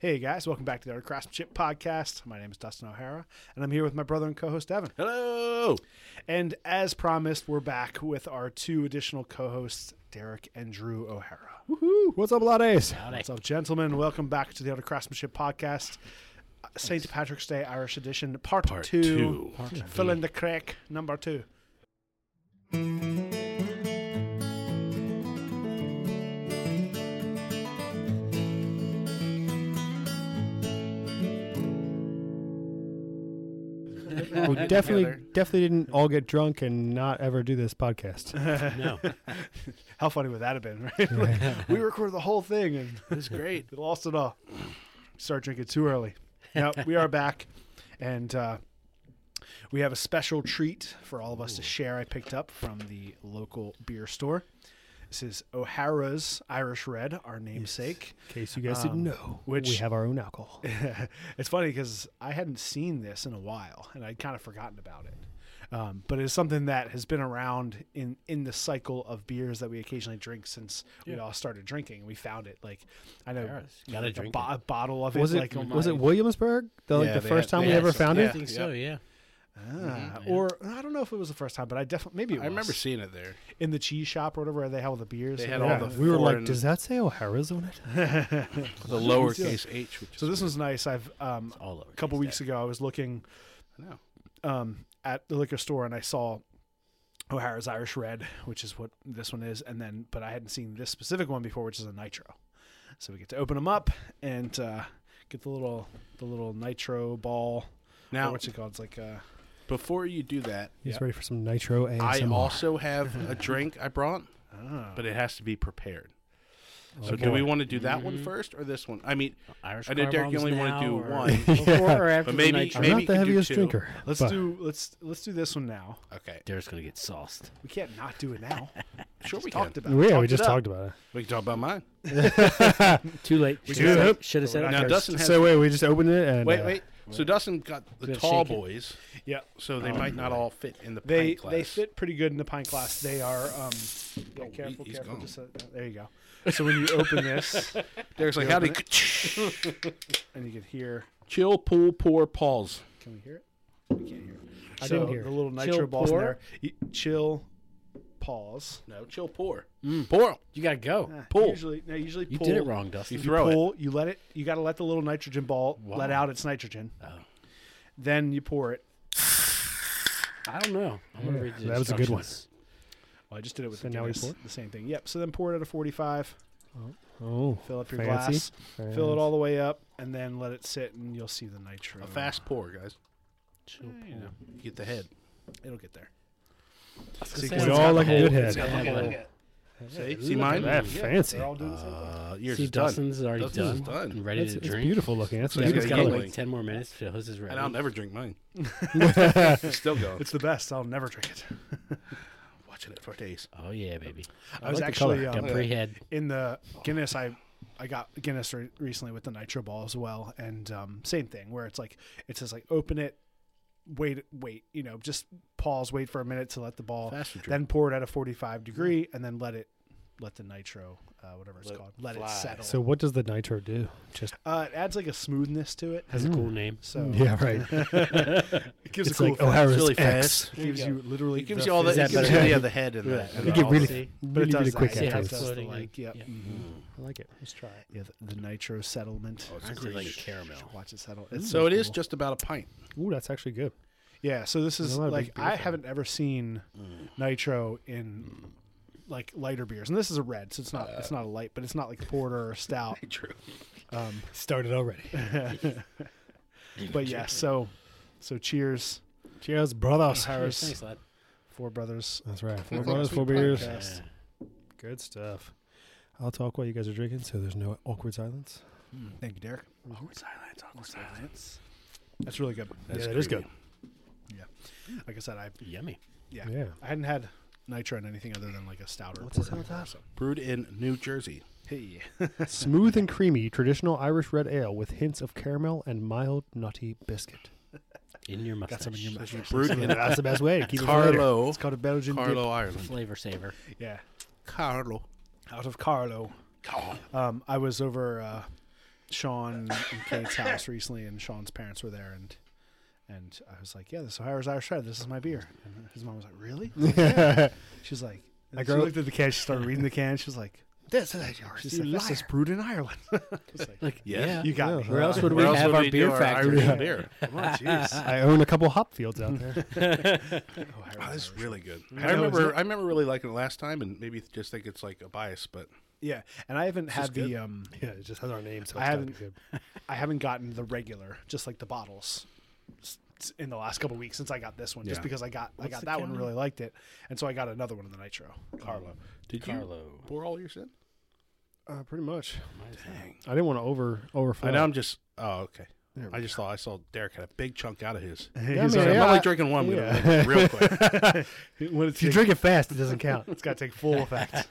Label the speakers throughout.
Speaker 1: Hey guys, welcome back to the Art of Craftsmanship podcast. My name is Dustin O'Hara, and I'm here with my brother and co-host Evan.
Speaker 2: Hello.
Speaker 1: And as promised, we're back with our two additional co-hosts, Derek and Drew O'Hara.
Speaker 3: What's up, Lades?
Speaker 1: What's up, gentlemen? Welcome back to the Art of Craftsmanship podcast, uh, St. Patrick's Day Irish Edition, part,
Speaker 2: Part
Speaker 1: two.
Speaker 2: two. Part
Speaker 1: Fill in the crack, number two.
Speaker 3: We definitely,
Speaker 1: Together.
Speaker 3: definitely didn't all get drunk and not ever do this podcast.
Speaker 2: No, it
Speaker 1: How funny would that have been, right? Like, we recorded the whole thing and
Speaker 2: was great.
Speaker 1: we lost it all. Start drinking too early. Now we are back, and uh, we have a special treat for all of us to share. I picked up from the local beer store. This is O'Hara's Irish Red, our namesake.
Speaker 3: In case you guys didn't know,
Speaker 1: Um, which-
Speaker 3: we have our own alcohol.
Speaker 1: it's funny because I hadn't seen this in a while, and I'd kind of forgotten about it. Um, but it's something that has been around in in the cycle of beers that we occasionally drink since we all started drinking. We found it like I know
Speaker 2: Gotta
Speaker 1: like a,
Speaker 2: drink
Speaker 1: bo- a bottle of
Speaker 3: was
Speaker 1: it,
Speaker 3: it
Speaker 1: like
Speaker 3: was it Williamsburg? The, like,
Speaker 1: Yeah,
Speaker 3: the
Speaker 1: they
Speaker 3: first
Speaker 1: had-
Speaker 3: time
Speaker 1: they
Speaker 3: we
Speaker 1: had
Speaker 3: ever
Speaker 1: some-
Speaker 3: found
Speaker 2: Yeah, I
Speaker 3: it.
Speaker 2: think so. Yeah,
Speaker 1: Ah, or I don't know if it was the first time, but I definitely maybe it
Speaker 2: Mm-hmm, I remember
Speaker 1: was.
Speaker 2: seeing it there.
Speaker 1: in the cheese shop or whatever where they had all the beers.
Speaker 2: They
Speaker 1: and
Speaker 2: had
Speaker 1: all
Speaker 2: all
Speaker 3: Yeah,
Speaker 1: that.
Speaker 2: the
Speaker 3: we were like,
Speaker 2: foreign-
Speaker 3: does that say O'Hara's on it?
Speaker 2: The lowercase h, which
Speaker 1: So
Speaker 2: is
Speaker 1: this was nice. I've um,
Speaker 2: all
Speaker 1: a couple weeks ago I was looking
Speaker 2: ago.
Speaker 1: um, at the liquor store and I saw O'Hara's Irish Red, which is what this one is, and then but I hadn't seen this specific one before, which is a nitro. So we get to open them up and uh, get the little the little nitro ball. or
Speaker 2: Now,
Speaker 1: what's it called? It's like uh,
Speaker 2: before you do that,
Speaker 3: He's ready for some nitro ASMR.
Speaker 2: I also have a drink I brought,
Speaker 1: Ah.
Speaker 2: but it has to be prepared. So do we want to do that one first or this one? I mean,
Speaker 4: Irish
Speaker 2: I know
Speaker 4: car
Speaker 2: Derek, you
Speaker 4: bombs
Speaker 2: only want
Speaker 4: now,
Speaker 2: to do
Speaker 4: or-
Speaker 2: one.
Speaker 4: Before or after
Speaker 2: But
Speaker 4: the
Speaker 2: maybe-
Speaker 4: nitro?
Speaker 3: I'm
Speaker 2: maybe
Speaker 3: not
Speaker 2: you could
Speaker 3: the
Speaker 2: do
Speaker 3: heaviest
Speaker 2: two.
Speaker 3: drinker.
Speaker 1: let's
Speaker 3: but
Speaker 1: do let's let's do this one now.
Speaker 2: Okay,
Speaker 4: Derek's gonna get sauced.
Speaker 1: We can't not do it now.
Speaker 2: sure we can.
Speaker 1: talked about. it,
Speaker 3: Yeah, we
Speaker 1: it
Speaker 3: just
Speaker 1: up.
Speaker 3: talked about it.
Speaker 2: We can talk about mine.
Speaker 4: Too late.
Speaker 3: Yep.
Speaker 4: Should have said
Speaker 2: Now
Speaker 4: it. first.
Speaker 2: Dustin has.
Speaker 3: So wait, we just opened it and
Speaker 2: wait,
Speaker 3: uh,
Speaker 2: wait. So Dustin got the
Speaker 4: Gotta
Speaker 2: tall
Speaker 4: shake it.
Speaker 2: boys,
Speaker 1: Yeah,
Speaker 2: so they might not all fit in the
Speaker 1: Oh, they
Speaker 2: pint class.
Speaker 1: they fit pretty good in the pint glass. They are. Um, yeah, careful,
Speaker 2: he's
Speaker 1: careful.
Speaker 2: gone.
Speaker 1: Just, uh, there you go. So when you open this,
Speaker 2: Derek's like, how do
Speaker 1: and you can hear.
Speaker 2: chill pool pour pause?
Speaker 1: Can we hear it? We can't hear it. I
Speaker 3: didn't hear
Speaker 1: the
Speaker 3: it.
Speaker 1: little nitro
Speaker 4: Chill
Speaker 1: balls in
Speaker 4: pour?
Speaker 1: there. You, chill, pause.
Speaker 2: No, chill pour. Pour.
Speaker 4: You gotta go.
Speaker 2: Pull.
Speaker 1: Usually, no, usually
Speaker 4: You
Speaker 1: pull.
Speaker 4: did it wrong, Dustin.
Speaker 2: You throw it.
Speaker 1: pull. You let it. You got to let the little nitrogen ball let out its nitrogen. Then you pour it.
Speaker 4: I don't know. I'm gonna read the
Speaker 3: that was a good one.
Speaker 4: instructions.
Speaker 1: Well, I just did it with
Speaker 3: So
Speaker 1: the,
Speaker 3: now we
Speaker 1: Guinness,
Speaker 3: pour?
Speaker 1: the same thing. Yep. So then pour it at a 45.
Speaker 3: Oh,
Speaker 1: Fill up your glass.
Speaker 3: fancy.
Speaker 1: Fill it all the way up, and then let it sit, and you'll see the nitro.
Speaker 2: A fast pour, guys.
Speaker 1: Chill pour.
Speaker 2: Get the head.
Speaker 1: It'll get there.
Speaker 3: We all like a good head.
Speaker 2: See, see mine?
Speaker 3: That fancy.
Speaker 2: Uh, yours
Speaker 4: See,
Speaker 2: is done.
Speaker 4: Dustin's already
Speaker 2: Dustin's
Speaker 4: done,
Speaker 2: done.
Speaker 4: and ready
Speaker 3: It's,
Speaker 4: to
Speaker 3: it's
Speaker 4: drink.
Speaker 3: beautiful looking. That's what
Speaker 2: It's
Speaker 3: it's
Speaker 4: Derek's
Speaker 2: gotta
Speaker 3: got.
Speaker 4: got
Speaker 2: get
Speaker 4: like
Speaker 2: like-
Speaker 4: ten more minutes till his is ready.
Speaker 2: And I'll never drink mine. It's still going.
Speaker 1: It's the best. I'll never drink it.
Speaker 2: watching it for days.
Speaker 4: Oh yeah, baby.
Speaker 1: I, was
Speaker 3: like the color.
Speaker 1: actually
Speaker 4: Got
Speaker 1: um,
Speaker 4: prehead.
Speaker 1: in the Guinness. I I got Guinness re- recently with the nitro ball as well, and um, same thing where it's like it says like open it, wait, wait, you know, just pause, wait for a minute to let the ball,
Speaker 2: Faster drink.
Speaker 1: then pour it at a forty-five degree, and then let it let the nitro, uh, whatever it's
Speaker 4: Let
Speaker 1: called, let
Speaker 4: fly.
Speaker 1: it settle.
Speaker 3: So what does the nitro do? Just
Speaker 1: uh, it adds like a smoothness to it.
Speaker 4: Has a cool name.
Speaker 1: So
Speaker 3: yeah, right.
Speaker 1: it gives
Speaker 3: it's
Speaker 1: a cool
Speaker 3: like O'Hara's
Speaker 2: really
Speaker 3: X.
Speaker 1: It gives you literally.
Speaker 2: It gives
Speaker 1: the
Speaker 2: you all
Speaker 4: Is
Speaker 2: that.
Speaker 4: that
Speaker 2: It gives you
Speaker 4: better?
Speaker 2: the, yeah, the head and the. And
Speaker 3: You get
Speaker 2: all
Speaker 3: really,
Speaker 2: the-
Speaker 4: See?
Speaker 1: But
Speaker 3: really,
Speaker 1: it does
Speaker 3: really
Speaker 1: that.
Speaker 3: quick
Speaker 1: Yeah,
Speaker 4: See how
Speaker 1: it
Speaker 4: it's
Speaker 1: does the
Speaker 3: afterwards.
Speaker 4: floating.
Speaker 1: like, yep.
Speaker 4: Yeah.
Speaker 3: I like it. Let's try it.
Speaker 1: Yeah, the, the nitro settlement.
Speaker 3: Oh,
Speaker 4: Reminds me like caramel.
Speaker 1: Watch it settle.
Speaker 3: Mm.
Speaker 1: It's
Speaker 2: So it is
Speaker 1: cool.
Speaker 2: just about a pint.
Speaker 3: Ooh, that's actually good.
Speaker 1: Yeah, so this is
Speaker 3: That'd be
Speaker 1: like I
Speaker 3: beautiful.
Speaker 1: haven't ever seen
Speaker 3: Mm.
Speaker 1: nitro in like lighter beers, and this is a red, so it's not it's not a light, but it's not like porter or stout. Um,
Speaker 3: Started already.
Speaker 1: But yeah, so so cheers,
Speaker 3: Cheers, brothers.
Speaker 1: Harris,
Speaker 4: Thanks, lad.
Speaker 1: four brothers.
Speaker 3: That's right. Four
Speaker 1: Next
Speaker 3: brothers,
Speaker 1: week
Speaker 3: four beers.
Speaker 1: podcast.
Speaker 3: Good stuff. I'll talk while you guys are drinking, so there's no awkward silence.
Speaker 1: Thank you, Derek.
Speaker 2: Awkward silence. Awkward silence.
Speaker 1: That's really good.
Speaker 2: That's
Speaker 3: yeah, it is
Speaker 2: creepy.
Speaker 3: good.
Speaker 1: Yeah, like I said, I
Speaker 4: Yummy.
Speaker 1: yeah,
Speaker 3: Yeah.
Speaker 1: I hadn't had nitro in anything other than like a stout or a
Speaker 3: What's this
Speaker 1: porter.
Speaker 3: on top?
Speaker 1: so-
Speaker 2: Brewed in New Jersey.
Speaker 1: Hey,
Speaker 3: Smooth and creamy, traditional Irish red ale with hints of caramel and mild nutty biscuit.
Speaker 4: In your mustache.
Speaker 1: got some in your mouth.
Speaker 2: Brewed in
Speaker 3: That's the best way to keep it later.
Speaker 2: Carlo.
Speaker 3: It's called a Belgian dip.
Speaker 2: Carlo, Ireland.
Speaker 4: Flavor saver.
Speaker 1: Yeah,
Speaker 2: Carlo.
Speaker 1: out of Carlo. Um, I was over uh, Sean and Kate's house recently, and Sean's parents were there, and and I was like, "Yeah, this is Ohio's Irish Red. This is my beer." And his mom was like, "Really?" I was like, "Yeah." She's like, and
Speaker 3: I
Speaker 1: she
Speaker 3: grew up-
Speaker 1: looked at the can. She started reading the can. She was like, "This is yours. She's
Speaker 3: you
Speaker 1: like, this is
Speaker 3: liar."
Speaker 1: brewed in Ireland." I was like,
Speaker 4: Like,
Speaker 2: Yes.
Speaker 4: yeah.
Speaker 1: "You got me."
Speaker 3: Where else would
Speaker 4: we
Speaker 2: Where else
Speaker 4: have
Speaker 2: would
Speaker 4: our
Speaker 2: we do
Speaker 4: beer
Speaker 2: our
Speaker 4: factory?
Speaker 2: Irish beer?
Speaker 1: Oh, jeez.
Speaker 3: I own a couple hop fields out there.
Speaker 1: Ohio's
Speaker 2: Oh, that's
Speaker 1: Irish.
Speaker 2: really good.
Speaker 1: know,
Speaker 2: I remember.
Speaker 1: isn't
Speaker 2: I remember really liking it last time, and maybe just think it's like a bias, but
Speaker 1: Yeah, and I haven't had the
Speaker 2: good.
Speaker 1: um,
Speaker 3: yeah, it just has our name, so
Speaker 1: I
Speaker 3: it's gotta be
Speaker 1: haven't-
Speaker 3: good.
Speaker 1: I haven't gotten the regular, just like the bottles, s- s- in the last couple weeks since I got this one. Just
Speaker 2: Yeah.
Speaker 1: because I got I got that one, really liked it, and so I got another one of the nitro.
Speaker 2: Carlo. Did
Speaker 4: Carlo.
Speaker 2: you pour all your sin?
Speaker 3: Uh, pretty much. I didn't want to over overflow.
Speaker 2: I know. I'm just. Oh, okay.
Speaker 3: There we
Speaker 2: I just thought I saw Derek had a big chunk out of his.
Speaker 3: Yeah,
Speaker 2: He's
Speaker 3: I mean,
Speaker 2: like, I'm
Speaker 3: yeah,
Speaker 2: only
Speaker 3: I-
Speaker 2: drinking one. I'm
Speaker 3: yeah.
Speaker 2: gonna drink it real quick. Um,
Speaker 1: When
Speaker 3: If you drink it fast, it doesn't count.
Speaker 1: it's got to take full effect.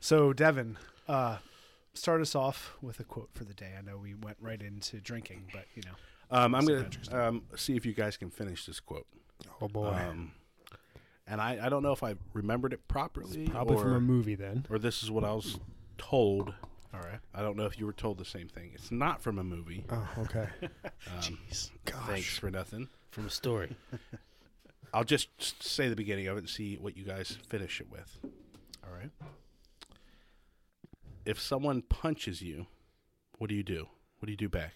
Speaker 1: so Devin, uh, start us off with a quote for the day. I know we went right into drinking, but you know,
Speaker 2: Um, I'm gonna
Speaker 1: Patrick's
Speaker 2: um, see if you guys can finish this quote.
Speaker 3: Oh boy,
Speaker 2: Um, and I, I don't know if I remembered it properly,
Speaker 3: probably
Speaker 2: or,
Speaker 3: from a movie then.
Speaker 2: or this is what I was told.
Speaker 1: all right.
Speaker 2: I don't know if you were told the same thing. It's not from a movie. Um,
Speaker 3: Oh, okay.
Speaker 1: Jeez.
Speaker 2: Thanks for nothing.
Speaker 4: From a story.
Speaker 2: I'll just s- say the beginning of it and see what you guys finish it with.
Speaker 1: All right.
Speaker 2: If someone punches you, what do you do? What do you do back?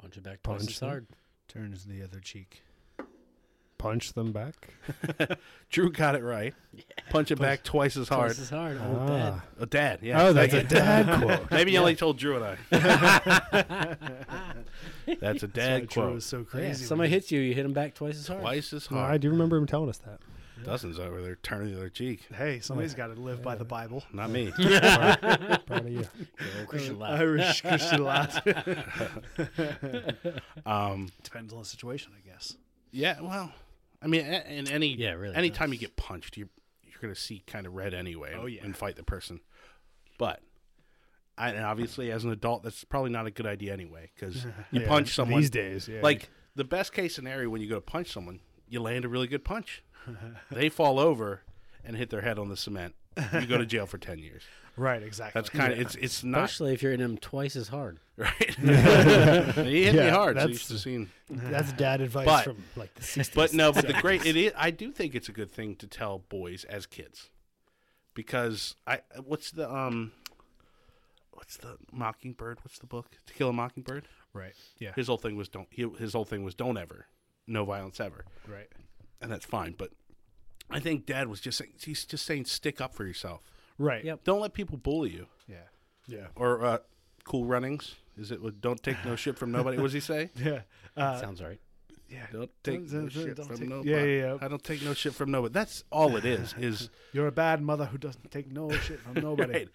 Speaker 4: Punch it back twice
Speaker 3: Punch
Speaker 4: as
Speaker 3: them.
Speaker 4: hard.
Speaker 1: Turns the other cheek.
Speaker 3: Punch them back.
Speaker 2: Drew got it right. Punch it back twice as hard.
Speaker 4: Twice as hard. Old dad.
Speaker 2: Oh, dad. Yeah.
Speaker 3: oh, that's a
Speaker 2: thank you.
Speaker 3: dad quote.
Speaker 2: Maybe you only told Drew and I. that's a dad
Speaker 1: That
Speaker 2: quote.
Speaker 1: was so
Speaker 4: Oh, yeah,
Speaker 1: crazy.
Speaker 4: Somebody hits you, you hit them back twice as hard.
Speaker 2: Twice as
Speaker 3: No, I
Speaker 2: hard.
Speaker 3: do remember him telling us that.
Speaker 2: Dozens over there turning the other cheek.
Speaker 1: Hey, somebody's got to live by the Bible.
Speaker 2: Not me.
Speaker 3: Proud of you.
Speaker 4: Good old Christian lad.
Speaker 1: Irish Christian lot.
Speaker 2: Um,
Speaker 1: Depends on the situation, I guess.
Speaker 2: yeah. Well, I mean, a- in any
Speaker 4: Yeah, it really
Speaker 2: anytime you
Speaker 4: does.
Speaker 2: get punched, you're you're gonna see kind of red anyway.
Speaker 1: Oh,
Speaker 2: and-
Speaker 1: yeah.
Speaker 2: And fight the person, but. I, and obviously, as an adult, that's probably not a good idea anyway, because you
Speaker 3: Yeah,
Speaker 2: punch someone
Speaker 3: these days. Yeah,
Speaker 2: Like the best case scenario when you go to punch someone, you land a really good punch. they fall over and hit their head on the cement. You go to jail for ten years.
Speaker 1: Right, exactly.
Speaker 2: That's kind of it's it's not
Speaker 4: Especially if you're in them twice as hard.
Speaker 2: right. he hit me
Speaker 3: Yeah,
Speaker 2: hard. So you
Speaker 3: that's-
Speaker 2: used to seen.
Speaker 3: that's dad advice
Speaker 2: But-
Speaker 3: from like the 60s.
Speaker 2: But no, but the great it is. I do think it's a good thing to tell boys as kids, because I what's the um. What's the Mockingbird? What's the book? To Kill a Mockingbird.
Speaker 1: right. Yeah.
Speaker 2: His whole thing was don't. He, his whole thing was don't ever, no violence ever.
Speaker 1: Right.
Speaker 2: and that's fine. But I think Dad was just saying, he's just saying stick up for yourself.
Speaker 1: Right.
Speaker 4: Yep.
Speaker 2: Don't let people bully you.
Speaker 1: Yeah.
Speaker 3: yeah.
Speaker 2: Or uh, cool runnings is it? with Don't take no shit from nobody. What does he say?
Speaker 1: Yeah. Uh,
Speaker 4: Sounds right.
Speaker 1: yeah.
Speaker 2: Don't take no
Speaker 1: Don't
Speaker 2: shit
Speaker 1: take-
Speaker 2: from
Speaker 1: yeah,
Speaker 2: nobody.
Speaker 1: yeah, yeah.
Speaker 2: I don't take no shit from nobody. That's all it is. Is
Speaker 1: You're a bad mother who doesn't take no shit from nobody.
Speaker 2: right.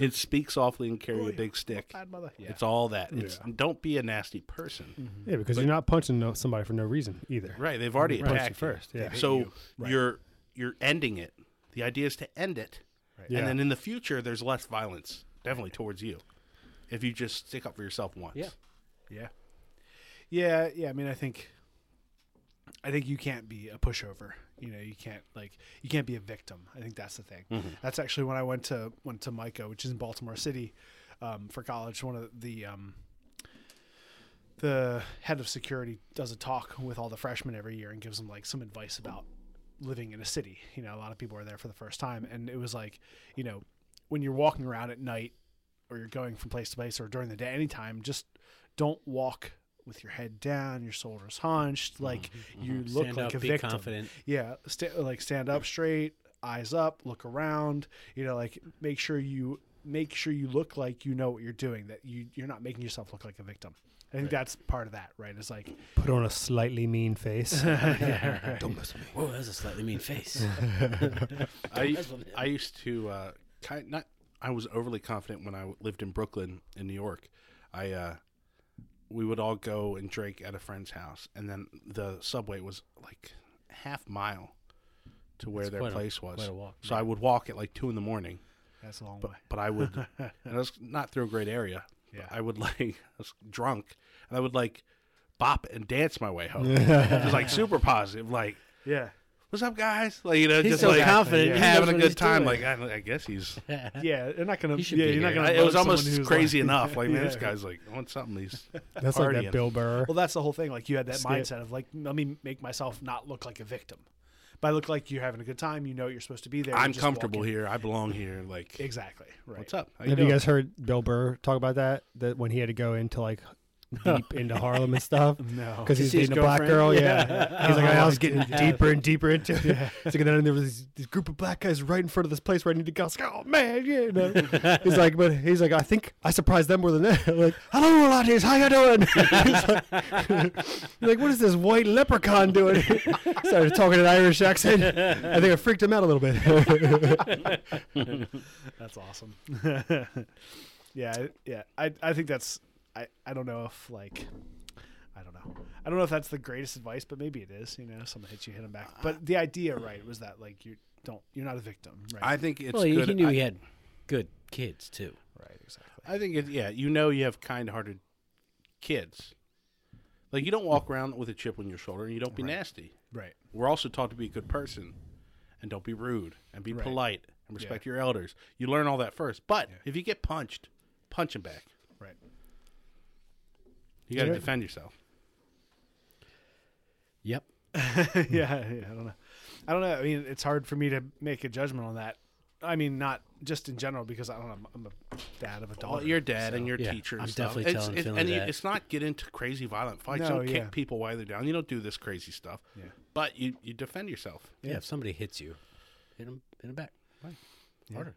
Speaker 2: it speaks softly and carry a
Speaker 1: Bully.
Speaker 2: big stick.
Speaker 1: Bad mother. Yeah.
Speaker 2: It's all that. It's
Speaker 3: Yeah. Mm-hmm.
Speaker 2: don't be a nasty person.
Speaker 3: Yeah, because you're not punching no, somebody for no reason either.
Speaker 2: Right. They've already
Speaker 3: Punch you
Speaker 2: attacked you.
Speaker 3: first, yeah. They hit
Speaker 2: So
Speaker 3: you. Right.
Speaker 2: you're you're ending it. The idea is to end it,
Speaker 3: Yeah.
Speaker 2: and then in the future, there's less violence, definitely towards you, if you just stick up for yourself once.
Speaker 4: Yeah.
Speaker 1: yeah. Yeah. Yeah. I mean, I think I think you can't be a pushover. You know, you can't like you can't be a victim. I think that's the thing.
Speaker 2: Mm-hmm.
Speaker 1: That's actually when I went to went to Micah, which is in Baltimore City, um, for college. One of the um, the head of security does a talk with all the freshmen every year and gives them like some advice about living in a city. You know, a lot of people are there for the first time, and it was like, you know, when you're walking around at night or you're going from place to place or during the day, anytime, just don't walk with your head down, your shoulders hunched, like you look
Speaker 4: Mm-hmm. Stand
Speaker 1: like
Speaker 4: up,
Speaker 1: a
Speaker 4: be
Speaker 1: victim.
Speaker 4: confident.
Speaker 1: Yeah, sta like stand up straight, eyes up, look around. You know, like make sure you make sure you look like you know what you're doing. That you you're not making yourself look like a victim. I think that's part of that, right? It's like
Speaker 3: Put on a slightly mean face. Don't mess with me.
Speaker 4: Whoa, that's a slightly mean face.
Speaker 2: I,
Speaker 4: mess with it.
Speaker 2: I used to uh, kind not. I was overly confident when I w- lived in Brooklyn in New York. I uh, we would all go and drink at a friend's house, and then the subway was like half mile to where their
Speaker 4: quite a-
Speaker 2: place was.
Speaker 4: quite a walk,
Speaker 2: so I would walk at like two in the morning,
Speaker 1: that's a long way.
Speaker 2: but I would, and I was not through a great area. but
Speaker 1: Yeah.
Speaker 2: I would like I was drunk, and I would like bop and dance my way home. it was like super positive, like
Speaker 1: Yeah.
Speaker 2: what's up, guys? Like you know,
Speaker 4: He's
Speaker 2: just
Speaker 4: so
Speaker 2: like
Speaker 4: confident,
Speaker 2: yeah.
Speaker 4: he knows
Speaker 2: having a
Speaker 4: what
Speaker 2: good
Speaker 4: he's
Speaker 2: time.
Speaker 4: doing.
Speaker 2: Like I, I guess he's.
Speaker 1: Yeah, they're not gonna.
Speaker 4: He should
Speaker 1: yeah,
Speaker 4: be
Speaker 1: you're not
Speaker 4: here.
Speaker 1: gonna.
Speaker 2: I, it
Speaker 1: vote
Speaker 2: was almost
Speaker 1: someone who's
Speaker 2: crazy
Speaker 1: like-
Speaker 2: enough. Like man, this
Speaker 1: Yeah.
Speaker 2: guy's like I want something. He's
Speaker 3: That's like
Speaker 2: Partying.
Speaker 3: that Bill Burr.
Speaker 1: Well, that's the whole thing. Like you had that
Speaker 3: Skip.
Speaker 1: mindset of like, let me make myself not look like a victim, but I look like you're having a good time. You know you're supposed to be there. you
Speaker 2: I'm
Speaker 1: just walk
Speaker 2: comfortable
Speaker 1: in.
Speaker 2: here. I belong here. Like
Speaker 1: Exactly. Right.
Speaker 2: what's up? How
Speaker 3: Have you
Speaker 2: doing?
Speaker 3: guys heard Bill Burr talk about that? That when he had to go into like deep into Harlem and stuff.
Speaker 1: No.
Speaker 3: because he's
Speaker 4: see his
Speaker 3: dating a black girl.
Speaker 4: girlfriend?
Speaker 3: Yeah, he's like, I was getting
Speaker 4: Yeah.
Speaker 3: deeper and deeper into. it. He's like, and then there was this, this group of black guys right in front of this place where I need to go. I was like, oh man, yeah. you know. he's like, but he's like, I think I surprised them more than that. like, hello, ladies, how you doing? he's, like, he's like, what is this white leprechaun doing? Started talking in an Irish accent. I think I freaked him out a little bit.
Speaker 1: That's awesome. yeah, I- yeah. I I think that's I I don't know if like I don't know. I don't know if that's the greatest advice, but maybe it is. You know, someone hits you, hit them back. But the idea, right, was that like you don't you're not a victim, right?
Speaker 2: I think it's
Speaker 4: well, he,
Speaker 2: good.
Speaker 4: he knew
Speaker 2: I,
Speaker 4: he had good kids too.
Speaker 1: right, exactly.
Speaker 2: I think it, yeah. You know, you have kind-hearted kids. Like you don't walk around with a chip on your shoulder, and you don't be nasty.
Speaker 1: Right.
Speaker 2: We're also taught to be a good person, and don't be rude, and be polite, and respect your elders. You learn all that first. But if you get punched, punch him back.
Speaker 1: Right.
Speaker 2: You got to defend yourself.
Speaker 4: Yep.
Speaker 1: yeah, yeah, I don't know. I don't know. I mean, it's hard for me to make a judgment on that. I mean, not just in general because I don't know. I'm, I'm a dad of a daughter.
Speaker 2: Well, your dad and your
Speaker 4: yeah,
Speaker 2: teacher. And
Speaker 4: I'm
Speaker 2: stuff.
Speaker 4: definitely
Speaker 2: it's,
Speaker 4: telling
Speaker 2: it's-
Speaker 4: Philly
Speaker 2: and you-
Speaker 4: that.
Speaker 2: it's not get into crazy violent fights.
Speaker 1: No,
Speaker 2: you don't
Speaker 1: yeah.
Speaker 2: kick people while they're down. You don't do this crazy stuff. Yeah. But you, you defend yourself.
Speaker 4: Yeah. If somebody hits you, hit him in the back. Right. Harder.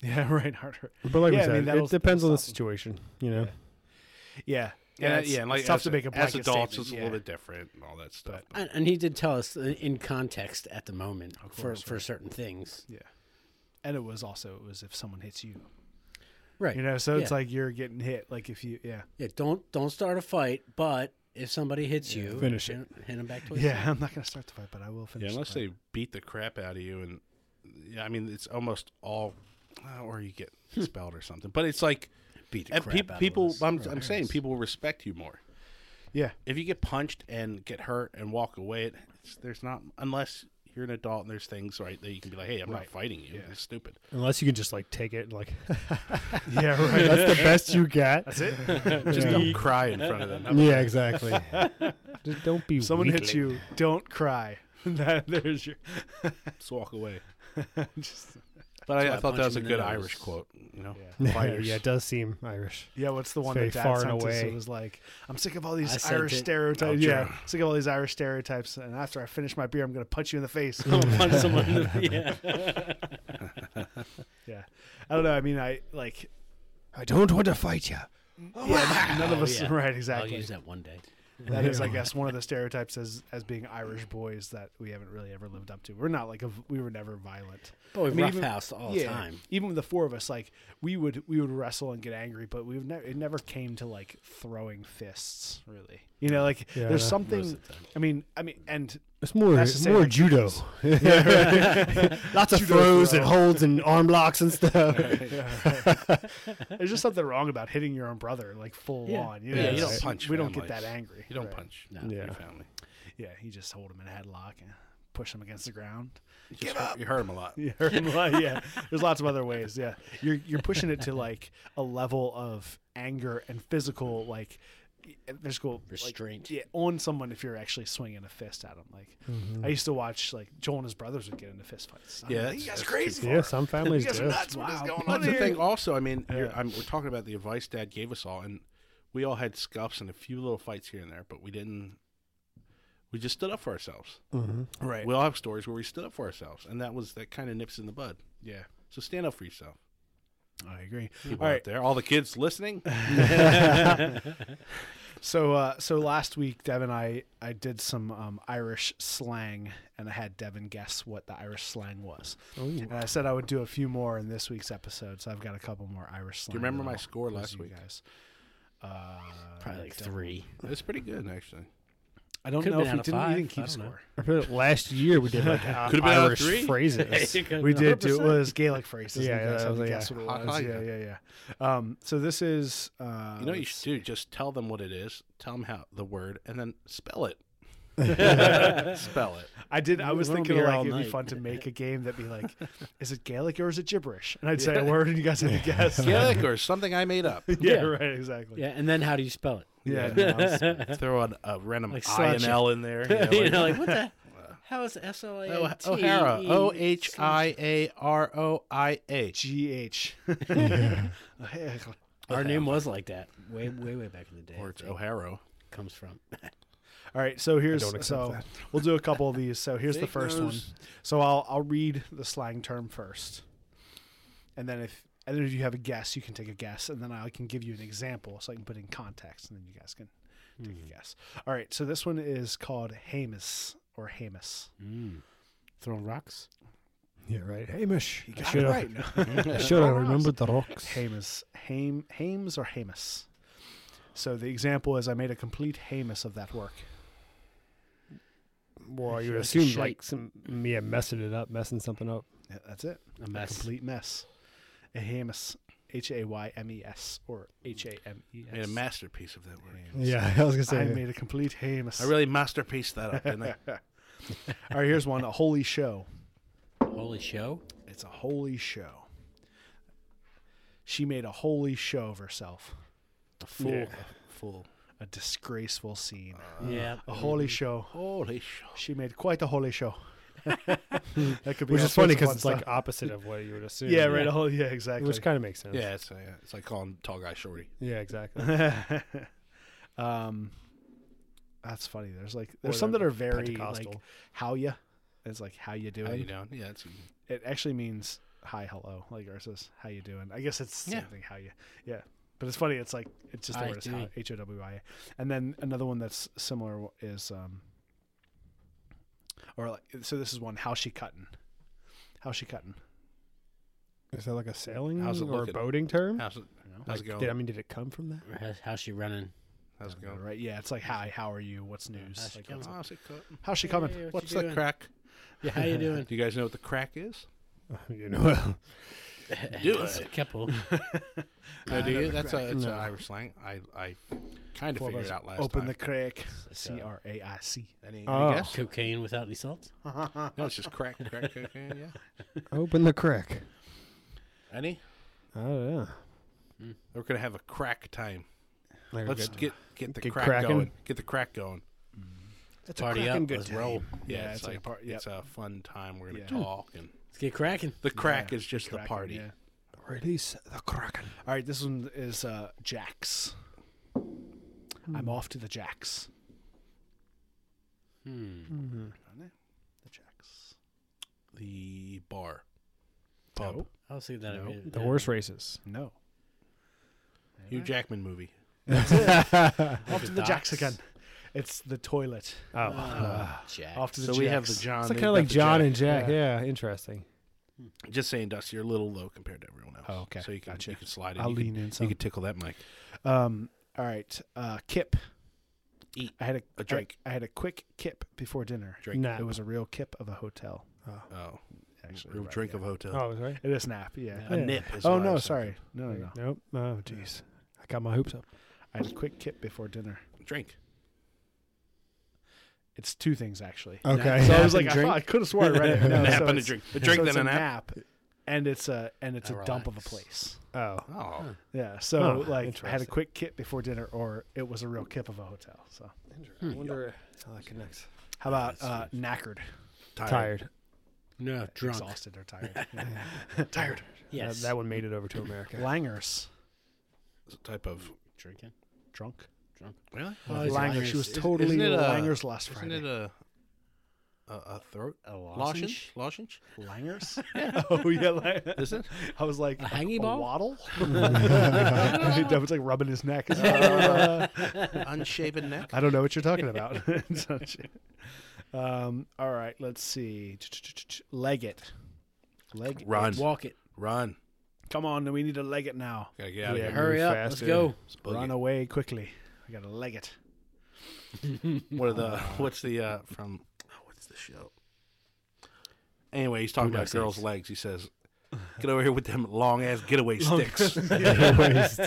Speaker 1: yeah, right. Harder.
Speaker 3: but like
Speaker 1: yeah,
Speaker 3: we said,
Speaker 1: that'll-
Speaker 3: it depends on the
Speaker 1: that'll stop
Speaker 3: situation. You know,
Speaker 1: them. Yeah,
Speaker 2: And, uh,
Speaker 1: it's-
Speaker 2: yeah, and like
Speaker 1: it's tough
Speaker 2: as,
Speaker 1: to make a
Speaker 2: as
Speaker 1: blanket
Speaker 2: adults,
Speaker 1: statement,
Speaker 2: it's a
Speaker 1: yeah.
Speaker 2: little bit different and all that stuff. But
Speaker 4: And, and he did tell us uh, in context at the moment for, for certain things.
Speaker 1: Yeah. And it was also it was if someone hits you.
Speaker 4: Right.
Speaker 1: You know, so it's
Speaker 4: Yeah.
Speaker 1: like you're getting hit. Like if you yeah.
Speaker 4: yeah, don't don't start a fight, but if somebody hits you,
Speaker 3: finish
Speaker 4: hit, it. Hit him back twice.
Speaker 1: Yeah, I'm not gonna start the fight, but I will finish.
Speaker 2: yeah,
Speaker 1: the
Speaker 2: unless
Speaker 1: fight.
Speaker 2: they beat the crap out of you, and yeah, I mean, it's almost all, uh, or you get expelled or something. But it's like
Speaker 4: Hmm. Beat the
Speaker 2: and
Speaker 4: crap
Speaker 2: peop-
Speaker 4: out of
Speaker 2: people.
Speaker 4: us.
Speaker 2: I'm, I'm saying people respect you more.
Speaker 1: Yeah.
Speaker 2: if you get punched and get hurt and walk away, it- it's, there's not unless you're an adult and there's things right that you can be like, hey, I'm not fighting you. It's stupid.
Speaker 3: unless you can just like take it, and, like
Speaker 1: Yeah, right.
Speaker 3: that's the best you got. That's it.
Speaker 2: Just don't cry in front of them.
Speaker 3: Yeah, exactly. Just don't be.
Speaker 1: someone
Speaker 3: weak.
Speaker 1: hits you, don't cry. That- There's your
Speaker 2: Just walk away.
Speaker 1: just,
Speaker 2: But I,
Speaker 4: why
Speaker 2: I
Speaker 4: I
Speaker 2: thought
Speaker 4: punch
Speaker 2: that was a
Speaker 4: him in the
Speaker 2: good
Speaker 4: nose.
Speaker 2: Irish quote. You know,
Speaker 3: Yeah,
Speaker 2: fighters.
Speaker 3: yeah, it does seem Irish.
Speaker 1: Yeah, what's the one
Speaker 3: very
Speaker 1: that dad
Speaker 3: far
Speaker 1: sent
Speaker 3: and
Speaker 1: us? It
Speaker 3: away.
Speaker 1: was like, I'm sick of all
Speaker 4: I
Speaker 1: these
Speaker 4: sent
Speaker 1: Irish
Speaker 4: it.
Speaker 1: stereotypes.
Speaker 2: Oh,
Speaker 1: Yeah.
Speaker 2: sure.
Speaker 1: Sick of all these Irish stereotypes and after I finish my beer I'm gonna punch you in the face.
Speaker 4: Punch someone in the- yeah.
Speaker 1: yeah. I don't know, I mean I like
Speaker 3: I don't want to fight you.
Speaker 1: yeah, none of us
Speaker 4: Oh, yeah.
Speaker 1: right
Speaker 4: I'll
Speaker 1: exactly.
Speaker 4: use that one day.
Speaker 1: That is, I guess, one of the stereotypes as as being Irish boys that we haven't really ever lived up to. We're not like a, we were never violent.
Speaker 4: But we
Speaker 1: I mean,
Speaker 4: roughhoused
Speaker 1: even-
Speaker 4: all the time.
Speaker 1: Even the four of us, like we would we would wrestle and get angry, but we've never it never came to like throwing fists, really. You know, like
Speaker 3: Yeah,
Speaker 1: there's
Speaker 3: most
Speaker 1: something. I mean, I mean, and
Speaker 3: It's more,
Speaker 1: That's to
Speaker 3: it's
Speaker 1: say,
Speaker 3: more
Speaker 1: like,
Speaker 3: judo. Lots of throws and holds and arm locks and stuff.
Speaker 1: there's just something wrong about hitting your own brother like full on. You know?
Speaker 2: Yeah, you
Speaker 1: It's-
Speaker 2: don't punch
Speaker 1: We don't get
Speaker 2: families.
Speaker 1: that angry.
Speaker 2: You don't
Speaker 1: right.
Speaker 2: punch
Speaker 4: No.
Speaker 2: your
Speaker 3: Yeah.
Speaker 2: family.
Speaker 1: Yeah, he just hold him in a headlock and push him against the ground.
Speaker 2: Just hurt- You hurt him a lot.
Speaker 1: You hurt him a lot, yeah. There's lots of other ways. Yeah, you're you're pushing it to like a level of anger and physical like physical like,
Speaker 4: Restraint.
Speaker 1: yeah, on someone if you're actually swinging a fist at them. Like I used to watch like Joel and his brothers would get into fist fights. I'm
Speaker 2: Yeah,
Speaker 1: like,
Speaker 2: that's-
Speaker 1: you guys are
Speaker 2: that's
Speaker 1: crazy.
Speaker 3: Yeah, some families
Speaker 1: You guys
Speaker 3: do.
Speaker 1: are nuts. What is
Speaker 2: Wow.
Speaker 1: going
Speaker 2: Well,
Speaker 1: on
Speaker 2: that's the
Speaker 1: here?
Speaker 2: thing also i mean you're- I'm, we're talking about the advice dad gave us all and we all had scuffs and a few little fights here and there but we didn't we just stood up for ourselves
Speaker 1: Right.
Speaker 2: we all have stories where we stood up for ourselves and that was that kind of nips in the bud
Speaker 1: yeah,
Speaker 2: so stand up for yourself
Speaker 1: I agree.
Speaker 2: people
Speaker 1: All
Speaker 2: out
Speaker 1: right.
Speaker 2: there all the kids listening
Speaker 1: So uh, so last week, Devin, I I did some um, Irish slang, and I had Devin guess what the Irish slang was. and I said I would do a few more in this week's episode, so I've got a couple more Irish slang. that
Speaker 2: remember my
Speaker 1: I'll
Speaker 2: score
Speaker 1: quiz
Speaker 2: last
Speaker 1: you
Speaker 2: week?
Speaker 1: guys? Uh,
Speaker 4: Probably like three.
Speaker 2: it's pretty good actually
Speaker 1: I don't
Speaker 4: Could've
Speaker 1: know
Speaker 4: been
Speaker 1: if we
Speaker 4: out of
Speaker 1: didn't. We
Speaker 4: five.
Speaker 1: didn't keep
Speaker 4: I don't know.
Speaker 1: score.
Speaker 3: I feel like last year we did like uh,
Speaker 2: Could've been out of
Speaker 3: Irish
Speaker 2: three.
Speaker 3: phrases.
Speaker 1: We did do it was Gaelic phrases.
Speaker 3: Yeah,
Speaker 1: Yeah,
Speaker 3: yeah,
Speaker 1: yeah,
Speaker 3: that
Speaker 1: yeah,
Speaker 3: was like,
Speaker 1: guess
Speaker 3: yeah.
Speaker 1: what it was.
Speaker 2: Hot
Speaker 1: yeah,
Speaker 2: dog.
Speaker 1: yeah, yeah. Um, so this is uh,
Speaker 2: you know what you
Speaker 1: let's
Speaker 2: should do just tell them what it is tell them how the word and then spell it spell it
Speaker 1: I did. I
Speaker 4: We
Speaker 1: was
Speaker 4: won't
Speaker 1: thinking
Speaker 4: be
Speaker 1: of,
Speaker 4: here
Speaker 1: like
Speaker 4: all
Speaker 1: it'd be
Speaker 4: night.
Speaker 1: fun to make a game that'd be like, is it Gaelic or is it gibberish? And I'd say a word, and you guys had to guess.
Speaker 2: gaelic or something i made up
Speaker 1: yeah,
Speaker 4: Yeah.
Speaker 1: right, exactly.
Speaker 4: Yeah, and then how do you spell it?
Speaker 1: Yeah, no, I was-
Speaker 2: throw an, a random
Speaker 4: Like
Speaker 2: i and
Speaker 4: sriracha.
Speaker 2: l in there
Speaker 4: you
Speaker 2: like-
Speaker 4: know, like what the? How is S L A N
Speaker 2: O-
Speaker 4: T? E
Speaker 2: O'Hara. O H I A R O I A.
Speaker 1: G H.
Speaker 4: Our name was like that way, way, way back in the day.
Speaker 2: Or it's
Speaker 4: I think
Speaker 2: O'Hara.
Speaker 4: it comes from.
Speaker 1: All right, so here's
Speaker 3: don't accept
Speaker 1: so
Speaker 3: that.
Speaker 1: we'll do a couple of these. So here's the
Speaker 2: Fake
Speaker 1: first one.
Speaker 2: news.
Speaker 1: So I'll I'll read the slang term first, and then if and then if you have a guess, you can take a guess, and then I can give you an example so I can put it in context, and then you guys can take
Speaker 3: Hmm.
Speaker 1: a guess. All right, so this one is called Hamus or Hamus.
Speaker 4: Throwing rocks.
Speaker 3: Hmm. Yeah, right. Hamish. I
Speaker 1: got it
Speaker 3: should have
Speaker 1: right.
Speaker 3: remembered the rocks.
Speaker 1: Hamus. Ham, Hames or Hamus? So the example is I made a complete Hamus of that work.
Speaker 3: Well, you
Speaker 4: Like
Speaker 3: would
Speaker 4: a
Speaker 3: assume
Speaker 4: shite.
Speaker 3: like some yeah, messing it up, messing something up.
Speaker 1: Yeah, That's it.
Speaker 4: A mess.
Speaker 1: complete mess. A Hamus. H A Y M E S or H A M E
Speaker 2: Made a
Speaker 1: S.
Speaker 2: masterpiece of that word.
Speaker 3: Yeah, I was gonna
Speaker 1: I
Speaker 3: say.
Speaker 1: made a complete Hamus.
Speaker 2: I really masterpieced that up, didn't I?
Speaker 1: All right, here's one. A holy show.
Speaker 4: Holy show.
Speaker 1: It's a holy show. She made a holy show of herself.
Speaker 2: A fool.
Speaker 1: Yeah.
Speaker 2: A fool.
Speaker 1: A disgraceful scene.
Speaker 4: yeah.
Speaker 1: a holy show.
Speaker 2: Holy shit.
Speaker 1: She made quite a holy show. that could be
Speaker 3: which
Speaker 1: all sorts
Speaker 3: is funny
Speaker 1: of
Speaker 3: because
Speaker 1: fun
Speaker 3: it's like
Speaker 1: stuff.
Speaker 3: opposite of what you would assume.
Speaker 1: yeah, right. a whole- yeah, exactly.
Speaker 3: Which kind of makes sense.
Speaker 2: Yeah, it's, uh, yeah, it's like calling tall guy shorty.
Speaker 3: Yeah, exactly.
Speaker 1: um, that's funny. There's like
Speaker 3: Or
Speaker 1: there's some
Speaker 3: they're
Speaker 1: that are very like
Speaker 3: Pentecostal.
Speaker 1: how you. It's like how you doing.
Speaker 2: How you doing? Yeah, it's
Speaker 1: It actually means hi, hello. Like ours is how you doing. I guess it's the same
Speaker 2: Yeah.
Speaker 1: thing. How you? Yeah. But it's funny. It's like it's just the
Speaker 4: Hi,
Speaker 1: word is
Speaker 4: doing.
Speaker 1: how. H o w i a. And then another one that's similar is um. Or like so, this is one. How she cutting? How she cutting?
Speaker 3: Is that like a sailing
Speaker 2: How's it
Speaker 3: or
Speaker 2: looking?
Speaker 3: boating term?
Speaker 2: how's it, how's it
Speaker 3: Like,
Speaker 2: going?
Speaker 3: did, Hmm? I mean, did it come from that?
Speaker 4: How's, how's she running?
Speaker 2: how's it going?
Speaker 1: Right. Yeah. It's like hi. How are you? What's news?
Speaker 4: how's
Speaker 1: Like,
Speaker 4: she
Speaker 1: what's
Speaker 4: coming?
Speaker 1: up?
Speaker 2: How's it going?
Speaker 1: How's she coming?
Speaker 4: Hey, what
Speaker 2: What's
Speaker 4: you
Speaker 2: the
Speaker 4: doing?
Speaker 2: crack?
Speaker 4: Yeah, how you doing?
Speaker 2: Do you guys know what the crack is?
Speaker 3: you know,
Speaker 2: Do
Speaker 4: It's a couple.
Speaker 2: No, Oh, do you? That's a, it's
Speaker 3: No.
Speaker 2: an Irish slang. I, I kind of
Speaker 1: Well,
Speaker 2: figured it
Speaker 1: that's
Speaker 2: out last
Speaker 1: Open
Speaker 2: time.
Speaker 1: the crack.
Speaker 4: like,
Speaker 1: C
Speaker 4: uh,
Speaker 1: R A I C.
Speaker 2: Any, any
Speaker 3: Oh.
Speaker 2: guess?
Speaker 4: Cocaine without any salt.
Speaker 2: No, it's just crack, crack, cocaine, yeah.
Speaker 3: open the Oh, crack.
Speaker 2: Any?
Speaker 3: I don't know.
Speaker 2: We're going to have a crack time.
Speaker 3: Like a
Speaker 2: Let's
Speaker 3: good-
Speaker 2: get get the
Speaker 3: Get
Speaker 2: crack
Speaker 3: cracking.
Speaker 2: going. Get the crack going.
Speaker 3: that's
Speaker 4: Party up.
Speaker 3: cracking
Speaker 4: Let's roll.
Speaker 2: Yeah,
Speaker 1: Yeah,
Speaker 2: it's,
Speaker 1: it's
Speaker 2: like,
Speaker 1: like a par-
Speaker 2: it's a fun time. We're gonna
Speaker 1: Yeah.
Speaker 2: talk, and
Speaker 4: Let's get cracking.
Speaker 2: the crack is just the
Speaker 1: Kraken,
Speaker 2: party.
Speaker 1: yeah.
Speaker 3: Release the kraken.
Speaker 1: All right, this one is uh, Jax. I'm off to the Jax. Hmm. The Jax.
Speaker 2: The bar,
Speaker 1: No.
Speaker 2: pub,
Speaker 4: I was thinking that.
Speaker 1: No.
Speaker 4: it-
Speaker 3: The
Speaker 4: yeah.
Speaker 3: worst races.
Speaker 1: No.
Speaker 2: Hugh Jackman movie.
Speaker 1: Off to the Jax
Speaker 4: docks?
Speaker 1: again. It's the toilet.
Speaker 3: Oh,
Speaker 4: Jack.
Speaker 1: Off to the
Speaker 2: So
Speaker 1: Jax.
Speaker 2: we have the John.
Speaker 3: it's
Speaker 2: they've
Speaker 3: kind
Speaker 2: got
Speaker 3: of like
Speaker 2: the
Speaker 3: John
Speaker 2: Jack.
Speaker 3: and Jack. Yeah, interesting.
Speaker 2: Just saying, Dusty, you're a little low compared to everyone else.
Speaker 1: Oh, okay.
Speaker 2: So you can
Speaker 1: Gotcha.
Speaker 2: you can slide in.
Speaker 1: I'll
Speaker 2: you can,
Speaker 1: lean in
Speaker 2: You
Speaker 1: some.
Speaker 2: can tickle that mic.
Speaker 1: Um, all right, uh, Kip.
Speaker 2: Eat
Speaker 1: I had a,
Speaker 2: A drink.
Speaker 1: I had a quick kip before dinner.
Speaker 2: Drink.
Speaker 3: Nap.
Speaker 1: It was a real kip of a hotel.
Speaker 2: Oh,
Speaker 1: Actually,
Speaker 2: real
Speaker 1: right,
Speaker 2: drink
Speaker 1: yeah.
Speaker 2: of hotel.
Speaker 3: Oh, right.
Speaker 1: It is nap. Yeah.
Speaker 2: A nip. Is
Speaker 1: Oh
Speaker 2: what I
Speaker 1: no,
Speaker 2: was
Speaker 1: sorry. No, no, no.
Speaker 3: Nope. Oh, jeez. I got my hoops up.
Speaker 1: I had a quick kip before dinner.
Speaker 2: thinking. Drink.
Speaker 1: It's two things actually.
Speaker 3: Okay.
Speaker 1: So I was
Speaker 4: Nap
Speaker 1: like,
Speaker 4: and
Speaker 1: I,
Speaker 4: drink?
Speaker 1: thought- I could have swore I read it. No,
Speaker 2: Nap
Speaker 1: so
Speaker 2: and a
Speaker 1: it's-
Speaker 2: drink. A drink,
Speaker 1: so
Speaker 2: then
Speaker 1: it's
Speaker 2: a
Speaker 1: nap. and it's a and it's a dump of a
Speaker 4: relax.
Speaker 1: place.
Speaker 3: Oh.
Speaker 2: Oh,
Speaker 1: Yeah. So like,
Speaker 3: Huh,
Speaker 1: I had a
Speaker 3: interesting.
Speaker 1: quick kip before dinner, or it was a real kip of a hotel. So
Speaker 3: I wonder how that connects.
Speaker 1: how about uh, knackered,
Speaker 2: tired.
Speaker 3: Tired.
Speaker 4: No, drunk.
Speaker 1: exhausted, or tired? tired.
Speaker 3: That,
Speaker 4: Yes.
Speaker 3: that one made it over to America.
Speaker 1: Langers,
Speaker 2: It's a type of
Speaker 4: Drinking.
Speaker 1: drunk.
Speaker 2: really.
Speaker 4: It's
Speaker 1: Langer. She
Speaker 4: Langer's.
Speaker 1: was
Speaker 4: Isn't-
Speaker 1: totally
Speaker 2: isn't it a-
Speaker 1: Langers last
Speaker 2: Isn't
Speaker 1: Friday.
Speaker 2: it a a, a throat
Speaker 4: A
Speaker 2: lozenge? Lozenge?
Speaker 1: Langers? oh yeah, Lang-
Speaker 2: Is it?
Speaker 1: I was like
Speaker 4: A hangy ball?
Speaker 1: waddle. Devin's like rubbing his neck. He's like, "Uh,
Speaker 2: Unshaven neck.
Speaker 1: I don't know what you're talking about. um, all right, let's see. Leg it. Leg.
Speaker 2: Run,
Speaker 4: Walk it.
Speaker 2: run.
Speaker 1: Come on, we need to leg it now.
Speaker 2: Gotta get out
Speaker 3: Yeah,
Speaker 2: of here.
Speaker 4: Hurry
Speaker 3: move
Speaker 4: up.
Speaker 3: fast,
Speaker 4: Let's
Speaker 3: dude.
Speaker 4: go.
Speaker 2: It's buggy.
Speaker 1: Run away quickly. We gotta leg it.
Speaker 2: What are the? What's the uh, from? oh, what's the show? Anyway, he's talking about
Speaker 4: Boondock
Speaker 2: girls'
Speaker 4: Saints.
Speaker 2: legs. He says, "Get over here with them long ass getaway sticks."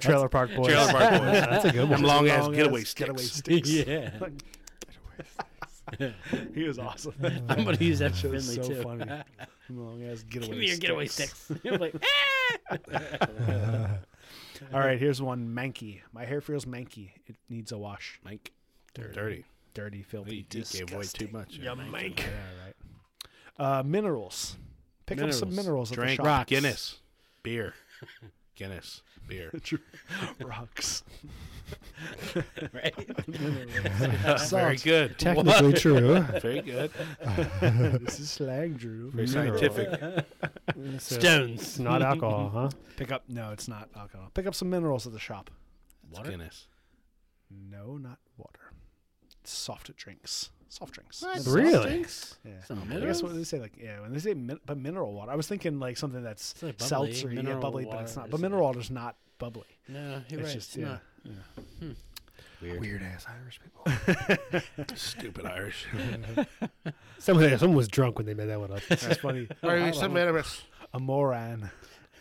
Speaker 3: Trailer Park Boys.
Speaker 2: Trailer Park Boys. That's a good one. Them long ass
Speaker 1: Long
Speaker 2: getaway
Speaker 1: ass
Speaker 2: sticks.
Speaker 1: getaway sticks.
Speaker 4: yeah.
Speaker 1: He was awesome.
Speaker 4: I'm gonna use that
Speaker 1: It
Speaker 4: for
Speaker 1: was so
Speaker 4: Finley too.
Speaker 1: funny. Long ass getaway.
Speaker 4: Give me your getaway sticks. I'm like, "Ah!"
Speaker 1: All right, here's one. Manky. My hair feels manky. It needs a wash.
Speaker 2: Mike, dirty.
Speaker 1: Dirty, filthy,
Speaker 2: He, he gave away too much. Yeah, Mike.
Speaker 1: Yeah, right. Uh, minerals. Pick up some minerals.
Speaker 2: Drink
Speaker 1: at the shop.
Speaker 2: Guinness, beer. Guinness, beer.
Speaker 1: Rocks.
Speaker 4: "Eh," right?
Speaker 2: Very good.
Speaker 3: Technically true.
Speaker 2: Very good.
Speaker 1: this is slang, Drew.
Speaker 2: Very scientific.
Speaker 4: Stones.
Speaker 3: Not alcohol, huh?
Speaker 1: Pick up. No, it's not alcohol. Pick up some minerals at the shop.
Speaker 2: It's Guinness.
Speaker 1: No, not water. It's soft drinks. Soft drinks.
Speaker 3: Really?
Speaker 1: Yeah.
Speaker 4: Some
Speaker 1: I guess when
Speaker 4: minerals?
Speaker 1: they say like yeah, when they say min- but mineral water, I was thinking like something that's
Speaker 4: It's like bubbly.
Speaker 1: seltzer, yeah,
Speaker 4: Mineral
Speaker 1: bubbly, but
Speaker 4: water
Speaker 1: it's not.
Speaker 4: is
Speaker 1: But
Speaker 4: like-
Speaker 1: mineral water's not bubbly.
Speaker 4: No, you're
Speaker 1: It's
Speaker 4: right.
Speaker 1: just
Speaker 4: it's
Speaker 1: yeah.
Speaker 4: not.
Speaker 3: Weird ass Irish people.
Speaker 2: Stupid Irish.
Speaker 3: Someone, someone was drunk when they made that one up.
Speaker 1: It's funny. A moran.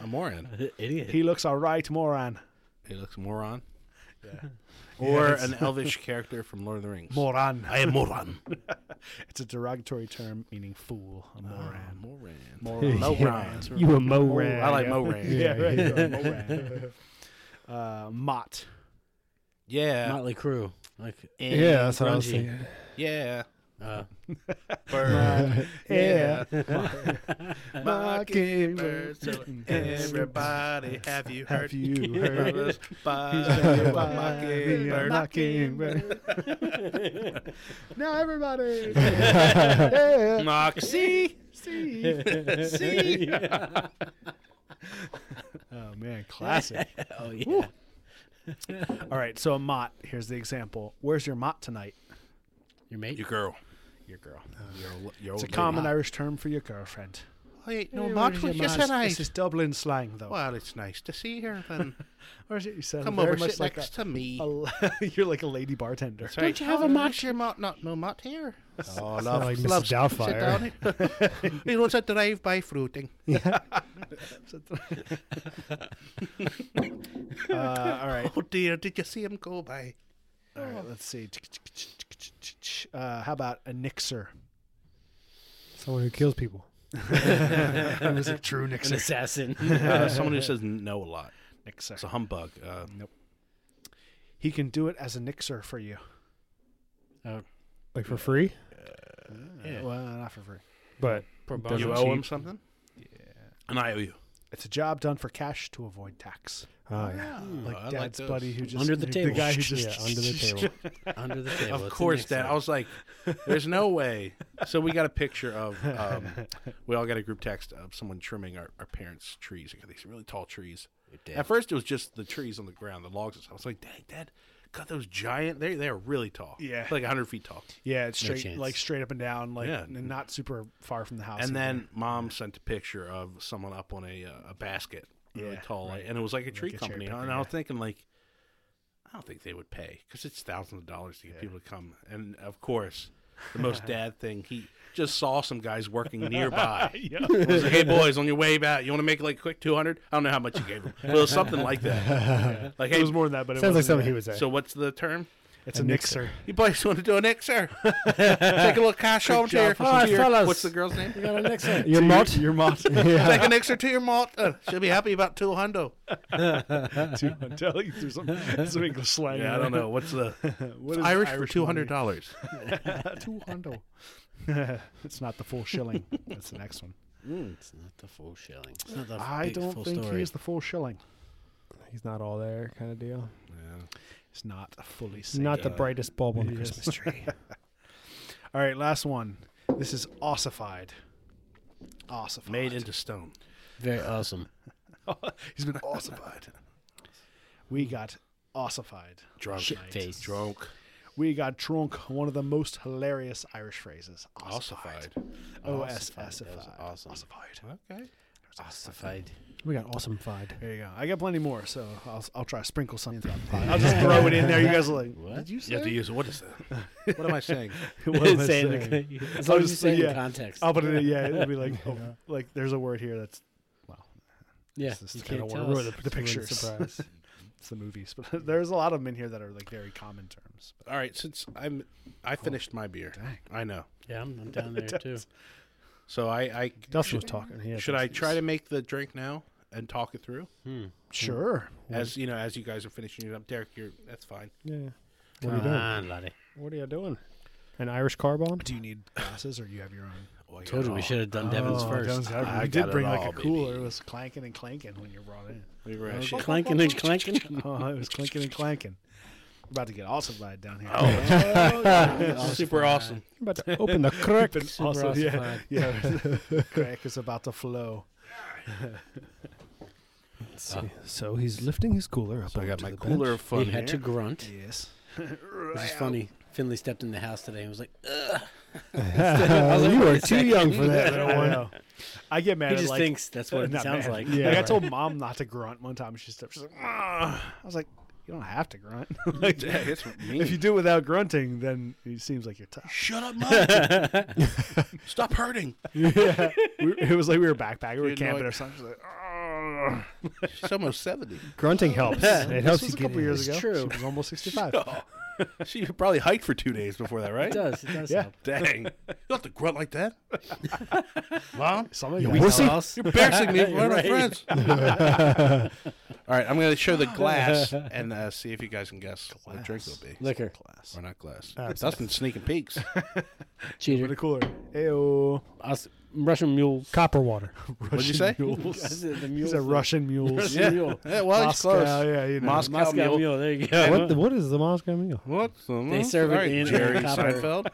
Speaker 2: A moron.
Speaker 4: Idiot.
Speaker 1: He looks all right, moran.
Speaker 2: He looks moron. Or an elvish character from Lord of the Rings.
Speaker 1: Moran.
Speaker 2: I am moron.
Speaker 1: It's a derogatory term meaning fool.
Speaker 4: Oh.
Speaker 1: A moran. Moran.
Speaker 2: Moran. Moran.
Speaker 3: you a
Speaker 1: Oh,
Speaker 3: mo ran.
Speaker 2: I like moran. Yeah.
Speaker 1: Yeah, right. you're a moran. Uh, mott.
Speaker 2: Yeah. Eh.
Speaker 4: Motley Crue. Like,
Speaker 3: Yeah, that's what I was
Speaker 4: Grungy.
Speaker 3: thinking.
Speaker 2: Yeah.
Speaker 4: uh,
Speaker 2: Bird.
Speaker 1: Yeah.
Speaker 2: Mockingbird. So everybody, have you heard?
Speaker 1: Have you
Speaker 2: about
Speaker 1: heard?
Speaker 2: this?
Speaker 1: about
Speaker 2: By my mockingbird.
Speaker 1: Mockingbird. now everybody.
Speaker 2: Moxie.
Speaker 1: See. See. oh man, classic.
Speaker 4: oh yeah.
Speaker 1: All right, so a mott. Here's the example. Where's your mott tonight?
Speaker 4: Your mate.
Speaker 2: Your girl.
Speaker 1: Your girl.
Speaker 2: Your, l- your
Speaker 1: It's a
Speaker 2: old
Speaker 1: common
Speaker 2: lady.
Speaker 1: Irish term for your girlfriend.
Speaker 2: Hey, no,
Speaker 1: Hey,
Speaker 2: Mox
Speaker 1: where's
Speaker 2: was
Speaker 1: your
Speaker 2: just
Speaker 1: Mox?
Speaker 2: an
Speaker 1: This is
Speaker 2: ice.
Speaker 1: Dublin slang, though.
Speaker 2: Well, it's nice to see her. Then
Speaker 1: Or is it you sound
Speaker 2: come
Speaker 1: very
Speaker 2: over,
Speaker 1: much
Speaker 2: sit
Speaker 1: like
Speaker 2: next
Speaker 1: a,
Speaker 2: to me.
Speaker 1: a la- you're like a lady bartender.
Speaker 2: That's right. Don't you have a mutt? Your mutt, not no mutt here. Oh, love,
Speaker 3: like Mrs. Doubtfire.
Speaker 2: down. he wants a drive-by fruiting.
Speaker 1: Uh, all right.
Speaker 2: Oh dear, did you see him go by?
Speaker 1: All right, let's see. Uh, how about a nixer?
Speaker 3: Someone who kills people.
Speaker 1: It was a true
Speaker 4: An
Speaker 1: nixer.
Speaker 4: assassin.
Speaker 2: Uh, someone who says no a lot.
Speaker 1: nixer.
Speaker 2: It's a humbug. Uh,
Speaker 1: He can do it as a nixer for you.
Speaker 4: oh,
Speaker 3: Like for free?
Speaker 4: yeah.
Speaker 1: Well, not for free.
Speaker 3: But
Speaker 4: Pro bono.
Speaker 3: Doesn't
Speaker 2: you owe
Speaker 3: cheat.
Speaker 2: him something? Yeah. And I owe you.
Speaker 1: It's a job done for cash to avoid tax.
Speaker 3: oh yeah.
Speaker 1: Like
Speaker 2: I like
Speaker 1: Dad's
Speaker 2: those.
Speaker 1: buddy who just
Speaker 4: Under the table.
Speaker 1: The guy who
Speaker 3: Yeah,
Speaker 1: just
Speaker 3: under the table.
Speaker 4: under the table.
Speaker 2: Of course, Dad. I was like, "There's no way." So we got a picture of. Um, we all got a group text of someone trimming our, our parents' trees. We got these really tall trees. At first, it was just the trees on the ground, the logs. and stuff. I was like, "Dad, Dad, cut those giant. They they are really tall.
Speaker 1: Yeah.
Speaker 2: like 100 feet tall."
Speaker 1: Yeah, it's
Speaker 4: No
Speaker 1: straight
Speaker 4: chance.
Speaker 1: like straight up and down, like
Speaker 2: Yeah.
Speaker 1: and not super far from the house.
Speaker 2: and
Speaker 1: either.
Speaker 2: then Mom sent a picture of someone up on a uh, a basket, really
Speaker 1: Yeah,
Speaker 2: tall, like- and it was like a tree
Speaker 1: a cherry
Speaker 2: company.
Speaker 1: picker,
Speaker 2: and I was
Speaker 1: yeah.
Speaker 2: thinking like, I don't think they would pay because it's thousands of dollars to get people to come. And of course, the most dad thing he just saw some guys working nearby. He was like, hey boys, on your way back, you want to make like a quick two hundred? I don't know how much you gave him, but it was something like that. Like
Speaker 1: it
Speaker 2: hey,
Speaker 1: was more than that, but it
Speaker 3: Sounds like
Speaker 1: wasn't
Speaker 3: something he
Speaker 1: that.
Speaker 3: would say.
Speaker 2: so what's the term?
Speaker 1: It's a, mixer.
Speaker 2: You boys want to do an mixer? Take a little cash home to your,
Speaker 3: job for some
Speaker 2: to your-
Speaker 3: fellas.
Speaker 2: What's the girl's name?
Speaker 4: got a next one.
Speaker 3: Your mot.
Speaker 1: Your mot.
Speaker 2: Take an mixer to your malt. Uh, she'll be happy about two hundo.
Speaker 1: Two I'm telling you, there's some, there's some English slang.
Speaker 2: Yeah, I
Speaker 1: in
Speaker 2: don't
Speaker 1: there.
Speaker 2: know what's the
Speaker 1: What is
Speaker 2: Irish, for
Speaker 1: Irish
Speaker 2: two
Speaker 1: money?
Speaker 2: hundred dollars.
Speaker 1: Two hundo. it's not the full shilling. That's the next one.
Speaker 4: Mm, It's not the full shilling. It's not the
Speaker 1: I
Speaker 4: big
Speaker 1: don't
Speaker 4: full
Speaker 1: think
Speaker 4: story.
Speaker 1: he is the full shilling.
Speaker 3: He's not all there, kind of deal.
Speaker 1: It's uh, not fully
Speaker 3: He's not the brightest bulb on the Christmas tree.
Speaker 1: All right, last one. This is ossified. Ossified.
Speaker 2: Made into stone.
Speaker 4: very awesome.
Speaker 1: He's been ossified. We got ossified.
Speaker 2: Drunk.
Speaker 4: Shit face. Ah,
Speaker 2: Drunk.
Speaker 1: We got drunk. One of the most hilarious Irish phrases.
Speaker 2: Ossified.
Speaker 1: O S S
Speaker 4: Ossified. That was awesome.
Speaker 1: Ossified.
Speaker 2: Okay.
Speaker 4: Ossified.
Speaker 3: we got awesome fied.
Speaker 1: There you go. I got plenty more, so I'll, I'll try to sprinkle something throughout the pod. I'll just throw it in there. You guys will like, what did you
Speaker 2: You
Speaker 1: say?
Speaker 2: have to use what is that? What am I saying?
Speaker 1: What am I
Speaker 4: Say it in
Speaker 1: saying?
Speaker 4: the- as long as you
Speaker 1: just-
Speaker 4: say it
Speaker 1: yeah.
Speaker 4: in context.
Speaker 1: I'll put it in. Yeah, it'll be like, oh, like there's a word here that's
Speaker 4: yeah,
Speaker 1: this
Speaker 4: you
Speaker 1: is kinda
Speaker 4: can't
Speaker 1: what-
Speaker 4: tell
Speaker 1: ruin
Speaker 4: us.
Speaker 1: the pictures.
Speaker 3: Surprise.
Speaker 1: It's the movies, but there's a lot of them in here that are like very common terms. But
Speaker 2: All right, since I'm, I finished my beer. I know.
Speaker 4: Yeah, I'm, I'm down there too.
Speaker 2: So I, I
Speaker 3: Dustin was talking. He had
Speaker 2: should
Speaker 3: this-
Speaker 2: I try to make the drink now and talk it through
Speaker 1: sure,
Speaker 2: as you know as you guys are finishing it up, Derek. You're that's fine.
Speaker 3: Yeah. What are you
Speaker 4: Come
Speaker 3: doing?
Speaker 4: on, laddie.
Speaker 3: What are you doing? An Irish car bomb?
Speaker 1: do you need glasses or you have your own?
Speaker 2: Oh, yeah.
Speaker 4: Told you we should have done Devin's first.
Speaker 2: I
Speaker 1: I
Speaker 2: got
Speaker 1: did
Speaker 2: it
Speaker 1: bring
Speaker 2: all,
Speaker 1: like a
Speaker 2: baby.
Speaker 1: cooler. It was clanking and clanking when you brought it in.
Speaker 2: We were actually-
Speaker 4: clanking and clanking.
Speaker 1: Oh, it was clinking and clanking. We're about to get awesome by it down here.
Speaker 2: super awesome.
Speaker 3: I'm about to open the crack.
Speaker 1: also, yeah,
Speaker 4: ossified.
Speaker 1: yeah. Crack is about to flow.
Speaker 3: So he's lifting his cooler up.
Speaker 2: Uh, So I got
Speaker 3: onto
Speaker 2: my
Speaker 3: the
Speaker 2: cooler
Speaker 3: bench.
Speaker 2: of fun.
Speaker 4: He had to
Speaker 2: here.
Speaker 4: grunt.
Speaker 1: Yes.
Speaker 4: Which is funny. Finley stepped in the house today and was like, Ugh.
Speaker 3: you are too young for that.
Speaker 1: I don't know. I get mad.
Speaker 4: he
Speaker 1: at,
Speaker 4: just
Speaker 1: like,
Speaker 4: thinks that's what it
Speaker 1: not
Speaker 4: sounds
Speaker 1: mad.
Speaker 4: like.
Speaker 1: Like I told mom not to grunt one time. She stepped. She's like, "Ugh." I was like, you don't have to grunt. Like,
Speaker 2: Yeah, it's
Speaker 1: if you
Speaker 2: mean.
Speaker 1: do without grunting, then it seems like you're tough.
Speaker 2: Shut up, Mike. Stop hurting.
Speaker 1: We, it was like we were backpacking, we were
Speaker 2: You know,
Speaker 1: camping
Speaker 2: like-
Speaker 1: or something. She's like, "Ugh."
Speaker 2: She's almost seventy.
Speaker 3: Grunting helps. It helps
Speaker 1: this was
Speaker 3: you
Speaker 1: a couple
Speaker 3: get
Speaker 1: years
Speaker 3: in.
Speaker 1: ago.
Speaker 4: true.
Speaker 1: She was almost sixty-five.
Speaker 2: She probably hiked for two days before that, right?
Speaker 4: It does. It does
Speaker 1: Yeah.
Speaker 4: help.
Speaker 2: Dang. You don't have to grunt like that. Mom,
Speaker 1: Somebody
Speaker 3: You
Speaker 1: got-
Speaker 3: wussy.
Speaker 4: Tell us.
Speaker 2: you're embarrassing me in front of my
Speaker 4: Right.
Speaker 2: friends. All right, I'm going to show the glass and uh, see if you guys can guess what the drink will be.
Speaker 4: Liquor.
Speaker 2: Or not glass. Dustin sneaking peeks.
Speaker 1: Put a
Speaker 4: Cheater.
Speaker 1: cooler. Ayo.
Speaker 4: Us- Russian mule.
Speaker 3: Copper water.
Speaker 2: What'd you say?
Speaker 4: Is it the
Speaker 1: These
Speaker 4: mule
Speaker 1: are Russian mules.
Speaker 2: Yeah.
Speaker 4: Mule.
Speaker 2: yeah, well, it's
Speaker 1: Moscow,
Speaker 2: close.
Speaker 1: yeah, you know.
Speaker 2: Moscow,
Speaker 4: Moscow mule.
Speaker 2: mule.
Speaker 4: There you go.
Speaker 3: What, the, what is the Moscow meal?
Speaker 2: What's the
Speaker 4: They serve it
Speaker 2: All right,
Speaker 4: in a
Speaker 2: Jerry
Speaker 4: copper.
Speaker 2: Seinfeld.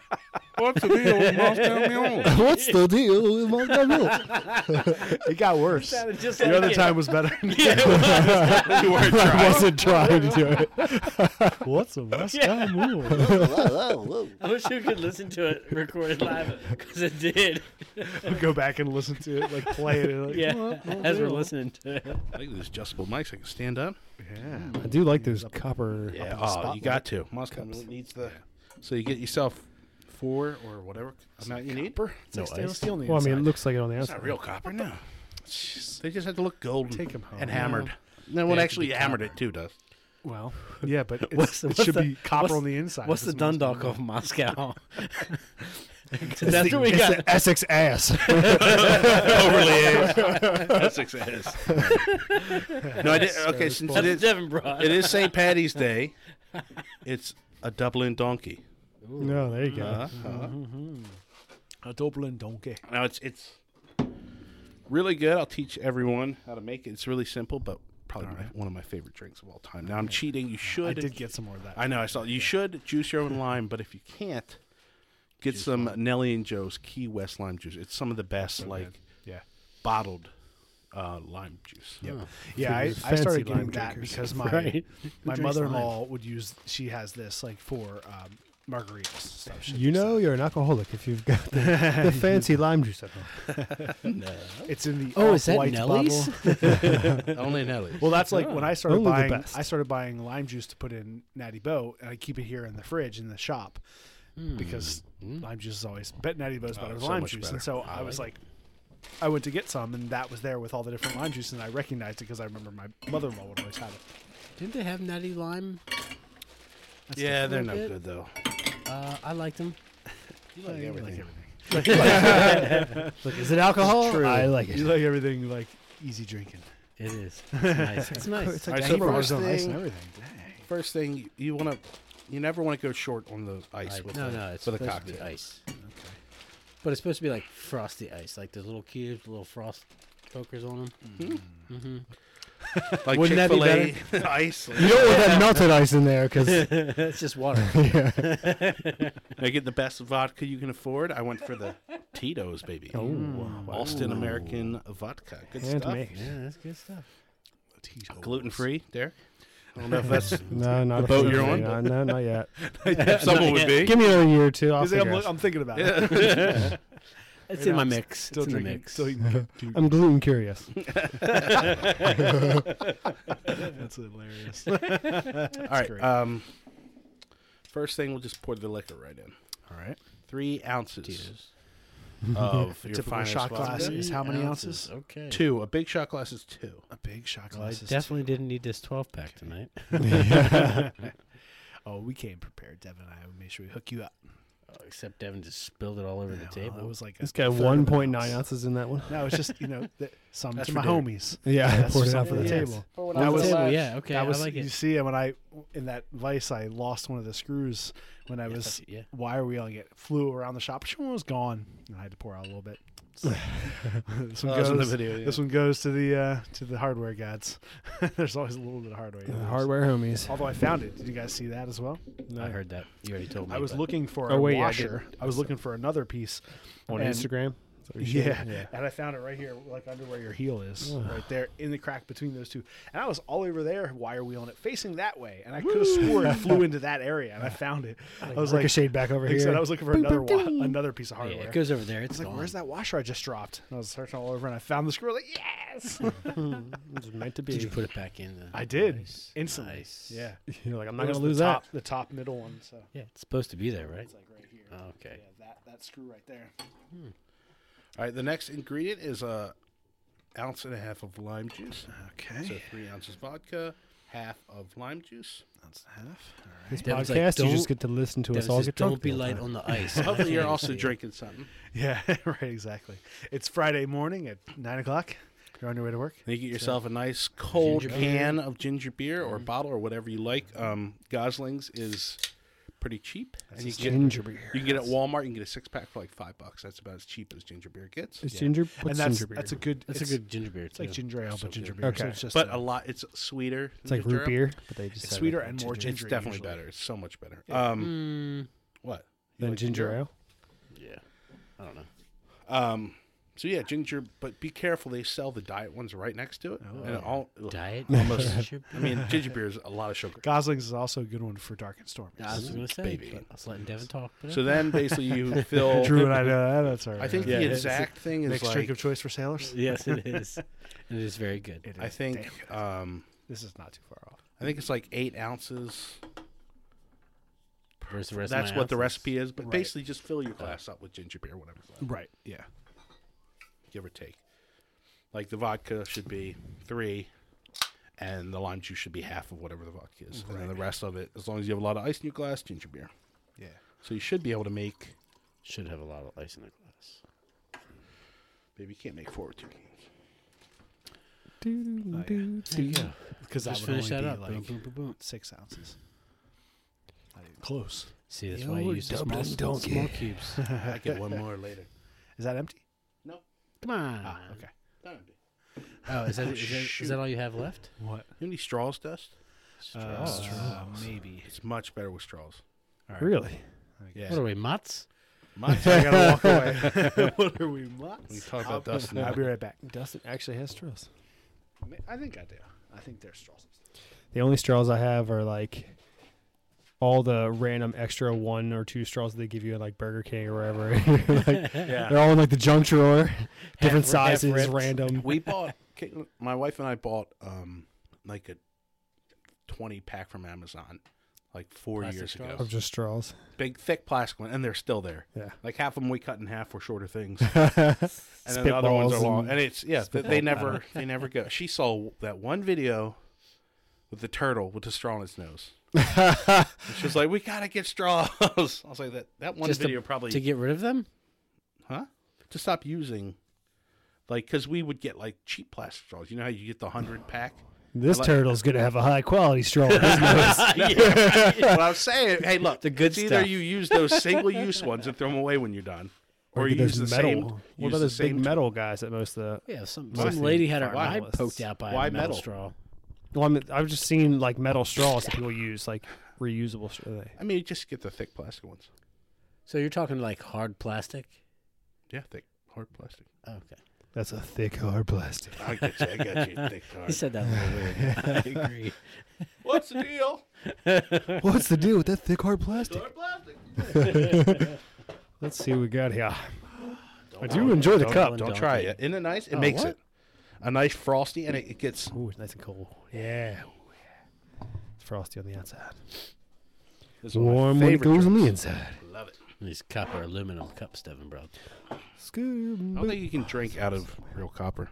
Speaker 2: What's the deal with Moscow mule?
Speaker 3: What's the deal with Moscow meal?
Speaker 1: It got worse.
Speaker 4: Sounded just
Speaker 1: The
Speaker 4: like
Speaker 1: other
Speaker 4: it.
Speaker 1: time was better.
Speaker 2: You weren't
Speaker 3: I
Speaker 2: trying.
Speaker 3: wasn't trying to do it. What's a Moscow meal?
Speaker 4: I wish you could listen to it recorded live because it did.
Speaker 1: Go back and listen to it, like play it. and, like,
Speaker 4: Yeah, as we're listening to it.
Speaker 2: I think there's adjustable mics. I can stand up.
Speaker 3: I do like those copper.
Speaker 2: Yeah, oh, you got to. Moscow mule needs the. So you get yourself four or whatever amount you need.
Speaker 1: It's like stainless steel on the
Speaker 3: Well, I mean, it
Speaker 1: inside.
Speaker 3: looks like it on the
Speaker 2: It's
Speaker 3: outside.
Speaker 2: not real copper, no. They just had to look golden
Speaker 1: Take Oh, 'em home.
Speaker 2: and hammered. No one actually hammered it too, does.
Speaker 1: well, yeah, but it's,
Speaker 4: What's the-
Speaker 1: it
Speaker 4: what's
Speaker 1: should
Speaker 4: the-
Speaker 1: be copper
Speaker 4: what's-
Speaker 1: on the inside.
Speaker 4: What's the
Speaker 1: It's most-
Speaker 4: Dundalk of Moscow? 'Cause that's what we
Speaker 3: it's
Speaker 4: got.
Speaker 3: the Essex ass.
Speaker 2: Overly aged. That's success. no, I did. Okay, since it
Speaker 4: That's what
Speaker 2: is,
Speaker 4: Devin brought.
Speaker 2: it is St. Patty's Day, it's a Dublin donkey.
Speaker 3: no, there you go.
Speaker 2: Uh-huh.
Speaker 1: A Dublin donkey.
Speaker 2: Now it's it's really good. I'll teach everyone how to make it. It's really simple, but probably my, one of my favorite drinks of all time. Now I'm cheating. You should.
Speaker 1: I did get some more of that.
Speaker 2: I know. I saw. You should juice your own lime, but if you can't, get some Nelly and Joe's Key West lime juice. It's some of the best, like
Speaker 1: yeah.
Speaker 2: bottled uh, lime juice.
Speaker 1: Yeah, I,
Speaker 3: Fancy
Speaker 1: I started
Speaker 3: lime
Speaker 1: getting that
Speaker 3: drinkers.
Speaker 1: because my
Speaker 4: Right.
Speaker 1: my mother-in-law would use. She has this like for um, margaritas. and Stuff. She-
Speaker 3: You know you're an alcoholic if you've got the, the fancy lime juice at home.
Speaker 1: it's in the
Speaker 4: Oh, is that
Speaker 1: off-white
Speaker 4: Nelly's?
Speaker 1: bottle.
Speaker 2: Only Nelly.
Speaker 1: Well, that's like when I started
Speaker 3: Only the
Speaker 1: buying.
Speaker 3: best.
Speaker 1: I started buying lime juice to put in Natty Bow, and I keep it here in the fridge in the shop because
Speaker 3: Hmm.
Speaker 1: lime juice is always. Bet Natty Bow's
Speaker 3: Oh,
Speaker 1: better with
Speaker 2: so
Speaker 1: lime
Speaker 2: much
Speaker 1: juice,
Speaker 2: better.
Speaker 1: and so I, was like, I went to get some, and that was there with all the different lime juice, and I recognized it because I remember my mother-in-law would always have it.
Speaker 4: Didn't they have Natty Lime?
Speaker 2: yeah, they're no good though.
Speaker 4: Uh, I liked them.
Speaker 2: You like everything.
Speaker 3: Look, is it alcohol? I like
Speaker 1: You
Speaker 3: it.
Speaker 1: like everything like easy drinking.
Speaker 4: It is. It's nice. It's nice.
Speaker 3: It's
Speaker 2: All right,
Speaker 3: like
Speaker 2: so
Speaker 1: Amber
Speaker 2: first
Speaker 1: was on ice and
Speaker 2: thing-
Speaker 1: everything.
Speaker 2: First thing you, you want to, you never want to go short on the ice.
Speaker 4: Ice.
Speaker 2: with
Speaker 4: No,
Speaker 2: the,
Speaker 4: no, it's
Speaker 2: with the
Speaker 4: supposed to be
Speaker 2: cocktail.
Speaker 4: ice. But it's supposed to be like frosty ice, like those little cubes, little frost pokers on them. Mm-hmm.
Speaker 2: Like
Speaker 4: Wouldn't that be
Speaker 2: Chick-fil-A ice.
Speaker 3: You don't want that melted ice in there because
Speaker 4: That's just water.
Speaker 2: I get the best vodka you can afford. I went for the Tito's, baby. Oh, Austin American vodka. Good stuff.
Speaker 3: handmade.
Speaker 4: yeah, that's good stuff.
Speaker 2: Gluten free, Derek. I don't know if that's
Speaker 3: No, not
Speaker 2: The boat you're
Speaker 3: officially.
Speaker 2: on?
Speaker 3: No, no, not yet.
Speaker 2: someone would be.
Speaker 3: Give me another year or two. I'll
Speaker 1: He's like, I'm,
Speaker 3: figure
Speaker 1: look-
Speaker 3: out.
Speaker 1: I'm thinking about it.
Speaker 4: It's
Speaker 1: Right
Speaker 4: in
Speaker 1: now,
Speaker 4: my
Speaker 1: I'm
Speaker 4: mix.
Speaker 1: Still
Speaker 4: it's in the
Speaker 1: drinking.
Speaker 4: mix.
Speaker 1: Still eating.
Speaker 3: I'm gluten curious.
Speaker 1: That's hilarious.
Speaker 2: All right. Um, first thing, we'll just pour the liquor right in.
Speaker 1: All right.
Speaker 2: Three ounces of your
Speaker 1: Typical
Speaker 2: finest
Speaker 1: shot
Speaker 2: vodka.
Speaker 1: glass is how many ounces?
Speaker 4: Okay.
Speaker 2: Two. A big shot glass is two.
Speaker 1: A big shot
Speaker 4: Well, I
Speaker 1: glass. is two.
Speaker 4: definitely didn't need this 12 pack tonight.
Speaker 1: Oh, we came prepared, Devin and I. We made sure we hook you up.
Speaker 4: Except Devin just spilled it all over the
Speaker 1: Well,
Speaker 4: table.
Speaker 1: That was like a
Speaker 3: It's got
Speaker 1: third of an
Speaker 3: 1.9
Speaker 1: ounce.
Speaker 3: ounces in that one.
Speaker 1: No, it's just you know th- some
Speaker 2: That's
Speaker 1: to my
Speaker 2: for Derek.
Speaker 1: homies.
Speaker 3: Yeah, I
Speaker 1: that's
Speaker 3: poured
Speaker 1: just
Speaker 3: it out
Speaker 1: something
Speaker 3: for the
Speaker 1: yes.
Speaker 3: table.
Speaker 1: That
Speaker 4: That
Speaker 1: was-
Speaker 4: was table, yeah. Okay,
Speaker 1: that was,
Speaker 4: I like
Speaker 1: you
Speaker 4: it.
Speaker 1: see, when I in that vice, I lost one of the screws when I was
Speaker 4: that's- yeah.
Speaker 1: wire wheeling it. Flew around the shop, it was gone, and I had to pour out a little bit. So, this one
Speaker 2: Oh, that's in the
Speaker 1: goes.
Speaker 2: video, yeah.
Speaker 1: This one goes to the uh, to the hardware gods. There's always a little bit of hardware. you
Speaker 3: The
Speaker 1: lose.
Speaker 3: hardware homies.
Speaker 1: Although I found it. Did you guys see that as well?
Speaker 4: I heard that. You already told me.
Speaker 1: I was
Speaker 4: but-
Speaker 1: looking for a
Speaker 3: Oh, wait, yeah, I
Speaker 1: washer. I, was looking for another piece
Speaker 3: On
Speaker 1: and-
Speaker 3: Instagram.
Speaker 1: Yeah. and I found it right here, like under where your heel is, right there in the crack between those two. And I was all over there, wire wheeling it, facing that way, and I could have swore it flew into that area, and I found it. I was like,
Speaker 3: ricocheted back over
Speaker 1: like I said,
Speaker 3: here.
Speaker 1: I was looking for another wa- another piece of
Speaker 4: Yeah,
Speaker 1: hardware.
Speaker 4: it goes over there.
Speaker 1: I
Speaker 4: It's
Speaker 1: was like,
Speaker 4: gone.
Speaker 1: "Where's that washer I just dropped?" And I was searching all over, and I found the screw. I was like, yes,
Speaker 3: It was meant to be.
Speaker 4: Did you put it back in? The...
Speaker 1: I did
Speaker 4: Nice.
Speaker 1: instantly.
Speaker 4: Nice.
Speaker 1: Yeah,
Speaker 3: You're like, I'm
Speaker 1: It
Speaker 3: not going
Speaker 1: was
Speaker 3: to
Speaker 1: the
Speaker 3: lose
Speaker 1: top,
Speaker 3: that.
Speaker 1: The top middle one, so
Speaker 4: Yeah, it's supposed to be there, right?
Speaker 1: it's like right here.
Speaker 4: Oh, okay.
Speaker 1: Yeah, that that screw right there.
Speaker 2: All right. The next ingredient is a ounce and a half of lime juice.
Speaker 1: Okay,
Speaker 2: So three ounces vodka, half of lime juice.
Speaker 1: that's half. All right.
Speaker 3: This
Speaker 4: Devin's
Speaker 3: podcast,
Speaker 4: like,
Speaker 3: you just
Speaker 4: "Don't-
Speaker 3: get to listen to
Speaker 4: Devin
Speaker 3: us all
Speaker 4: says,
Speaker 3: get drunk.
Speaker 4: don't be
Speaker 3: the whole
Speaker 4: light
Speaker 3: time."
Speaker 4: on the ice.
Speaker 2: Hopefully, you're
Speaker 4: That's
Speaker 2: also
Speaker 4: what I
Speaker 2: drinking something.
Speaker 1: Yeah, right, exactly. It's Friday morning at nine o'clock. You're on your way to work.
Speaker 2: And you get yourself a nice cold
Speaker 4: Ginger beer.
Speaker 2: can of ginger beer or bottle or whatever you like. Um, Gosling's is pretty cheap, and you can
Speaker 3: Ginger beer.
Speaker 2: you can get it at Walmart. You can get a six pack for like five bucks. That's about as cheap as ginger beer gets.
Speaker 3: It's ginger.
Speaker 1: and
Speaker 3: What's
Speaker 1: that's
Speaker 3: ginger beer?
Speaker 1: that's a good.
Speaker 4: That's
Speaker 1: it's,
Speaker 4: a good ginger beer.
Speaker 1: It's like ginger ale, but ginger beer.
Speaker 3: Okay.
Speaker 1: So it's just
Speaker 2: But
Speaker 1: a-
Speaker 2: a lot, it's sweeter.
Speaker 3: it's like root beer, but they just
Speaker 1: it's
Speaker 3: have it
Speaker 1: sweeter
Speaker 3: with
Speaker 1: and more
Speaker 3: ginger.
Speaker 1: ginger.
Speaker 2: It's definitely
Speaker 1: usually.
Speaker 2: better. It's so much better. Um,
Speaker 4: Mm,
Speaker 2: what? You
Speaker 3: than
Speaker 2: like
Speaker 3: ginger ale.
Speaker 4: yeah. I don't know.
Speaker 2: Um, so yeah, ginger. But be careful. They sell the diet ones right next to it, and all.
Speaker 4: Diet
Speaker 2: Almost-
Speaker 4: ginger
Speaker 2: I
Speaker 4: beer?
Speaker 2: mean, ginger beer is a lot of sugar.
Speaker 1: Goslings is also a good one for dark and stormy.
Speaker 4: I was going to say,
Speaker 2: baby.
Speaker 4: but I was letting Devin talk. but
Speaker 2: So then, basically, you fill.
Speaker 1: Drew and I know that. That's all right.
Speaker 2: I think
Speaker 4: Yeah,
Speaker 2: the
Speaker 4: it's
Speaker 2: exact thing is
Speaker 1: next
Speaker 2: like
Speaker 1: drink of choice for sailors.
Speaker 4: yes, it is. And it is very good.
Speaker 1: It
Speaker 2: I
Speaker 1: is.
Speaker 2: think
Speaker 1: Damn,
Speaker 2: um,
Speaker 1: this is not too far off.
Speaker 2: I think it's like eight ounces.
Speaker 4: Where's the rest of
Speaker 2: That's
Speaker 4: my
Speaker 2: what the
Speaker 4: ounces?
Speaker 2: recipe is. But basically, just fill your glass up with ginger beer, whatever's left,
Speaker 1: Right. Yeah.
Speaker 2: give or take. Like the vodka should be three, and the lime juice should be half of whatever the vodka is, and then the rest of it, as long as you have a lot of ice in your glass, ginger beer.
Speaker 1: Yeah.
Speaker 2: So you should be able to make.
Speaker 4: Should have a lot of ice in the glass.
Speaker 2: Maybe you can't make four or two cans. Uh,
Speaker 4: There you go.
Speaker 1: Because that
Speaker 4: Just
Speaker 1: would
Speaker 4: finish
Speaker 1: only
Speaker 4: that
Speaker 1: be
Speaker 4: up.
Speaker 1: like
Speaker 4: Boom, boom, boom, boom.
Speaker 1: six ounces. Not even close.
Speaker 4: See, that's why you use the small, small cubes.
Speaker 2: I get one more later.
Speaker 1: Is that empty?
Speaker 2: No,
Speaker 4: Come on.
Speaker 1: Okay.
Speaker 2: that would be.
Speaker 4: Oh, is that, is, that, is that all you have left?
Speaker 1: What?
Speaker 2: You need straws, Dust?
Speaker 1: Uh, maybe.
Speaker 2: It's much better with straws.
Speaker 3: Really?
Speaker 2: Yeah.
Speaker 4: What are we, mutts?
Speaker 2: My
Speaker 1: I gotta walk away. what are we?
Speaker 2: we
Speaker 1: Mutts?
Speaker 2: talk about Dust. in a
Speaker 1: I'll be right back.
Speaker 3: Dustin actually has straws.
Speaker 1: Ma- I think I do. I think there's straws.
Speaker 3: The only straws I have are like all the random extra one or two straws that they give you at like Burger King or wherever. Like, They're all in like the junk drawer, different
Speaker 4: half
Speaker 3: sizes,
Speaker 4: ripped.
Speaker 3: random.
Speaker 2: we bought Caitlin- my wife and I bought um like a twenty pack from Amazon like four
Speaker 4: Plastic
Speaker 2: years ago.
Speaker 3: Of just straws.
Speaker 2: Big thick plastic one, and they're still there.
Speaker 3: Yeah.
Speaker 2: Like half of them we cut in half were shorter things, and then
Speaker 3: Spitballs
Speaker 2: the other ones are
Speaker 3: and-
Speaker 2: long. And it's yeah, th- they never they never go. She saw that one video with the turtle with the straw in its nose. And she was like, "We gotta get straws." I was like, "That that one
Speaker 4: Just to-
Speaker 2: video probably
Speaker 4: to get rid of them.
Speaker 2: huh to stop using, like, because we would get like cheap plastic straws. You know how you get the hundred pack."
Speaker 3: This
Speaker 2: Like-
Speaker 3: turtle's gonna have a high quality straw. in his nose.
Speaker 2: Well, I was saying, hey, look,
Speaker 4: The good
Speaker 2: it's either
Speaker 4: stuff.
Speaker 2: you use those single-use ones and throw them away when you're done, or,
Speaker 3: Or
Speaker 2: you
Speaker 3: get those
Speaker 2: use the
Speaker 3: metal.
Speaker 2: same.
Speaker 3: What
Speaker 2: use
Speaker 3: about
Speaker 2: the
Speaker 3: those big
Speaker 2: same
Speaker 3: metal guys that most uh, of the?
Speaker 4: Yeah, some
Speaker 3: Mostly
Speaker 4: some lady had her eye
Speaker 3: finalists.
Speaker 4: poked out by
Speaker 2: Why
Speaker 4: a metal,
Speaker 2: metal?
Speaker 4: straw.
Speaker 3: Well, I'm, I've just seen like metal straws that people use, like reusable. Straw. They
Speaker 2: I mean, you just get the thick plastic ones.
Speaker 4: So you're talking like hard plastic.
Speaker 2: Yeah, thick, hard plastic.
Speaker 4: Okay,
Speaker 3: That's a thick hard plastic.
Speaker 2: I get you. I got you. Thick,
Speaker 4: he
Speaker 2: hard.
Speaker 4: said that a little weird. I agree.
Speaker 2: What's the deal?
Speaker 3: What's the deal with that thick hard plastic?
Speaker 2: Hard plastic.
Speaker 3: Let's see what we got here. I do enjoy the
Speaker 2: Don't,
Speaker 3: cup.
Speaker 2: don't try it. Isn't it nice? It makes
Speaker 4: what?
Speaker 2: it a nice frosty, and it, it gets.
Speaker 3: Ooh, it's nice and cold. Yeah. It's frosty on the outside.
Speaker 2: this
Speaker 3: It's
Speaker 2: is one of my
Speaker 3: warm when it
Speaker 2: favorite
Speaker 3: goes on the
Speaker 2: drinks.
Speaker 3: inside.
Speaker 2: Love it.
Speaker 4: These copper aluminum cups, Devin, bro.
Speaker 2: I
Speaker 3: Scoob.
Speaker 2: don't think you can drink out of real copper.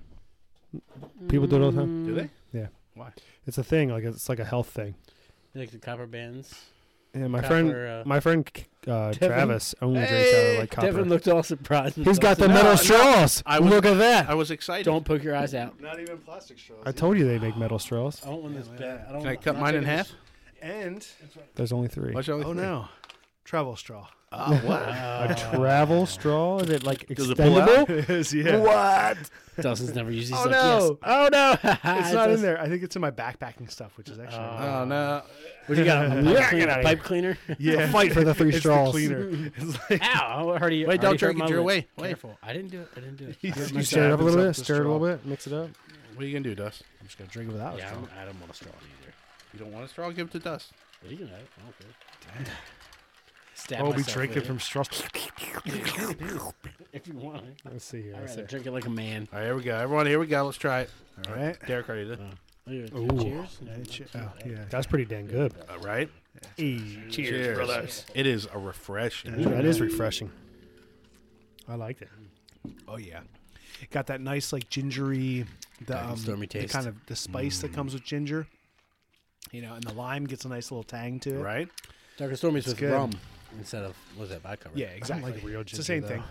Speaker 3: People do it all the time.
Speaker 2: Do they?
Speaker 3: Yeah.
Speaker 2: Why?
Speaker 3: It's a thing. Like it's like a health thing.
Speaker 4: Like the copper bands.
Speaker 3: Yeah, my
Speaker 4: Copper,
Speaker 3: friend,
Speaker 4: uh,
Speaker 3: my friend uh,
Speaker 4: Devin?
Speaker 3: Travis only drinks out of like copper.
Speaker 4: Devin looked all surprised. and
Speaker 3: He's got the
Speaker 4: thought,
Speaker 3: metal
Speaker 2: no.
Speaker 3: straws.
Speaker 2: I was-
Speaker 3: Look at that.
Speaker 2: I was excited.
Speaker 4: Don't poke your eyes out.
Speaker 1: Not even plastic straws.
Speaker 3: I told you they make metal straws.
Speaker 4: I don't want this bad. I don't.
Speaker 2: Can I
Speaker 4: I'm
Speaker 2: cut
Speaker 4: not
Speaker 2: mine in
Speaker 4: taking
Speaker 2: half?
Speaker 4: this-
Speaker 1: and
Speaker 3: There's only three.
Speaker 2: Why should I only
Speaker 1: oh
Speaker 2: three?
Speaker 1: no, travel straw.
Speaker 2: Ah, what?
Speaker 3: A travel straw? Is it like
Speaker 2: Does it pull out?
Speaker 3: extendable?
Speaker 1: yeah.
Speaker 3: What?
Speaker 4: Dustin's never used these.
Speaker 1: Oh
Speaker 4: like,
Speaker 1: no,
Speaker 4: Yes. Oh no!
Speaker 1: it's not in there. I think it's in my backpacking stuff, which is actually
Speaker 2: Oh no.
Speaker 4: What do you got? A
Speaker 3: Yeah, get
Speaker 4: pipe, cleaner,
Speaker 3: outta
Speaker 4: pipe cleaner?
Speaker 1: yeah.
Speaker 3: Fight for the three
Speaker 1: it's
Speaker 3: straws.
Speaker 1: The cleaner. It's like
Speaker 4: Ow! I already, already
Speaker 2: don't
Speaker 4: hurt
Speaker 2: drink it
Speaker 4: my
Speaker 2: your
Speaker 4: lip.
Speaker 2: way. Wait.
Speaker 4: Careful! I didn't do it. I didn't do it. I hurt
Speaker 1: you
Speaker 4: my-
Speaker 3: Stir it up a little bit.
Speaker 1: Opens up the
Speaker 3: Stir it a little
Speaker 1: straw.
Speaker 3: bit. Mix it up.
Speaker 2: What are you gonna do, Dust?
Speaker 1: I'm just gonna drink it without.
Speaker 4: yeah,
Speaker 1: straw.
Speaker 4: I'm, I don't want a straw either.
Speaker 2: You don't want a straw? Give it to Dust.
Speaker 4: But you can have it. I don't care. Stab
Speaker 1: I'll be
Speaker 4: myself
Speaker 1: drinking
Speaker 4: with
Speaker 1: from
Speaker 4: it
Speaker 1: straws.
Speaker 4: if you want.
Speaker 3: Let's see here.
Speaker 4: I'd
Speaker 3: Let's see.
Speaker 4: rather drink it like a man.
Speaker 2: All right, here we go. Everyone, here we go. Let's try it.
Speaker 1: All right.
Speaker 2: Derek already did.
Speaker 4: Here,
Speaker 3: Ooh.
Speaker 4: Cheers.
Speaker 1: Oh, yeah.
Speaker 3: That's pretty dang good.
Speaker 2: All right.
Speaker 3: Cheers,
Speaker 2: It is a refreshing.
Speaker 3: That is refreshing. I liked it.
Speaker 1: Oh yeah. Got that nice like gingery, the, um,
Speaker 4: stormy
Speaker 1: the
Speaker 4: taste.
Speaker 1: kind of the spice that comes with ginger. You know, and the lime gets a nice little tang to it.
Speaker 2: Right?
Speaker 4: Dark and Stormy's with
Speaker 1: good.
Speaker 4: rum instead of what's that vodka? right?
Speaker 1: Yeah, exactly.
Speaker 3: real
Speaker 1: it's the
Speaker 3: ginger,
Speaker 1: same
Speaker 3: though.
Speaker 1: thing.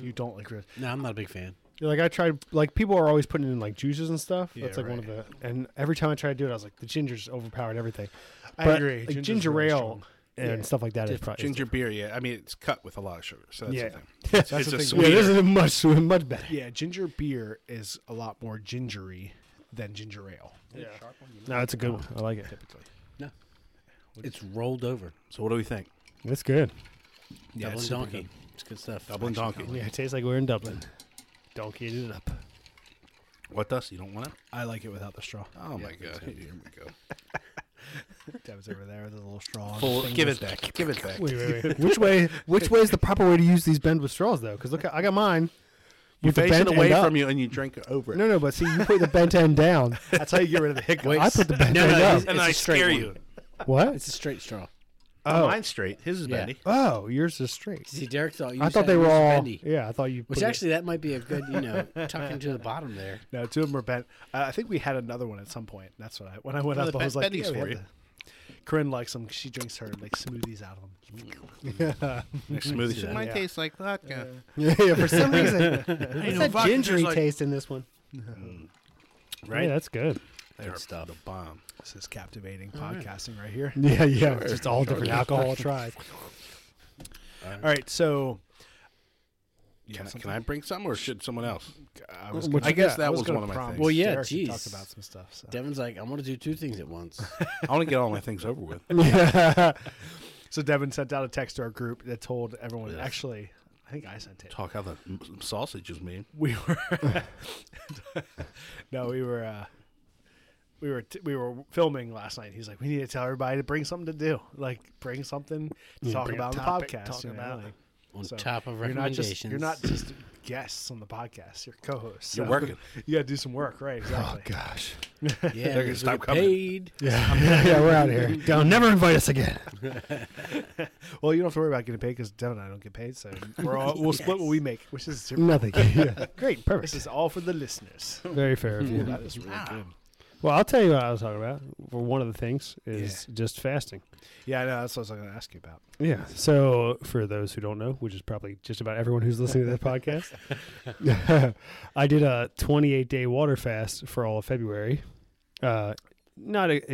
Speaker 1: You don't like real.
Speaker 4: No, I'm not a big fan.
Speaker 3: Yeah, Like I tried, like people are always putting in like juices and stuff.
Speaker 1: Yeah,
Speaker 3: That's like one of the. And every time I tried to do it, I was like, the ginger's overpowered everything.
Speaker 1: I
Speaker 3: But,
Speaker 1: agree.
Speaker 3: Like
Speaker 1: Ginger's
Speaker 3: ginger
Speaker 1: really
Speaker 3: ale
Speaker 1: strong.
Speaker 3: and
Speaker 1: Yeah.
Speaker 3: stuff like that is
Speaker 4: Just
Speaker 3: probably
Speaker 2: Ginger beer, yeah. I mean, it's cut with a lot of sugar. So that's
Speaker 3: Yeah.
Speaker 2: the thing.
Speaker 3: That's
Speaker 2: it's
Speaker 3: the
Speaker 2: a
Speaker 3: thing.
Speaker 2: sweeter.
Speaker 3: Yeah, this is much swe- much better.
Speaker 1: Yeah, ginger beer is a lot more gingery than ginger ale.
Speaker 3: No, it's a good one. Oh, I like it.
Speaker 4: No, it's rolled over.
Speaker 2: So what do we think?
Speaker 3: It's good.
Speaker 2: Yeah,
Speaker 4: Dublin
Speaker 2: it's super
Speaker 4: Donkey.
Speaker 2: good.
Speaker 4: It's good stuff.
Speaker 2: Dublin Donkey.
Speaker 3: Yeah, it tastes like we're in Dublin. Donkey it up.
Speaker 2: What, Dust? You don't want it?
Speaker 1: I like it without the straw.
Speaker 2: Oh, my God. Here we go.
Speaker 1: Deb's over there with his little straw. and
Speaker 2: Full,
Speaker 1: fingers.
Speaker 2: give it back. Give it back.
Speaker 3: Wait, wait, wait. which way? Which way is the proper way to use these bend with straws though? Because look, I got mine.
Speaker 2: You
Speaker 3: with the
Speaker 2: face it
Speaker 3: bent
Speaker 2: away
Speaker 3: end up.
Speaker 2: from you and you drink it over it.
Speaker 3: No, no, but see, you put the bent end down.
Speaker 1: That's how you get rid of the hiccup.
Speaker 3: I put the bent
Speaker 4: No,
Speaker 3: end
Speaker 4: no,
Speaker 3: up.
Speaker 4: it's-
Speaker 2: And
Speaker 4: a
Speaker 2: I
Speaker 4: straight
Speaker 2: scare
Speaker 4: one.
Speaker 2: you.
Speaker 3: What?
Speaker 4: It's a straight straw.
Speaker 3: Oh.
Speaker 2: Mine's straight. His is
Speaker 4: Yeah.
Speaker 2: bendy.
Speaker 3: Oh, yours is straight.
Speaker 4: See, Derek thought you
Speaker 3: I
Speaker 4: said
Speaker 3: thought they
Speaker 4: it
Speaker 3: were
Speaker 4: was
Speaker 3: all.
Speaker 4: bendy,
Speaker 3: Yeah, I thought you.
Speaker 4: Which
Speaker 3: put it-
Speaker 4: actually, that might be a good, you know, tuck into the bottom there.
Speaker 1: No, two of them are bent. Uh, I think we had another one at some point. That's what I when I went
Speaker 2: No,
Speaker 1: up,
Speaker 2: the
Speaker 1: I was
Speaker 2: Ben-
Speaker 1: like,
Speaker 2: Bendy's
Speaker 1: yeah, we
Speaker 2: for
Speaker 1: had
Speaker 2: you.
Speaker 1: the- Corinne likes them. She drinks her like smoothies out of them.
Speaker 2: Smoothie. Mine tastes like vodka.
Speaker 3: yeah, yeah, for some reason,
Speaker 2: know,
Speaker 3: there's that
Speaker 2: vodka tastes
Speaker 3: gingery
Speaker 2: like-
Speaker 3: taste in this one.
Speaker 2: Right?
Speaker 3: Yeah, that's good.
Speaker 2: They're
Speaker 4: Good stuff.
Speaker 2: The bomb.
Speaker 1: This is captivating podcasting right here.
Speaker 3: Yeah, yeah, it's just all different alcohol tries.
Speaker 1: All right, so
Speaker 2: Can, I, can I bring some or should someone else?
Speaker 1: I was.
Speaker 3: What
Speaker 1: gonna-
Speaker 2: I guess
Speaker 1: yeah,
Speaker 2: that
Speaker 1: I
Speaker 2: was
Speaker 1: gonna
Speaker 2: one of my
Speaker 1: promise
Speaker 2: things.
Speaker 4: Well, yeah,
Speaker 1: Derek to talk
Speaker 4: jeez.
Speaker 1: about some stuff. so.
Speaker 4: Devin's like, I want to do two things at once.
Speaker 2: I want to get all my things over with.
Speaker 1: So Devin sent out a text to our group that told everyone. Actually, I think I sent it.
Speaker 2: Talk how the m- sausage is made.
Speaker 1: We were no, we were uh, we were t- we were filming last night. He's like, we need to tell everybody to bring something to do, like bring something to talk
Speaker 3: bring a
Speaker 1: about on the
Speaker 3: topic,
Speaker 1: podcast.
Speaker 3: talk
Speaker 1: You know?
Speaker 3: about-
Speaker 1: like,
Speaker 4: On
Speaker 1: so
Speaker 4: top of
Speaker 1: you're not just
Speaker 4: recommendations,
Speaker 1: you're not just guests on the podcast. You're co-hosts.
Speaker 2: You're Oh,
Speaker 1: so
Speaker 2: working.
Speaker 1: You got to do some work, right? Exactly.
Speaker 3: Gosh.
Speaker 4: yeah,
Speaker 2: gonna
Speaker 4: we
Speaker 2: stop
Speaker 4: get
Speaker 2: coming.
Speaker 4: Paid.
Speaker 3: Yeah, yeah, we're out of here. Don't never invite us again.
Speaker 1: Well, you don't have to worry about getting paid because Devin and I don't get paid, so we're all, we'll split what we make, which is super.
Speaker 3: Nothing. Yeah. Great.
Speaker 1: This
Speaker 3: Perfect.
Speaker 1: is all for the listeners.
Speaker 3: Very fair of you.
Speaker 1: That is really good.
Speaker 3: Well, I'll tell you what I was talking about. For one of the things is just fasting.
Speaker 1: Yeah, I know. That's what I was going to ask you about.
Speaker 3: Yeah. So, for those who don't know, which is probably just about everyone who's listening to this podcast, I did a 28 day water fast for all of February. Uh, not a,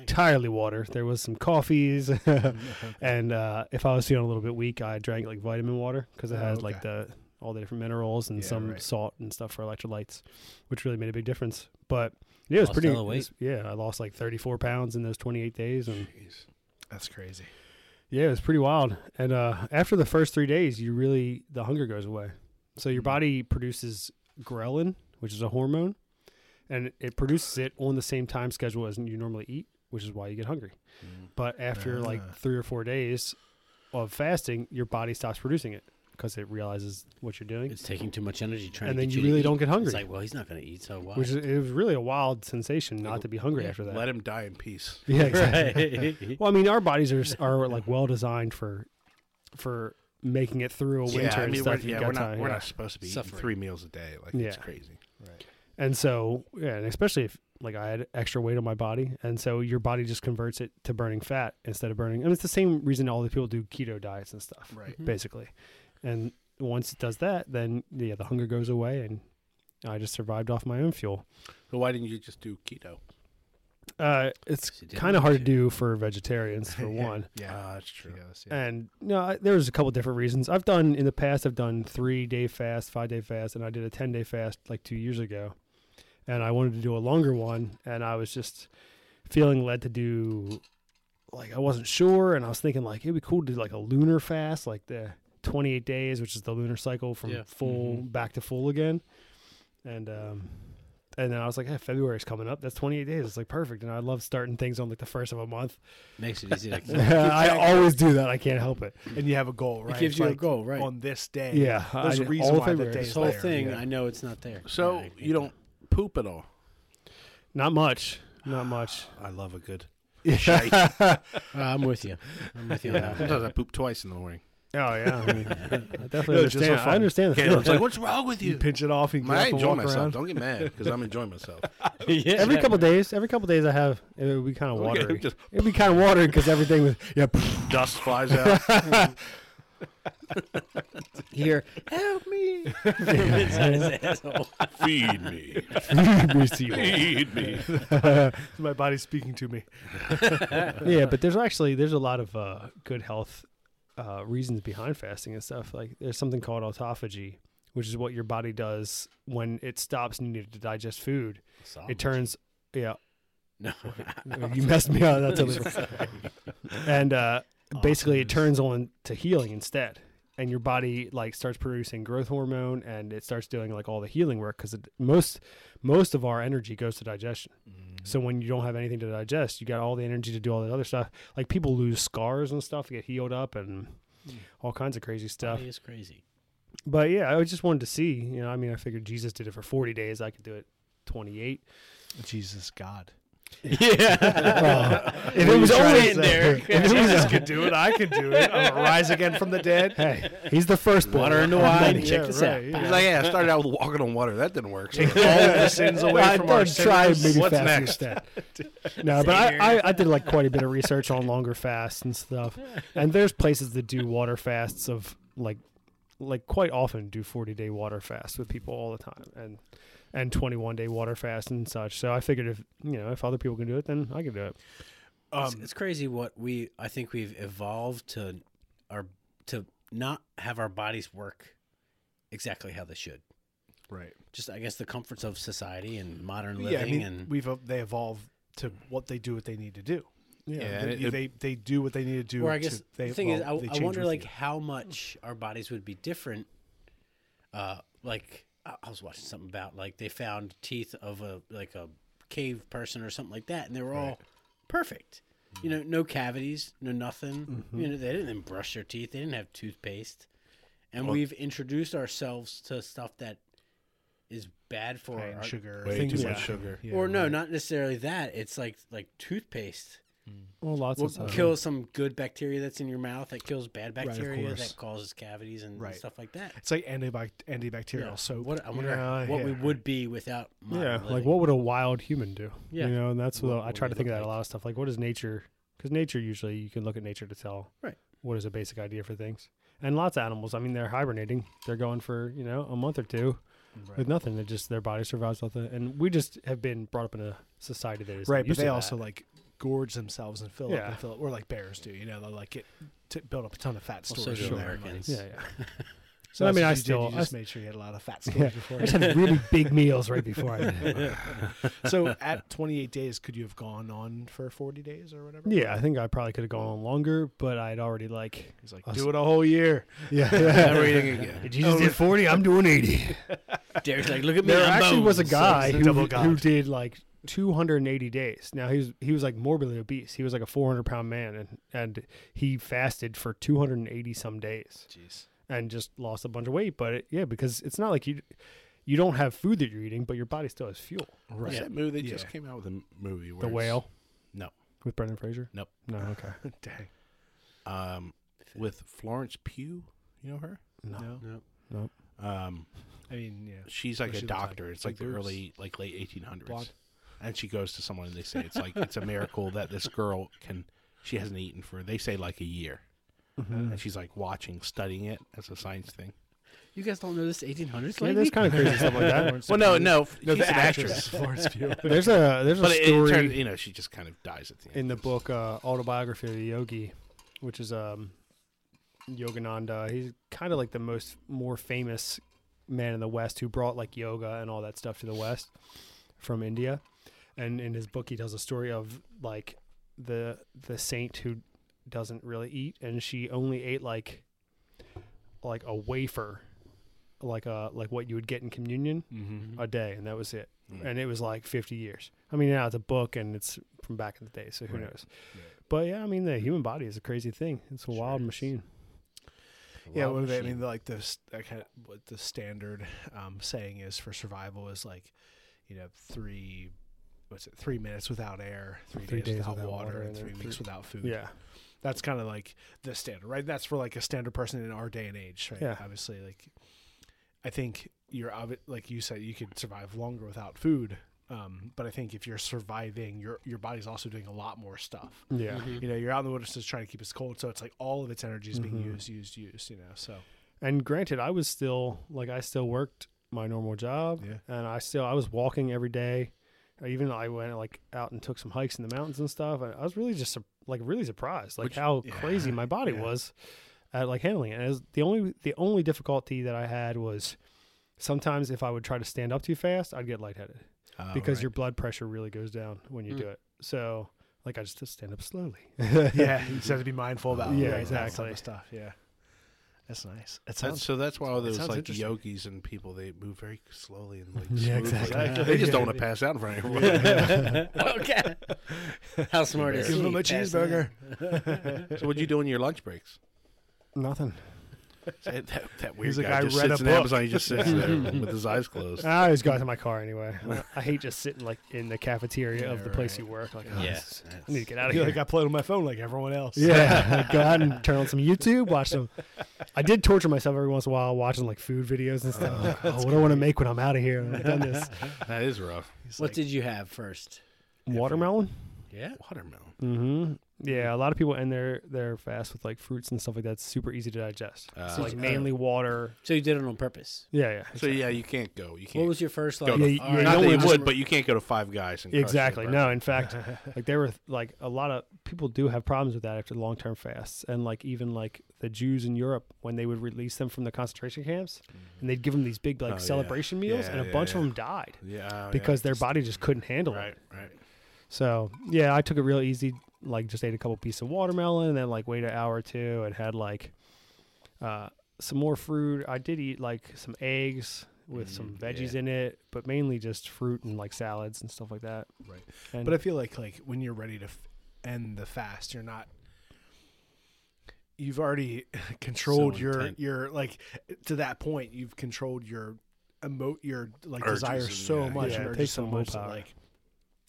Speaker 3: entirely water. There was some coffees, and uh, if I was feeling a little bit weak, I drank like vitamin water because it
Speaker 1: Oh,
Speaker 3: has
Speaker 1: okay.
Speaker 3: like the all the different minerals and
Speaker 1: Yeah,
Speaker 3: some
Speaker 1: right.
Speaker 3: salt and stuff for electrolytes, which really made a big difference. But yeah, it was
Speaker 4: Lost
Speaker 3: pretty.
Speaker 4: hella
Speaker 3: it was- yeah, I lost like 34 pounds in those 28 days, and
Speaker 1: That's crazy.
Speaker 3: yeah, it was pretty wild. And uh, after the first three days, you really the hunger goes away. So your body produces ghrelin, which is a hormone, and it produces it on the same time schedule as you normally eat, which is why you get hungry. But after
Speaker 1: Ah.
Speaker 3: like three or four days of fasting, your body stops producing it because it realizes what you're doing,
Speaker 4: It's taking too much energy trying.
Speaker 3: and
Speaker 4: to
Speaker 3: then
Speaker 4: get
Speaker 3: you
Speaker 4: to
Speaker 3: really
Speaker 4: eat.
Speaker 3: don't get hungry.
Speaker 4: It's like, well, he's not going to eat, so why?
Speaker 3: which is, it was really a wild sensation not to be hungry after that.
Speaker 2: Let him die in peace.
Speaker 3: yeah, exactly.
Speaker 4: right.
Speaker 3: Well, I mean, our bodies are are like well designed for for making it through a winter
Speaker 2: yeah, I
Speaker 3: and
Speaker 2: mean, we're,
Speaker 3: stuff. You
Speaker 2: yeah,
Speaker 3: got
Speaker 2: we're not
Speaker 3: time,
Speaker 2: we're
Speaker 3: yeah.
Speaker 2: not supposed to be eating
Speaker 4: Suffering.
Speaker 2: three meals a day. Like it's
Speaker 3: Yeah.
Speaker 2: crazy.
Speaker 3: And so, yeah, and especially if like I had extra weight on my body, and so your body just converts it to burning fat instead of burning. And it's the same reason all the people do keto diets and stuff,
Speaker 1: Right.
Speaker 3: Basically, and once it does that, then yeah, the hunger goes away, and I just survived off my own fuel.
Speaker 2: So why didn't you just do keto?
Speaker 3: Uh, it's
Speaker 4: So you didn't
Speaker 3: kind of hard to
Speaker 4: need
Speaker 3: do for vegetarians, for one.
Speaker 1: Yeah.
Speaker 2: Ah, that's true.
Speaker 1: Yeah, that's- yeah.
Speaker 3: And no, I- there was a couple different reasons. I've done in the past. I've done three day fast, five day fast, and I did a ten day fast like two years ago. And I wanted to do a longer one, and I was just feeling led to do like I wasn't sure, and I was thinking like it'd be cool to do like a lunar fast, like the twenty eight days, which is the lunar cycle from
Speaker 4: Yeah.
Speaker 3: full back to full again. And um, and then I was like, hey, February's coming up. That's twenty eight days. It's like perfect, and I love starting things on like the first of a month.
Speaker 4: Makes it easy. Like,
Speaker 3: I always do that. I can't help it.
Speaker 1: and you have a goal, right?
Speaker 4: gives
Speaker 1: It's
Speaker 4: you a
Speaker 1: like,
Speaker 4: goal, right.
Speaker 1: On this day.
Speaker 3: Yeah, I-
Speaker 1: There's a
Speaker 3: all
Speaker 1: reason why
Speaker 3: February.
Speaker 1: that day
Speaker 3: This
Speaker 1: is
Speaker 4: this whole
Speaker 1: there,
Speaker 4: thing,
Speaker 1: yeah.
Speaker 4: I know it's not there.
Speaker 2: So
Speaker 4: Yeah, I get
Speaker 2: you don't poop at all.
Speaker 3: Not much. Not much.
Speaker 2: I love a good.
Speaker 4: that. Uh, I'm with you. I'm with you. on that.
Speaker 2: Sometimes I poop twice in the morning.
Speaker 3: Oh yeah, I, mean, I definitely
Speaker 1: No, just for
Speaker 3: understand. I
Speaker 1: fun.
Speaker 3: understand the
Speaker 2: Okay,
Speaker 3: feeling.
Speaker 2: like, what's wrong with
Speaker 1: You
Speaker 2: you?
Speaker 1: pinch it off and get
Speaker 2: I
Speaker 1: up and
Speaker 2: enjoy
Speaker 1: walk
Speaker 2: myself.
Speaker 1: around.
Speaker 2: Don't get mad because I'm enjoying myself.
Speaker 4: yeah,
Speaker 3: Every
Speaker 4: yeah.
Speaker 3: couple days, every couple days, I have it would be kind of
Speaker 2: Okay,
Speaker 3: watery.
Speaker 2: just-
Speaker 3: It'd be kind of watery because everything was yeah.
Speaker 2: Dust flies out.
Speaker 4: here, help me. It's on his asshole.
Speaker 2: Feed me. Feed me.
Speaker 1: My body's speaking to me.
Speaker 3: yeah, but there's actually there's a lot of uh, good health uh, reasons behind fasting and stuff. Like there's something called autophagy, which is what your body does when it stops needing to digest food. It turns yeah.
Speaker 4: No.
Speaker 3: you messed me up. That's a and uh, basically it turns on to healing instead and your body like starts producing growth hormone and it starts doing like all the healing work because most most of our energy goes to digestion so when you don't have anything to digest you got all the energy to do all that other stuff like people lose scars and stuff get healed up and all kinds of crazy stuff
Speaker 4: It's crazy.
Speaker 3: but yeah i just wanted to see you know i mean i figured jesus did it for 40 days i could do it 28
Speaker 1: Jesus God.
Speaker 3: if it was only
Speaker 1: in there. If Jesus could do it, I could do it. I'm gonna rise again from the dead.
Speaker 3: hey he's the first
Speaker 4: Water into wine. Check this out.
Speaker 2: He's like, yeah, I started out with walking on water. That didn't work. So
Speaker 1: Take all the sins away
Speaker 3: I
Speaker 1: from our
Speaker 3: don't try
Speaker 1: sinners.
Speaker 3: maybe
Speaker 2: What's
Speaker 3: fast
Speaker 2: next?
Speaker 3: instead. No, but I, I, I did like quite a bit of research on longer fasts and stuff. And there's places that do water fasts of like like quite often do 40 day water fasts with people all the time and and 21 day water fast and such. So I figured if you know if other people can do it, then I can do it.
Speaker 1: Um,
Speaker 4: it's, it's crazy what we I think we've evolved to our to not have our bodies work exactly how they should.
Speaker 1: Right.
Speaker 4: Just I guess the comforts of society and modern living
Speaker 1: Yeah, I mean,
Speaker 4: and
Speaker 1: we've uh, they evolve to what they do, what they need to do. Yeah,
Speaker 2: and
Speaker 1: they,
Speaker 2: it-
Speaker 1: they they do what they need to do.
Speaker 4: or I guess
Speaker 1: to, they,
Speaker 4: the thing
Speaker 1: well, they
Speaker 4: is I, I
Speaker 1: change
Speaker 4: wonder
Speaker 1: with
Speaker 4: like
Speaker 1: you.
Speaker 4: how much our bodies would be different. Uh, like I, I was watching something about like they found teeth of a like a cave person or something like that, and they were all perfect.
Speaker 1: Mm-hmm.
Speaker 4: You know, no cavities, no nothing. You know, they didn't even brush their teeth. They didn't have toothpaste, and we've introduced ourselves to stuff that is bad for
Speaker 1: High in
Speaker 4: our
Speaker 1: sugar,
Speaker 2: way
Speaker 1: things
Speaker 2: too
Speaker 1: like
Speaker 2: much sugar.
Speaker 1: Yeah,
Speaker 4: or no, not necessarily that. It's like like toothpaste
Speaker 3: Well, lots
Speaker 4: Will
Speaker 3: of stuff.
Speaker 4: kill some good bacteria that's in your mouth that kills bad
Speaker 1: of
Speaker 4: bacteria
Speaker 1: course.
Speaker 4: that causes cavities and
Speaker 1: Right.
Speaker 4: stuff like that.
Speaker 1: It's like antibi- antibacterial
Speaker 4: Yeah.
Speaker 1: soap.
Speaker 4: What I wonder
Speaker 1: Yeah,
Speaker 4: what we
Speaker 1: yeah.
Speaker 4: would be without. modern
Speaker 3: Yeah, like
Speaker 4: living.
Speaker 3: what would a wild human do?
Speaker 4: Yeah.
Speaker 3: You know, and that's what,
Speaker 4: What
Speaker 3: I
Speaker 4: would
Speaker 3: try to
Speaker 4: they
Speaker 3: think of
Speaker 4: look
Speaker 3: that a
Speaker 4: like?
Speaker 3: lot of stuff. Like, what is nature? Because nature usually you can look at nature to tell
Speaker 4: Right.
Speaker 3: what is a basic idea for things. And lots of animals, I mean, they're hibernating. They're going for you know a month or two with nothing. They just their body survives off that. And we just have been brought up in a society that is
Speaker 1: right, but
Speaker 3: used to
Speaker 1: they
Speaker 3: that.
Speaker 1: also like gorge themselves and fill up
Speaker 3: Yeah.
Speaker 1: and fill up, or like bears do. You know, they will like get to build up a ton of fat
Speaker 4: Well,
Speaker 1: stores.
Speaker 4: so do
Speaker 1: in their
Speaker 4: Americans.
Speaker 3: yeah, yeah.
Speaker 1: So
Speaker 3: I
Speaker 1: that's
Speaker 3: mean,
Speaker 1: what
Speaker 3: I
Speaker 1: you did,
Speaker 3: still-
Speaker 1: you
Speaker 3: I
Speaker 1: just
Speaker 3: s-
Speaker 1: made sure you had a lot of fat stores before.
Speaker 3: I just had really big meals right before I.
Speaker 1: so at 28 days, could you have gone on for 40 days or whatever?
Speaker 3: yeah, I think I probably could have gone on longer, but I'd already like.
Speaker 1: He's like,
Speaker 3: I was-
Speaker 1: do it a whole year.
Speaker 3: Yeah.
Speaker 2: Never eating again.
Speaker 3: Did you just did forty? I'm doing eighty.
Speaker 4: Derek's like, look at me.
Speaker 3: there
Speaker 4: I'm
Speaker 3: actually was a
Speaker 4: bones."
Speaker 3: guy
Speaker 1: it's a
Speaker 3: who,
Speaker 1: double
Speaker 3: who
Speaker 1: god.
Speaker 3: did like 280 days. Now he was he was like morbidly obese. He was like a 400 pound man, and and he fasted for 280 some days
Speaker 1: Jeez.
Speaker 3: and just lost a bunch of weight. But it, yeah, because it's not like you you don't have food that you're eating, but your body still has fuel.
Speaker 2: Right.
Speaker 4: Yeah.
Speaker 2: that movie that just
Speaker 1: Yeah.
Speaker 2: came out with a m- movie? Where
Speaker 3: The
Speaker 2: it's-
Speaker 3: whale
Speaker 2: No.
Speaker 3: with Brendan Fraser.
Speaker 2: Nope.
Speaker 3: No, okay,
Speaker 1: Dang.
Speaker 2: Um, with Florence Pugh. You know her?
Speaker 3: no,
Speaker 1: No.
Speaker 4: Nope.
Speaker 3: nope.
Speaker 2: Um,
Speaker 1: I mean, yeah.
Speaker 2: she's like
Speaker 1: Was
Speaker 2: a
Speaker 1: she the
Speaker 2: doctor.
Speaker 1: type-
Speaker 2: It's like the
Speaker 1: big boobs?
Speaker 2: early, like late 1800s.
Speaker 1: Blonde?
Speaker 2: And she goes to someone and they say it's like it's a miracle that this girl can. She hasn't eaten for they say like a year, and she's like watching, studying it as a science thing.
Speaker 4: You guys don't know this 1800s
Speaker 3: Yeah,
Speaker 4: lady?
Speaker 3: that's kind of crazy stuff like that.
Speaker 2: Well, no, no,
Speaker 1: No,
Speaker 2: she's
Speaker 1: the
Speaker 2: an
Speaker 1: actress,
Speaker 2: actress.
Speaker 1: Florence Pugh.
Speaker 3: There's a there's a
Speaker 2: But it,
Speaker 3: story
Speaker 2: it turned, you know, she just kind of dies at the end.
Speaker 3: in the book uh, autobiography of a yogi which is um yogananda he's kind of like the most more famous man in the west who brought like yoga and all that stuff to the west from india and in his book he tells a story of like the the saint who doesn't really eat and she only ate like like a wafer like a like what you would get in communion a day and that was it and it was like 50 years i mean now it's a book and it's from back in the day so who knows but yeah i mean the human body is a crazy thing it's a wild machine
Speaker 1: Yeah,
Speaker 2: Wild
Speaker 1: what do they, I mean,
Speaker 2: machine.
Speaker 1: like the s- like ha- what the standard um, saying is for survival is like, you know, three, what's it, three minutes without air, three,
Speaker 3: Three
Speaker 1: days,
Speaker 3: days
Speaker 1: without,
Speaker 3: without
Speaker 1: water,
Speaker 3: water,
Speaker 1: and
Speaker 3: and
Speaker 1: three
Speaker 3: then
Speaker 1: weeks
Speaker 3: three-
Speaker 1: without food.
Speaker 3: yeah
Speaker 1: that's kind of like the standard, right? That's for like a standard person in our day and age, right?
Speaker 3: Yeah.
Speaker 1: Obviously, like I think you're obvi- like you said, you could survive longer without food. Um, but I think if you're surviving, your your body's also doing a lot more stuff.
Speaker 3: yeah
Speaker 1: You know, you're out in the wilderness trying to keep us cold, so it's like all of its energy is
Speaker 3: Mm-hmm.
Speaker 1: being used, used, used. You know, so
Speaker 3: and granted i was still like i still worked my normal job
Speaker 1: Yeah.
Speaker 3: and i still i was walking every day I even i went like out and took some hikes in the mountains and stuff and i was really just sur- like really surprised like how crazy my body was at like handling it and it was the only the only difficulty that i had was sometimes if i would try to stand up too fast i'd get lightheaded
Speaker 1: Oh,
Speaker 3: because your blood pressure really goes down when you
Speaker 1: Hmm.
Speaker 3: do it so like i just had to stand up slowly
Speaker 1: yeah, you just have to be mindful about
Speaker 3: Yeah,
Speaker 1: like, that type
Speaker 3: exactly.
Speaker 1: of stuff. Yeah, that's nice. That
Speaker 2: That's,
Speaker 1: sounds
Speaker 2: so that's why all those
Speaker 1: sounds
Speaker 2: like
Speaker 1: interesting.
Speaker 2: yogis and people they move very slowly and like
Speaker 3: Yeah,
Speaker 2: smoothly.
Speaker 3: exactly.
Speaker 2: Like, They just don't want to pass out in front of everyone.
Speaker 4: okay. How smart is
Speaker 2: Give
Speaker 4: he?
Speaker 1: him a
Speaker 4: passing that?
Speaker 1: cheeseburger.
Speaker 2: so what do you do in your lunch breaks?
Speaker 3: nothing
Speaker 2: That, that, that weird
Speaker 1: like,
Speaker 2: guy
Speaker 1: "I
Speaker 2: just
Speaker 1: read
Speaker 2: sits
Speaker 1: a
Speaker 2: in
Speaker 1: book."
Speaker 2: Amazon. He just sits there with his eyes closed.
Speaker 3: I always got to my car anyway. I hate just sitting like in the cafeteria of the place you work. Like, oh,
Speaker 4: Yeah,
Speaker 3: this is- I need to get out of
Speaker 1: I feel
Speaker 3: here.
Speaker 1: like I played on my phone like everyone else.
Speaker 3: yeah, go out and turn on some YouTube, watch some. I did torture myself every once in a while watching like food videos and stuff. Like, Oh, what do I want to make when I'm out of here? when I've done this
Speaker 2: That is rough.
Speaker 4: What did you have first?
Speaker 3: watermelon.
Speaker 4: Yeah.
Speaker 2: Watermelon.
Speaker 3: Mm-hmm. Yeah, a lot of people end their their fast with like fruits and stuff like that. It's super easy to digest. so like mainly water.
Speaker 4: So you did it on purpose.
Speaker 3: Yeah, yeah.
Speaker 2: So yeah, you can't go. You can't.
Speaker 4: What was your first
Speaker 2: go
Speaker 4: like?
Speaker 2: to-
Speaker 3: Yeah, you-
Speaker 4: all right,
Speaker 2: Not
Speaker 3: no
Speaker 2: that
Speaker 3: one
Speaker 2: you
Speaker 3: just-
Speaker 2: would, but you can't go to Five Guys and crush
Speaker 3: Exactly.
Speaker 2: it,
Speaker 3: No, in fact, like there were like a lot of people do have problems with that after long term fasts, and like even like the Jews in Europe when they would release them from the concentration camps, and they'd give them these big like
Speaker 2: Oh, yeah.
Speaker 3: celebration meals,
Speaker 2: Yeah,
Speaker 3: and a
Speaker 2: yeah,
Speaker 3: bunch of
Speaker 2: yeah.
Speaker 3: them died
Speaker 2: but- Yeah.
Speaker 3: because their body just couldn't handle
Speaker 2: yeah.
Speaker 3: it.
Speaker 2: right, right.
Speaker 3: So yeah, I took it real easy. Like just ate a couple pieces of watermelon, and then like wait an hour or two, and had like uh, some more fruit. I did eat like some eggs
Speaker 2: Mm,
Speaker 3: with some veggies in it, but mainly just fruit and like salads and stuff like that.
Speaker 1: Right.
Speaker 3: And-
Speaker 1: But I feel like like when you're ready to f- end the fast, you're not. You've already controlled your
Speaker 2: intent.
Speaker 1: your like to that point. You've controlled your emo your like
Speaker 2: Urges
Speaker 1: desire
Speaker 2: and-
Speaker 1: so
Speaker 2: yeah,
Speaker 1: much.
Speaker 3: yeah,
Speaker 1: and
Speaker 3: it
Speaker 1: urges
Speaker 3: takes
Speaker 1: so
Speaker 3: some
Speaker 1: much that,
Speaker 3: willpower.
Speaker 1: like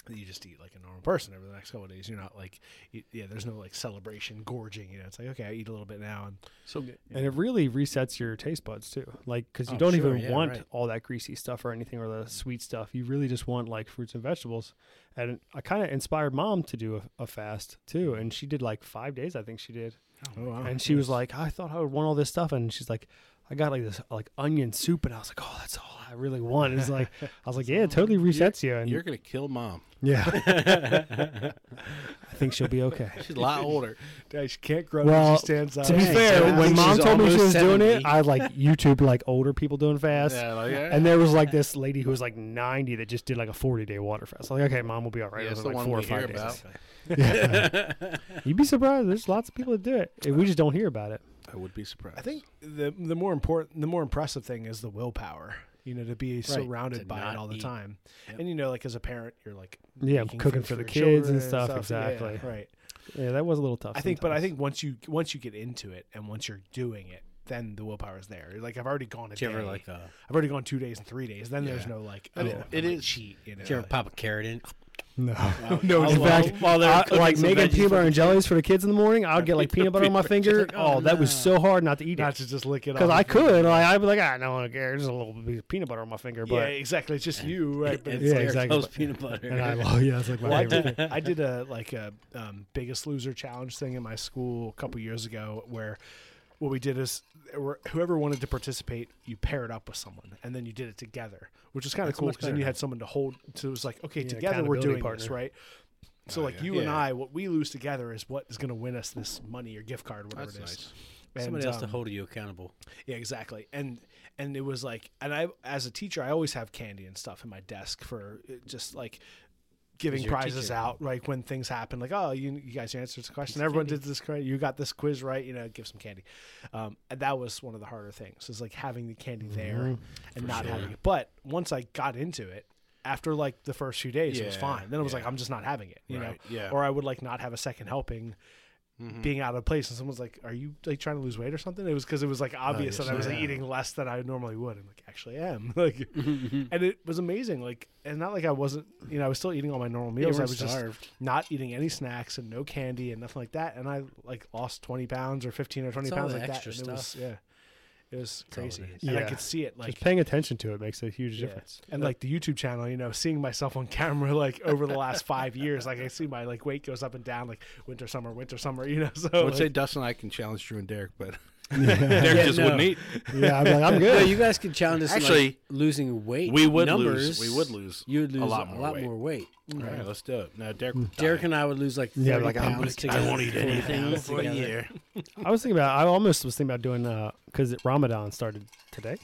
Speaker 1: you just eat like a normal person over the next couple of days. You're not like, y yeah, there's no like celebration gorging. You know, it's like okay, I eat a little bit now, and
Speaker 2: So
Speaker 3: And it really resets your taste buds too. Like, because you
Speaker 4: Oh,
Speaker 3: don't
Speaker 4: sure,
Speaker 3: even
Speaker 4: yeah,
Speaker 3: want
Speaker 4: right.
Speaker 3: all that greasy stuff or anything or the sweet stuff. You really just want like fruits and vegetables. And I kind of inspired mom to do a, a fast too. And she did like five days, I think she did.
Speaker 4: Oh,
Speaker 3: and she was like, I thought I would want all this stuff. And she's like, I got like this like onion soup. And I was like, oh, that's all I really want. It's like, I was like, yeah, it totally resets you. And
Speaker 2: you're gonna kill mom.
Speaker 3: yeah, I think she'll be okay.
Speaker 2: She's a lot older.
Speaker 1: Dad, she can't grow.
Speaker 3: Well,
Speaker 1: she stands up.
Speaker 3: to be fair,
Speaker 4: I
Speaker 3: when
Speaker 4: think
Speaker 3: mom
Speaker 4: she's
Speaker 3: told me she was
Speaker 4: almost
Speaker 3: doing it,
Speaker 4: 70.
Speaker 3: I like YouTube like older people doing fast.
Speaker 2: Yeah, like, yeah.
Speaker 3: And there was like this lady who was like 90 that just did like a 40 day water fast. I'm like, okay, mom will be all right.
Speaker 2: Yeah,
Speaker 3: over
Speaker 2: it's the
Speaker 3: like
Speaker 2: one
Speaker 3: four
Speaker 2: we
Speaker 3: or five
Speaker 2: hear
Speaker 3: days.
Speaker 2: about.
Speaker 3: You'd be surprised. There's lots of people that do it. It- We just don't hear about it.
Speaker 2: I would be surprised.
Speaker 1: I think the the more important, the more impressive thing is the willpower. You know, to be surrounded
Speaker 4: To
Speaker 1: by it
Speaker 4: not
Speaker 1: all the
Speaker 4: eat.
Speaker 1: time, and you know, like as a parent, you're like,
Speaker 3: Yeah,
Speaker 1: making
Speaker 3: cooking
Speaker 1: food
Speaker 3: for the
Speaker 1: your
Speaker 3: kids and
Speaker 1: children
Speaker 3: stuff.
Speaker 1: Yeah,
Speaker 3: Exactly.
Speaker 1: right.
Speaker 3: Yeah, that was a little tough.
Speaker 1: I think, but I
Speaker 3: sometimes.
Speaker 1: think once you once you get into it and once you're doing it, then the willpower is there. You're Like I've already gone a
Speaker 4: Did you
Speaker 1: day.
Speaker 4: ever like uh,
Speaker 1: I've already gone two days and three days. Then there's no like, oh,
Speaker 2: And it- it
Speaker 1: I might
Speaker 2: is-
Speaker 1: cheat. You know,
Speaker 4: did you ever pop a carrot in?
Speaker 3: no, no. In fact, I- like making peanut butter and jellies for the kids in the morning, I would get like peanut butter on my finger. oh, that was so hard not to eat
Speaker 1: not
Speaker 3: it
Speaker 1: to just lick it
Speaker 3: because
Speaker 1: off
Speaker 3: I
Speaker 1: and-
Speaker 3: could. Like, I'd be like, "Ah, I don't care. There's a little bit of peanut butter on my finger,
Speaker 1: Yeah,
Speaker 3: but
Speaker 1: exactly. It's just you, right? But
Speaker 4: And
Speaker 1: it's
Speaker 3: Yeah,
Speaker 4: yeah,
Speaker 1: like-
Speaker 3: exactly.
Speaker 4: peanut butter.
Speaker 3: and I, oh yeah, it's like my
Speaker 1: Well, I
Speaker 3: favorite.
Speaker 1: did, I did a like a um, biggest loser challenge thing in my school a couple years ago where what we did is where- whoever wanted to participate you paired up with someone and then you did it together which is kind of cool because then you had someone to hold so it was like okay together we're
Speaker 3: accountability
Speaker 1: doing this
Speaker 3: partner.
Speaker 1: right so like you and i what we lose together is what is going to win us this money or gift card or whatever
Speaker 2: That's
Speaker 1: it is
Speaker 2: nice.
Speaker 1: And,
Speaker 4: Somebody else to
Speaker 1: um,
Speaker 4: hold you accountable.
Speaker 1: yeah, exactly. And and it was like, and I as a teacher, I always have candy and stuff in my desk for uh, just like giving
Speaker 4: you're a
Speaker 1: prizes
Speaker 4: teacher.
Speaker 1: out, like when things happen, like oh, you you guys answered this question, everyone did this correct, you got this quiz right, you know, give some candy. Um, and that was one of the harder things is like having the candy
Speaker 2: Mm-hmm.
Speaker 1: there and not having it. But once I got into it. After like the first few days, it was
Speaker 2: Yeah,
Speaker 1: fine. Then it was like
Speaker 2: yeah.
Speaker 1: I'm just not having it, you
Speaker 2: Right,
Speaker 1: know.
Speaker 2: yeah.
Speaker 1: Or I would like not have a second helping,
Speaker 4: Hmm.
Speaker 1: being out of place and someone's like are you like trying to lose weight or something it was because it was like
Speaker 4: Oh,
Speaker 1: obvious that i was like, eating less than i normally would i'm like actually I am like and it was amazing like and not like i wasn't you know i was still eating all my normal meals i
Speaker 4: weren't
Speaker 1: was
Speaker 4: starved.
Speaker 1: just not eating any snacks and no candy and nothing like that and i like lost 20 pounds or 15 or 20
Speaker 4: It's all
Speaker 1: pounds
Speaker 4: the
Speaker 1: like
Speaker 4: extra
Speaker 1: that and it was
Speaker 4: stuff.
Speaker 1: yeah it was
Speaker 4: all it
Speaker 1: crazy
Speaker 4: is.
Speaker 1: and i
Speaker 3: Yeah.
Speaker 1: could see it like
Speaker 3: Just paying attention to it makes a huge
Speaker 1: yeah.
Speaker 3: difference.
Speaker 1: And like the YouTube channel, you know, seeing myself on camera like over the last five years, like I see my like weight goes up and down, like winter, summer, winter, summer, you know. So
Speaker 2: I
Speaker 4: Oh,
Speaker 2: would
Speaker 1: like-
Speaker 2: say Dustin and I can challenge Drew and Derek, but Derek just wouldn't eat.
Speaker 3: Yeah, I'm like, I'm
Speaker 4: No,
Speaker 3: good.
Speaker 4: you guys could challenge us. in, like,
Speaker 2: Actually,
Speaker 4: losing weight.
Speaker 2: we would
Speaker 4: numbers.
Speaker 2: lose- we would lose
Speaker 4: You would
Speaker 2: a
Speaker 4: lose
Speaker 2: lot more weight. All right, let's do it. Now
Speaker 1: Mm.
Speaker 2: Derek, would die.
Speaker 4: Derek and I would lose like
Speaker 3: Yeah,
Speaker 4: 30
Speaker 3: like, I'm
Speaker 4: pounds
Speaker 2: I
Speaker 4: together.
Speaker 2: won't eat
Speaker 4: 40
Speaker 2: anything
Speaker 4: pounds
Speaker 2: for a
Speaker 4: together.
Speaker 2: year.
Speaker 3: I was thinking about. I almost was thinking about doing uh because Ramadan started today,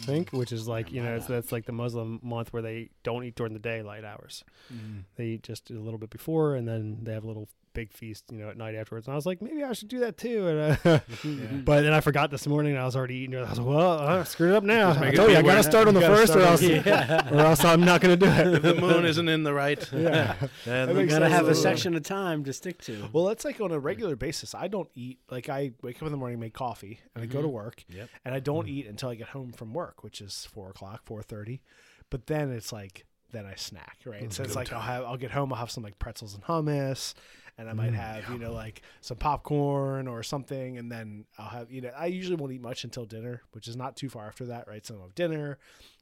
Speaker 3: I think, which is like you know it's, that's like the Muslim month where they don't eat during the daylight hours.
Speaker 1: Mm.
Speaker 3: They eat just a little bit before, and then they have a little big feast, you know, at night afterwards. And I was like, maybe I should do that too. And uh,
Speaker 4: Mm.
Speaker 3: but then I forgot this morning, and I was already eating. And I was like, well, I screwed it up now. I
Speaker 2: make it
Speaker 3: told you I
Speaker 2: beware.
Speaker 3: got to start on the
Speaker 1: gotta
Speaker 3: first, or
Speaker 1: start on
Speaker 3: else, or else I'm not going to do
Speaker 2: If
Speaker 3: it.
Speaker 2: the moon isn't in the right, yeah, then
Speaker 4: We
Speaker 1: makes
Speaker 4: gotta
Speaker 1: sense.
Speaker 4: have a
Speaker 1: Absolutely.
Speaker 4: section of time to stick to.
Speaker 1: Well, that's like on a regular basis. I don't eat. Like I wake up in the morning, make coffee, and I go to work.
Speaker 2: Yep.
Speaker 1: And I don't eat until I get home from work, which is four o'clock, four thirty. But then it's like then I snack, right? so it's like I'll have I'll get home, I'll have some like pretzels and hummus, and I might have you know like some popcorn or something, and then I'll have you know I usually won't eat much until dinner, which is not too far after that, right? So I'll have dinner.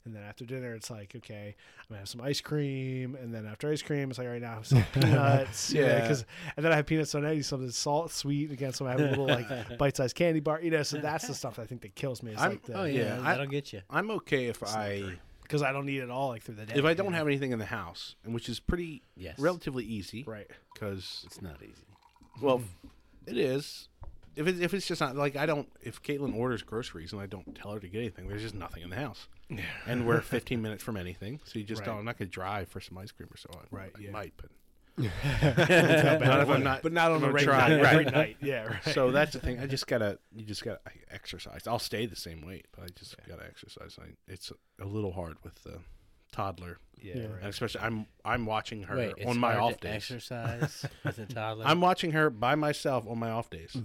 Speaker 1: And then after dinner, it's like okay, I'm gonna have some ice cream, and then after ice cream, it's like all right now I have some peanuts, yeah,
Speaker 2: Yeah.
Speaker 1: because and then I have peanuts on eggs, something salt, sweet. Again, so I have a little like bite-sized candy bar. You know, so that's the stuff that I think that kills me. Is
Speaker 2: I'm-
Speaker 1: like the
Speaker 4: oh yeah,
Speaker 2: yeah, I-
Speaker 4: that'll get you.
Speaker 2: I'm okay if I
Speaker 1: because I don't eat it all like through the day.
Speaker 2: if I don't
Speaker 1: you know?
Speaker 2: have anything in the house, and which is pretty
Speaker 4: Yes.
Speaker 2: relatively easy,
Speaker 1: right,
Speaker 2: Because
Speaker 4: It's not easy.
Speaker 2: well, it is. If it's if it's just not like I don't if Caitlin orders groceries and I don't tell her to get anything, there's just nothing in the house, yeah. and we're 15 minutes from anything, so you just don't. I'm not gonna drive for some ice cream or so. I,
Speaker 1: Right,
Speaker 2: I
Speaker 1: yeah.
Speaker 2: might, but not if I'm not,
Speaker 1: but not on
Speaker 2: I'm
Speaker 1: a
Speaker 2: gonna
Speaker 1: regular
Speaker 2: try,
Speaker 1: night,
Speaker 2: right.
Speaker 1: every night. Yeah, right.
Speaker 2: So that's the thing. I just gotta, you just gotta I exercise. I'll stay the same weight, but I just gotta exercise. I, it's a, little hard with the toddler,
Speaker 1: yeah,
Speaker 2: and especially I'm I'm watching her
Speaker 4: Wait, it's
Speaker 2: on my
Speaker 4: hard
Speaker 2: off
Speaker 4: to
Speaker 2: days.
Speaker 4: exercise with a toddler. Mm-hmm.
Speaker 2: I'm watching her by myself on my off days.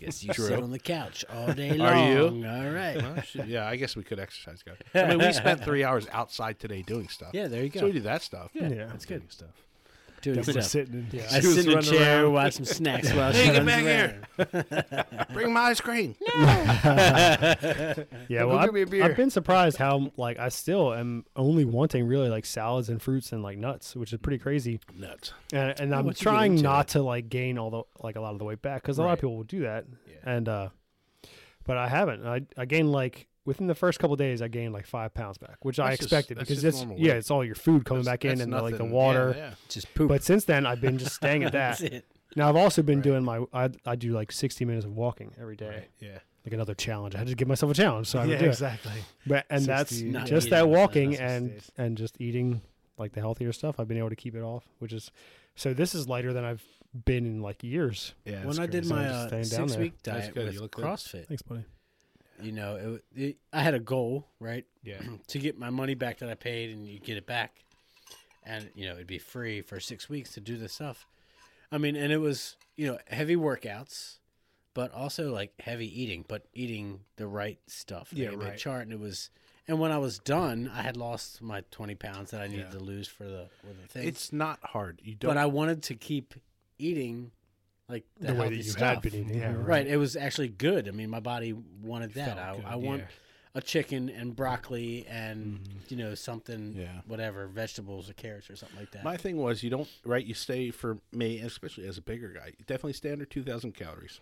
Speaker 4: Guess you sit on the couch all day long.
Speaker 2: Are you?
Speaker 4: All right.
Speaker 2: Well, shit, yeah, I guess we could exercise. Go. I mean, we spent three hours outside today doing stuff.
Speaker 4: Yeah, there you
Speaker 2: So
Speaker 4: go.
Speaker 2: we do that stuff. Yeah.
Speaker 1: that's good stuff.
Speaker 4: Doing
Speaker 1: Definitely
Speaker 4: stuff.
Speaker 1: sitting. In,
Speaker 4: I
Speaker 1: She was
Speaker 4: sit in a
Speaker 1: running
Speaker 4: chair,
Speaker 1: around.
Speaker 4: watch some snacks while she
Speaker 2: Hey, get
Speaker 4: runs
Speaker 2: back
Speaker 4: around.
Speaker 2: here. Bring my ice cream.
Speaker 3: Yeah,
Speaker 2: Go
Speaker 3: well,
Speaker 2: get
Speaker 3: I've,
Speaker 2: me a
Speaker 3: I've
Speaker 2: beer.
Speaker 3: been surprised how like I still am only wanting really like salads and fruits and like nuts, which is pretty crazy.
Speaker 2: Nuts.
Speaker 3: And, and I'm
Speaker 4: once you get
Speaker 3: trying
Speaker 4: into
Speaker 3: not to like gain all the like a lot of the weight back because a lot of people will do that. And uh, but I haven't. I I gained like within the first couple of days, I gained like five pounds back, which I
Speaker 2: That's just-
Speaker 3: expected
Speaker 2: that's
Speaker 3: because
Speaker 2: just
Speaker 3: it's
Speaker 2: normal
Speaker 3: yeah,
Speaker 2: weight.
Speaker 3: it's all your food coming
Speaker 2: That's-
Speaker 3: back in
Speaker 2: that's
Speaker 3: and the, like the
Speaker 2: nothing. Yeah,
Speaker 3: water.
Speaker 2: yeah.
Speaker 4: Just poop.
Speaker 3: But since then, I've been just staying at that.
Speaker 4: That's it.
Speaker 3: Now I've also been doing my I, I do like 60 minutes of walking every day,
Speaker 2: Yeah.
Speaker 3: like another challenge. I had to give myself a challenge, so I would
Speaker 1: Yeah,
Speaker 3: do it.
Speaker 1: exactly.
Speaker 3: But and
Speaker 1: 60
Speaker 4: Not
Speaker 3: that's just
Speaker 4: eating
Speaker 3: that
Speaker 4: outside,
Speaker 3: walking
Speaker 1: that's what
Speaker 3: and
Speaker 1: stays.
Speaker 3: and just eating like the healthier stuff. I've been able to keep it off, which is so. This is lighter than I've been in like years.
Speaker 2: Yeah.
Speaker 4: when I did
Speaker 3: So I'm
Speaker 4: my
Speaker 3: just
Speaker 4: uh,
Speaker 3: staying down
Speaker 4: six
Speaker 3: there.
Speaker 4: week
Speaker 2: That's
Speaker 4: diet
Speaker 2: good.
Speaker 4: with
Speaker 2: You look good.
Speaker 4: CrossFit,
Speaker 3: Thanks, buddy.
Speaker 4: you know, it, wa- it, I had a goal, right?
Speaker 2: Yeah.
Speaker 4: to get my money back that I paid and you get it back. And, you know, it'd be free for six weeks to do this stuff. I mean, and it was, you know, heavy workouts, but also like heavy eating, but eating the right stuff. They
Speaker 1: Yeah,
Speaker 4: gave me a
Speaker 1: right.
Speaker 4: chart and it was, and when I was done, I had lost my 20 pounds that I needed to lose for the, with the thing.
Speaker 2: It's not hard. You don't.
Speaker 4: but I wanted to keep eating like the,
Speaker 3: The way that
Speaker 4: healthy
Speaker 3: you had
Speaker 4: stuff.
Speaker 3: been eating, yeah, right.
Speaker 4: Right. It was actually good. I mean, my body wanted that. I, I want a chicken and broccoli and you know something,
Speaker 2: Yeah.
Speaker 4: whatever, vegetables or carrots or something like that.
Speaker 2: My thing was you don't right. You stay for me, especially as a bigger guy. You definitely stay under two thousand calories.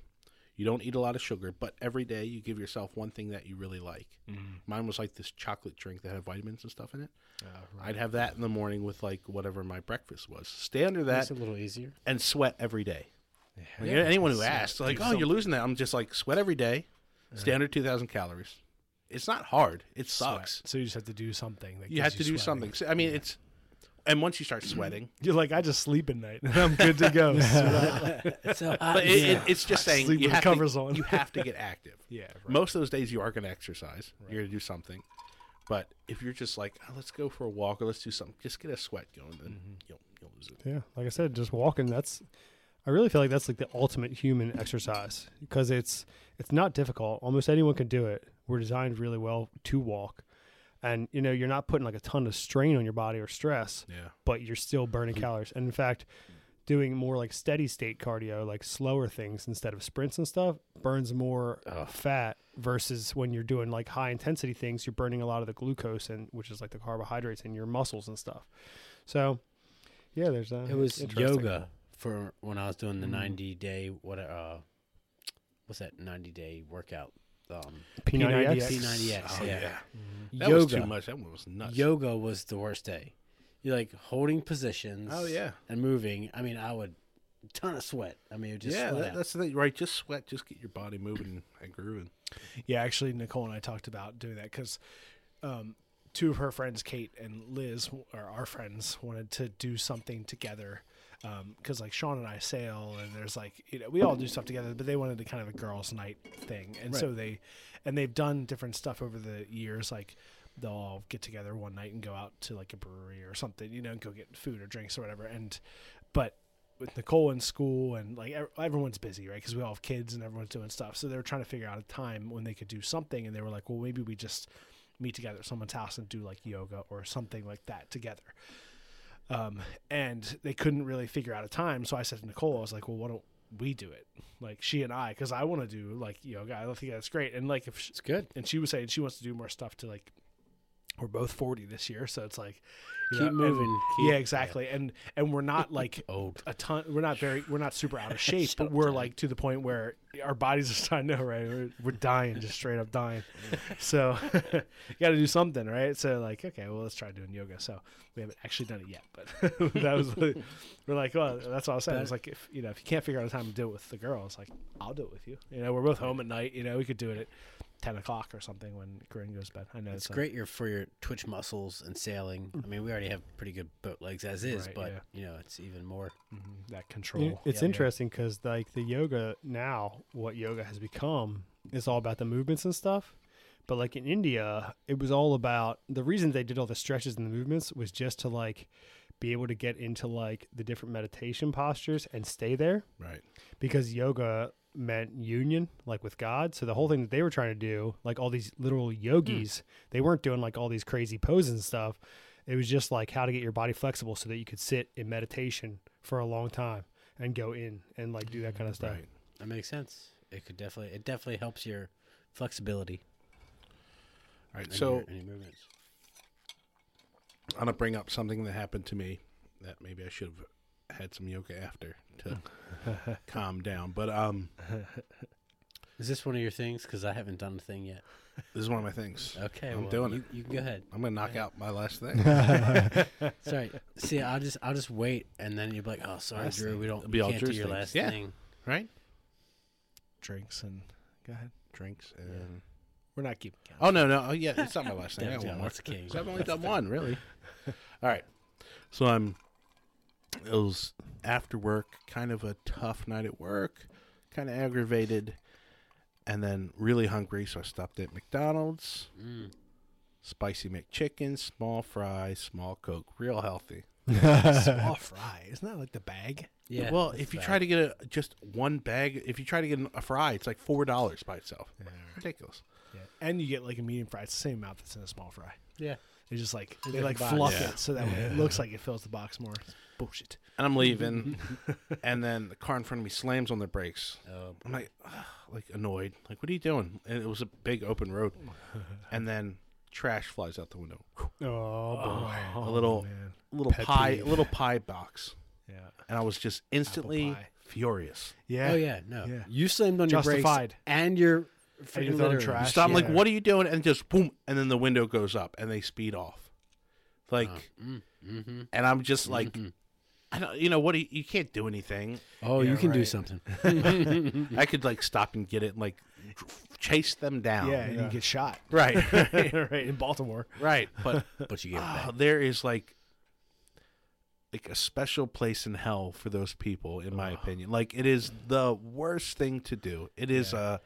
Speaker 2: You don't eat a lot of sugar, but every day you give yourself one thing that you really like. Mine was like this chocolate drink that had vitamins and stuff in it. I'd have that in the morning with like whatever my breakfast was. Stay under that
Speaker 4: That's a little easier.
Speaker 2: and sweat every day. Like, anyone who asks, like, oh, you're losing that, I'm just like, sweat every day, stay under two thousand calories. It's not hard. It sucks.
Speaker 1: So you just have to do something. That
Speaker 2: You
Speaker 1: gets
Speaker 2: have to do
Speaker 1: sweating.
Speaker 2: something. So, I mean, it's and once you start sweating,
Speaker 1: You're like, I just sleep at night and I'm good to go. So-
Speaker 4: It's so
Speaker 2: But
Speaker 4: hot.
Speaker 2: it, it, it's just saying
Speaker 1: Sleep
Speaker 2: you
Speaker 1: with
Speaker 2: have,
Speaker 1: covers
Speaker 2: to,
Speaker 1: on.
Speaker 2: you have to get active.
Speaker 1: Yeah, right.
Speaker 2: Most of those days you are going to exercise. You're going to do something. But if you're just like, oh, let's go for a walk or let's do something, just get a sweat going, then you'll, you'll lose it.
Speaker 3: Yeah, like I said, just walking. That's I really feel like that's like the ultimate human exercise because it's it's not difficult. Almost anyone can do it. We're designed really well to walk, and you know you're not putting like a ton of strain on your body or stress.
Speaker 2: Yeah.
Speaker 3: but you're still
Speaker 4: Mm-hmm.
Speaker 3: burning calories. And in fact, doing more like steady state cardio, like slower things instead of sprints and stuff, burns more fat versus when you're doing like high intensity things, you're burning a lot of the glucose and which is like the carbohydrates in your muscles and stuff. So yeah, there's that.
Speaker 4: It was
Speaker 3: Interesting.
Speaker 4: yoga for when I was doing the 90 day what uh what's that 90 day workout um
Speaker 3: P90X.
Speaker 4: P90X.
Speaker 2: Oh,
Speaker 4: yeah.
Speaker 2: yeah. That was too
Speaker 4: Yoga.
Speaker 2: much. That one was nuts.
Speaker 4: Yoga was the worst day. You're like holding positions.
Speaker 2: Oh, yeah.
Speaker 4: And moving. I mean, I would ton of sweat. I mean, it would just
Speaker 2: yeah,
Speaker 4: sweat
Speaker 2: that,
Speaker 4: out.
Speaker 2: that's the thing, right? Just sweat. Just get your body moving and grooving.
Speaker 1: yeah, actually, Nicole and I talked about doing that because um, two of her friends, Kate and Liz, w- are our friends, wanted to do something together. Because like Sean and I sail, and there's like you know we all do stuff together, but they wanted to kind of a girls' night thing, and so they, and they've done different stuff over the years. Like they'll all get together one night and go out to like a brewery or something, you know, and go get food or drinks or whatever. And but with Nicole in school and like ev- everyone's busy, right? Because we all have kids and everyone's doing stuff. So they were trying to figure out a time when they could do something, and they were like, well, maybe we just meet together at someone's house and do like yoga or something like that together. Um, and they couldn't really figure out a time. So I said to Nicole, I was like, well, why don't we do it? Like she and I, because I want to do like yoga. I think that's great. And like if she,
Speaker 4: it's good.
Speaker 1: and she was saying she wants to do more stuff to like we're both 40 this year so it's like you
Speaker 4: Keep
Speaker 1: and-
Speaker 4: moving, keep-
Speaker 1: yeah exactly and and we're not like
Speaker 4: Old.
Speaker 1: a ton we're not very we're not super out of shape but we're like to the point where our bodies are i know right we're, we're dying just straight up dying so you gotta do something right so like okay well let's try doing yoga so we haven't actually done it yet but that was what- we're like well that's what i was saying it's like if you know if you can't figure out a time to do it with the girls like i'll do it with you you know we're both home at night you know we could do it at 10 o'clock or something when Corinne goes to bed. I know
Speaker 4: It's
Speaker 1: like-
Speaker 4: great your, for your twitch muscles and sailing. I mean, we already have pretty good boat legs as is,
Speaker 1: Right,
Speaker 4: but
Speaker 1: yeah.
Speaker 4: you know, it's even more.
Speaker 1: that
Speaker 3: You-
Speaker 1: control.
Speaker 3: It's
Speaker 1: Yeah.
Speaker 3: interesting because like the yoga now, what yoga has become is all about the movements and stuff. But like in India, it was all about the reason they did all the stretches and the movements was just to like be able to get into like the different meditation postures and stay there
Speaker 2: Right.
Speaker 3: because yoga meant union like with god so the whole thing that they were trying to do like all these literal yogis
Speaker 1: Hmm.
Speaker 3: they weren't doing like all these crazy poses and stuff it was just like how to get your body flexible so that you could sit in meditation for a long time and go in and like do that kind of stuff
Speaker 2: Right.
Speaker 4: That makes sense. It could definitely it definitely helps your flexibility.
Speaker 2: All right.
Speaker 4: and
Speaker 2: So
Speaker 4: your- and your movements.
Speaker 2: I'm gonna bring up something that happened to me that maybe I should have had some yoga after to calm down. But um,
Speaker 4: Is this one of your things? Because I haven't done a thing yet.
Speaker 2: this is one of my things.
Speaker 4: Okay,
Speaker 2: I'm
Speaker 4: well,
Speaker 2: doing
Speaker 4: you,
Speaker 2: it.
Speaker 4: You can go ahead.
Speaker 2: I'm gonna knock out my last thing.
Speaker 4: Sorry. See, I'll just I'll just wait, and then you're like, oh, sorry,
Speaker 2: Last
Speaker 4: Drew,
Speaker 2: thing.
Speaker 4: we
Speaker 2: It'll
Speaker 4: don't
Speaker 2: be
Speaker 4: we
Speaker 2: all
Speaker 4: can't do
Speaker 2: Drew's
Speaker 4: your
Speaker 2: things.
Speaker 4: last
Speaker 2: Yeah.
Speaker 4: thing.
Speaker 2: right?
Speaker 1: drinks and go ahead.
Speaker 2: Drinks and
Speaker 1: We're not keeping count.
Speaker 2: oh no no oh yeah it's not my last thing. I
Speaker 4: Yeah,
Speaker 2: got one more.
Speaker 4: that's king.
Speaker 2: So I've only done one really. All right. So I'm. It was after work, kind of a tough night at work, kind of aggravated, and then really hungry. So I stopped at McDonald's.
Speaker 4: Mm.
Speaker 2: Spicy McChicken, small fry, small Coke, real healthy.
Speaker 1: Small fry. Isn't that like the bag?
Speaker 4: Yeah.
Speaker 2: well, if you try to get a, just one bag, if you try to get a fry, it's like four dollars by itself. Ridiculous.
Speaker 1: Yeah. And you get like a medium fry. It's the same amount that's in a small fry.
Speaker 4: yeah.
Speaker 1: They just like
Speaker 4: They
Speaker 1: they
Speaker 4: get
Speaker 1: like
Speaker 4: a box.
Speaker 1: fluff
Speaker 2: Yeah.
Speaker 1: it so that way it looks like it fills the box more. It's bullshit.
Speaker 2: and I'm leaving, and then the car in front of me slams on their brakes.
Speaker 4: Oh,
Speaker 2: I'm like, ugh, like annoyed, like what are you doing? And it was a big open road, and then trash flies out the window.
Speaker 1: Oh boy.
Speaker 2: a little, little
Speaker 1: Pet
Speaker 2: pie,
Speaker 1: peeve.
Speaker 2: little pie box,
Speaker 1: Yeah.
Speaker 2: and I was just instantly
Speaker 1: pie.
Speaker 2: furious.
Speaker 1: Yeah.
Speaker 4: oh yeah, no.
Speaker 1: Yeah.
Speaker 4: You slammed on your
Speaker 1: Justified.
Speaker 4: brakes and your
Speaker 1: And
Speaker 4: freaking
Speaker 1: you're throwing
Speaker 4: litter.
Speaker 1: trash.
Speaker 2: So I'm like,
Speaker 1: Yeah.
Speaker 2: what are you doing? And just boom, and then the window goes up, and they speed off, like,
Speaker 1: Uh, mm-hmm.
Speaker 2: and I'm just like. I don't, you know what? You, you can't do anything.
Speaker 4: Oh, you can do something.
Speaker 2: I could like stop and get it, and, like chase them down.
Speaker 1: Yeah, and you get shot.
Speaker 2: Right, right,
Speaker 1: right in Baltimore.
Speaker 2: right. But
Speaker 4: but you get it
Speaker 2: ah,
Speaker 4: back.
Speaker 2: there is like, like a special place in hell for those people, in my opinion. Like it is the worst thing to do. It is uh,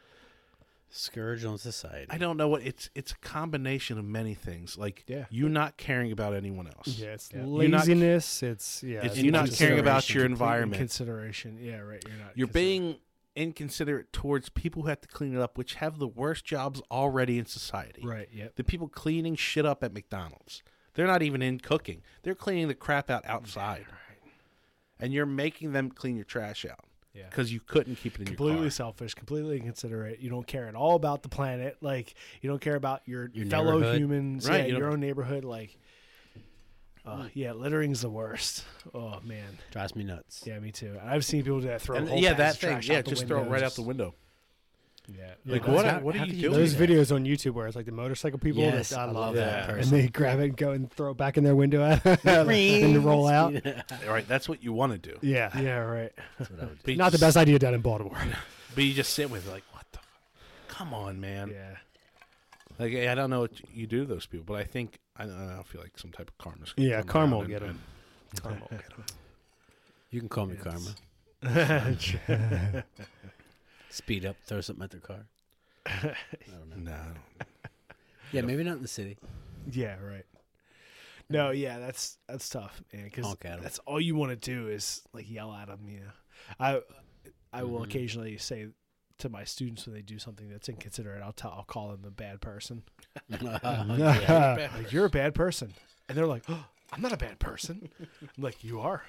Speaker 4: Scourge on society.
Speaker 2: I don't know what it's. It's a combination of many things. Like
Speaker 1: Yeah.
Speaker 2: you not caring about anyone else.
Speaker 3: yeah it's
Speaker 2: You're not-
Speaker 3: laziness it's yeah
Speaker 2: It's
Speaker 3: it's
Speaker 2: you not
Speaker 3: just-
Speaker 2: caring about your
Speaker 1: Complete
Speaker 2: environment.
Speaker 1: Consideration. Yeah, right. You're not.
Speaker 2: You're
Speaker 1: consider-
Speaker 2: being inconsiderate towards people who have to clean it up, which have the worst jobs already in society.
Speaker 1: right. Yep.
Speaker 2: The people cleaning shit up at McDonald's. They're not even in cooking. They're cleaning the crap out outside. And you're making them clean your trash out.
Speaker 1: Yeah.
Speaker 2: Because you couldn't keep it in
Speaker 1: completely
Speaker 2: your car.
Speaker 1: selfish, completely inconsiderate. You don't care at all about the planet. Like you don't care about your,
Speaker 4: Your
Speaker 1: fellow
Speaker 4: neighborhood.
Speaker 1: humans,
Speaker 2: Right,
Speaker 1: Yeah,
Speaker 2: you
Speaker 1: your
Speaker 2: don't-
Speaker 1: own neighborhood. Like, uh, yeah, littering's the worst. Oh man,
Speaker 4: Drives me nuts.
Speaker 1: yeah, me too. I've seen people do that throw.
Speaker 2: And
Speaker 1: whole
Speaker 2: yeah,
Speaker 1: bags
Speaker 2: that
Speaker 1: of
Speaker 2: thing.
Speaker 1: trash
Speaker 2: Yeah,
Speaker 1: out the
Speaker 2: just throw it
Speaker 1: window,
Speaker 2: right out
Speaker 1: just-
Speaker 2: the window.
Speaker 1: Yeah,
Speaker 2: Like
Speaker 1: yeah,
Speaker 2: what?
Speaker 1: that's-
Speaker 2: what
Speaker 4: how
Speaker 2: are
Speaker 4: could
Speaker 2: you
Speaker 4: you
Speaker 2: doing?
Speaker 4: do
Speaker 3: those videos on youtube where it's like the motorcycle people
Speaker 4: Yes,
Speaker 3: that,
Speaker 4: I love
Speaker 2: that
Speaker 3: and
Speaker 4: person.
Speaker 3: they grab it and go and throw it back in their window and roll out
Speaker 2: All right, that's what you want to do.
Speaker 3: yeah
Speaker 1: Yeah, right.
Speaker 2: But you
Speaker 3: not the
Speaker 2: just-
Speaker 3: best idea down in baltimore
Speaker 2: But you just sit with it like, what the? Fuck? Come on, man.
Speaker 1: Yeah,
Speaker 2: Like I don't know what you do to those people, but I think I don't know. I feel like some type of karma.
Speaker 3: yeah karma will get them
Speaker 4: You can call me Karma. Speed up, throw something at their car.
Speaker 2: No, I don't-
Speaker 4: Yeah, maybe not in the city.
Speaker 1: yeah, right. No, yeah, that's that's tough, man. Because
Speaker 4: Honk at 'em.
Speaker 1: that's all you want to do is like yell at them. You know, I I
Speaker 4: Mm-hmm.
Speaker 1: will occasionally say to my students when they do something that's inconsiderate, I'll tell I'll call them a bad person. Like, you're a bad person, and they're like, oh, I'm not a bad person. I'm like, you are.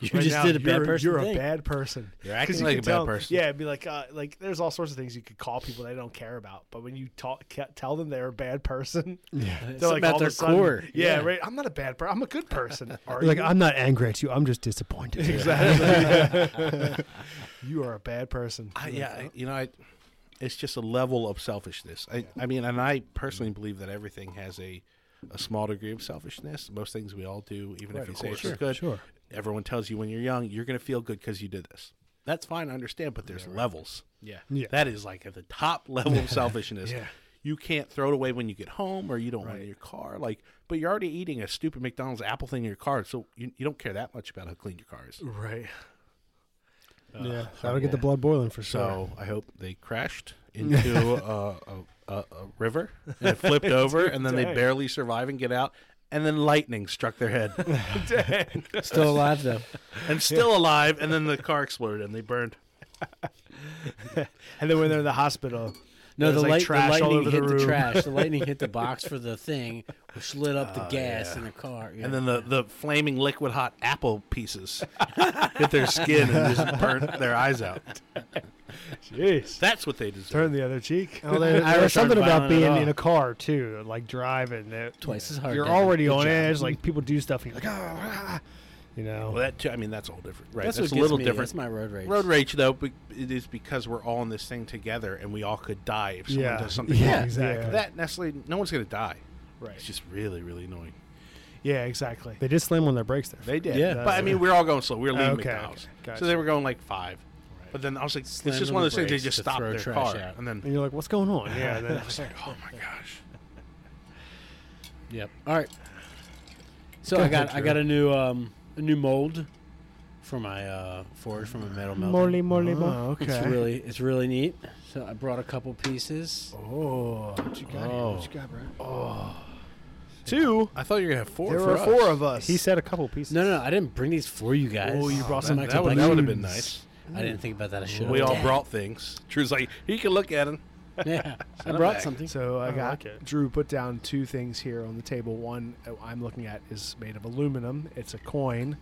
Speaker 4: You
Speaker 1: Right
Speaker 4: just
Speaker 1: now,
Speaker 4: did a bad
Speaker 1: you're-
Speaker 4: person
Speaker 1: You're
Speaker 4: thing.
Speaker 1: a bad person.
Speaker 2: You're
Speaker 1: 'Cause
Speaker 2: acting
Speaker 1: you
Speaker 2: like
Speaker 1: can
Speaker 2: a bad
Speaker 1: tell-
Speaker 2: person.
Speaker 1: Yeah, it'd be like uh, like there's all sorts of things you could call people they don't care about, but when you talk, ca- tell them they're a bad person, yeah,
Speaker 4: Something about their core.
Speaker 1: Yeah,
Speaker 4: Yeah.
Speaker 1: right. I'm not a bad person. I'm a good person. Are
Speaker 3: like
Speaker 1: you?
Speaker 3: i'm not angry at you i'm just disappointed
Speaker 1: you are a bad person.
Speaker 2: I,
Speaker 1: Like,
Speaker 2: yeah, I- you know, I, it's just a level of selfishness. I, I mean, and I personally believe that everything has a, a small degree of selfishness. Most things we all do, even if you say it's not good. Sure. Everyone tells you when you're young, you're going to feel good because you did this. That's fine, I understand, but there's levels.
Speaker 1: yeah.
Speaker 2: That is like at the top level of selfishness.
Speaker 1: Yeah.
Speaker 2: You can't throw it away when you get home or you don't want it in your car. Like, but you're already eating a stupid McDonald's apple thing in your car, so you, you don't care that much about how clean your car is.
Speaker 1: Right.
Speaker 3: yeah that would get the blood boiling for sure
Speaker 2: Uh, So I hope they crashed into a, a, a, a river and it flipped over, and then they barely survive and get out. and then lightning struck their head
Speaker 5: Still alive though.
Speaker 2: and still alive. And then the car exploded and they burned.
Speaker 1: And then when they're in the hospital,
Speaker 4: No,
Speaker 1: there's,
Speaker 4: the,
Speaker 1: like,
Speaker 4: light,
Speaker 1: trash
Speaker 4: the lightning
Speaker 1: all over the
Speaker 4: hit the,
Speaker 1: room.
Speaker 4: trash. The lightning hit the box for the thing, which lit up the gas in the car. yeah.
Speaker 2: And then the, the flaming liquid hot apple pieces hit their skin and just burnt their eyes out.
Speaker 1: jeez,
Speaker 2: That's what they deserve.
Speaker 1: turn the other cheek.
Speaker 3: Well, Oh, there,
Speaker 4: Irish
Speaker 3: there was
Speaker 4: aren't
Speaker 3: something about
Speaker 4: violent at
Speaker 3: being
Speaker 4: all.
Speaker 3: in a car too, like driving. That
Speaker 4: Twice as hard,
Speaker 3: You're
Speaker 4: Devin.
Speaker 3: already
Speaker 4: Good
Speaker 3: on
Speaker 4: job.
Speaker 3: edge. Like people do stuff, and you're like, oh, ah," you know.
Speaker 2: Well, that too, I mean, that's all different, right?
Speaker 4: that's,
Speaker 2: That's,
Speaker 4: what
Speaker 2: a little
Speaker 4: me.
Speaker 2: different.
Speaker 4: That's my road rage.
Speaker 2: Road rage, though, be- it is because we're all in this thing together, and we all could die if someone
Speaker 3: Yeah.
Speaker 2: does something.
Speaker 3: Yeah,
Speaker 2: wrong.
Speaker 3: exactly.
Speaker 2: That necessarily, no one's gonna die.
Speaker 1: Right.
Speaker 2: It's just really, really annoying.
Speaker 1: Yeah, exactly.
Speaker 3: They did slam on their brakes there.
Speaker 2: They did,
Speaker 4: Yeah.
Speaker 2: But I mean, we're all going slow. We were leaving
Speaker 3: Okay,
Speaker 2: McDonald's,
Speaker 3: okay.
Speaker 2: so
Speaker 3: Gotcha.
Speaker 2: they were going like five. But then I was like,
Speaker 4: Slammed
Speaker 2: it's just
Speaker 4: on
Speaker 2: one
Speaker 4: the
Speaker 2: of those things. They
Speaker 4: brakes
Speaker 2: just
Speaker 4: to
Speaker 2: stop
Speaker 4: throw
Speaker 2: their
Speaker 4: trash
Speaker 2: car,
Speaker 4: out.
Speaker 2: and then
Speaker 3: and you're like, what's going on? Yeah. and then
Speaker 2: I was like, oh my gosh.
Speaker 4: Yep. All right. So I got I got a new um a new mold for my uh forge from a metal melting.
Speaker 3: Morley, Morley,
Speaker 1: Oh,
Speaker 3: Morley.
Speaker 1: okay.
Speaker 4: It's really it's really neat. So I brought a couple pieces.
Speaker 1: oh,
Speaker 4: Oh.
Speaker 1: two.
Speaker 2: I thought you were gonna have four.
Speaker 1: There
Speaker 2: for
Speaker 1: were
Speaker 2: us.
Speaker 1: four of us.
Speaker 3: He said a couple pieces.
Speaker 4: No, no, I didn't bring these for you guys.
Speaker 1: Oh, you brought
Speaker 4: I'm
Speaker 1: some
Speaker 4: actually
Speaker 2: That would
Speaker 4: blaming
Speaker 2: that would
Speaker 4: you.
Speaker 2: have been nice.
Speaker 4: I didn't think about that. I should.
Speaker 2: We all brought things. Drew's like, he can look at them.
Speaker 4: Yeah, I brought
Speaker 2: bag.
Speaker 4: something.
Speaker 1: So I
Speaker 3: I
Speaker 1: got
Speaker 3: like it.
Speaker 1: Drew put down two things here on the table. One uh, I'm looking at is made of aluminum. It's a coin,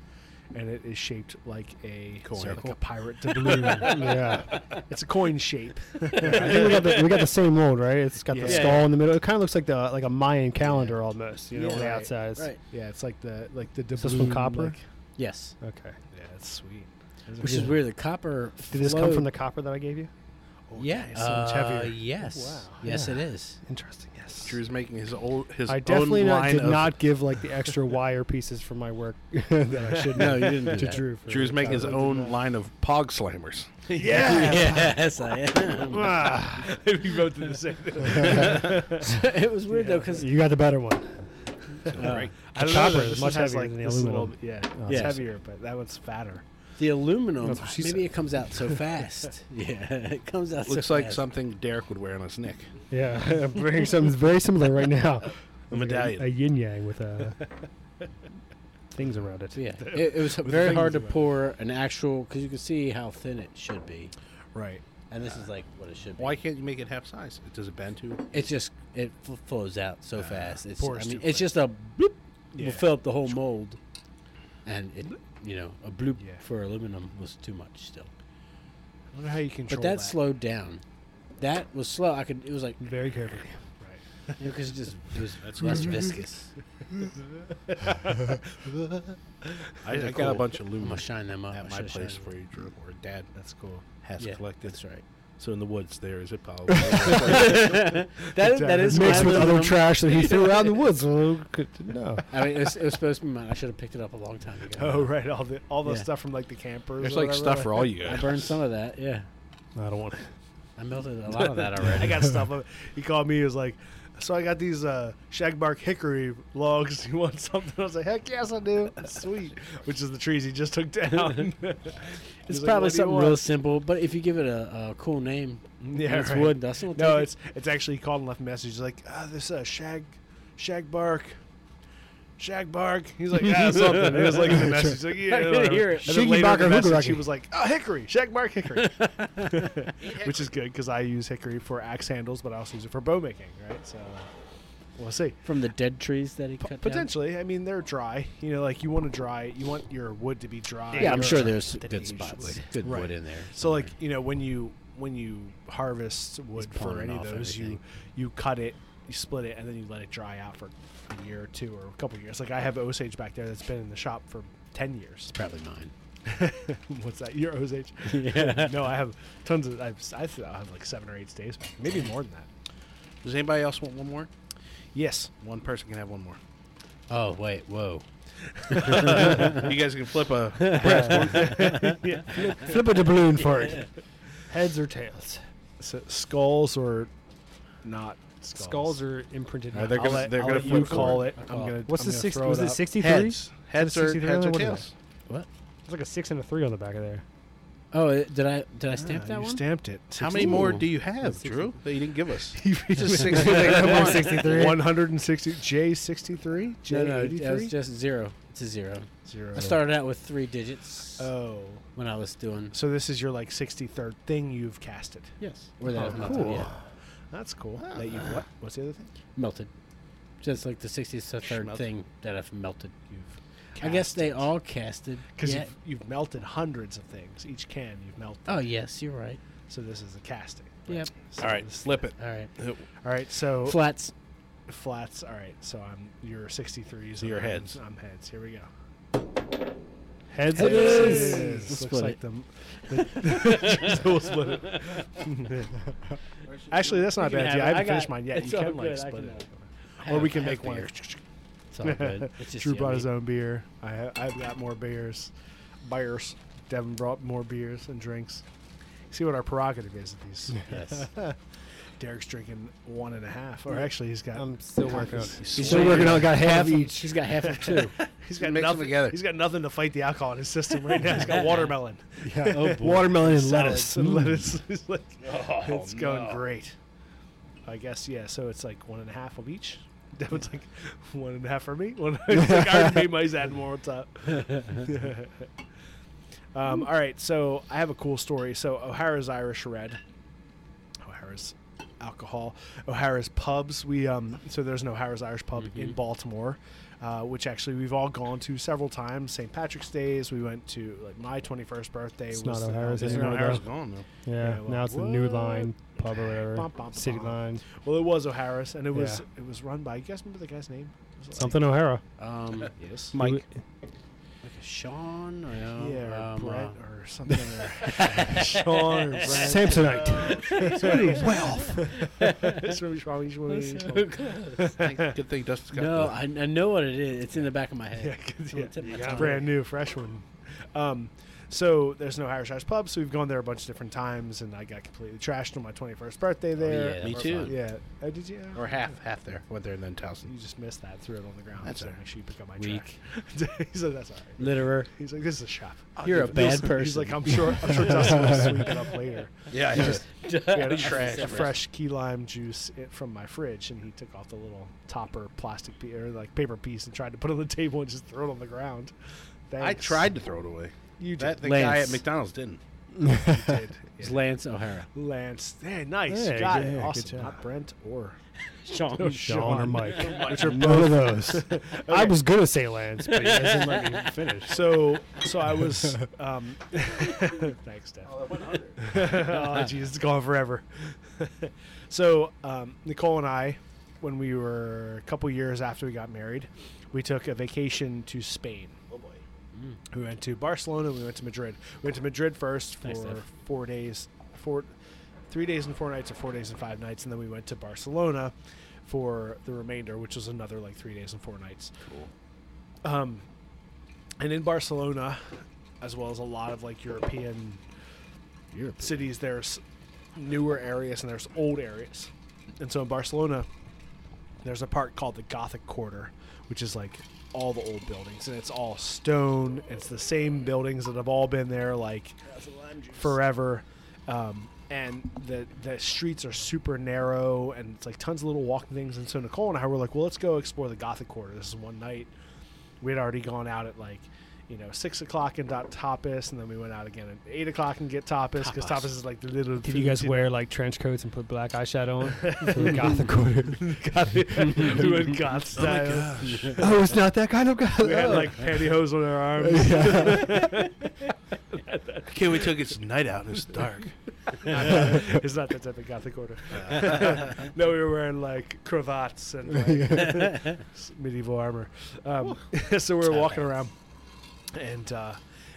Speaker 1: and it is shaped like a coin, like a pirate doubloon.
Speaker 3: yeah.
Speaker 1: it's a coin shape.
Speaker 3: I think we got the, we got the same mold, right? It's got
Speaker 1: Yeah.
Speaker 3: the
Speaker 1: Yeah.
Speaker 3: skull in the middle. It kind of looks like the like a Mayan calendar almost. You know,
Speaker 1: Yeah.
Speaker 3: on the
Speaker 1: Right,
Speaker 3: outside. It's-
Speaker 4: right.
Speaker 1: Yeah, it's like the like the
Speaker 3: this
Speaker 1: doubloon.
Speaker 3: from copper?
Speaker 1: Mm, like-
Speaker 4: Yes,
Speaker 3: Okay.
Speaker 1: yeah, it's sweet.
Speaker 4: which is weird. The copper.
Speaker 3: Did this come from the copper that I gave you?
Speaker 4: Yeah.
Speaker 1: it's so much
Speaker 4: uh,
Speaker 1: heavier.
Speaker 4: Yes.
Speaker 1: Wow.
Speaker 4: Yes, it is.
Speaker 3: Interesting. Yes.
Speaker 2: Drew's making his old his
Speaker 3: I definitely
Speaker 2: own
Speaker 3: not,
Speaker 2: line
Speaker 3: did
Speaker 2: of
Speaker 3: not give like the extra wire pieces for my work that I should
Speaker 4: No, you didn't do
Speaker 3: to
Speaker 4: that.
Speaker 3: Drew. For
Speaker 2: Drew's making his own line of pog slammers.
Speaker 4: yes, I am.
Speaker 1: we both did the same thing.
Speaker 4: it was weird though because
Speaker 3: You got the better one.
Speaker 1: I don't
Speaker 3: copper
Speaker 1: know,
Speaker 3: is
Speaker 1: this
Speaker 3: much
Speaker 1: one has,
Speaker 3: heavier
Speaker 1: like,
Speaker 3: than the
Speaker 1: this is a little
Speaker 3: aluminum.
Speaker 1: bit- Yeah, it's
Speaker 4: Yeah.
Speaker 1: heavier, but that one's fatter.
Speaker 4: The aluminum,
Speaker 3: That's what she
Speaker 4: maybe it comes out so fast. yeah, it comes out.
Speaker 2: Looks
Speaker 4: so
Speaker 2: like
Speaker 4: fast.
Speaker 2: something Derek would wear on his neck.
Speaker 3: Yeah, very something very similar right now.
Speaker 2: A
Speaker 3: Like
Speaker 2: medallion.
Speaker 3: a, yin yang with uh, things around it.
Speaker 4: So, yeah, it, it was very hard to pour an actual because you can see how thin it should be,
Speaker 1: Right.
Speaker 4: and this is like what it should be.
Speaker 2: Why can't you make it half size? It does it bend too?
Speaker 4: It just it fl- flows out so fast. It's I
Speaker 1: pours
Speaker 4: mean,
Speaker 1: too
Speaker 4: it's
Speaker 1: fast.
Speaker 4: just a bloop. Will fill up the whole mold, and it you know a bloop
Speaker 1: Yeah.
Speaker 4: for aluminum was too much still.
Speaker 1: I wonder how you control
Speaker 4: But that,
Speaker 1: that.
Speaker 4: slowed down. That was slow. I could. It was like
Speaker 1: Very carefully.
Speaker 4: because it just it was less viscous.
Speaker 2: I, I got
Speaker 4: cool.
Speaker 2: a bunch of
Speaker 4: I'm
Speaker 2: aluminum
Speaker 4: gonna shine them up. I
Speaker 2: at my
Speaker 4: should've
Speaker 2: place
Speaker 4: shined
Speaker 2: for you, Drew, or Dad
Speaker 1: That's cool.
Speaker 2: has
Speaker 4: Yeah,
Speaker 2: collected.
Speaker 4: That's right.
Speaker 2: So in the woods, there is a pile. of-
Speaker 4: That is, that is
Speaker 3: Mixed
Speaker 4: my
Speaker 3: with other
Speaker 4: aluminum.
Speaker 3: trash that he threw out in the woods. Well, who could know?
Speaker 4: I mean, it was, it was supposed to be mine. I should have picked it up a long time ago.
Speaker 1: Oh right, all the all the
Speaker 4: Yeah.
Speaker 1: stuff from like the campers.
Speaker 2: There's
Speaker 1: or
Speaker 2: like
Speaker 1: whatever.
Speaker 2: stuff for all you
Speaker 4: I
Speaker 2: guys.
Speaker 4: burned some of that. Yeah,
Speaker 3: I don't want it.
Speaker 4: I melted a lot of that already.
Speaker 1: I got stuff. of- He called me. He was like, "So I got these uh, shagbark hickory logs. You want something?" I was like, "Heck yes, I do. Sweet." Which is the trees he just took down.
Speaker 4: It's
Speaker 1: He's like,
Speaker 4: probably
Speaker 1: "What do you
Speaker 4: something
Speaker 1: want?"
Speaker 4: real simple, but if you give it a, a cool name,
Speaker 1: Yeah,
Speaker 4: it's
Speaker 1: right.
Speaker 4: wood. That's what
Speaker 1: No, it's it's actually he called and left a message. He's like, "Ah, this uh, shag, shagbark." Shagbark. He's like, yeah, something. He was like in the message. He's like, yeah,
Speaker 4: I didn't
Speaker 1: whatever."
Speaker 4: hear it.
Speaker 1: And then later in the
Speaker 3: Shiggy-barker,
Speaker 1: message, he
Speaker 3: hoogaraki.
Speaker 1: was like, oh, hickory. Shagbark hickory. Which is good because I use hickory for axe handles, but I also use it for bow making, right? So uh, we'll see.
Speaker 4: from the dead trees that he
Speaker 1: P-
Speaker 4: cut
Speaker 1: potentially. I mean, they're dry. You know, like you want to dry. You want your wood to be dry.
Speaker 4: down. Yeah, I'm
Speaker 1: Your-
Speaker 4: sure there's good spots,
Speaker 1: usually-
Speaker 4: good
Speaker 1: Right.
Speaker 4: wood in there.
Speaker 1: So like you know when you when you harvest wood for
Speaker 4: pulling
Speaker 1: any of
Speaker 4: off
Speaker 1: those,
Speaker 4: everything.
Speaker 1: you you cut it, you split it, and then you let it dry out for a year or two or a couple of years. Like I have osage back there that's been in the shop for ten years.
Speaker 4: Probably mine.
Speaker 1: What's that? Your osage?
Speaker 4: Yeah.
Speaker 1: no, I have tons of. I've, I think I have like seven or eight stays, back, maybe more than that.
Speaker 2: Does anybody else want one more?
Speaker 1: Yes.
Speaker 2: One person can have one more.
Speaker 4: Oh wait, whoa.
Speaker 2: you guys can flip a.
Speaker 3: Flip a doubloon for it. Heads or tails?
Speaker 1: So skulls or not skulls.
Speaker 3: Skulls are imprinted.
Speaker 2: Are Oh. they
Speaker 1: I'll
Speaker 2: gonna-
Speaker 1: let,
Speaker 2: they're
Speaker 1: I'll
Speaker 2: gonna
Speaker 1: let you
Speaker 2: flip forward.
Speaker 1: call it. I'm
Speaker 4: call it.
Speaker 1: gonna.
Speaker 3: What's
Speaker 1: I'm
Speaker 3: the
Speaker 1: gonna
Speaker 3: six?
Speaker 1: throw
Speaker 3: Was
Speaker 1: it
Speaker 3: it
Speaker 1: up.
Speaker 3: sixty-three?
Speaker 2: Heads. Heads
Speaker 3: Is it
Speaker 2: or,
Speaker 3: 63?
Speaker 2: heads or
Speaker 3: What is
Speaker 2: tails.
Speaker 3: It's like a six and a three on the back of there.
Speaker 4: Oh, uh, did I did I stamp that
Speaker 1: Ah, you
Speaker 4: one?
Speaker 1: stamped it.
Speaker 2: How many more do you have, Drew? That you didn't give us.
Speaker 1: Just
Speaker 3: 63.
Speaker 1: 160 J63
Speaker 4: no, no, that was
Speaker 1: J83
Speaker 4: just zero. It's a zero.
Speaker 1: zero.
Speaker 4: I started out with three digits
Speaker 1: Oh.
Speaker 4: when I was doing.
Speaker 1: So this is your like 63rd thing you've casted.
Speaker 4: Yes, or that
Speaker 1: Oh,
Speaker 4: I've melted.
Speaker 1: cool.
Speaker 4: Yeah.
Speaker 1: That's cool. That you what? What's the other thing?
Speaker 4: melted. Just like the 63rd
Speaker 1: Schmelted.
Speaker 4: thing that I've melted. I guess they all casted.
Speaker 1: because
Speaker 4: yeah.
Speaker 1: you've, you've melted hundreds of things. Each can you've melted.
Speaker 4: Oh yes, you're right.
Speaker 1: So this is the casting.
Speaker 4: Yep.
Speaker 1: So
Speaker 2: All right,
Speaker 1: this-
Speaker 2: flip it.
Speaker 4: All right.
Speaker 1: All right. So
Speaker 4: Flats.
Speaker 1: flats. All right. So I'm your 63s.
Speaker 2: Your
Speaker 1: I'm-
Speaker 2: heads.
Speaker 1: I'm heads. Here we go. Heads.
Speaker 4: Heads.
Speaker 1: it is.
Speaker 4: We'll
Speaker 1: Looks
Speaker 4: split
Speaker 1: like
Speaker 4: it.
Speaker 1: the. the so we'll split it. Actually, that's not a
Speaker 4: You can
Speaker 1: bad idea. I
Speaker 4: have it. I
Speaker 1: haven't
Speaker 4: got
Speaker 1: finished
Speaker 4: it.
Speaker 1: mine yet.
Speaker 4: It's
Speaker 1: you
Speaker 4: all
Speaker 1: can like
Speaker 4: good. I
Speaker 1: split
Speaker 4: can
Speaker 1: it.
Speaker 4: I
Speaker 1: Or we
Speaker 4: have-
Speaker 1: can
Speaker 4: I have
Speaker 1: make one.
Speaker 4: beer. It's all good. It's just
Speaker 1: Drew brought his
Speaker 4: yummy.
Speaker 1: own beer. I ha- I've got more beers. Beers. Devin brought more beers and drinks. See what our prerogative is at these.
Speaker 4: Yes.
Speaker 1: Derek's drinking one and a half, or actually he's got
Speaker 2: Um,
Speaker 3: I'm still working on
Speaker 1: copies.
Speaker 3: He's still working on. Got half
Speaker 4: of-
Speaker 3: each.
Speaker 4: She's got half of two.
Speaker 1: He's got
Speaker 2: Mix 'em
Speaker 1: nothing
Speaker 2: together.
Speaker 1: He's got nothing to fight the alcohol in his system right now. He's got watermelon,
Speaker 4: oh boy.
Speaker 3: Watermelon and
Speaker 1: lettuce,
Speaker 3: lettuce.
Speaker 1: and
Speaker 3: Mm.
Speaker 1: lettuce. He's like, it's
Speaker 2: no.
Speaker 1: going great. I guess yeah. So it's like one and a half of each. Devin's like one and a half for me. One. He's like, I already made mine's add more on top. um, all right. So I have a cool story. So O'Hara's Irish Red. O'Hara's alcohol. O'Hara's pubs. We um so there's an O'Hara's Irish pub in Baltimore, uh, which actually we've all gone to several times. St. Patrick's Days. We went to like my 21st birthday.
Speaker 3: It's
Speaker 1: was
Speaker 3: not
Speaker 1: the-
Speaker 3: O'Hara's
Speaker 1: Isn't
Speaker 3: anymore,
Speaker 1: O'Hara's
Speaker 2: Hours gone though.
Speaker 3: Yeah,
Speaker 1: Yeah, well,
Speaker 3: now it's the new
Speaker 1: what
Speaker 3: line pub or
Speaker 1: Bum,
Speaker 3: whatever.
Speaker 1: bum,
Speaker 3: City
Speaker 1: bum.
Speaker 3: line.
Speaker 1: Well, it was O'Hara's, and it was
Speaker 3: Yeah.
Speaker 1: it was run by. You guys remember the guy's name? Was it like-
Speaker 3: Something O'Hara.
Speaker 4: Um,
Speaker 1: Yes.
Speaker 4: Mike. like a Sean or
Speaker 1: Yeah,
Speaker 4: no,
Speaker 1: or
Speaker 4: um,
Speaker 1: Brett
Speaker 4: uh,
Speaker 1: or something. or Sean or Brett.
Speaker 3: Samsonite. Wealth.
Speaker 1: It's really strong, it's really strong.
Speaker 2: Good thing Dustin's got
Speaker 4: uh, no,
Speaker 2: the
Speaker 4: I, I know what it is. It's in the back of my
Speaker 1: Yeah,
Speaker 4: head.
Speaker 1: 'cause,
Speaker 4: So
Speaker 1: yeah,
Speaker 4: it's in my
Speaker 1: it's
Speaker 4: tongue.
Speaker 1: brand new, fresh one. Um, so there's no Irish Irish pub, so we've gone there a bunch of different times, and I got completely trashed on my 21st birthday there.
Speaker 4: yeah,
Speaker 2: Me
Speaker 4: we're
Speaker 2: too.
Speaker 4: fine.
Speaker 1: yeah. Oh, did you?
Speaker 2: or half half there. Went there and then Towson.
Speaker 1: You just missed that. Threw it on the ground.
Speaker 2: That's
Speaker 1: so
Speaker 2: all right.
Speaker 1: make sure you pick up my
Speaker 4: Weak.
Speaker 1: trash. he said that's all right.
Speaker 4: Litterer.
Speaker 1: He's like, this is a shop.
Speaker 4: Oh, You're a bad person.
Speaker 1: He's like, I'm sure. I'm sure Dustin will sweep it up later.
Speaker 2: Yeah, just
Speaker 1: We had a,
Speaker 2: Trash.
Speaker 1: a fresh key lime juice i- from my fridge, and he took off the little topper plastic pe- or like paper piece and tried to put it on the table and just throw it on the ground.
Speaker 2: I
Speaker 1: Thanks.
Speaker 2: tried to throw it away.
Speaker 1: You did.
Speaker 2: That the guy
Speaker 4: Lance.
Speaker 2: at McDonald's didn't.
Speaker 1: did.
Speaker 4: It's Lance O'Hara.
Speaker 1: Lance. Hey, nice.
Speaker 3: Hey,
Speaker 1: Got
Speaker 3: good-
Speaker 1: it.
Speaker 3: yeah, good
Speaker 1: awesome.
Speaker 3: job.
Speaker 1: Not Brent or
Speaker 3: Oh,
Speaker 4: Sean.
Speaker 3: Sean or Mike. Which are both of those. I was going to say Lance, but you guys didn't let me finish.
Speaker 1: so. So I was. Um, thanks, Steph. Oh, jeez, it's gone forever. so um, Nicole and I, when we were a couple years after we got married, we took a vacation to Spain. Oh boy. We went to Barcelona. We went to Madrid. We went to Madrid first for
Speaker 4: Thanks, Steph.
Speaker 1: four days, four, three days and four nights, or four days and five nights, and then we went to Barcelona for the remainder, which was another like three days and four nights. Cool. Um, and in Barcelona, as well as a lot of like European cities, there's newer areas and there's old areas. And so in Barcelona, there's a part called the Gothic Quarter, which is like all the old buildings, and it's all stone. It's the same buildings that have all been there like forever. Um, and the the streets are super narrow, and it's like tons of little walking things. And so Nicole and I were like, well, let's go explore the Gothic Quarter. This is one night. We had already gone out at like, you know, six o'clock and got tapas, and then we went out again at eight o'clock and get tapas because tapas. is like the little.
Speaker 3: Did you guys wear like trench coats and put black eyeshadow on for the Gothic quarter?
Speaker 1: we went goth style.
Speaker 3: oh, it's not that kind of guy. Oh.
Speaker 1: We had like pantyhose on our arms.
Speaker 2: Okay, we took its night out. It's dark.
Speaker 1: it's not that type of gothic order. no, we were wearing like cravats and like, s- medieval armor. Um, so we were walking around, and uh,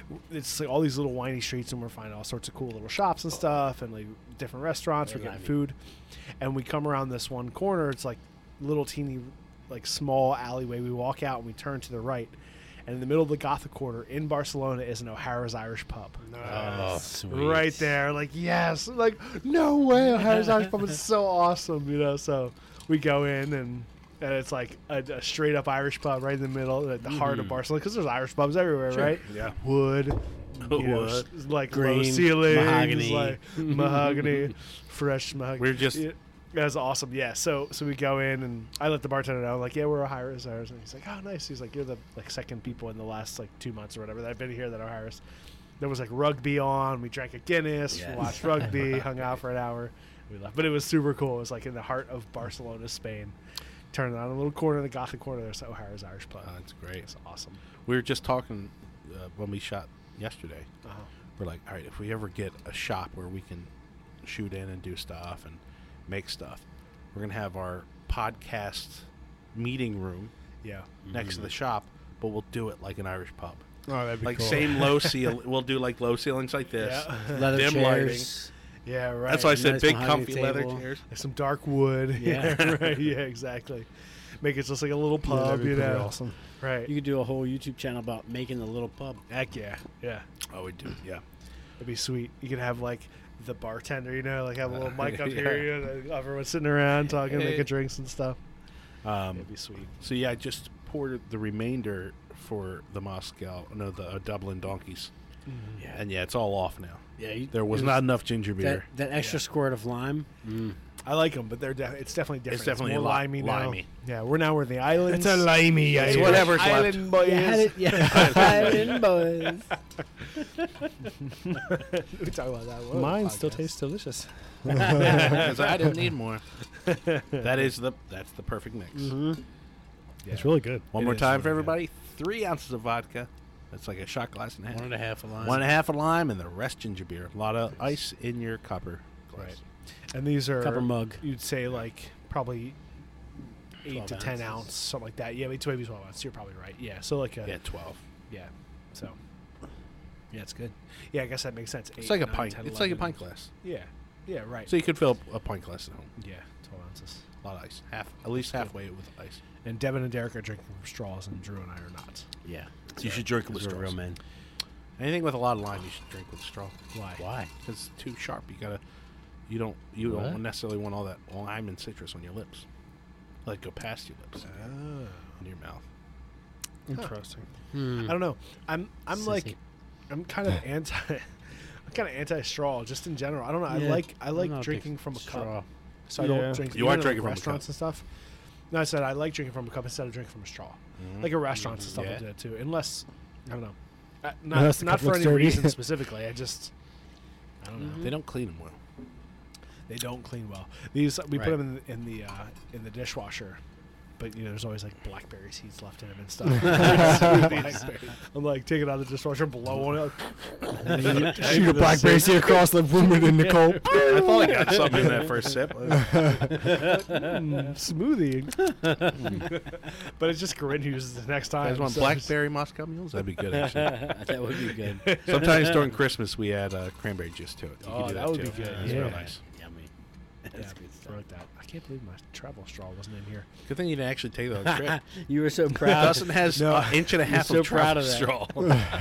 Speaker 1: w- it's like all these little windy streets, and we're finding all sorts of cool little shops and stuff, and like different restaurants. we're getting food, and we come around this one corner. It's like little teeny, like small alleyway. We walk out and we turn to the right. And in the middle of the Gothic quarter in Barcelona is an O'Hara's Irish pub. Uh,
Speaker 4: Oh, sweet.
Speaker 1: Right there, like yes, like no way, Harry's Irish Pub is so awesome, you know. So we go in and and it's like a, a straight up Irish pub right in the middle, at the heart of Barcelona, because there's Irish pubs everywhere, right?
Speaker 2: Yeah.
Speaker 1: Wood, you know,
Speaker 2: What?
Speaker 1: s- like low
Speaker 4: Green,
Speaker 1: ceilings,
Speaker 4: mahogany.
Speaker 1: like mahogany, fresh mahogany.
Speaker 2: We're just-
Speaker 1: Yeah, that was awesome. Yeah. So so we go in and I let the bartender know. I'm like, yeah, we're O'Hara's. O'Hara's. And he's like, oh, nice. He's like, you're the like second people in the last like two months or whatever that I've been here that are O'Hara's. There was like rugby on. We drank a Guinness,
Speaker 4: Yes.
Speaker 1: watched rugby, hung out for an hour. We left, but it was super cool. It was like in the heart of Barcelona, Spain. Turned on a little corner, the gothic corner. There's O'Hara's Irish Pub.
Speaker 2: Oh, that's great.
Speaker 1: It's awesome.
Speaker 2: We were just talking uh, when we shot yesterday.
Speaker 1: Uh-huh.
Speaker 2: We're like, all right, if we ever get a shop where we can shoot in and do stuff and make stuff, we're gonna have our podcast meeting room
Speaker 1: Yeah.
Speaker 2: next to
Speaker 4: Mm-hmm.
Speaker 2: the shop, but we'll do it like an Irish pub,
Speaker 3: Oh, that'd be
Speaker 2: like same low ceil. We'll do like low ceilings like this.
Speaker 1: Yeah.
Speaker 4: Leather
Speaker 2: Dim lighting.
Speaker 4: chairs.
Speaker 1: Yeah. Right.
Speaker 2: That's why I said
Speaker 4: Nice
Speaker 2: big,
Speaker 4: mahogany
Speaker 2: comfy leather
Speaker 4: table.
Speaker 2: chairs.
Speaker 1: Some dark wood. Yeah.
Speaker 4: Yeah.
Speaker 1: right. Yeah, exactly. Make it just like a little pub, you know.
Speaker 3: awesome.
Speaker 1: Right.
Speaker 4: You could do a whole YouTube channel about making the little pub.
Speaker 1: Heck yeah. Yeah.
Speaker 2: Oh, we do. Yeah,
Speaker 1: It'd be sweet. You could have like the bartender, you know, like have a little
Speaker 2: Uh,
Speaker 1: mic up
Speaker 2: yeah.
Speaker 1: here, you know, like, everyone's sitting around talking, making drinks and stuff.
Speaker 2: um,
Speaker 1: It'd be sweet.
Speaker 2: So yeah, I just poured the remainder for the Moscow, no, the uh, Dublin Donkeys,
Speaker 1: Mm-hmm.
Speaker 4: Yeah.
Speaker 2: and yeah, it's all off now.
Speaker 4: yeah. You,
Speaker 2: There was
Speaker 4: it
Speaker 2: not enough ginger
Speaker 4: that,
Speaker 2: beer.
Speaker 4: that extra squirt of lime.
Speaker 1: I like them, but they're def- it's definitely different.
Speaker 2: definitely
Speaker 1: more
Speaker 2: a lot-
Speaker 1: limey,
Speaker 2: limey.
Speaker 1: now. Yeah, we're now we're in the islands.
Speaker 3: limey.
Speaker 1: It's
Speaker 2: idea.
Speaker 1: whatever's
Speaker 2: Island
Speaker 1: left.
Speaker 4: Yeah, had it, yeah. Island boys.
Speaker 1: we talk about that. one.
Speaker 3: Mine still tastes delicious.
Speaker 2: 'Cause I didn't need more. that is the that's the perfect mix.
Speaker 3: It's really good.
Speaker 2: One
Speaker 1: Mm-hmm. It
Speaker 2: more
Speaker 1: is
Speaker 2: time for
Speaker 1: really good.
Speaker 2: everybody: three ounces of vodka. That's like a shot glass and a half.
Speaker 4: One and a half a line.
Speaker 2: One and a half of lime, and the rest ginger beer. A lot of ice in your copper. Glass.
Speaker 1: Right. And these are
Speaker 4: Copper mug.
Speaker 1: You'd say like probably eight
Speaker 4: 12
Speaker 1: to ten
Speaker 4: ounces.
Speaker 1: ounce, something like that. Yeah, maybe twelve, twelve ounce. You're probably right. Yeah. So like a
Speaker 2: Yeah, twelve.
Speaker 1: yeah. So yeah, it's good. Yeah, I guess that makes sense.
Speaker 2: It's
Speaker 1: Eight,
Speaker 2: like a
Speaker 1: nine,
Speaker 2: pint.
Speaker 1: 10,
Speaker 2: It's like a
Speaker 1: 11.
Speaker 2: pint glass.
Speaker 1: Yeah. Yeah. Right.
Speaker 2: So you could fill up a pint glass at home.
Speaker 1: yeah, twelve ounces.
Speaker 2: A lot of ice. Half, at least halfway with ice.
Speaker 1: And Devin and Derek are drinking from straws, and Drew and I are not.
Speaker 4: Yeah.
Speaker 2: You should drink with
Speaker 4: Those are
Speaker 2: straws.
Speaker 4: real men.
Speaker 2: Anything with a lot of lime, you should drink with straw.
Speaker 1: Why?
Speaker 4: Why?
Speaker 2: Because it's too sharp. You gotta. You don't. You
Speaker 4: What?
Speaker 2: don't necessarily want all that lime and citrus on your lips. Let it go past your lips, in your mouth.
Speaker 1: Interesting. I don't know. I'm I'm like
Speaker 4: Sissy.
Speaker 1: I'm kind of anti. I'm kind of anti straw just in general. I don't know. I
Speaker 4: Yeah,
Speaker 1: like I
Speaker 4: I'm
Speaker 1: like
Speaker 4: not a big
Speaker 1: drinking from a cup.
Speaker 4: straw.
Speaker 1: so I
Speaker 3: Yeah.
Speaker 1: don't drink.
Speaker 2: You
Speaker 1: even
Speaker 2: are
Speaker 1: in, like,
Speaker 2: drinking from a
Speaker 1: restaurants
Speaker 2: cup.
Speaker 1: and stuff. No, I said I like drinking from a cup instead of drinking from a straw. Like at restaurants and stuff,
Speaker 2: Yeah.
Speaker 1: I do that too. Unless I don't know, uh,
Speaker 3: Unless
Speaker 1: not
Speaker 3: the
Speaker 1: not
Speaker 3: cup
Speaker 1: for
Speaker 3: looks
Speaker 1: any
Speaker 3: dirty.
Speaker 1: reason specifically. I just I don't know.
Speaker 2: They don't clean them well.
Speaker 1: They don't clean well. These we put
Speaker 2: Right.
Speaker 1: 'em put them in the in the, uh, in the dishwasher, but you know there's always like blackberry seeds left in them and stuff. Blackberry. I'm like take it out of the dishwasher, blow on it.
Speaker 3: Shoot a blackberry seed across the room with Nicole.
Speaker 2: I thought I got something in that first sip.
Speaker 1: Mm, smoothie. but it's just Corinne who uses it next time.
Speaker 2: Guys want
Speaker 1: so it's-
Speaker 2: blackberry Moscow mules? That'd be good. Actually.
Speaker 4: that would be good.
Speaker 2: Sometimes during Christmas we add uh, cranberry juice to it. You
Speaker 1: Oh,
Speaker 2: could do
Speaker 1: that would be
Speaker 2: too.
Speaker 1: good,
Speaker 2: It's real
Speaker 1: yeah.
Speaker 2: nice.
Speaker 4: Yummy.
Speaker 1: Yeah,
Speaker 4: That's good stuff.
Speaker 1: like that. I can't believe my travel straw wasn't in here.
Speaker 2: Good thing you didn't actually take that trip.
Speaker 4: You were so proud.
Speaker 2: Dustin has an inch and a half
Speaker 4: so
Speaker 2: of
Speaker 4: proud
Speaker 2: travel
Speaker 4: of that.
Speaker 2: straw.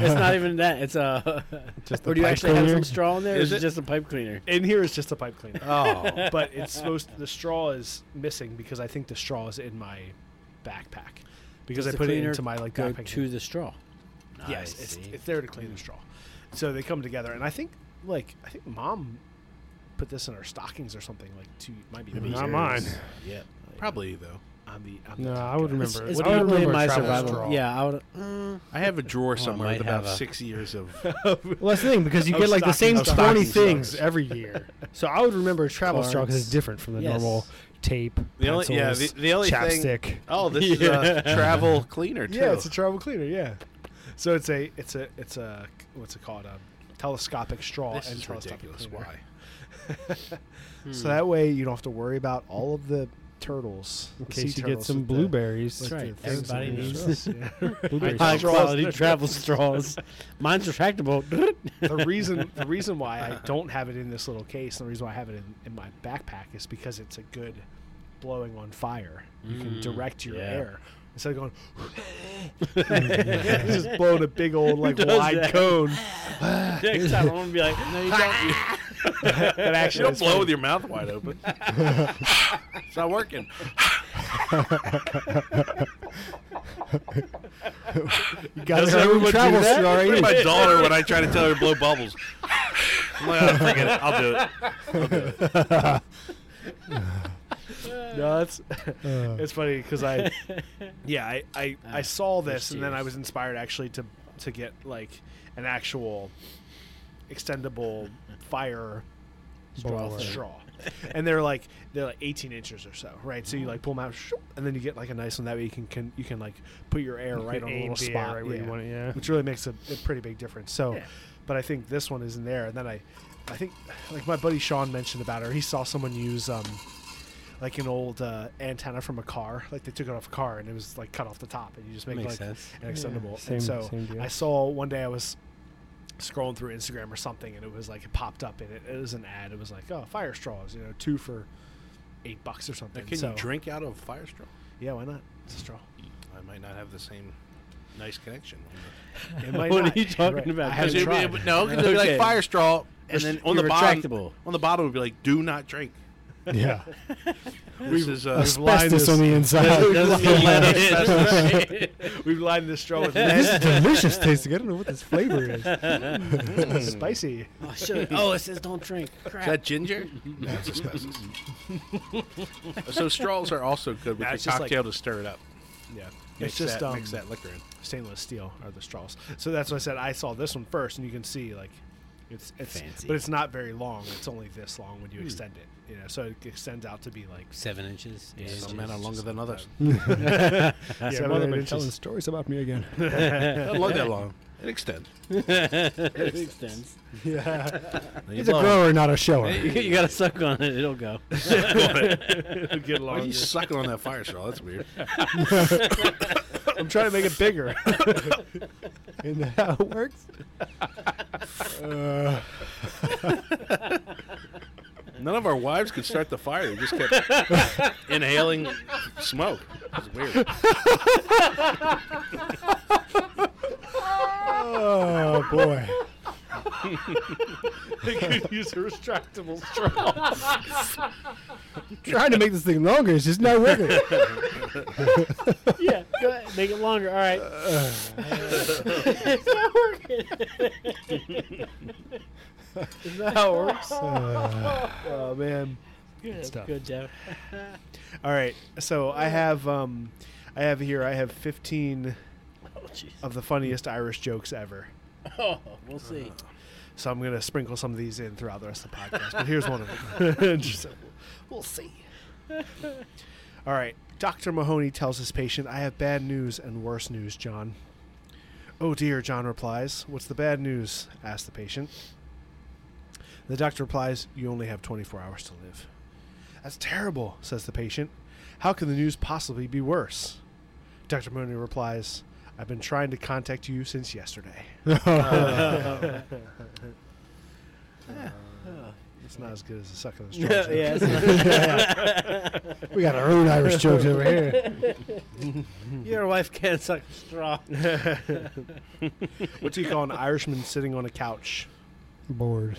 Speaker 4: it's not even that. It's a.
Speaker 3: Just
Speaker 4: or
Speaker 3: the
Speaker 4: do you
Speaker 3: pipe
Speaker 4: actually have
Speaker 3: cleaner?
Speaker 4: some straw in there? or
Speaker 2: Is
Speaker 4: Is it
Speaker 2: it-
Speaker 4: just a pipe cleaner?
Speaker 1: In here is just a pipe cleaner,
Speaker 2: oh,
Speaker 1: but it's supposed the straw is missing because I think the straw is in my backpack because I
Speaker 4: Does the
Speaker 1: put it
Speaker 4: cleaner
Speaker 1: into my like
Speaker 4: go
Speaker 1: backpack.
Speaker 4: to the straw.
Speaker 1: Yes,
Speaker 4: I
Speaker 1: it's,
Speaker 4: see.
Speaker 1: it's there to clean the straw. So they come together, and I think like I think mom put this in her stockings or something like two might be
Speaker 3: Not mine.
Speaker 4: Yep.
Speaker 2: probably though.
Speaker 1: I'm the I'm
Speaker 3: No,
Speaker 1: the top
Speaker 3: I would
Speaker 1: guy.
Speaker 3: remember.
Speaker 4: It's
Speaker 3: I would
Speaker 4: probably
Speaker 3: remember
Speaker 4: my
Speaker 3: a travel
Speaker 4: survival.
Speaker 3: straw.
Speaker 4: Yeah, I would. Uh,
Speaker 2: I have a drawer
Speaker 4: I
Speaker 2: somewhere with
Speaker 4: might
Speaker 2: about
Speaker 4: have a-
Speaker 2: six years of.
Speaker 3: Well, that's the thing because you
Speaker 1: Of
Speaker 3: get like the
Speaker 1: stocking
Speaker 3: same
Speaker 1: stuffers.
Speaker 3: twenty
Speaker 1: Stocking
Speaker 3: things
Speaker 1: stuffers.
Speaker 3: every year. So I would remember a travel straw because it's
Speaker 4: Cards.
Speaker 3: different from the
Speaker 4: Yes.
Speaker 3: normal tape.
Speaker 2: The only- yeah,
Speaker 3: pencils,
Speaker 2: the- the only thing-
Speaker 3: chapstick.
Speaker 2: Oh, this is a travel cleaner too.
Speaker 1: Yeah, it's a travel cleaner. Yeah, so it's a it's a it's a what's it called a telescopic straw
Speaker 2: this
Speaker 1: and
Speaker 2: is
Speaker 1: telescopic
Speaker 2: ridiculous.
Speaker 1: cleaner.
Speaker 2: Why?
Speaker 1: So that way you don't have to worry about all of the turtles
Speaker 3: In case you get some blueberries.
Speaker 4: That's right.
Speaker 1: the things
Speaker 4: Everybody
Speaker 1: in the
Speaker 4: needs
Speaker 1: straws, yeah.
Speaker 3: Blueberry
Speaker 4: high
Speaker 3: straw.
Speaker 4: quality travel straws. Mine's retractable.
Speaker 1: the reason the reason why I don't have it in this little case, and the reason why I have it in, in my backpack is because it's a good blowing on fire. You can direct your
Speaker 4: Mm, yeah.
Speaker 1: air instead of going. it's just blowing a big old like
Speaker 4: does
Speaker 1: wide
Speaker 4: that?
Speaker 1: cone.
Speaker 4: Next time I'm gonna be like, no, you don't.
Speaker 1: But actually,
Speaker 2: You don't
Speaker 1: it's
Speaker 2: blow with your mouth wide open. it's not working.
Speaker 3: You got everyone travels through our
Speaker 2: Look at my
Speaker 3: age.
Speaker 2: daughter when I try to tell her to blow bubbles. I'm like, "Oh, forget it. I'll do it.
Speaker 5: Uh.
Speaker 1: No, that's it's funny because I, yeah, I I,
Speaker 5: Ah,
Speaker 1: I saw this and then I was inspired actually to to get like an actual extendable fire straw, straw. and they're like they're like 18 inches or so, right? So you like pull them out, shoop, and then you get like a nice one that way you can, can you can like put your air right
Speaker 5: can
Speaker 1: on a
Speaker 5: aim
Speaker 1: little
Speaker 5: the air
Speaker 1: spot,
Speaker 5: right where you want it, yeah.
Speaker 1: which really makes a, a pretty big difference. So, but I think this one is in there, and then I, I think like my buddy Sean mentioned about her. He saw someone use um, like an old uh, antenna from a car, like they took it off a car and it was like cut off the top, and you just make
Speaker 4: Makes
Speaker 1: like
Speaker 4: sense.
Speaker 1: an extendable.
Speaker 3: same-
Speaker 1: and so
Speaker 3: same deal.
Speaker 1: I saw one day I was scrolling through Instagram or something, and it was like it popped up, and it, it was an ad. It was like, oh, fire straws, you know, two for eight bucks or
Speaker 2: Now,
Speaker 1: something.
Speaker 2: can
Speaker 1: so,
Speaker 2: you drink out of a fire straw?
Speaker 1: Yeah, why not? It's a straw.
Speaker 2: I might not have the same nice connection.
Speaker 1: It might
Speaker 4: What are
Speaker 1: not.
Speaker 4: you talking about?
Speaker 1: I
Speaker 2: Because
Speaker 1: haven't
Speaker 2: it'd be-
Speaker 1: tried.
Speaker 2: it would- no, 'cause it'd be like
Speaker 4: Okay.
Speaker 2: fire straw, and
Speaker 4: Rest-
Speaker 2: then on the
Speaker 4: retractable.
Speaker 2: bottom, on the bottom would be like, "Do not drink."
Speaker 3: Yeah.
Speaker 2: This is uh,
Speaker 3: Asbestos on the
Speaker 4: Doesn't
Speaker 3: inside.
Speaker 4: mean let it in.
Speaker 1: We've lined this straw with
Speaker 3: this
Speaker 1: lead.
Speaker 3: is delicious tasting. I don't know what this flavor is.
Speaker 1: Mm, spicy.
Speaker 4: Oh, shit. Oh, it says don't drink.
Speaker 2: Is that ginger? That's asbestos. so straws are also good with
Speaker 1: Nah,
Speaker 2: a
Speaker 1: it's just like-
Speaker 2: cocktail to stir it up.
Speaker 1: Yeah,
Speaker 2: Mix
Speaker 1: it's just
Speaker 2: that,
Speaker 1: um,
Speaker 2: mix that liquor in.
Speaker 1: stainless steel are the straws. So that's why I said I saw this one first, and you can see like it's it's
Speaker 4: Fancy. Hmm.
Speaker 1: but it's not very long. It's only this long when you extend it, you know. So it extends out to be like
Speaker 4: Seven inches. Eight
Speaker 2: Some men
Speaker 4: inches.
Speaker 2: are longer than others.
Speaker 1: seven or eight inches.
Speaker 3: stories about me again.
Speaker 2: Not long that long. It extends.
Speaker 4: It extends.
Speaker 3: He's a grower, not a shower.
Speaker 4: you gotta suck on it. It'll go.
Speaker 1: Get
Speaker 2: Why are you
Speaker 1: long.
Speaker 2: sucking on that fire straw? That's weird.
Speaker 1: I'm trying to make it bigger.
Speaker 3: Isn't that how it works?
Speaker 2: None of our wives could start the fire. They just kept inhaling smoke. It's weird.
Speaker 3: Oh boy.
Speaker 1: they could use a retractable straw.
Speaker 3: Trying to make this thing longer is just not working.
Speaker 5: yeah, go ahead. Make it longer. All right.
Speaker 1: Is that how it works? oh man.
Speaker 5: Good,
Speaker 1: stuff.
Speaker 5: good Jeff.
Speaker 1: All right. So I have um, I have here. I have 15
Speaker 5: Oh, jeez.
Speaker 1: of the funniest Irish jokes ever.
Speaker 4: Oh, we'll see.
Speaker 1: So I'm going to sprinkle some of these in throughout the rest of the podcast. But here's one of them. Just- we'll see. All right. Dr. Mahoney tells his patient, I have bad news and worse news, John. Oh dear, John replies. What's the bad news? asks the patient. The doctor replies, You only have 24 hours to live. That's terrible, says the patient. How can the news possibly be worse? Dr. Mahoney replies, I've been trying to contact you since yesterday. It's not as good as the suck on the straw.
Speaker 4: Uh,
Speaker 1: joke.
Speaker 3: we got our own Irish jokes over here.
Speaker 4: Your wife can't suck a straw.
Speaker 1: What do you call an Irishman sitting on a couch?
Speaker 3: Bored.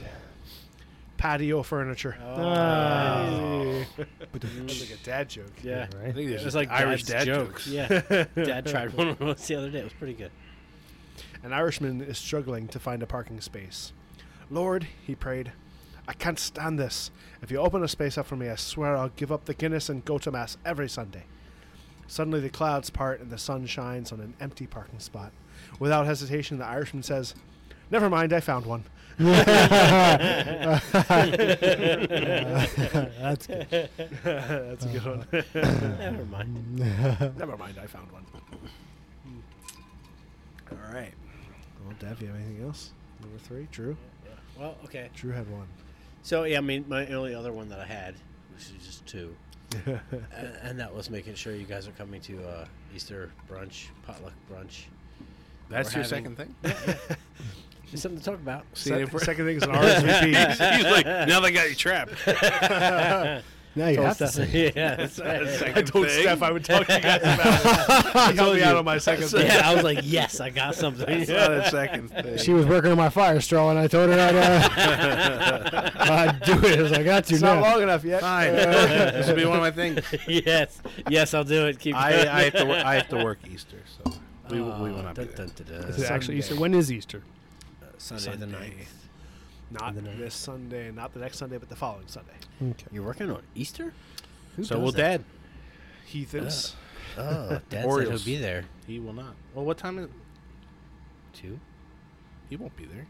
Speaker 1: Patio furniture.
Speaker 4: Oh.
Speaker 1: Ah. That's like a dad joke.
Speaker 4: Yeah.
Speaker 2: I
Speaker 3: Right?
Speaker 2: think there's just
Speaker 4: It was like
Speaker 2: Irish
Speaker 4: Dad's
Speaker 2: dad
Speaker 4: jokes.
Speaker 2: jokes.
Speaker 4: Yeah. Dad tried one of those the other day. It was pretty good.
Speaker 1: An Irishman is struggling to find a parking space. Lord, he prayed, I can't stand this. If you open a space up for me, I swear I'll give up the Guinness and go to Mass every Sunday. Suddenly the clouds part and the sun shines on an empty parking spot. Without hesitation, the Irishman says, Never mind, I found one.
Speaker 3: That's good.
Speaker 1: That's a good one.
Speaker 4: Never mind.
Speaker 1: Never mind, I found one. All right. Well, Dev, you have anything else? Number three, Drew.
Speaker 4: Well, okay.
Speaker 1: Drew had one.
Speaker 4: So yeah, I mean, my only other one that I had, which is just two, and, and that was making sure you guys are coming to uh, Easter brunch, potluck brunch.
Speaker 2: That's
Speaker 4: We're
Speaker 2: your
Speaker 4: having-
Speaker 2: second thing?
Speaker 4: There's something to talk about.
Speaker 2: See,
Speaker 1: Se-
Speaker 2: if we're-
Speaker 1: second thing is an RSVP.
Speaker 2: He's like, now they got you trapped.
Speaker 3: Now you have to.
Speaker 4: Stuff- yeah, that's right.
Speaker 1: I told Steph I would talk to you guys about it. He helped me out on my second thing.
Speaker 4: yeah, I was like, yes, I got something.
Speaker 2: a second thing.
Speaker 3: She was working on my fire straw, and I told her I'd, uh, I'd do it. I was like, I got to
Speaker 1: It's
Speaker 3: now.
Speaker 1: not long enough yet.
Speaker 2: Fine. this will be one of my things.
Speaker 4: yes, yes, I'll do it. Keep
Speaker 2: I,
Speaker 4: going.
Speaker 2: I, have to, wor- I have to work Easter, so we,
Speaker 1: Oh,
Speaker 2: will we will
Speaker 4: Dun,
Speaker 2: not be there.
Speaker 4: dun, dun, dun.
Speaker 3: It's actually Easter. When is Easter?
Speaker 4: Sunday, the
Speaker 1: Sunday.
Speaker 4: 9th.
Speaker 1: Not this Sunday, not the next Sunday, but the following Sunday.
Speaker 4: You're working on Easter?
Speaker 2: So will
Speaker 4: that?
Speaker 2: Dad.
Speaker 1: Heathens.
Speaker 4: Oh, Dad said he'll
Speaker 2: Orioles.
Speaker 4: be there
Speaker 2: He will not. Well, what time is?
Speaker 4: too.
Speaker 2: He won't be there.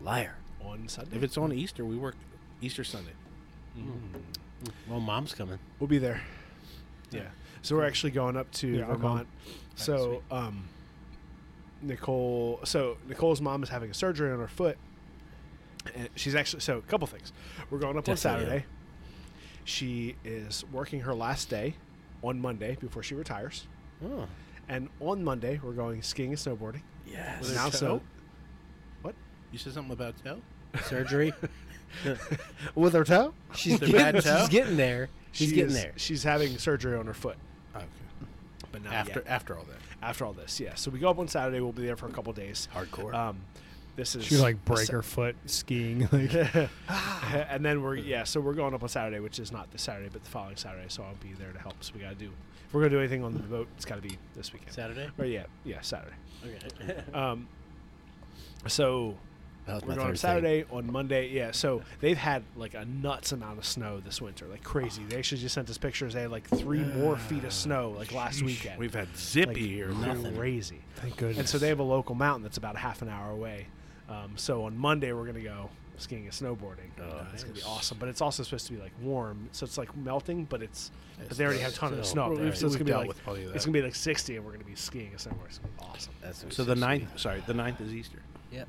Speaker 4: Liar.
Speaker 1: Hmm. on Sunday.
Speaker 2: If it's on Easter, we work Easter Sunday.
Speaker 4: Well, Mom's coming.
Speaker 1: we'll be there. Yeah. So we're actually going up to
Speaker 3: Yeah, I'll come.
Speaker 1: Vermont. So um, Nicole, so Nicole's mom is having a surgery on her foot. And she's actually so a couple things. We're going up on
Speaker 4: Definitely, yeah.
Speaker 1: Saturday. She is working her last day on Monday before she retires.
Speaker 4: Oh,
Speaker 1: And on Monday, we're going skiing and snowboarding.
Speaker 4: yes.
Speaker 1: now, so what?
Speaker 2: You said something about toe.
Speaker 4: Surgery.
Speaker 3: With her toe?
Speaker 4: She's
Speaker 2: Their bad
Speaker 4: getting,
Speaker 2: toe?
Speaker 4: she's getting there. She's
Speaker 1: She
Speaker 4: getting
Speaker 1: is-
Speaker 4: there.
Speaker 1: She's having surgery on her foot.
Speaker 2: Okay.
Speaker 1: But not
Speaker 2: After
Speaker 1: yet.
Speaker 2: after all that,
Speaker 1: after all this. Yeah. So we go up on Saturday. We'll be there for a couple days.
Speaker 2: Hardcore.
Speaker 1: Um, this is
Speaker 3: She like break her foot skiing. Like,
Speaker 1: and then we're yeah. So we're going up on Saturday, which is not this Saturday, but the following Saturday. So I'll be there to help. So we gotta do. If we're gonna do anything on the boat, it's gotta be this weekend.
Speaker 4: Saturday?
Speaker 1: Or yeah, yeah, Saturday.
Speaker 4: Okay.
Speaker 1: Um, so
Speaker 4: That was my
Speaker 1: we're going
Speaker 4: third
Speaker 1: on
Speaker 4: thing.
Speaker 1: Saturday on Monday. Yeah, so they've had like a nuts amount of snow this winter, like crazy. They actually just sent us pictures. They had like three more feet of snow like last weekend.
Speaker 2: we've had zippy here.
Speaker 4: nothing.
Speaker 1: crazy.
Speaker 3: thank goodness.
Speaker 1: And so they have a local mountain that's about a half an hour away. Um, so on Monday we're gonna go skiing and snowboarding.
Speaker 2: Oh,
Speaker 1: Uh, it's gonna be awesome, but it's also supposed to be like warm, so it's like melting, but it's but they already have a ton of
Speaker 4: still-
Speaker 1: snow. up
Speaker 2: Well,
Speaker 1: there,
Speaker 2: we've-
Speaker 1: so it's
Speaker 2: we've
Speaker 1: gonna be
Speaker 2: dealt
Speaker 1: like
Speaker 2: with plenty of
Speaker 1: it's
Speaker 2: that.
Speaker 1: gonna be like sixty, and we're gonna be skiing and snowboarding. It's gonna be awesome.
Speaker 4: That's what
Speaker 2: So
Speaker 4: she
Speaker 2: the
Speaker 4: said.
Speaker 2: ninth, sorry, the ninth is Easter.
Speaker 4: Yep.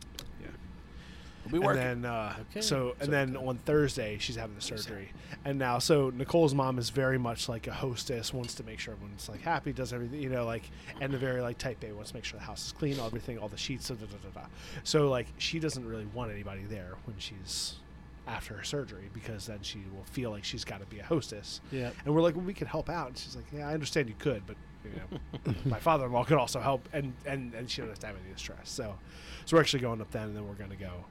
Speaker 2: We'll be
Speaker 1: And
Speaker 2: working.
Speaker 1: then, uh,
Speaker 4: Okay.
Speaker 1: so and then on Thursday she's having the surgery, and now so Nicole's mom is very much like a hostess, wants to make sure everyone's like happy, does everything, you know, like and the very like type A wants to make sure the house is clean, everything, all the sheets, da, da, da, da, da. so like she doesn't really want anybody there when she's after her surgery because then she will feel like she's got to be a hostess.
Speaker 4: Yep.
Speaker 1: and we're like, well, we could help out, and she's like, yeah, I understand you could, but you know, my father-in-law could also help, and and and she doesn't have to have any of the stress. So, so we're actually going up then, and then we're gonna go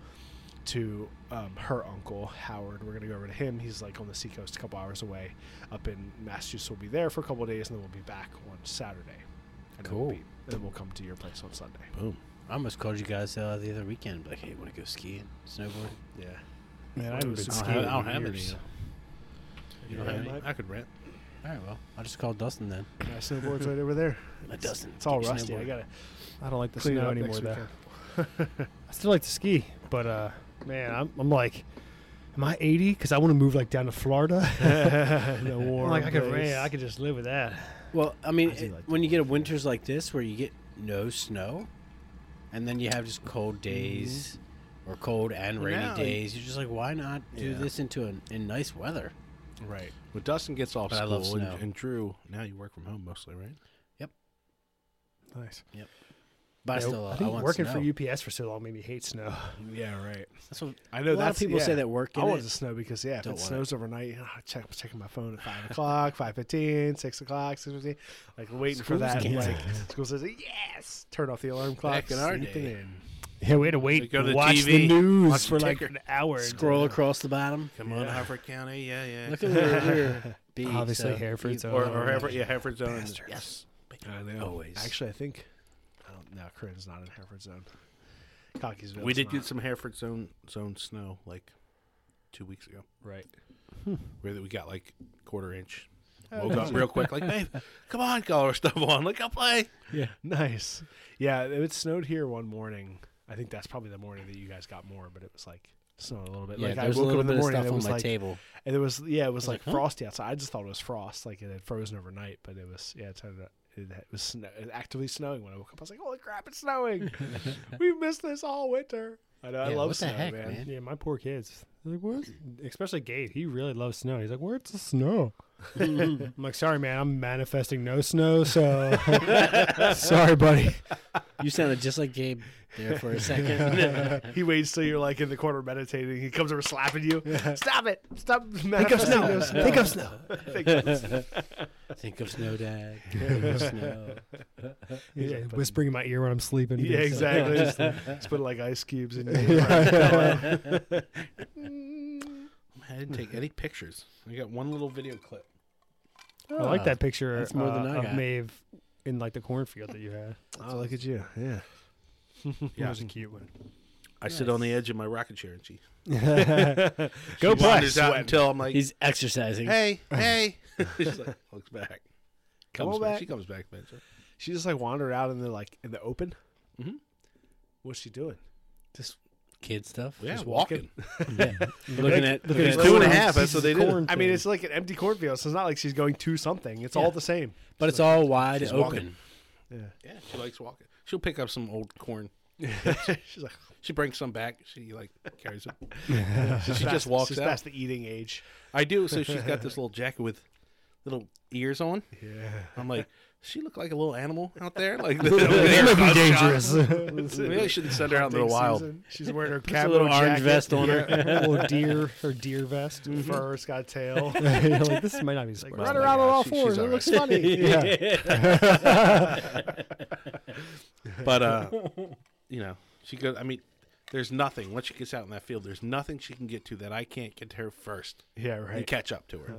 Speaker 1: to um, her uncle Howard. We're gonna go over to him. He's like on the seacoast, a couple hours away, up in Massachusetts. We'll be there for a couple of days, and then we'll be back on Saturday. And Then
Speaker 4: Cool.
Speaker 1: we'll, be- and then we'll come to your place on Sunday.
Speaker 4: Boom. I almost called you guys uh, the other weekend. Like, hey, want to go skiing, snowboarding?
Speaker 1: Yeah.
Speaker 3: Man,
Speaker 1: It
Speaker 3: I haven't
Speaker 1: was
Speaker 3: been
Speaker 1: just-
Speaker 2: I don't
Speaker 3: skiing.
Speaker 2: have, I don't have any.
Speaker 1: years.
Speaker 2: You don't
Speaker 1: Yeah,
Speaker 2: have any?
Speaker 1: my-
Speaker 2: I could rent.
Speaker 4: All right, well, I'll just call Dustin then.
Speaker 1: My snowboard's right over there.
Speaker 4: My Dustin.
Speaker 1: It's all
Speaker 4: get your
Speaker 1: rusty. I
Speaker 4: snowboard.
Speaker 1: gotta
Speaker 3: I don't like the
Speaker 1: clean it
Speaker 3: snow
Speaker 1: up
Speaker 3: anymore,
Speaker 1: next
Speaker 3: though.
Speaker 1: weekend.
Speaker 3: I still like to ski, but uh, man, I'm, I'm like, am I 80? Because I want to move like down to Florida.
Speaker 1: the warm
Speaker 3: I'm like, I could,
Speaker 1: place.
Speaker 3: man, I could just live with that.
Speaker 4: Well, I mean,
Speaker 3: I do
Speaker 4: it-
Speaker 3: like
Speaker 4: when you get winters like this where you get no snow, and then you have just cold days,
Speaker 1: Mm-hmm.
Speaker 4: or cold and rainy
Speaker 2: now you-
Speaker 4: days, you're just like, why not do
Speaker 2: Yeah.
Speaker 4: this into an, in nice weather?
Speaker 1: Right.
Speaker 2: Well, Dustin gets off
Speaker 4: But I
Speaker 2: school,
Speaker 4: love snow.
Speaker 2: and, and Drew. Now you work from home mostly, right?
Speaker 3: Nice.
Speaker 4: But I
Speaker 3: Yeah,
Speaker 4: still, uh,
Speaker 3: I
Speaker 4: I,
Speaker 3: think
Speaker 4: want
Speaker 3: working
Speaker 4: snow.
Speaker 3: for UPS for so long made me hate snow.
Speaker 1: Yeah. Right.
Speaker 4: That's what
Speaker 1: I know
Speaker 4: a lot of
Speaker 1: that's-
Speaker 4: people say
Speaker 1: yeah.
Speaker 4: that work. In
Speaker 1: I
Speaker 4: it-
Speaker 1: wanted to snow because yeah, if
Speaker 4: Don't
Speaker 1: it
Speaker 4: want
Speaker 1: snows overnight, ah, I check checking my phone at five o'clock, five fifteen, six o'clock, six fifteen, like waiting
Speaker 4: School's
Speaker 1: for that.
Speaker 4: canceled.
Speaker 1: Like school says yes, turn off the alarm clock.
Speaker 2: Back in our
Speaker 1: sleeping
Speaker 2: day.
Speaker 1: in.
Speaker 3: Yeah, we had to wait,
Speaker 2: go to the
Speaker 3: watch
Speaker 2: TV,
Speaker 3: the news
Speaker 2: watch the
Speaker 3: for like
Speaker 2: ticker.
Speaker 3: an hour. and-
Speaker 4: scroll across the bottom.
Speaker 2: Come on, Harford County. Yeah, yeah.
Speaker 4: Look at where we're being,
Speaker 3: Obviously,
Speaker 4: so
Speaker 3: Hereford's
Speaker 4: you-
Speaker 3: own.
Speaker 2: or, or Harford, yeah, Harford's own.
Speaker 4: Yes.
Speaker 1: I know.
Speaker 4: Always.
Speaker 1: Actually, I think I don't know. Corinne's not in Hereford zone. Cockeysville.
Speaker 2: We did get some Hereford zone zone snow like two weeks ago.
Speaker 1: right.
Speaker 4: Hmm.
Speaker 2: Where that we got like quarter inch. Woke up real quick, like, babe, come on, call our stuff on. Like, I'll play.
Speaker 1: Yeah. Nice. Yeah, it, it snowed here one morning. I think that's probably the morning that you guys got more, but it was like snowed a little bit.
Speaker 4: Yeah,
Speaker 1: like
Speaker 4: there
Speaker 1: I
Speaker 4: was a
Speaker 1: woke up
Speaker 4: little
Speaker 1: in the
Speaker 4: bit of
Speaker 1: morning and
Speaker 4: stuff
Speaker 1: it
Speaker 4: on
Speaker 1: was
Speaker 4: my
Speaker 1: like
Speaker 4: table.
Speaker 1: And it was yeah, it was, like,
Speaker 4: like, huh?
Speaker 1: frosty outside. I just thought it was frost, like it had frozen overnight, but it was yeah, it turned out it, it was snow, it actively snowing when I woke up. I was like, "Holy crap, it's snowing! we missed this all winter."
Speaker 5: I know. I
Speaker 4: Yeah,
Speaker 5: love
Speaker 4: what the
Speaker 5: snow,
Speaker 4: heck,
Speaker 5: man.
Speaker 4: man?
Speaker 5: Yeah.
Speaker 3: Yeah, my poor kids. They're Like, where's especially Gabe? He really loves snow. He's like, where's the snow? I'm like, sorry, man. I'm manifesting no snow. So sorry, buddy.
Speaker 4: You sounded just like Gabe there for a second.
Speaker 1: He waits till you're like in the corner meditating. He comes over slapping you. Stop it! Stop.
Speaker 3: Think of snow. Think of snow.
Speaker 4: Think of snow, Dad. Think of snow.
Speaker 3: He's like whispering in my ear when I'm sleeping.
Speaker 1: Yeah,
Speaker 3: It's uh, like,
Speaker 1: exactly. just, just put like ice cubes in your yeah.
Speaker 2: I didn't take any pictures. I got one little video clip.
Speaker 3: I like that picture
Speaker 4: That's more than
Speaker 3: uh,
Speaker 4: I
Speaker 3: of
Speaker 4: got.
Speaker 3: Maeve in like the cornfield that you had.
Speaker 1: Oh, look at you. Yeah.
Speaker 3: That was a cute one.
Speaker 2: I sit on the edge of my rocking chair and she
Speaker 3: Go
Speaker 2: wanders out until I'm like,
Speaker 4: He's exercising.
Speaker 2: hey, hey. She's like, looks back. Comes
Speaker 1: on
Speaker 2: back.
Speaker 1: back.
Speaker 2: She comes back, man. So-
Speaker 1: She just like wandered out in the like in the open.
Speaker 4: Mm-hmm.
Speaker 2: Mhm.
Speaker 1: What's she doing?
Speaker 2: Just
Speaker 4: Kid stuff.
Speaker 2: yeah,
Speaker 1: Just
Speaker 2: walking.
Speaker 1: walking.
Speaker 4: Looking at looking
Speaker 2: It's
Speaker 4: at
Speaker 2: two and a half. That's what they did.
Speaker 1: I mean, it's like an empty cornfield, so it's not like she's going to something. It's all the same.
Speaker 4: But it's all wide open.
Speaker 2: walking.
Speaker 1: Yeah.
Speaker 2: Yeah, she likes walking. She'll pick up some old corn.
Speaker 1: she's like
Speaker 2: She brings some back. She like carries it.
Speaker 1: she's
Speaker 2: she just
Speaker 1: past-
Speaker 2: walks
Speaker 1: she's
Speaker 2: out.
Speaker 1: past the eating age.
Speaker 2: I do. So she's got this little jacket with little ears on.
Speaker 1: Yeah.
Speaker 2: I'm like, she look like a little animal out there. Like
Speaker 3: It might be dangerous.
Speaker 2: Maybe I shouldn't send her out into the
Speaker 1: Hunting
Speaker 2: wild.
Speaker 1: season. She's wearing her
Speaker 4: It's
Speaker 1: camo
Speaker 4: a little orange
Speaker 1: jacket.
Speaker 4: vest on her.
Speaker 3: Yeah, little deer or deer vest.
Speaker 1: Fur, it's got a tail.
Speaker 3: You're like, this might not be
Speaker 1: Like,
Speaker 3: smart.
Speaker 1: run
Speaker 2: my
Speaker 1: around on
Speaker 2: gosh,
Speaker 1: all
Speaker 2: she- she's
Speaker 1: fours.
Speaker 2: all
Speaker 1: It
Speaker 2: right.
Speaker 1: looks funny.
Speaker 3: yeah.
Speaker 2: But uh, you know, she goes. I mean, there's nothing once she gets out in that field. There's nothing she can get to that I can't get to her first
Speaker 1: yeah,
Speaker 2: and
Speaker 1: right.
Speaker 2: catch up to her.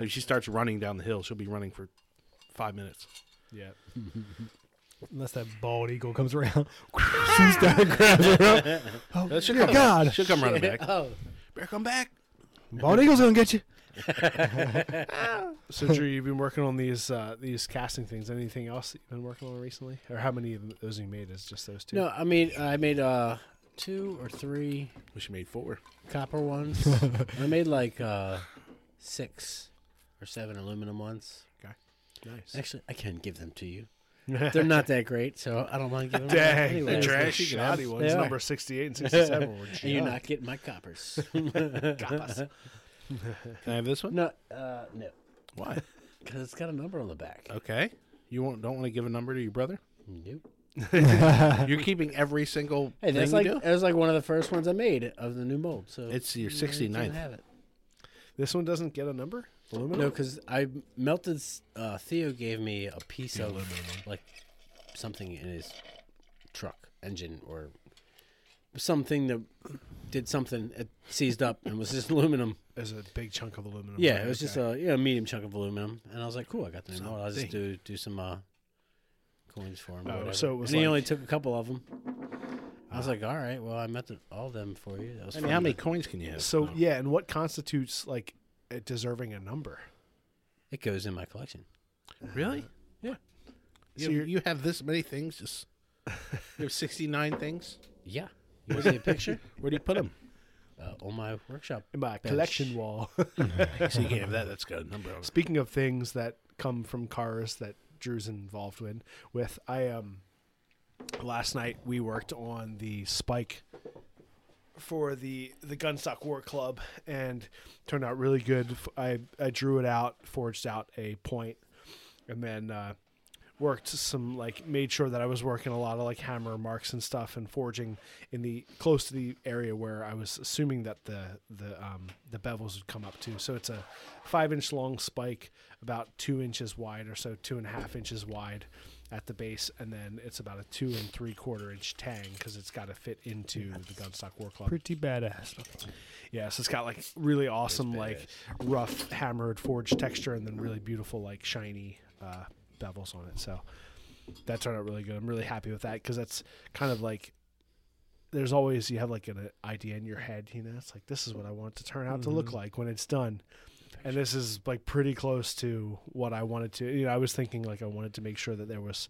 Speaker 2: If she starts running down the hill, she'll be running for five minutes.
Speaker 1: Yeah.
Speaker 3: Unless that bald eagle comes around, she's down and grabs her up. Oh,
Speaker 2: But she'll
Speaker 3: dear
Speaker 2: come
Speaker 3: God.
Speaker 2: Back. She'll come running back.
Speaker 4: Oh,
Speaker 2: Bear, come back.
Speaker 3: Bald eagle's gonna get you.
Speaker 1: So Drew, you've been working on these uh, these casting things. Anything else that you've been working on recently, or how many of those you made? Is just those two?
Speaker 4: No, I mean I made uh two or three
Speaker 2: Well, she made four.
Speaker 4: copper ones. I made like uh six or seven aluminum ones.
Speaker 1: nice.
Speaker 4: Actually, I can give them to you. They're not that great, so I don't mind giving them.
Speaker 1: Dang,
Speaker 4: anyway.
Speaker 1: they're trash.
Speaker 2: She can have
Speaker 1: Shoddy
Speaker 2: them.
Speaker 1: ones.
Speaker 4: Yeah.
Speaker 1: Number sixty-eight and sixty-seven were
Speaker 4: And you're
Speaker 1: junk.
Speaker 4: not getting my coppers.
Speaker 2: Can I have this one?
Speaker 4: no, uh, no,
Speaker 2: Why?
Speaker 4: because it's got a number on the back.
Speaker 2: Okay. You won't, don't want to give a number to your brother?
Speaker 4: Nope.
Speaker 2: You're keeping every single
Speaker 4: Hey,
Speaker 2: thing
Speaker 4: that's like
Speaker 2: you do?
Speaker 4: that was like one of the first ones I made of the new mold. So
Speaker 2: It's your
Speaker 4: you know, you
Speaker 2: 69th.
Speaker 4: can't Have it.
Speaker 1: This one doesn't get a number. Aluminum.
Speaker 4: No, because I melted. s- Uh, Theo gave me a piece of like something in his truck engine or something that did something. It seized up and was just aluminum.
Speaker 1: There's a big chunk of aluminum.
Speaker 4: Yeah,
Speaker 1: there,
Speaker 4: it was just
Speaker 1: okay.
Speaker 4: a you know, medium chunk of aluminum, and I was like, cool, I got the new mold. I'll just do do some uh, coins for him.
Speaker 1: Oh,
Speaker 4: or whatever.
Speaker 1: so it was
Speaker 4: and he
Speaker 1: like-
Speaker 4: only took a couple of them. I was like, all right, well, I melted all of them for you. That was
Speaker 2: I mean,
Speaker 4: fun.
Speaker 2: how many coins can you have?
Speaker 1: So yeah, and what constitutes like it deserving a number?
Speaker 4: It goes in my collection.
Speaker 2: Really?
Speaker 4: Yeah.
Speaker 1: So
Speaker 2: You, have,
Speaker 1: you're-
Speaker 2: you have this many things? Just You have 69 things?
Speaker 4: Yeah. You want to see a picture?
Speaker 2: Where do you put them?
Speaker 4: Uh, on my workshop.
Speaker 1: In my
Speaker 4: bench. Uh,
Speaker 1: collection wall.
Speaker 2: so you can't have that. That's got a number on it.
Speaker 1: Speaking of things that come from cars that Drew's involved in, with I um, last night we worked on the spike for the the Gunstock War Club and turned out really good. F- I I drew it out, forged out a point, and then uh, worked some like made sure that I was working a lot of like hammer marks and stuff and forging in the close to the area where I was assuming that the the um, the bevels would come up to. So it's a five inch long spike, about two inches wide or so, two and a half inches wide at the base, and then it's about a two and three quarter inch tang because it's got to fit into the gunstock war club.
Speaker 3: Pretty badass.
Speaker 1: Yeah, so it's got like really awesome, like rough hammered forged texture, and then really beautiful, like shiny uh, bevels on it. So that turned out really good. I'm really happy with that because that's kind of like there's always you have like an uh, idea in your head, you know, it's like this is what I want it to turn out to look like when it's done. And this is like pretty close to what I wanted to. You know, I was thinking like I wanted to make sure that there was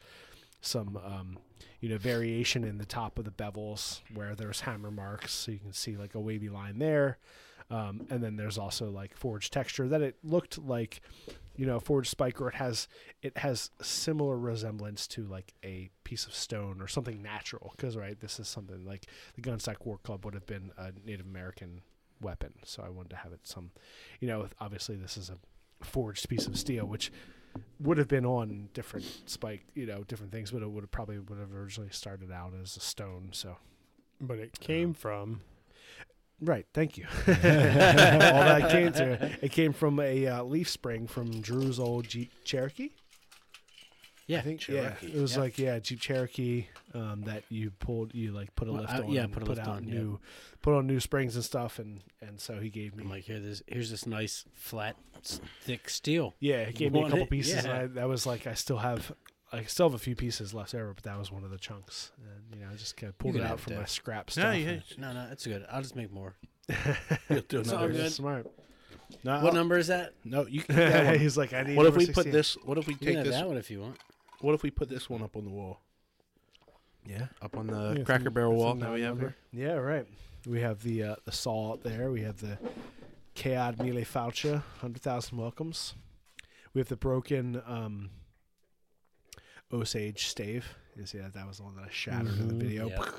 Speaker 1: some um, you know variation in the top of the bevels where there's hammer marks so you can see like a wavy line there um, and then there's also like forged texture that it looked like you know, forged spike, or it has it has similar resemblance to like a piece of stone or something natural. Because right, this is something like the Gunstock War Club would have been a Native American weapon. So I wanted to have it some, you know, obviously this is a forged piece of steel, which would have been on different spike, you know, different things, but it would have probably would have originally started out as a stone. So
Speaker 5: But it came from.
Speaker 1: Right. Thank you. All that came to it came from a uh, leaf spring from Drew's old Jeep Cherokee.
Speaker 4: Yeah,
Speaker 1: I think
Speaker 4: Cherokee.
Speaker 1: yeah, it was
Speaker 4: Yep.
Speaker 1: like yeah Jeep Cherokee um, that you pulled you like put a
Speaker 4: Well,
Speaker 1: lift
Speaker 4: I-
Speaker 1: on
Speaker 4: yeah,
Speaker 1: and
Speaker 4: put a lift
Speaker 1: out
Speaker 4: on, yeah.
Speaker 1: new put on new springs and stuff and and so he gave me
Speaker 4: I'm like, here, this, here's this nice, flat, s- thick steel.
Speaker 1: yeah he gave me a
Speaker 4: want
Speaker 1: couple
Speaker 4: it?
Speaker 1: pieces and
Speaker 4: Yeah.
Speaker 1: I, that was like I still have I still have a few pieces left over but that was one of the chunks and you know I just kind of pulled it
Speaker 4: can
Speaker 1: out
Speaker 4: have
Speaker 1: from
Speaker 4: that.
Speaker 1: my scrap stuff.
Speaker 2: No, yeah,
Speaker 4: No, no, that's good. I'll just make more.
Speaker 2: you'll do
Speaker 4: It's all
Speaker 2: another.
Speaker 4: good.
Speaker 1: Smart.
Speaker 2: No,
Speaker 4: What
Speaker 2: I'll-
Speaker 4: number is that?
Speaker 2: no, you can. that one.
Speaker 1: He's like I need.
Speaker 2: What if
Speaker 1: number
Speaker 2: we put
Speaker 1: 16.
Speaker 2: this? What if we
Speaker 4: You can
Speaker 2: take
Speaker 4: have
Speaker 2: this?
Speaker 4: that one if you want.
Speaker 2: What if we put this one up on the wall?
Speaker 1: Yeah.
Speaker 2: Up on the
Speaker 1: Yeah,
Speaker 2: Cracker
Speaker 1: some-
Speaker 2: Barrel
Speaker 1: some
Speaker 2: wall that we
Speaker 1: nine
Speaker 2: have
Speaker 1: number.
Speaker 2: here.
Speaker 1: Yeah, right. We have the uh, the saw up there. We have the Cad Mille Faucha, hundred thousand welcomes. We have the broken um, Osage stave. You see that that was the one that I shattered in the video.
Speaker 4: Mm-hmm. Yep.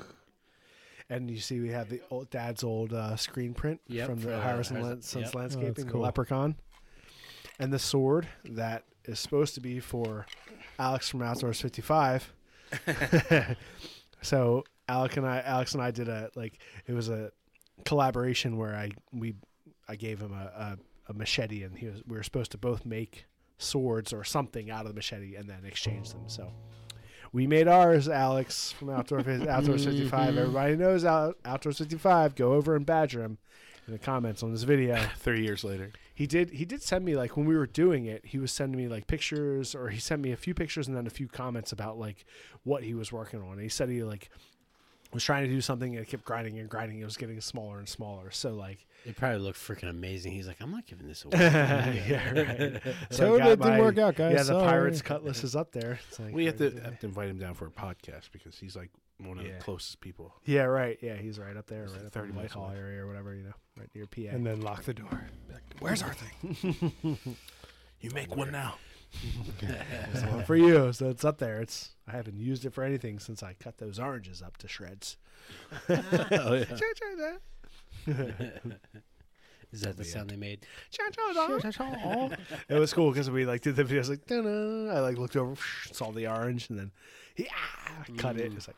Speaker 1: And you see we have the old dad's old uh, screen print
Speaker 4: Yep,
Speaker 1: from
Speaker 4: for,
Speaker 1: the
Speaker 4: uh,
Speaker 1: Harrison
Speaker 4: Harrison-
Speaker 1: Lan- Sons
Speaker 4: yep. Oh, that's
Speaker 1: Landscaping, the
Speaker 3: cool.
Speaker 1: Leprechaun, and the sword that is supposed to be for Alex from Outdoors Fifty Five. so Alec and I, Alex and I did a like it was a collaboration where I we I gave him a, a, a machete and he was, we were supposed to both make swords or something out of the machete and then exchange them. So we made ours, Alex from Outdoor Fif- Outdoors 55. Everybody knows out, Outdoors 55. Go over and badger him in the comments on this video.
Speaker 2: Three years later.
Speaker 1: He did. He did send me like when we were doing it. He was sending me like pictures, or he sent me a few pictures and then a few comments about like what he was working on. He said he like was trying to do something and it kept grinding and grinding. It was getting smaller and smaller. So like,
Speaker 4: It probably looked freaking amazing. He's like, I'm not giving this away.
Speaker 1: yeah, right.
Speaker 3: So
Speaker 1: I
Speaker 3: it
Speaker 1: got
Speaker 3: didn't
Speaker 1: my-
Speaker 3: work out, guys.
Speaker 1: Yeah, the
Speaker 3: Sorry.
Speaker 1: Pirates Cutlass is up there. It's like,
Speaker 2: We have to, have to invite him down for a podcast because he's like one of
Speaker 1: Yeah.
Speaker 2: the closest people.
Speaker 1: Yeah, right. Yeah, he's right up there, right
Speaker 2: like
Speaker 1: up
Speaker 2: 30
Speaker 1: in
Speaker 2: minutes
Speaker 1: Whitehall
Speaker 2: away.
Speaker 1: area or whatever, you know, right near PA.
Speaker 3: and then lock the door.
Speaker 2: Where's our thing? you make one now.
Speaker 1: It's the one for you. So it's up there. It's I haven't used it for anything since I cut those oranges up to shreds.
Speaker 2: oh, yeah.
Speaker 4: Is that the sound they made?
Speaker 1: it was cool because we like did the videos like "Dun-dun." I like looked over, saw the orange, and then yeah,
Speaker 3: ah,
Speaker 1: I cut it. It's like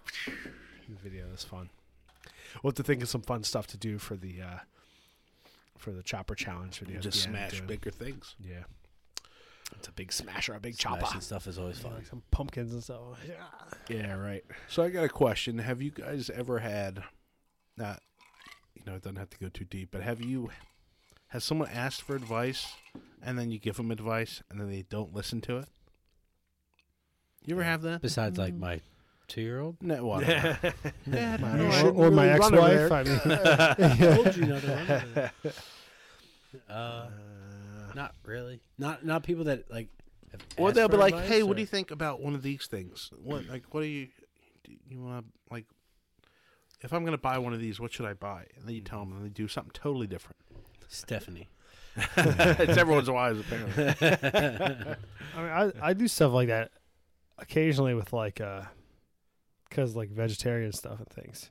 Speaker 1: the video is fun. We'll have to think of some fun stuff to do for the uh for the chopper challenge video. at
Speaker 2: Just
Speaker 1: the end,
Speaker 2: smash
Speaker 1: too.
Speaker 2: bigger things.
Speaker 1: Yeah, it's a big smasher, a big
Speaker 4: Smashing
Speaker 1: chopper.
Speaker 4: stuff is always fun.
Speaker 3: Some pumpkins and stuff.
Speaker 1: Yeah, right.
Speaker 2: So I got a question. Have you guys ever had, not, you know, it doesn't have to go too deep, but have you, has someone asked for advice and then you give them advice and then they don't listen to it? You ever have that?
Speaker 4: Besides, like my two-year-old.
Speaker 2: No, well, I don't know. Dad, I don't
Speaker 3: Or,
Speaker 2: like-
Speaker 3: or my
Speaker 1: really run over
Speaker 3: ex-wife. I mean,
Speaker 4: told you not to run. Uh, not really. Not not people that like. have
Speaker 2: Or
Speaker 4: asked
Speaker 2: they'll be
Speaker 4: for
Speaker 2: like,
Speaker 4: advice,
Speaker 2: "Hey,
Speaker 4: or-
Speaker 2: what do you think about one of these things? What like what do you do you want to like? If I'm gonna buy one of these, what should I buy?" And then you tell
Speaker 4: Mm-hmm.
Speaker 2: them, and they do something totally different.
Speaker 4: Stephanie?
Speaker 2: it's everyone's wise, apparently.
Speaker 3: I, mean I, I do stuff like that occasionally with like, uh, cause like vegetarian stuff and things.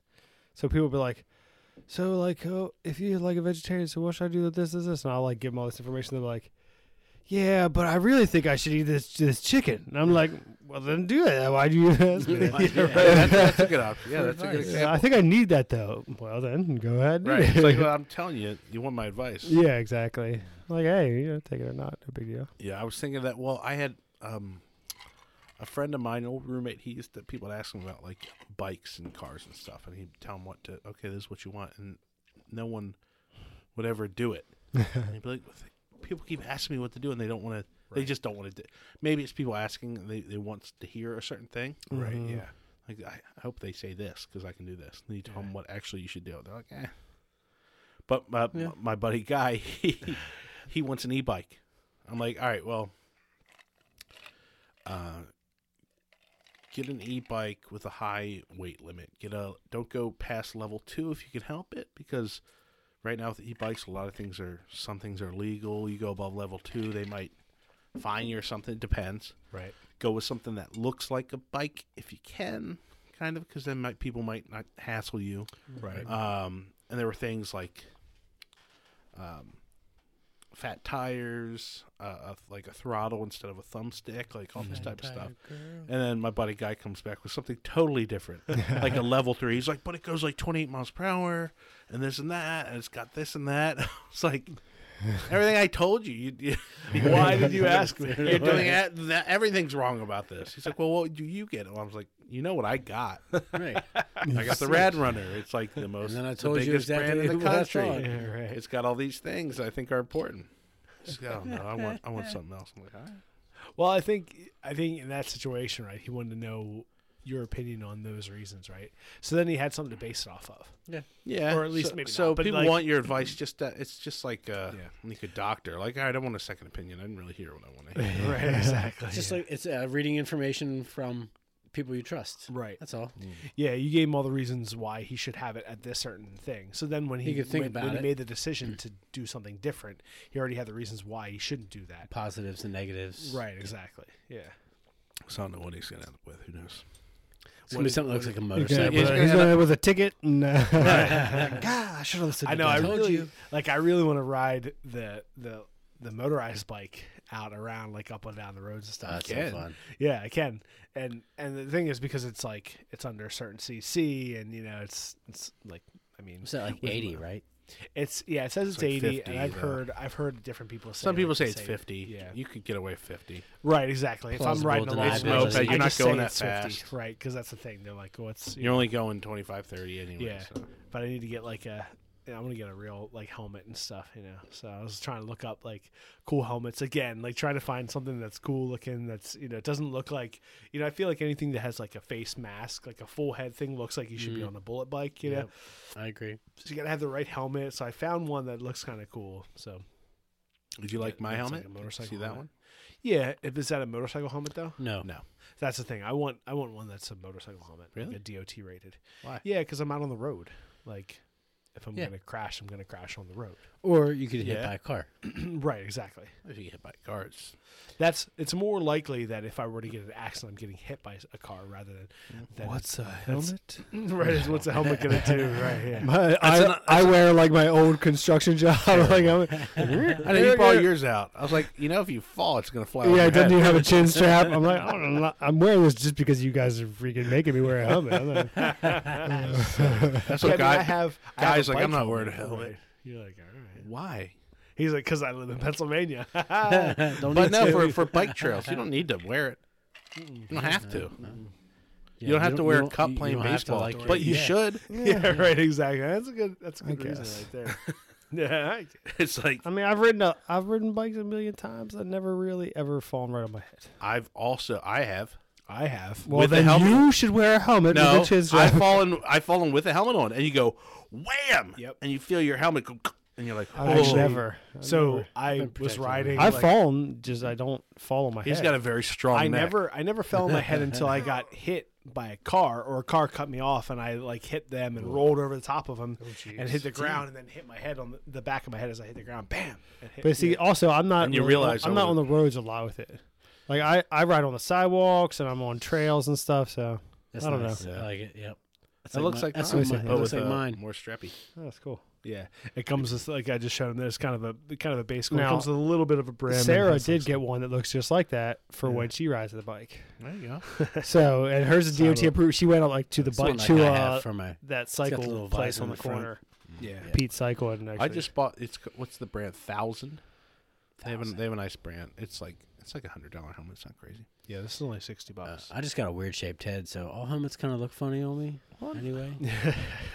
Speaker 3: So people be like, so like, oh, if you're like a vegetarian, so what should I do with this, this, this? And I'll like give them all this information. They're like, yeah, but I really think I should eat this this chicken. And I'm like, well, then do that. Why do you ask me? that?"
Speaker 2: that's, that's a good option. Yeah, that's a good
Speaker 3: Yeah,
Speaker 2: example.
Speaker 3: I think I need that though. Well, then go ahead. and
Speaker 2: Right? It's
Speaker 3: do
Speaker 2: like
Speaker 3: it.
Speaker 2: well, I'm telling you, you want my advice.
Speaker 3: yeah, exactly. Like, hey, you know, take it or not, no big deal.
Speaker 2: Yeah, I was thinking that. Well, I had um, a friend of mine, old roommate. He used to people would ask him about like bikes and cars and stuff, and he'd tell him what to. Okay, this is what you want, and no one would ever do it. and he'd be like, people keep asking me what to do, and they don't want to. They just don't want to do. Maybe it's people asking. and They they want to hear a certain thing.
Speaker 1: Right. Yeah.
Speaker 2: Like I, I hope they say this because I can do this. And you tell them what actually you should do. They're like, eh. But my my buddy guy, he, he wants an e-bike. I'm like, all right, well, uh, get an e-bike with a high weight limit. Get a don't go past level two if you can help it because right now with e-bikes, a lot of things are some things are legal. You go above level two, they might fine you or something. It depends.
Speaker 3: Right.
Speaker 2: Go with something that looks like a bike if you can, kind of, because then might, people might not hassle you.
Speaker 3: Right.
Speaker 2: Um, and there were things like um, fat tires, uh, a, like a throttle instead of a thumbstick, like all this type of stuff. And then my buddy guy comes back with something totally different, like a level three. He's like, but it goes like 28 miles per hour and this and that, and it's got this and that. It's like, everything I told you, you, you why did you ask me? You're doing that, that, everything's wrong about this. He's like, well, what do you get? And I was like, you know what I got.
Speaker 4: Right.
Speaker 2: I got the Rad Runner. It's like the most,
Speaker 4: then I
Speaker 2: the
Speaker 4: told you
Speaker 2: biggest brand
Speaker 4: exactly
Speaker 2: in the
Speaker 4: what I
Speaker 2: country.
Speaker 4: thought.
Speaker 3: Yeah, right.
Speaker 2: It's got all these things I think are important. He's like, oh no, I want, I want something else. I'm like, all right.
Speaker 3: Well, I think I think in that situation, right, he wanted to know your opinion on those reasons, right? So then he had something to base it off of.
Speaker 4: Yeah.
Speaker 2: yeah,
Speaker 3: Or at least
Speaker 2: so,
Speaker 3: maybe
Speaker 2: so
Speaker 3: not, but
Speaker 2: people
Speaker 3: like-
Speaker 2: want your advice. Just that it's just like uh,
Speaker 3: Yeah.
Speaker 2: like a doctor. Like I don't want a second opinion. I didn't really hear what I want to hear.
Speaker 3: Right. Exactly.
Speaker 4: It's just like it's uh, reading information from people you trust.
Speaker 3: Right.
Speaker 4: That's all.
Speaker 3: Yeah, you gave him all the reasons why he should have it at this certain thing. So then when he,
Speaker 4: could think
Speaker 3: when,
Speaker 4: about
Speaker 3: when
Speaker 4: it.
Speaker 3: he made the decision to do something different, he already had the reasons why he shouldn't do that.
Speaker 4: Positives and negatives.
Speaker 3: Right, exactly. Yeah.
Speaker 2: So I don't know what he's gonna end up with. Who knows?
Speaker 4: It's gonna be something that looks like a motorcycle.
Speaker 1: He's
Speaker 2: gonna
Speaker 1: going
Speaker 2: end
Speaker 1: with a ticket and. Uh, God, I should have listened.
Speaker 3: I
Speaker 1: to
Speaker 3: know
Speaker 1: that.
Speaker 3: I
Speaker 4: told
Speaker 3: really
Speaker 4: you.
Speaker 3: like I really want to ride the the the motorized bike out around like up and down the roads and stuff.
Speaker 4: That's so
Speaker 2: Again.
Speaker 4: fun.
Speaker 3: Yeah, I can. And and the thing is because it's like it's under a certain CC and you know it's it's like I mean
Speaker 4: It's like
Speaker 3: with-
Speaker 4: eighty, right?
Speaker 3: It's yeah, it says it's,
Speaker 2: like
Speaker 3: 80
Speaker 2: 50,
Speaker 3: and I've
Speaker 2: though.
Speaker 3: heard I've heard different people say
Speaker 2: Some people
Speaker 3: like,
Speaker 2: say it's fifty.
Speaker 3: Yeah.
Speaker 2: you could get away with fifty.
Speaker 3: Right, exactly. If I'm
Speaker 4: Plausible
Speaker 3: riding along, I
Speaker 4: deniability.
Speaker 3: just-
Speaker 4: Moped, you're
Speaker 3: I
Speaker 2: not
Speaker 3: just say
Speaker 2: going that
Speaker 3: it's
Speaker 2: fast.
Speaker 3: right? Because that's the thing. They're like, "What's
Speaker 2: You're only going 25, 30 anyway.
Speaker 3: yeah?"
Speaker 2: so.
Speaker 3: But I need to get like a. I'm gonna get a real like helmet and stuff, you know. So I was trying to look up like cool helmets again, like trying to find something that's cool looking. That's you know, it doesn't look like you know. I feel like anything that has like a face mask, like a full head thing, looks like you should be
Speaker 2: Mm.
Speaker 3: on a bullet bike, you know.
Speaker 4: Yep. I agree.
Speaker 3: So you gotta have the right helmet. So I found one that looks kind of cool. So
Speaker 2: Would you like my
Speaker 3: It's
Speaker 2: helmet?
Speaker 3: like a motorcycle
Speaker 2: See that
Speaker 3: helmet.
Speaker 2: one?
Speaker 3: yeah, if is that a motorcycle helmet though?
Speaker 4: No.
Speaker 2: No.
Speaker 3: That's the thing. I want I want one that's a motorcycle helmet,
Speaker 2: Really?
Speaker 3: like a DOT rated.
Speaker 2: Why?
Speaker 3: Yeah, because I'm out on the road. Like, if I'm
Speaker 4: Yeah.
Speaker 3: gonna crash, I'm gonna crash on the road.
Speaker 4: Or you could hit
Speaker 2: Yeah.
Speaker 4: by a car.
Speaker 3: right, exactly.
Speaker 2: If you get hit by cars,
Speaker 3: That's it's more likely that if I were to get in an accident, I'm getting hit by a car rather than, than
Speaker 1: What's a
Speaker 3: that's-
Speaker 1: helmet?
Speaker 3: right. is What's a helmet gonna do? Right. Yeah.
Speaker 1: My, I, I wear like my old construction job. like I'm,
Speaker 2: I know you brought yours out. I was like, you know, if you fall, it's gonna fly. off
Speaker 1: yeah,
Speaker 2: your
Speaker 1: doesn't
Speaker 2: head.
Speaker 1: even have a chin strap. I'm like, I don't know, I'm wearing this just because you guys are freaking making me wear a helmet. I'm like,
Speaker 2: That's
Speaker 3: Yeah,
Speaker 2: what
Speaker 3: I mean,
Speaker 2: guy,
Speaker 3: I have I have
Speaker 2: guys
Speaker 3: a
Speaker 2: like. I'm
Speaker 3: bike
Speaker 2: not wearing a helmet.
Speaker 3: Right. You're like, all right.
Speaker 2: Why?
Speaker 3: He's like, because I live in Pennsylvania.
Speaker 4: Don't
Speaker 2: But
Speaker 4: need
Speaker 2: no,
Speaker 4: to.
Speaker 2: for, for bike trails, you don't need to wear it. You don't have to.
Speaker 3: Mm-hmm.
Speaker 2: You don't have to wear a cup
Speaker 4: you- you
Speaker 2: playing
Speaker 4: don't have to
Speaker 2: baseball,
Speaker 4: like
Speaker 2: but
Speaker 4: it.
Speaker 2: you
Speaker 4: Yeah.
Speaker 2: should.
Speaker 3: yeah. Right. Exactly. That's a good. That's a good reason
Speaker 1: guess.
Speaker 3: right there. yeah. I-
Speaker 2: It's like
Speaker 1: I mean, I've ridden a, I've ridden bikes a million times. I've never really ever fallen right on my head.
Speaker 2: I've also I have.
Speaker 3: I have.
Speaker 1: Well,
Speaker 2: With the
Speaker 1: then
Speaker 2: helmet?
Speaker 1: you should wear a helmet
Speaker 2: No,
Speaker 1: with a chin strap.
Speaker 2: I've fallen. I've fallen with a helmet on, and you go wham,
Speaker 3: Yep.
Speaker 2: and you feel your helmet go, and you're like,
Speaker 1: I've
Speaker 2: oh,
Speaker 1: never.
Speaker 3: So I was
Speaker 4: protected.
Speaker 3: riding.
Speaker 1: I've
Speaker 3: like-
Speaker 1: fallen, just I don't fall on my
Speaker 2: he's
Speaker 1: head.
Speaker 2: got a very strong.
Speaker 3: I
Speaker 2: neck.
Speaker 3: never I never fell on my head until I got hit by a car or a car cut me off and I like hit them and rolled over the top of them and hit the ground and then hit my head on the, the back of my head as I hit the ground. Bam. And hit,
Speaker 1: But see, also I'm not.
Speaker 2: And you
Speaker 1: really-
Speaker 2: realize
Speaker 1: I'm
Speaker 2: I
Speaker 1: not on
Speaker 2: would've-
Speaker 1: the roads a lot with it. Like I, I ride on the sidewalks and I'm on trails and stuff. So
Speaker 4: That's
Speaker 1: I don't
Speaker 4: nice.
Speaker 1: know.
Speaker 4: I like it. Yep. That's
Speaker 2: That looks
Speaker 4: my-
Speaker 2: like
Speaker 4: that's
Speaker 2: mine,
Speaker 4: what my-
Speaker 2: but
Speaker 4: that looks
Speaker 2: with,
Speaker 4: like
Speaker 2: uh,
Speaker 4: mine.
Speaker 2: More strappy.
Speaker 1: Oh, that's cool.
Speaker 3: yeah. It comes with like I just showed him there's kind of a kind of a base one. It
Speaker 1: Now,
Speaker 3: comes with a little bit of a brim. and
Speaker 1: Sarah
Speaker 3: has some
Speaker 1: did
Speaker 3: stuff.
Speaker 1: get one that looks just like that for when she rides the bike.
Speaker 2: There you go.
Speaker 1: So and hers is DOT approved. She went out like to the
Speaker 4: It's the
Speaker 1: bike
Speaker 4: one
Speaker 1: to
Speaker 4: like I have
Speaker 1: uh,
Speaker 4: for my
Speaker 1: that
Speaker 4: got the
Speaker 1: cycle
Speaker 4: little
Speaker 1: place
Speaker 4: visor
Speaker 1: on
Speaker 4: in
Speaker 1: the
Speaker 4: the front.
Speaker 1: corner.
Speaker 3: yeah.
Speaker 1: Pete Cycle and actually,
Speaker 2: I just bought. It's c- what's the brand? Thousand. They have, a, they have a nice brand. It's like it's like a hundred dollar helmet. It's not crazy.
Speaker 3: Yeah, this is only 60 bucks.
Speaker 4: I just got a weird shaped head, so all helmets kind of look funny on me. Anyway,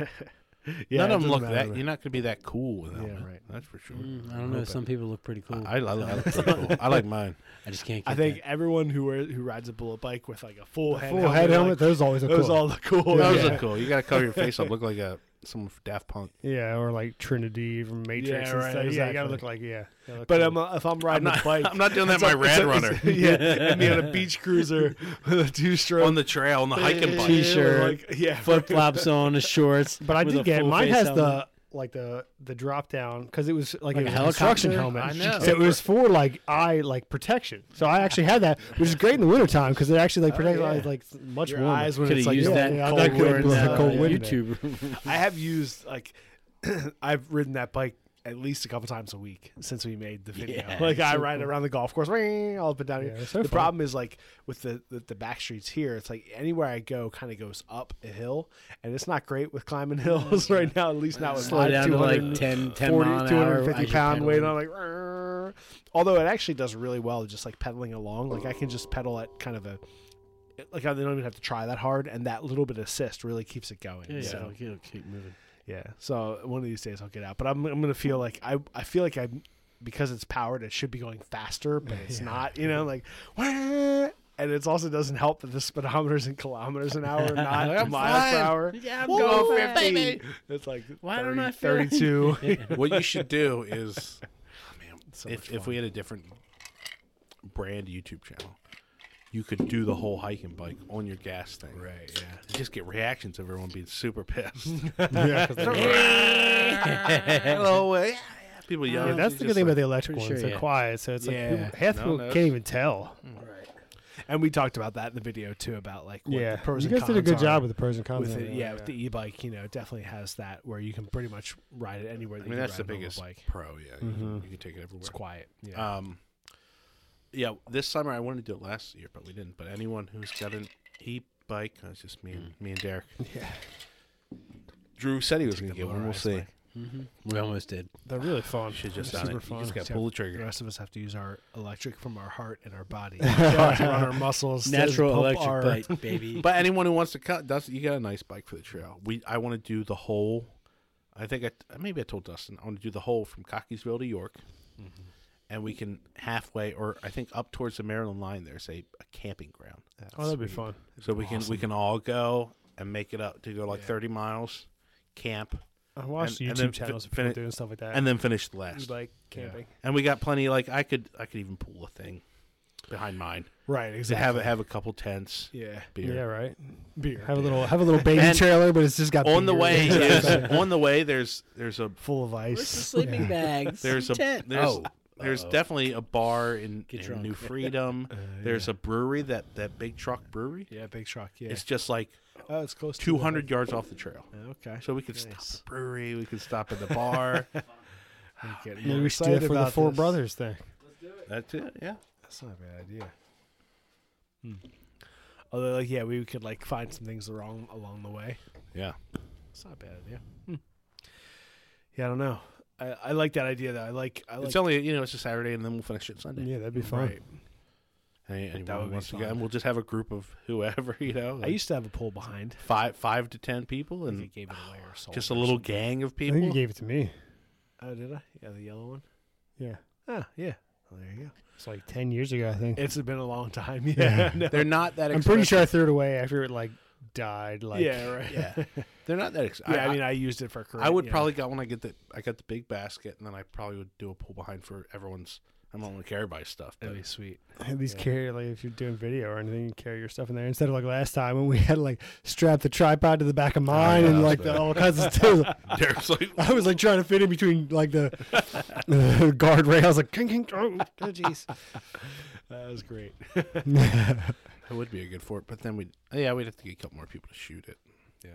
Speaker 3: yeah,
Speaker 2: None
Speaker 3: it
Speaker 2: of them
Speaker 3: doesn't
Speaker 2: look
Speaker 3: matter
Speaker 2: that.
Speaker 3: to me.
Speaker 2: You're not gonna be that cool with a helmet.
Speaker 3: right.
Speaker 2: That's for sure.
Speaker 4: Mm, I don't know. Some people look pretty cool.
Speaker 2: I, I, I, look pretty cool. I like mine.
Speaker 4: I just can't. Get
Speaker 3: I think everyone who wears, who rides a bullet bike with like a full head
Speaker 1: full head helmet.
Speaker 3: like,
Speaker 1: those always look
Speaker 3: those
Speaker 1: cool.
Speaker 3: all look cool.
Speaker 2: Those
Speaker 3: Yeah.
Speaker 2: look cool. You gotta cover your face up. Look like a someone from Daft Punk.
Speaker 1: yeah, or like Trinity from Matrix
Speaker 3: Yeah,
Speaker 1: and
Speaker 3: right,
Speaker 1: stuff. Yeah, you gotta
Speaker 3: exactly.
Speaker 1: look like yeah. gotta look
Speaker 3: But
Speaker 1: cool.
Speaker 3: I'm, uh, if I'm riding a bike,
Speaker 2: I'm not doing that. in my Rad Runner
Speaker 3: yeah, and me on a beach cruiser with a two-stroke
Speaker 2: on the trail on the hiking bike.
Speaker 4: T-shirt.
Speaker 3: Like, yeah,
Speaker 4: flip flops on the shorts.
Speaker 1: But I
Speaker 4: with
Speaker 1: did
Speaker 4: a
Speaker 1: get
Speaker 4: full
Speaker 1: mine
Speaker 4: face
Speaker 1: has
Speaker 4: helmet.
Speaker 1: the
Speaker 3: like the the drop down because it was like,
Speaker 4: Like
Speaker 3: it
Speaker 4: a
Speaker 3: was a construction
Speaker 4: helicopter?
Speaker 3: helmet.
Speaker 1: I know.
Speaker 3: So it was for like eye like protection. So I actually had that, which is great in the wintertime because it actually like protects my
Speaker 1: yeah.
Speaker 3: eyes like much
Speaker 1: Your
Speaker 3: warmer.
Speaker 1: eyes when
Speaker 4: Could
Speaker 1: it's
Speaker 4: have
Speaker 1: like
Speaker 4: used
Speaker 3: yeah,
Speaker 4: that
Speaker 3: yeah,
Speaker 4: cold uh,
Speaker 3: that could
Speaker 4: war in
Speaker 3: blow
Speaker 4: the
Speaker 3: the cold wind in it.
Speaker 4: YouTube.
Speaker 1: I have used like I've ridden that bike at least a couple times a week since we made the video.
Speaker 4: Yeah,
Speaker 1: like
Speaker 4: it's
Speaker 1: I
Speaker 4: so
Speaker 1: ride around the golf course, ring, all up and down
Speaker 3: Yeah,
Speaker 1: here.
Speaker 3: it's so
Speaker 1: the
Speaker 3: fun.
Speaker 1: problem is like with the, the the back streets here, it's like anywhere I go kind of goes up a hill, and it's not great with climbing hills right now. At least not with
Speaker 4: Slow
Speaker 1: my
Speaker 4: down to like
Speaker 1: 240
Speaker 4: 10, 10 mile an hour.
Speaker 1: 250
Speaker 4: as you're
Speaker 1: pound weight
Speaker 4: pedaling.
Speaker 1: on like. "Rrrr." Although it actually does really well, just like pedaling along. Like I can just pedal at kind of a like I don't even have to try that hard, and that little bit of assist really keeps it going.
Speaker 4: Yeah,
Speaker 1: so.
Speaker 4: yeah, it'll keep moving.
Speaker 1: Yeah. So one of these days I'll get out, but I'm I'm gonna feel like I I feel like I because it's powered it should be going faster, but it's not. You know, like "Wah!" and it also doesn't help that the speedometers in kilometers an hour, not miles per hour.
Speaker 4: Yeah, I'm
Speaker 1: Whoa,
Speaker 4: going
Speaker 1: 50.
Speaker 4: baby.
Speaker 1: It's like
Speaker 4: Why
Speaker 1: 30,
Speaker 4: don't I feel like-
Speaker 1: 32.
Speaker 2: what you should do is, oh, man,
Speaker 1: much
Speaker 2: if, if
Speaker 1: fun.
Speaker 2: we had a different brand YouTube channel, you could do the whole hike and bike on your gas thing. Right. Yeah. just get reactions of everyone being super pissed.
Speaker 3: Yeah, 'cause they're-
Speaker 2: oh, yeah. People yelling.
Speaker 3: yeah, that's the good thing about the electric
Speaker 4: pretty
Speaker 3: ones.
Speaker 4: sure,
Speaker 3: they're
Speaker 4: yeah.
Speaker 3: quiet, so it's like
Speaker 1: Yeah.
Speaker 3: people, half
Speaker 2: No,
Speaker 3: people
Speaker 2: no.
Speaker 3: can't even tell.
Speaker 1: and we talked about that in the video too about like what
Speaker 3: yeah,
Speaker 1: the pros
Speaker 3: you
Speaker 1: and
Speaker 3: guys did a good
Speaker 1: cons
Speaker 3: job
Speaker 1: are
Speaker 3: with the pros and cons.
Speaker 1: with
Speaker 3: of
Speaker 1: it.
Speaker 3: it,
Speaker 1: Yeah, with the e-bike, you know, it definitely has that where you can pretty much ride it anywhere. That
Speaker 2: I mean,
Speaker 1: you
Speaker 2: that's the
Speaker 1: can ride a normal
Speaker 2: biggest
Speaker 1: bike.
Speaker 2: pro. Yeah. You, can, you can take it everywhere.
Speaker 1: It's quiet. Yeah.
Speaker 2: Um, yeah, this summer I wanted to do it last year, but we didn't. But anyone who's got an e-bike, oh, it's just me, and me and Derek. Yeah. Drew said he was going to get one. We'll see.
Speaker 4: We almost did.
Speaker 1: They're really fun.
Speaker 2: Should just done it. You just got to pull the
Speaker 1: The
Speaker 2: trigger.
Speaker 1: rest of us have to use our electric from our heart and our body to run our
Speaker 3: Oh,
Speaker 1: muscles. to
Speaker 4: Natural
Speaker 1: pump
Speaker 4: electric
Speaker 1: our-
Speaker 4: bite, baby.
Speaker 2: But anyone who wants to cut, does you got a nice bike for the trail? We I want to do the whole. I think I maybe I told Dustin I want to do the whole from Cockeysville to York,
Speaker 1: Mm-hmm.
Speaker 2: and we can halfway or I think up towards the Maryland line. There's a, a camping ground.
Speaker 1: Oh, that'd be fun.
Speaker 2: So we can we can all go and make it up to go like thirty miles, camp,
Speaker 3: I watched
Speaker 2: and- and
Speaker 3: YouTube
Speaker 2: then
Speaker 3: channels
Speaker 2: fin-
Speaker 3: of people
Speaker 2: fin-
Speaker 3: doing stuff like
Speaker 1: Uh,
Speaker 3: that.
Speaker 2: and then finish the last.
Speaker 3: like camping.
Speaker 2: And we got plenty. Like I could I could even pull a thing behind mine
Speaker 1: Right,
Speaker 2: to
Speaker 1: exactly.
Speaker 2: have have a couple tents.
Speaker 1: yeah.
Speaker 2: Beer.
Speaker 3: Yeah, right.
Speaker 1: Beer.
Speaker 3: Have a little have a little baby
Speaker 2: And
Speaker 3: trailer, but it's just got
Speaker 2: On the
Speaker 3: beer.
Speaker 2: way is on the way. There's there's a
Speaker 1: full of ice.
Speaker 4: sleeping bags.
Speaker 2: there's a
Speaker 4: tent.
Speaker 2: there's
Speaker 4: oh,
Speaker 2: there's definitely a bar in,
Speaker 4: Get
Speaker 2: in
Speaker 4: drunk.
Speaker 2: New Freedom.
Speaker 1: Uh,
Speaker 2: There's a brewery that that big truck brewery.
Speaker 1: Yeah, big truck. Yeah.
Speaker 2: It's just like
Speaker 1: oh, it's close to
Speaker 2: two hundred yards off the trail.
Speaker 1: the- Okay.
Speaker 2: So we could stop
Speaker 1: Nice.
Speaker 2: at the brewery. We could stop at the bar.
Speaker 1: I'm getting
Speaker 3: Maybe
Speaker 1: more
Speaker 3: we should do it
Speaker 1: excited
Speaker 3: for the
Speaker 1: about
Speaker 3: four
Speaker 1: this.
Speaker 3: brothers thing.
Speaker 2: That's it. Yeah.
Speaker 1: That's not a bad idea. Hmm. Although, like, yeah, we could like find some things wrong along the way.
Speaker 2: Yeah.
Speaker 1: It's not a bad idea. Hmm. Yeah, I don't know. I, I like that idea though. I like I like
Speaker 2: it's only you know it's a Saturday and then we'll finish it Sunday.
Speaker 3: Yeah, that'd be fun.
Speaker 1: right.
Speaker 2: Hey,
Speaker 1: That would
Speaker 2: anyone who
Speaker 1: be
Speaker 2: wants to
Speaker 1: fun.
Speaker 2: go, and we'll just have a group of whoever you know,
Speaker 1: I
Speaker 2: like
Speaker 1: used to have a pole behind.
Speaker 2: five five to ten people,
Speaker 1: I think
Speaker 2: and
Speaker 1: I gave it away or sold
Speaker 2: just
Speaker 1: it
Speaker 2: a
Speaker 1: or
Speaker 2: little
Speaker 1: something.
Speaker 2: gang of
Speaker 3: I think
Speaker 2: people.
Speaker 3: you gave it to me.
Speaker 1: Oh, did I? Yeah, the yellow one.
Speaker 3: Yeah,
Speaker 1: Ah, yeah. Well, there you go.
Speaker 3: it's like ten years ago, I think.
Speaker 1: It's been a long time. Yeah, no.
Speaker 2: They're not that.
Speaker 3: I'm
Speaker 2: Expensive.
Speaker 3: pretty sure I threw it away after it like died. Like
Speaker 1: yeah, right. Yeah,
Speaker 2: they're not that. Ex-
Speaker 1: I, mean, I used it for. Correct,
Speaker 2: I would
Speaker 1: yeah.
Speaker 2: probably got when I get the I got the big basket, and then I probably would do a pull behind for everyone's. I don't want to carry by stuff, but
Speaker 1: That'd be sweet.
Speaker 3: at least carry like if you're doing video or anything, you carry your stuff in there instead of like last time when we had to, like strap the tripod to the back of mine
Speaker 2: yeah,
Speaker 3: and
Speaker 2: that was
Speaker 3: like the,
Speaker 2: bad.
Speaker 3: all kinds of stuff.
Speaker 2: Derek's like,
Speaker 3: I was like trying to fit in between like the guardrails, like king, king, oh, oh, jeez.
Speaker 1: That was great.
Speaker 2: that would be a good for it. But then we, would yeah, we'd have to get a couple more people to shoot it.
Speaker 1: Yeah.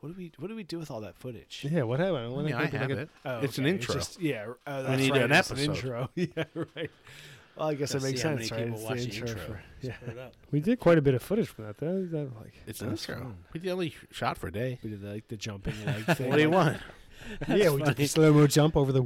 Speaker 1: What do we What do we do with all that footage?
Speaker 3: yeah, what happened?
Speaker 2: I,
Speaker 3: What
Speaker 2: mean, I
Speaker 3: happened?
Speaker 2: have
Speaker 3: Like a-
Speaker 2: it.
Speaker 1: Oh,
Speaker 2: it's an
Speaker 1: okay.
Speaker 2: intro.
Speaker 1: just- yeah.
Speaker 3: uh,
Speaker 1: r- Oh, that's
Speaker 2: need
Speaker 1: right,
Speaker 2: an
Speaker 1: it's an
Speaker 2: episode.
Speaker 1: intro. yeah, right. Well, I guess
Speaker 4: Gotta
Speaker 1: it makes
Speaker 4: see how many
Speaker 1: sense, right?
Speaker 4: people
Speaker 1: It's
Speaker 4: watch the
Speaker 1: intro.
Speaker 4: intro.
Speaker 1: for- yeah.
Speaker 3: We did quite a bit of footage from that. That, that like
Speaker 2: it's an intro. We did only shot for a day.
Speaker 1: We did like the jumping leg thing.
Speaker 2: What do you want?
Speaker 3: yeah, we did the slow mo jump over the.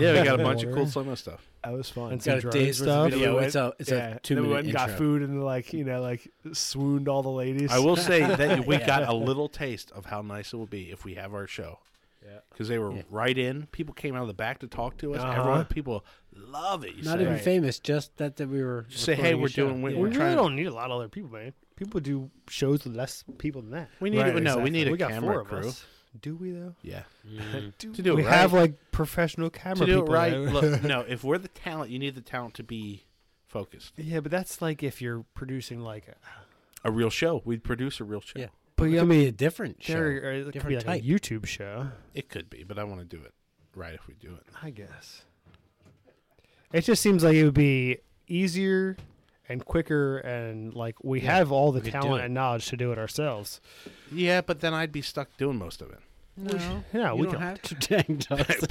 Speaker 2: yeah, we got a bunch of cool slow stuff.
Speaker 1: That was fun.
Speaker 3: And
Speaker 4: Got a
Speaker 3: Some
Speaker 4: day's worth
Speaker 3: drone stuff.
Speaker 4: of video.
Speaker 1: Then we
Speaker 4: It's a
Speaker 1: went-
Speaker 4: it's
Speaker 1: yeah,
Speaker 4: a two
Speaker 1: then we
Speaker 4: minute
Speaker 1: went and got
Speaker 4: intro.
Speaker 1: food and like you know like swooned all the ladies.
Speaker 2: I will say that we got a little taste of how nice it will be if we have our show.
Speaker 1: Yeah.
Speaker 2: Because they were right in. People came out of the back to talk to us.
Speaker 1: Uh-huh.
Speaker 2: Everyone, people love it. You
Speaker 4: Not
Speaker 2: say.
Speaker 4: even
Speaker 1: Right.
Speaker 4: famous. Just that that we were
Speaker 2: Just say, hey,
Speaker 4: recording a
Speaker 2: we're
Speaker 4: show.
Speaker 2: doing. We,
Speaker 3: We
Speaker 2: We're
Speaker 3: really
Speaker 2: trying.
Speaker 3: don't need a lot of other people, man. People do shows with less people than that.
Speaker 2: We need.
Speaker 1: Right,
Speaker 2: no,
Speaker 1: exactly.
Speaker 2: we need a
Speaker 3: we got
Speaker 2: camera
Speaker 3: four
Speaker 2: crew.
Speaker 3: of us. Do we though?
Speaker 2: Yeah.
Speaker 1: do
Speaker 2: To do
Speaker 3: we
Speaker 2: it
Speaker 3: have
Speaker 2: right.
Speaker 3: like professional camera
Speaker 2: to do it
Speaker 3: people,
Speaker 2: right.
Speaker 3: though.
Speaker 2: Look, no. If we're the talent, you need the talent to be focused.
Speaker 3: yeah, but that's like if you're producing like. A,
Speaker 2: A real show. We'd produce a real show.
Speaker 4: Yeah.
Speaker 3: But
Speaker 4: It
Speaker 3: yeah, I
Speaker 4: could be a
Speaker 3: mean,
Speaker 4: different show.
Speaker 3: there, or it could
Speaker 4: different
Speaker 3: be like
Speaker 4: type.
Speaker 3: a YouTube show.
Speaker 2: It could be, but I want to do it right if we do it.
Speaker 3: I guess. It just seems like it would be easier and quicker, and like we have all the
Speaker 4: we could do
Speaker 3: talent
Speaker 4: it.
Speaker 3: and knowledge to do it ourselves.
Speaker 2: Yeah, but then I'd be stuck doing most of it.
Speaker 4: no,
Speaker 3: Yeah,
Speaker 4: you
Speaker 3: we
Speaker 4: don't,
Speaker 3: don't.
Speaker 4: have to dang dogs.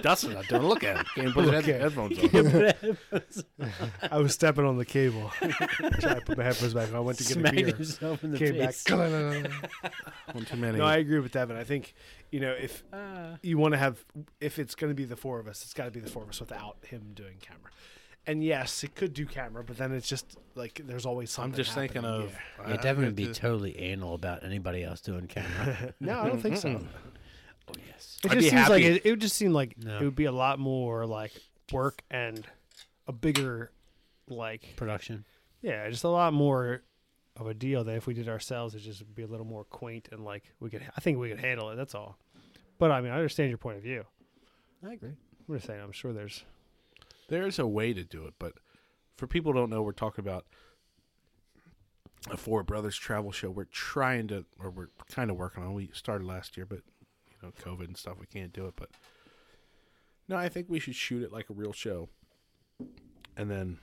Speaker 2: Dustin, I don't look at him. Can't put his head- headphones on.
Speaker 1: I was stepping on the cable. Trying to put my headphones back on. I went to get
Speaker 4: Smacked
Speaker 1: a beer.
Speaker 4: himself in the
Speaker 1: Came back.
Speaker 4: face.
Speaker 2: One too many.
Speaker 1: No, I agree with Devin. I think, you know, if you want to have, if it's going to be the four of us, it's got to be the four of us without him doing camera. And yes, it could do camera, but then it's just like there's always
Speaker 2: I'm
Speaker 1: something.
Speaker 2: just thinking
Speaker 1: happening.
Speaker 2: of.
Speaker 1: Yeah.
Speaker 2: I-
Speaker 4: Yeah,
Speaker 2: I've
Speaker 4: Devin would
Speaker 2: been
Speaker 4: be
Speaker 2: to-
Speaker 4: totally anal about anybody else doing camera.
Speaker 1: No, I don't think so.
Speaker 4: oh yes.
Speaker 3: It
Speaker 2: I'd
Speaker 3: just
Speaker 2: be
Speaker 3: seems like
Speaker 2: happy.
Speaker 3: it, it would just seem like
Speaker 4: No.
Speaker 3: it would be a lot more like work and a bigger, like
Speaker 4: Production.
Speaker 3: yeah, just a lot more of a deal than if we did ourselves. It just would be a little more quaint and like we could. I think we could handle it. That's all. But I mean, I understand your point of view.
Speaker 4: I agree.
Speaker 3: I'm just saying, I'm sure there's
Speaker 2: There's a way to do it, but for people who don't know, we're talking about a Four Brothers travel show. We're trying to, or we're kind of working on. We started last year, but you know, COVID and stuff, we can't do it. But no, I think we should shoot it like a real show, and then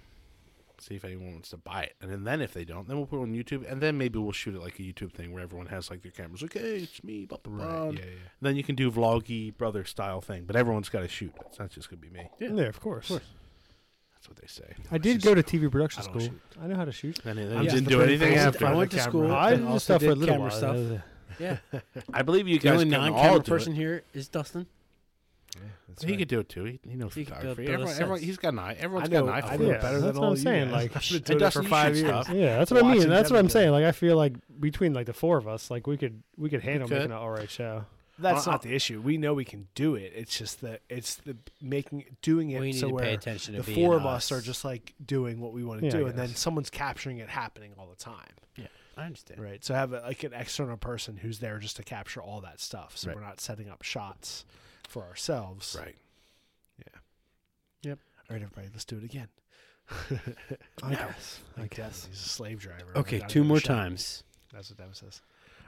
Speaker 2: see if anyone wants to buy it. And then, then if they don't, then we'll put it on YouTube, and then maybe we'll shoot it like a YouTube thing where everyone has like their cameras. Like, hey, it's me, blah, blah, blah.
Speaker 1: yeah, yeah.
Speaker 2: Then you can do vloggy brother style thing, but everyone's got to shoot. It's not just gonna be me.
Speaker 3: yeah, of course.
Speaker 2: That's what they say.
Speaker 3: I did go to TV production
Speaker 2: I don't
Speaker 3: school. I know how to shoot.
Speaker 2: And didn't
Speaker 3: I'm just
Speaker 2: do
Speaker 3: the
Speaker 2: anything
Speaker 3: pretty face
Speaker 2: after.
Speaker 4: I
Speaker 3: front
Speaker 4: went
Speaker 3: of
Speaker 4: to
Speaker 3: the
Speaker 4: school.
Speaker 3: camera. I
Speaker 4: and
Speaker 3: did
Speaker 4: also
Speaker 3: stuff
Speaker 4: did
Speaker 3: for a little
Speaker 4: camera
Speaker 3: while.
Speaker 4: stuff.
Speaker 3: Uh,
Speaker 4: Yeah.
Speaker 2: I believe you
Speaker 4: The
Speaker 2: guys
Speaker 4: only
Speaker 2: can
Speaker 4: non
Speaker 2: all
Speaker 4: camera
Speaker 2: do
Speaker 4: person
Speaker 2: it.
Speaker 4: here is Dustin.
Speaker 2: He could do it too. He, he knows
Speaker 4: He could build-
Speaker 2: photography.
Speaker 4: build a
Speaker 2: Everyone, everyone,
Speaker 4: sets.
Speaker 2: he's got an eye. Everyone's
Speaker 1: I know,
Speaker 2: got an eye
Speaker 1: I
Speaker 2: for
Speaker 1: know
Speaker 3: yeah,
Speaker 2: it.
Speaker 1: better
Speaker 3: that's
Speaker 1: than
Speaker 3: what
Speaker 1: all
Speaker 3: I'm
Speaker 1: you
Speaker 3: saying.
Speaker 1: guys.
Speaker 3: Like,
Speaker 1: I've been
Speaker 2: And
Speaker 1: doing it
Speaker 2: Dustin,
Speaker 1: for
Speaker 2: you
Speaker 1: five
Speaker 2: shoot
Speaker 1: years.
Speaker 2: stuff.
Speaker 3: yeah, that's what I mean.
Speaker 1: Watching
Speaker 3: That's what
Speaker 1: Devin do
Speaker 3: I'm
Speaker 1: it.
Speaker 3: saying. Like, I feel like between like the four of us, like we could we could handle
Speaker 2: could.
Speaker 3: making an all right show.
Speaker 1: That's
Speaker 2: Uh,
Speaker 1: not the issue. We know we can do it. It's just that it's the making doing it
Speaker 4: We need
Speaker 1: so
Speaker 4: to
Speaker 1: where
Speaker 4: pay attention to
Speaker 1: the
Speaker 4: being
Speaker 1: four of
Speaker 4: us.
Speaker 1: us are just like doing what we want to
Speaker 3: Yeah, I
Speaker 1: do, and then
Speaker 3: guess.
Speaker 1: someone's capturing it happening all the time.
Speaker 4: Yeah. I understand.
Speaker 1: Right. So have a, like an external person who's there just to capture all that stuff. So
Speaker 2: Right.
Speaker 1: we're not setting up shots for ourselves.
Speaker 2: Right.
Speaker 1: All right, everybody, let's do it again.
Speaker 3: I guess.
Speaker 1: I guess he's a slave driver.
Speaker 4: Okay,
Speaker 1: Gotta
Speaker 4: two
Speaker 1: go to
Speaker 4: more
Speaker 1: shop.
Speaker 4: times.
Speaker 1: That's what Devin says.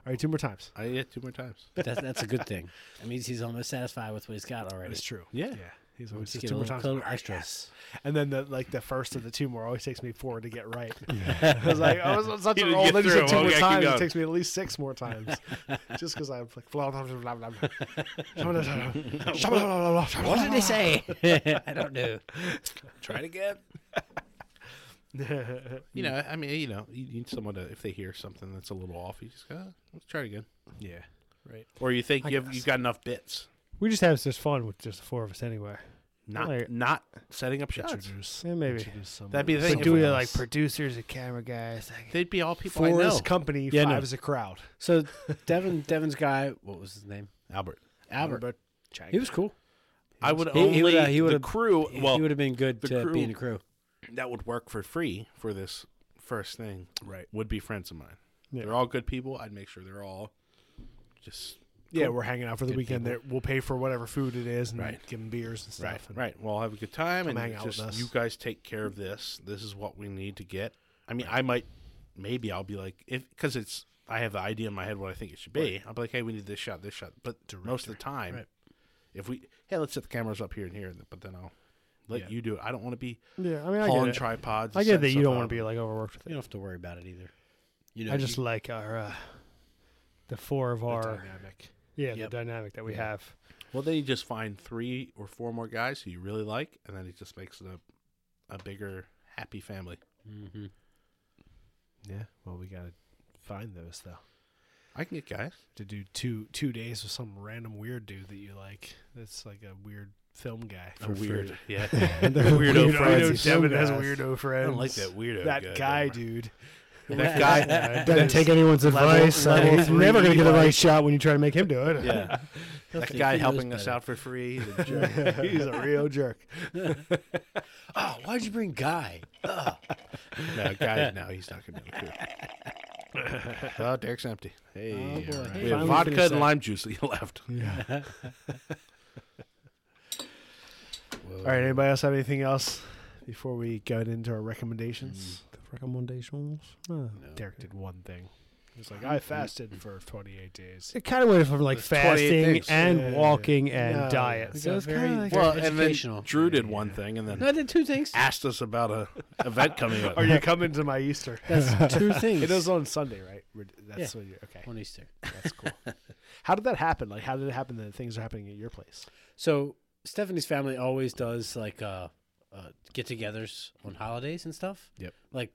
Speaker 1: All right, two more times.
Speaker 2: I yeah, two more times.
Speaker 4: But that's, that's a good thing. That means he's almost satisfied with what he's got already.
Speaker 1: It's true.
Speaker 2: Yeah.
Speaker 1: Yeah. He's always says
Speaker 4: Just get
Speaker 1: two
Speaker 4: a
Speaker 1: more
Speaker 4: little,
Speaker 1: times.
Speaker 4: little
Speaker 1: All right,
Speaker 4: extra.
Speaker 1: yes. And then the like the first of the two more always takes me four to get right. I was like, oh, it's such
Speaker 2: You
Speaker 1: a
Speaker 2: didn't
Speaker 1: roll.
Speaker 2: get
Speaker 1: Then you said
Speaker 2: through.
Speaker 1: two more
Speaker 2: Okay, keep
Speaker 1: times.
Speaker 2: going.
Speaker 1: It takes me at least six more times, just because I'm like, blah, blah, blah, blah, blah, blah. Blah, blah, blah, blah, blah, blah, blah,
Speaker 4: What
Speaker 1: blah.
Speaker 4: did they say? I don't know.
Speaker 2: Try it again. you know, I mean, you know, you need someone to if they hear something that's a little off, you just go, "Ah, let's try it again.
Speaker 1: Yeah. Right.
Speaker 2: Or you think you have, you've got enough bits.
Speaker 3: We just have such fun with just the four of us anyway.
Speaker 2: Not
Speaker 3: Like-
Speaker 2: not setting up shots.
Speaker 1: Introduce.
Speaker 3: Yeah, maybe.
Speaker 1: Introduce someone.
Speaker 2: That'd be the thing.
Speaker 3: But
Speaker 2: if
Speaker 3: do
Speaker 2: it
Speaker 3: we
Speaker 2: was-
Speaker 3: like producers and camera guys? Like,
Speaker 2: They'd be all people
Speaker 1: Four
Speaker 2: I know.
Speaker 1: is company.
Speaker 4: Yeah,
Speaker 1: five
Speaker 4: no.
Speaker 1: is a crowd.
Speaker 4: So Devin, Devin's guy, what was his name?
Speaker 2: Albert.
Speaker 4: Albert.
Speaker 1: Chang.
Speaker 4: He was cool.
Speaker 2: I would
Speaker 4: He-
Speaker 2: only
Speaker 4: he would, uh, he
Speaker 2: the
Speaker 4: would've-
Speaker 2: crew. Well,
Speaker 4: he would have been good
Speaker 2: the
Speaker 4: to
Speaker 2: crew-
Speaker 4: be in the crew.
Speaker 2: that would work for free for this first thing
Speaker 1: Right.
Speaker 2: would be friends of mine.
Speaker 3: Yeah.
Speaker 2: They're all good people. I'd make sure they're all just
Speaker 1: Yeah, we're hanging out for the
Speaker 2: Good
Speaker 1: weekend.
Speaker 2: people.
Speaker 1: There, we'll pay for whatever food it is and
Speaker 2: Right.
Speaker 1: give them beers and stuff.
Speaker 2: right,
Speaker 1: and
Speaker 2: right. Well, have a good time
Speaker 1: Come
Speaker 2: and
Speaker 1: hang out with
Speaker 2: just
Speaker 1: us.
Speaker 2: you guys take care of this. This is what we need to get. I mean, I might, maybe I'll be like, if because it's I have the idea in my head what I think it should be. I'll be like, hey, we need this shot, this shot. But most of the time,
Speaker 4: Right.
Speaker 2: if we hey, let's set the cameras up here and here, but then I'll let you do it. I don't want to be
Speaker 3: yeah, I mean, I
Speaker 2: hauling
Speaker 3: get it.
Speaker 2: tripods.
Speaker 3: I get that you don't want to be like overworked with
Speaker 4: You
Speaker 3: it.
Speaker 4: don't have to worry about it either. You know,
Speaker 3: I just
Speaker 4: you,
Speaker 3: like our uh, the four of
Speaker 1: the
Speaker 3: our
Speaker 1: dynamic.
Speaker 3: yeah
Speaker 4: Yep.
Speaker 3: the dynamic that we have.
Speaker 2: Well, then you just find three or four more guys who you really like, and then it just makes it a, a bigger, happy family.
Speaker 4: Mhm.
Speaker 1: Yeah. Well, we gotta find those though.
Speaker 2: I can get guys.
Speaker 1: To do two two days with some random weird dude that you like. That's like a weird film guy.
Speaker 2: A weird, yeah.
Speaker 1: You
Speaker 2: weirdo
Speaker 1: know, I know
Speaker 2: friends.
Speaker 1: Devin has
Speaker 3: badass.
Speaker 1: weirdo friends.
Speaker 2: like that weirdo
Speaker 1: That
Speaker 2: guy,
Speaker 1: guy,
Speaker 2: Devin.
Speaker 1: dude.
Speaker 2: That guy.
Speaker 3: Doesn't take anyone's advice.
Speaker 1: level
Speaker 3: Like, he's never
Speaker 1: three,
Speaker 3: gonna get the right
Speaker 1: like-
Speaker 3: shot when you try to make him do it.
Speaker 2: Yeah. that
Speaker 4: think
Speaker 2: guy
Speaker 4: he knows
Speaker 2: helping us
Speaker 4: better.
Speaker 2: out for free. the jerk.
Speaker 1: He's a real jerk.
Speaker 4: oh, why'd you bring Guy?
Speaker 2: no, guy, no, he's not going to be cool. Oh, Derek's empty. Hey, all right. we have vodka and lime juice that you left.
Speaker 1: All right. Anybody else have anything else before we get into our recommendations?
Speaker 3: Recommendations.
Speaker 1: Derek did one thing. He's like, I fasted for 28 days.
Speaker 3: It kind of went from like
Speaker 2: There's 28
Speaker 3: fasting
Speaker 2: things.
Speaker 3: and
Speaker 1: Yeah.
Speaker 3: walking and
Speaker 1: No.
Speaker 3: diet.
Speaker 4: We
Speaker 3: So
Speaker 4: got
Speaker 3: it's
Speaker 4: very-
Speaker 3: kind of like
Speaker 4: Well,
Speaker 2: Well, and then
Speaker 4: educational.
Speaker 2: Drew did one thing, and
Speaker 4: No, I
Speaker 2: then
Speaker 4: did two things.
Speaker 2: asked us about a event coming up.
Speaker 1: Are you coming to my Easter?
Speaker 4: That's two things.
Speaker 1: it was on Sunday, right? We're- That's
Speaker 4: Yeah.
Speaker 1: when you're okay.
Speaker 4: on Easter.
Speaker 1: That's cool. how did that happen? Like, how did it happen that things are happening at your place?
Speaker 4: So Stephanie's family always does like uh, uh, get-togethers on holidays and stuff.
Speaker 2: Yep.
Speaker 4: Like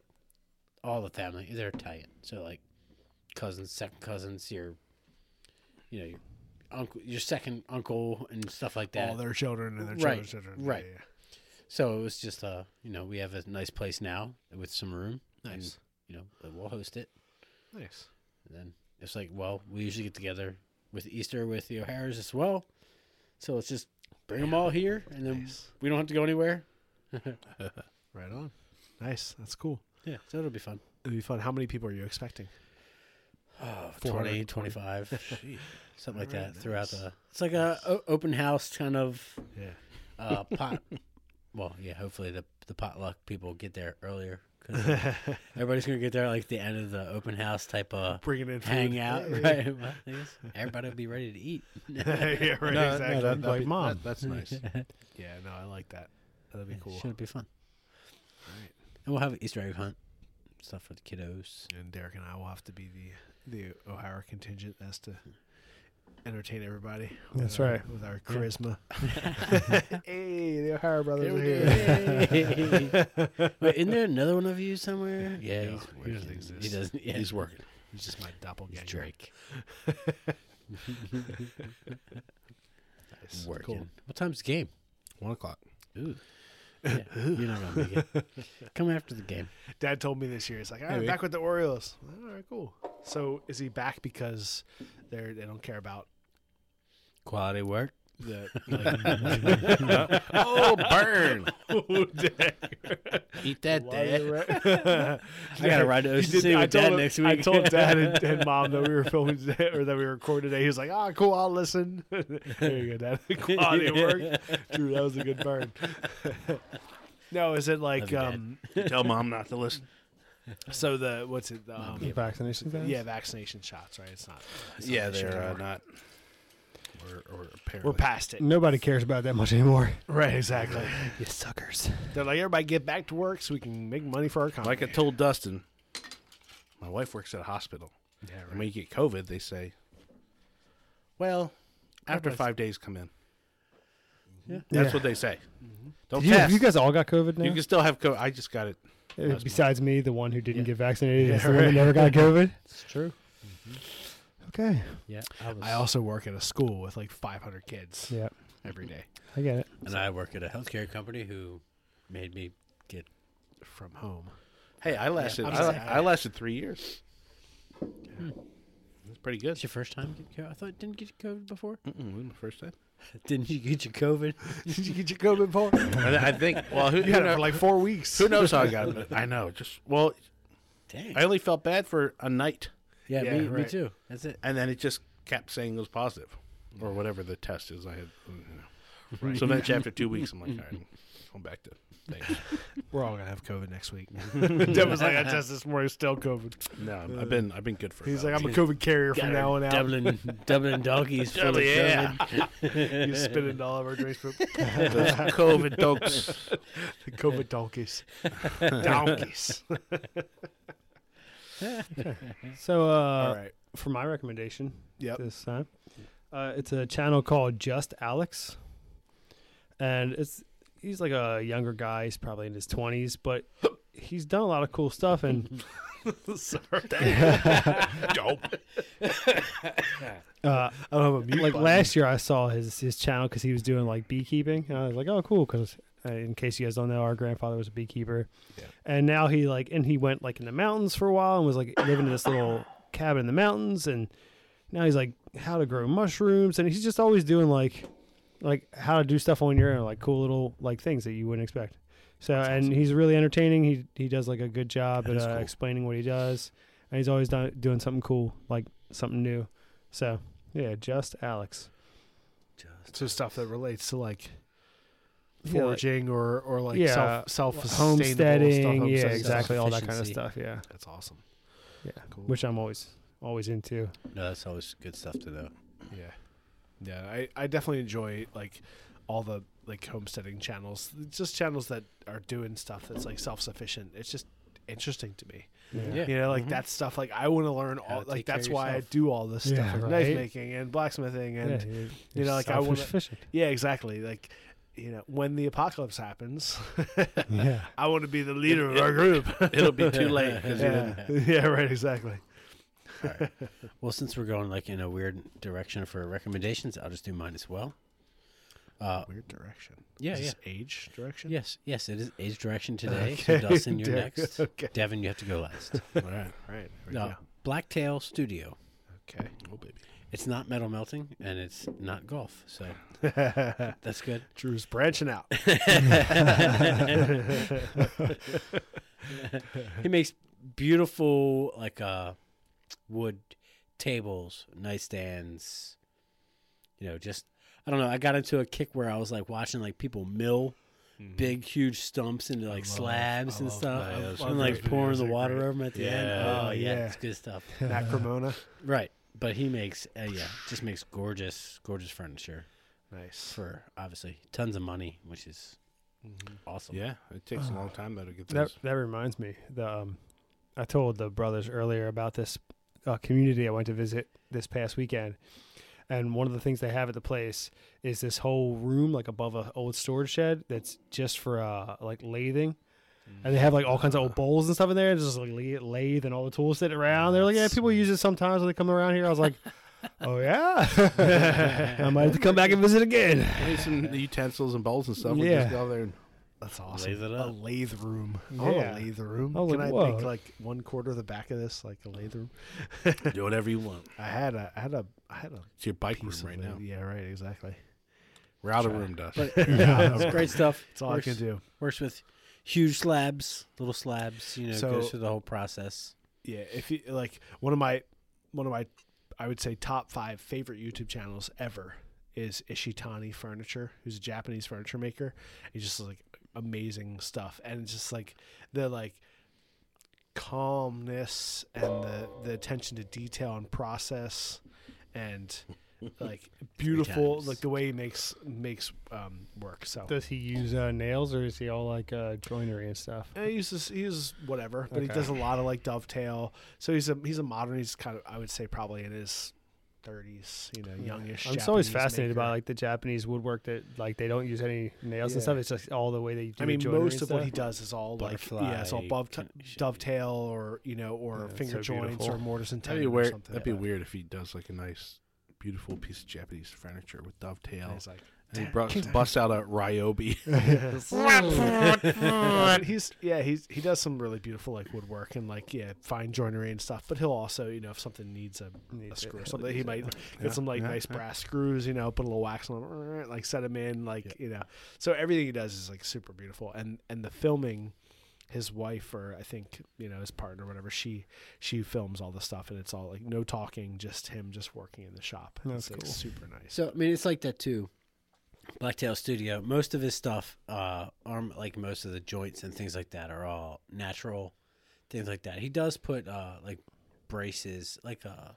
Speaker 4: all the family, they're Italian. So like cousins, second cousins, your you know your uncle, your second uncle, and stuff like that.
Speaker 1: All their children and their
Speaker 4: Right,
Speaker 1: children's children.
Speaker 4: right.
Speaker 1: Yeah, yeah.
Speaker 4: so it was just uh, you know, we have a nice place now with some room. Nice. you know, we'll host it.
Speaker 1: Nice.
Speaker 4: And then it's like, well, we usually get together with Easter with the O'Haras as well. So let's just bring them all here, and then we don't have to go anywhere.
Speaker 1: Right on. Nice. That's cool.
Speaker 4: Yeah, so it'll be fun.
Speaker 1: It'll be fun. How many people are you expecting?
Speaker 4: Oh,
Speaker 1: 400,
Speaker 4: 20, 25, something like that throughout the. It's like a o- open house kind of
Speaker 1: Yeah.
Speaker 4: uh, pot. well, yeah, hopefully the the potluck people get there earlier. 'cause everybody's gonna get there like the end of the open house type of
Speaker 1: Bringing in food.
Speaker 4: hangout, right? Well, I guess everybody will be ready to eat.
Speaker 1: yeah, right. exactly.
Speaker 2: that'd
Speaker 3: like,
Speaker 2: be-
Speaker 3: "Mom."
Speaker 2: that- that's nice.
Speaker 1: yeah, no, I like that. That'd be cool.
Speaker 4: Should be fun. And we'll have an Easter egg hunt stuff for the kiddos.
Speaker 1: And Derek and I will have to be the the O'Hara contingent as to entertain everybody. with
Speaker 3: That's
Speaker 1: our-
Speaker 3: right.
Speaker 1: With our charisma. hey, the O'Hara brothers are here.
Speaker 4: Wait, isn't there another one of you somewhere? Yeah,
Speaker 1: No,
Speaker 4: he's
Speaker 1: he
Speaker 4: working.
Speaker 1: doesn't
Speaker 4: He
Speaker 1: exist.
Speaker 4: doesn't. Yeah.
Speaker 2: He's working.
Speaker 1: It's just my
Speaker 4: He's
Speaker 1: doppelganger.
Speaker 4: Drake.
Speaker 1: Nice.
Speaker 4: Working.
Speaker 1: Cool.
Speaker 4: What time's the game?
Speaker 2: One o'clock.
Speaker 4: Ooh. Yeah, you're not gonna make it. Come after the game.
Speaker 1: Dad told me this year. He's like, all right,
Speaker 2: Maybe.
Speaker 1: back with the Orioles. All right, cool. So is he back because they're they don't care about
Speaker 4: Quality work.
Speaker 1: the like,
Speaker 2: Oh, burn!
Speaker 4: Eat that, Dad.
Speaker 1: I
Speaker 4: gotta ride to Ocean City with
Speaker 1: told
Speaker 4: Dad
Speaker 1: him-
Speaker 4: next
Speaker 1: I
Speaker 4: week.
Speaker 1: told Dad and, and Mom that we were filming today or that we were recording today. He was like, "Ah, cool, I'll listen." there you go, Dad. Quality work. Drew, that was a good burn. no, is it like
Speaker 4: Love you,
Speaker 1: um?
Speaker 2: Tell mom not to listen.
Speaker 1: So the what's it? the, Um,
Speaker 3: vaccination things.
Speaker 1: yeah, vaccination shots. Right? It's not. it's not
Speaker 2: Yeah,
Speaker 1: an issue
Speaker 2: they're uh,
Speaker 1: anymore.
Speaker 2: not. Or, or apparently.
Speaker 1: We're past it.
Speaker 3: Nobody cares about that much anymore.
Speaker 1: Right, exactly.
Speaker 3: You suckers.
Speaker 1: They're like, everybody get back to work so we can make money for our company.
Speaker 2: Like I told Dustin, my wife works at a hospital.
Speaker 1: Yeah, right.
Speaker 2: And when you get COVID, they say, well, after five days, come in. Yeah. That's
Speaker 3: Yeah.
Speaker 2: what they say. Don't
Speaker 3: You,
Speaker 2: test.
Speaker 3: you guys all got COVID now?
Speaker 2: You can still have COVID. I just got it.
Speaker 3: Uh,
Speaker 2: last
Speaker 3: Besides me, the one who didn't get vaccinated is the one that never got COVID.
Speaker 4: It's true.
Speaker 3: Okay.
Speaker 4: Yeah, I was,
Speaker 1: I also work at a school with like 500 kids
Speaker 3: Yeah,
Speaker 1: every day
Speaker 3: I get it.
Speaker 4: and I work at a healthcare company who made me get.
Speaker 1: from home.
Speaker 2: Hey, I lasted.
Speaker 1: I'm
Speaker 2: I,
Speaker 1: sorry.
Speaker 2: I lasted three years. That's pretty good.
Speaker 4: It's your first time getting COVID. I thought didn't get COVID before.
Speaker 2: Mm-mm, wasn't the first time.
Speaker 4: Didn't you get your COVID?
Speaker 1: Did you get your COVID, Paul?
Speaker 2: I, I think. Well, who,
Speaker 1: You
Speaker 2: who
Speaker 1: had it
Speaker 2: know-
Speaker 1: for like four weeks.
Speaker 2: who knows how I got it? I know. Just well,
Speaker 4: Dang.
Speaker 2: I only felt bad for a night,
Speaker 4: yeah,
Speaker 1: Yeah,
Speaker 4: me, me
Speaker 1: right.
Speaker 4: too. That's it.
Speaker 2: and then it just kept saying it was positive, or whatever the test is. I had. You know. So eventually, after two weeks, I'm like, all right, I'm going back to things.
Speaker 1: We're all gonna have COVID next week. Deb was like, I tested this morning, still COVID.
Speaker 2: No, I'm- I've been I've been good for.
Speaker 1: He's like,
Speaker 2: about
Speaker 1: I'm a COVID carrier from now on out.
Speaker 4: Dublin, Dublin doggies. full of
Speaker 2: Double- yeah.
Speaker 4: COVID.
Speaker 1: You spit into all of our drinks, but
Speaker 2: those COVID dogs.
Speaker 1: the COVID donkeys, donkeys.
Speaker 3: So, uh,
Speaker 1: all right.
Speaker 3: for my recommendation
Speaker 1: Yep.
Speaker 3: this time, uh, it's a channel called Just Alex, and it's he's like a younger guy. He's probably in his twenties, but he's done a lot of cool stuff. And
Speaker 1: I
Speaker 2: Dope.
Speaker 3: uh,
Speaker 1: don't have a mute
Speaker 3: like
Speaker 1: button.
Speaker 3: last year, I saw his his channel because he was doing like beekeeping, and I was like, oh, cool. Because uh, in case you guys don't know, our grandfather was a beekeeper, and now he like and he went like in the mountains for a while and was like living in this little cabin in the mountains, and now he's like how to grow mushrooms, and he's just always doing like like how to do stuff on your own, like cool little like things that you wouldn't expect. So and he's really entertaining. He he does like a good job at uh, explaining what he does, and he's always done, doing something cool, like something new. So yeah, just Alex.
Speaker 1: So stuff that relates to like
Speaker 3: Yeah, like-
Speaker 1: foraging or or like
Speaker 3: Yeah,
Speaker 1: self self
Speaker 3: homesteading, yeah,
Speaker 1: stuff,
Speaker 3: exactly, all that kind of
Speaker 4: Self-sufficiency.
Speaker 3: stuff, yeah,
Speaker 1: That's awesome.
Speaker 3: yeah,
Speaker 1: Cool.
Speaker 3: which I'm always always into.
Speaker 4: No, that's always good stuff to know.
Speaker 1: Yeah, yeah. I, I definitely enjoy like all the like homesteading channels. It's just channels that are doing stuff that's like self sufficient. It's just interesting to me.
Speaker 4: Yeah.
Speaker 1: You know, like that stuff. Like I want to learn all.
Speaker 4: to
Speaker 1: Like
Speaker 4: take care
Speaker 1: that's
Speaker 4: of
Speaker 1: why I
Speaker 4: yourself.
Speaker 1: do all this
Speaker 3: Yeah,
Speaker 1: stuff, like knife
Speaker 3: right.
Speaker 1: making and blacksmithing, and
Speaker 3: yeah, you're-
Speaker 1: you know,
Speaker 3: you're
Speaker 1: like I wanna-
Speaker 3: self-sufficient.
Speaker 1: yeah, exactly. Like you know, when the apocalypse happens,
Speaker 3: Yeah.
Speaker 1: I want to be the leader of our group.
Speaker 2: It'll be too late 'cause you
Speaker 1: yeah. yeah, right. Exactly.
Speaker 4: Well, since we're going like in a weird direction for recommendations, I'll just do mine as well.
Speaker 1: Weird direction.
Speaker 4: Yeah,
Speaker 1: Is
Speaker 4: yeah.
Speaker 1: this age direction?
Speaker 4: Yes, yes, it is age direction today. So Dustin, you're
Speaker 1: Derek,
Speaker 4: next.
Speaker 1: okay.
Speaker 4: Devin, you have to go last.
Speaker 2: All right.
Speaker 1: Right. here we
Speaker 4: no, Blacktail Studio.
Speaker 1: go. Okay.
Speaker 2: Oh, baby.
Speaker 4: It's not metal melting and it's not golf, so that's good.
Speaker 1: Drew's branching out.
Speaker 4: He makes beautiful like uh wood tables, nightstands. You know, just I don't know. I got into a kick where I was like watching like people mill
Speaker 1: Mm-hmm.
Speaker 4: big, huge stumps into like slabs and stuff, and like pouring the water over 'em over them at the end.
Speaker 1: uh, Yeah.
Speaker 4: Oh yeah,
Speaker 1: Yeah.
Speaker 4: it's good stuff.
Speaker 1: Matt Cremona.
Speaker 4: Right, but he makes uh, yeah, just makes gorgeous, gorgeous furniture
Speaker 1: Nice.
Speaker 4: for obviously tons of money, which is awesome.
Speaker 2: Yeah, it takes a long time though to get
Speaker 3: That
Speaker 2: those.
Speaker 3: that reminds me. The um, I told the brothers earlier about this uh, community I went to visit this past weekend, and one of the things they have at the place is this whole room like above a old storage shed that's just for uh like lathing. And they have like all kinds of old bowls and stuff in there, just like la- lathe and all the tools sitting around. They're like, yeah, people use it sometimes when they come around here. I was like, oh yeah, I might have to come back and visit again.
Speaker 2: Hey, some utensils and bowls and stuff. We
Speaker 3: Yeah.
Speaker 2: just go there and
Speaker 1: That's awesome.
Speaker 4: Lathe it
Speaker 1: A
Speaker 4: up.
Speaker 1: lathe room. I
Speaker 3: Yeah.
Speaker 1: want a lathe room.
Speaker 3: I was
Speaker 1: Can
Speaker 3: like,
Speaker 1: I
Speaker 3: whoa.
Speaker 1: make like one quarter of the back of this like a lathe room?
Speaker 2: do whatever you want.
Speaker 1: I had a, I had a, I had a
Speaker 2: It's your bike room
Speaker 1: piece
Speaker 2: right
Speaker 1: of
Speaker 2: now.
Speaker 1: lathe. Yeah, right. Exactly.
Speaker 2: We're out of room dust.
Speaker 4: it's great stuff.
Speaker 1: That's all I can
Speaker 4: Works-
Speaker 1: do.
Speaker 4: Works with huge slabs, little slabs. You know,
Speaker 1: So-
Speaker 4: goes through the whole process.
Speaker 1: yeah if you like one of my one of my i would say top five favorite youtube channels ever is ishitani furniture who's a japanese furniture maker he just does, like amazing stuff and it's just like the like calmness and the the attention to detail and process and like beautiful
Speaker 4: times.
Speaker 1: like the way he makes makes um work so
Speaker 3: Does he use uh, nails or is he all like uh, joinery and stuff?
Speaker 1: Eh, he uses he uses whatever, but he
Speaker 3: Okay.
Speaker 1: does a lot of like dovetail. So he's a he's a modern. He's kind of I would say probably in his thirties, you know, youngish.
Speaker 3: I'm so always
Speaker 1: Japanese
Speaker 3: fascinated by
Speaker 1: maker.
Speaker 3: like the Japanese woodwork that like they don't use any nails
Speaker 1: Yeah.
Speaker 3: and stuff. It's just all the way they do.
Speaker 1: I mean,
Speaker 3: the joinery
Speaker 1: most
Speaker 3: and
Speaker 1: of what
Speaker 3: stuff.
Speaker 1: he does is all like yeah, it's all
Speaker 4: Butterfly
Speaker 1: bov-
Speaker 4: connection.
Speaker 1: dovetail or you know or
Speaker 3: it's
Speaker 1: finger
Speaker 3: so
Speaker 1: joints
Speaker 3: beautiful.
Speaker 1: or mortars and
Speaker 2: That'd
Speaker 1: tenon
Speaker 2: be
Speaker 1: or
Speaker 2: weird.
Speaker 1: something.
Speaker 2: That'd be weird if he does like a nice, beautiful piece of Japanese furniture with
Speaker 1: And
Speaker 2: dovetail.
Speaker 1: he's like,
Speaker 2: And he brought, busts out a ryobi.
Speaker 1: but he's yeah he's he does some really beautiful like woodwork and like yeah fine joinery and stuff. But he'll also you know if something needs a, a
Speaker 3: Needs it,
Speaker 1: screw or
Speaker 3: he'll
Speaker 1: something,
Speaker 3: use
Speaker 1: he
Speaker 3: it.
Speaker 1: might get some like nice brass screws. You know, put a little wax on them, like set them in, like you know. So everything he does is like super beautiful, and and the filming. His wife, or I think you know his partner, or whatever she she films all the stuff, and it's all like no talking, just him just working in the shop. And
Speaker 3: That's
Speaker 1: it's like,
Speaker 3: cool.
Speaker 1: super nice.
Speaker 4: So I mean, it's like that too. Blacktail Studio. Most of his stuff, uh, arm like most of the joints and things like that are all natural, things like that. He does put uh like braces, like a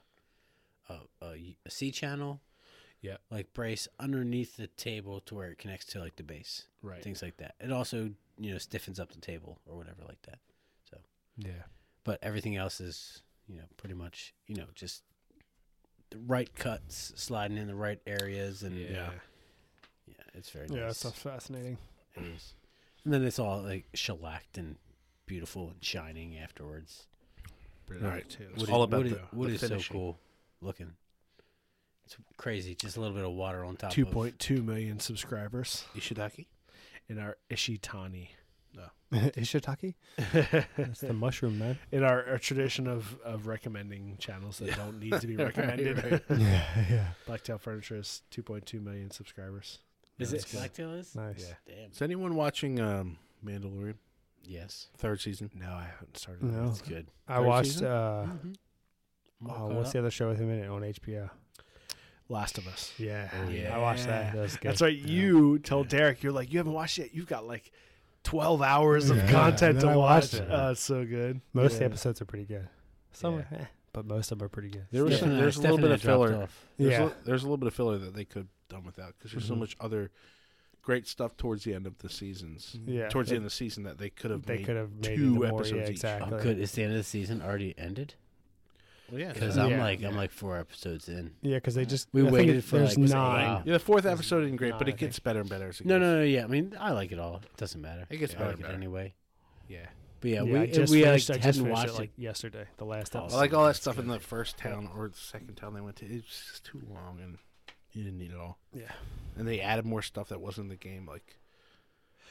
Speaker 4: a, a- a C channel,
Speaker 1: Yeah.
Speaker 4: like brace underneath the table to where it connects to like the base,
Speaker 1: Right.
Speaker 4: Things like that. It also you know stiffens up the table or whatever like that. So
Speaker 1: Yeah,
Speaker 4: but everything else is you know pretty much you know just the right cuts sliding in the right areas and yeah yeah it's very nice
Speaker 1: "Oh,
Speaker 3: Yeah, that stuff's fascinating.
Speaker 4: It is. and then it's all like shellacked and beautiful and shining afterwards
Speaker 1: Brilliant
Speaker 2: Right.
Speaker 1: too.
Speaker 2: It's all about
Speaker 4: what is,
Speaker 2: the-
Speaker 4: what
Speaker 2: the
Speaker 4: is so
Speaker 2: finishing.
Speaker 4: cool looking it's crazy just a little bit of water on top
Speaker 1: Two
Speaker 4: of-
Speaker 1: point two million subscribers
Speaker 2: Ishidaki.
Speaker 1: in our Ishitani.
Speaker 3: Ishitaki? That's the mushroom, man.
Speaker 1: in our, our tradition of, of recommending channels that don't need to be recommended.
Speaker 3: yeah, yeah.
Speaker 1: Blacktail Furniture is 2.2 million subscribers. Yeah,
Speaker 4: is it
Speaker 1: that's good.
Speaker 4: blacktail is
Speaker 3: Nice.
Speaker 1: Yeah.
Speaker 4: damn
Speaker 2: Is anyone watching um, Mandalorian
Speaker 4: yes
Speaker 2: third season?
Speaker 1: No, I haven't started.
Speaker 3: No.
Speaker 4: it's good
Speaker 3: I
Speaker 2: Third
Speaker 3: watched
Speaker 2: season?
Speaker 3: uh,
Speaker 1: oh,
Speaker 4: Mm, I'm all
Speaker 3: oh,
Speaker 4: caught
Speaker 3: what's
Speaker 4: up.
Speaker 3: the other show with him in it on HBO?
Speaker 1: Last of Us.
Speaker 3: Yeah.
Speaker 4: yeah.
Speaker 3: I watched that. That was good.
Speaker 1: That's right. You told Derek, you're like, you haven't watched it. yet. You've got like 12 hours of
Speaker 3: Yeah.
Speaker 1: content
Speaker 3: And then
Speaker 1: to
Speaker 3: I watched
Speaker 1: watch.
Speaker 3: it.
Speaker 1: Oh, it's so good.
Speaker 3: Most of
Speaker 1: Yeah.
Speaker 3: the episodes are pretty good. Some
Speaker 1: Yeah.
Speaker 3: are eh,
Speaker 1: but most of them are pretty good.
Speaker 2: There was
Speaker 4: Steph
Speaker 2: some,
Speaker 4: and I-
Speaker 2: there's a
Speaker 4: Steph
Speaker 2: little
Speaker 4: and
Speaker 2: bit
Speaker 4: I
Speaker 2: of
Speaker 4: dropped
Speaker 2: filler.
Speaker 4: off.
Speaker 2: There's,
Speaker 1: Yeah.
Speaker 2: a, there's a little bit of filler that they could have done without because there's so much other great stuff towards the end of the seasons.
Speaker 1: Yeah,
Speaker 2: Towards the
Speaker 1: that
Speaker 2: end of the season that they could have
Speaker 1: they
Speaker 2: made
Speaker 1: could have made
Speaker 2: two
Speaker 1: into more,
Speaker 2: episodes
Speaker 1: yeah,
Speaker 2: each.
Speaker 1: exactly.
Speaker 4: Oh, good. Is the end of the season already ended?
Speaker 2: Well, yeah,
Speaker 4: Because
Speaker 2: yeah.
Speaker 4: I'm
Speaker 1: Yeah.
Speaker 4: like I'm like four episodes in.
Speaker 1: Yeah, because they just
Speaker 4: We
Speaker 1: I think
Speaker 4: waited
Speaker 1: it-
Speaker 4: for,
Speaker 1: there's
Speaker 4: like, a
Speaker 1: nine.
Speaker 4: while.
Speaker 2: Yeah, the fourth episode isn't great,
Speaker 1: No,
Speaker 2: but
Speaker 1: I
Speaker 2: it gets better and better as it
Speaker 4: No,
Speaker 2: goes.
Speaker 4: no, no. Yeah, I mean I like it all. It doesn't matter.
Speaker 2: It gets
Speaker 4: I
Speaker 2: better
Speaker 4: like
Speaker 2: and
Speaker 4: it
Speaker 2: better.
Speaker 4: anyway.
Speaker 2: Yeah.
Speaker 4: But yeah,
Speaker 1: Yeah,
Speaker 4: we
Speaker 1: I just
Speaker 4: we
Speaker 1: finished, I
Speaker 4: like,
Speaker 1: just
Speaker 4: hadn't
Speaker 1: finished
Speaker 4: watched
Speaker 1: it like yesterday, the last
Speaker 2: I
Speaker 1: episode.
Speaker 2: like all that stuff in the first town or the second town they went to. It's just too long and you didn't need it all.
Speaker 1: Yeah.
Speaker 2: And they added more stuff that wasn't in the game. Like,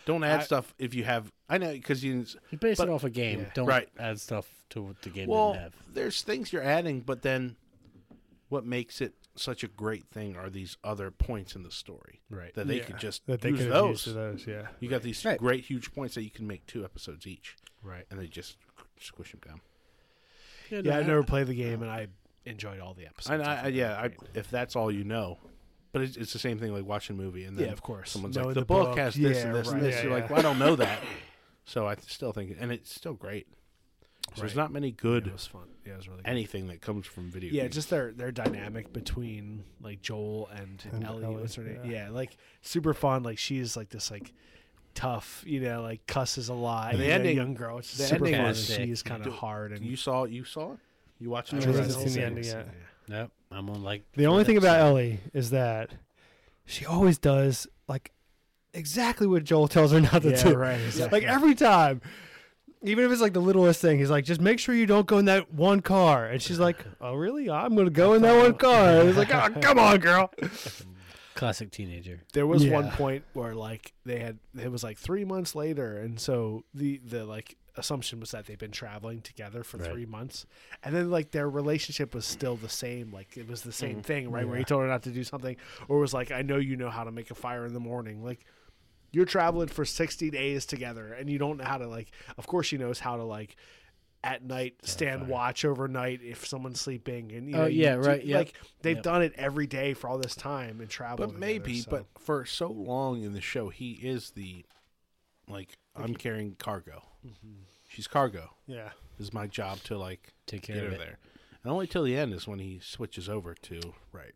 Speaker 2: don't add stuff if you have. I know because you. didn't-
Speaker 4: You base
Speaker 2: But-
Speaker 4: it off a game. Don't
Speaker 2: Right.
Speaker 4: add stuff to what the game
Speaker 2: Well,
Speaker 4: didn't have.
Speaker 2: there's things you're adding, but then what makes it such a great thing are these other points in the story.
Speaker 1: Right.
Speaker 2: That they
Speaker 1: Yeah.
Speaker 2: could just
Speaker 1: that they
Speaker 2: use
Speaker 1: could have used
Speaker 2: those.
Speaker 1: for those. Yeah,
Speaker 2: You got these
Speaker 4: Right.
Speaker 2: great huge points that you can make two episodes each,
Speaker 1: right.
Speaker 2: and they just squish them down.
Speaker 1: Yeah, I never played the game, and I enjoyed all the episodes.
Speaker 2: And I,
Speaker 1: of
Speaker 2: I
Speaker 1: it.
Speaker 2: yeah, I, if that's all you know, but it's, it's the same thing like watching a movie and then
Speaker 1: Yeah, of course.
Speaker 2: someone's
Speaker 1: Knowing
Speaker 2: like the,
Speaker 1: the
Speaker 2: book,
Speaker 1: book,
Speaker 2: has this and
Speaker 1: yeah,
Speaker 2: this and
Speaker 1: right,
Speaker 2: this.
Speaker 1: yeah,
Speaker 2: You're like,
Speaker 1: yeah.
Speaker 2: well, I don't know that. So I still think, and it's still great. So There's
Speaker 1: Right.
Speaker 2: not many good
Speaker 1: it was fun. Yeah, it was really. Good.
Speaker 2: anything that comes from video.
Speaker 1: Yeah,
Speaker 2: games.
Speaker 1: just their their dynamic between like Joel and,
Speaker 3: And
Speaker 1: Ellie.
Speaker 3: Ellie,
Speaker 1: what's her name?
Speaker 3: yeah.
Speaker 1: Yeah. like super fun. Like she's like this like tough, you know, like cusses a lot.
Speaker 2: And the
Speaker 1: you know,
Speaker 2: ending-
Speaker 1: young girl. It's
Speaker 2: the
Speaker 1: super
Speaker 2: ending
Speaker 1: fun.
Speaker 4: was sick.
Speaker 1: She's kind of hard and
Speaker 2: you saw you saw it. You watched
Speaker 1: I
Speaker 2: it.
Speaker 1: haven't
Speaker 3: Right.
Speaker 1: seen the ending
Speaker 3: Yeah.
Speaker 1: yet.
Speaker 4: Nope. I'm on like
Speaker 3: The only thing about Ellie is that she always does like exactly what Joel tells her not to
Speaker 1: Yeah,
Speaker 3: do.
Speaker 1: right, exactly.
Speaker 3: Like every time. Even if it's like the littlest thing, he's like, just make sure you don't go in that one car. And she's like, oh, really? I'm going to go in that one car. And he's like, oh, come on, girl.
Speaker 4: classic teenager.
Speaker 1: There was one
Speaker 3: Yeah.
Speaker 1: point where like they had it was like three months later, and so the the like assumption was that they've been traveling together for
Speaker 4: Right.
Speaker 1: three months, and then like their relationship was still the same, like it was the same
Speaker 2: Mm-hmm.
Speaker 1: thing, right? Where he told her not to do something, or was like, "I know you know how to make a fire in the morning," like. You're traveling for 60 days together and you don't know how to like of course she knows how to like at night stand watch overnight if someone's sleeping and you
Speaker 4: Oh,
Speaker 1: know you
Speaker 4: yeah,
Speaker 1: do-
Speaker 4: right, yep.
Speaker 1: like they've
Speaker 4: Yep.
Speaker 1: done it every day for all this time and travel
Speaker 2: But maybe, but for so long in the show, he is the like I'm carrying cargo.
Speaker 1: Mm-hmm.
Speaker 2: She's cargo.
Speaker 1: yeah
Speaker 2: It's my job to like
Speaker 4: Take care
Speaker 2: get
Speaker 4: of
Speaker 2: her
Speaker 4: it.
Speaker 2: there, and only till the end is when he switches over to right.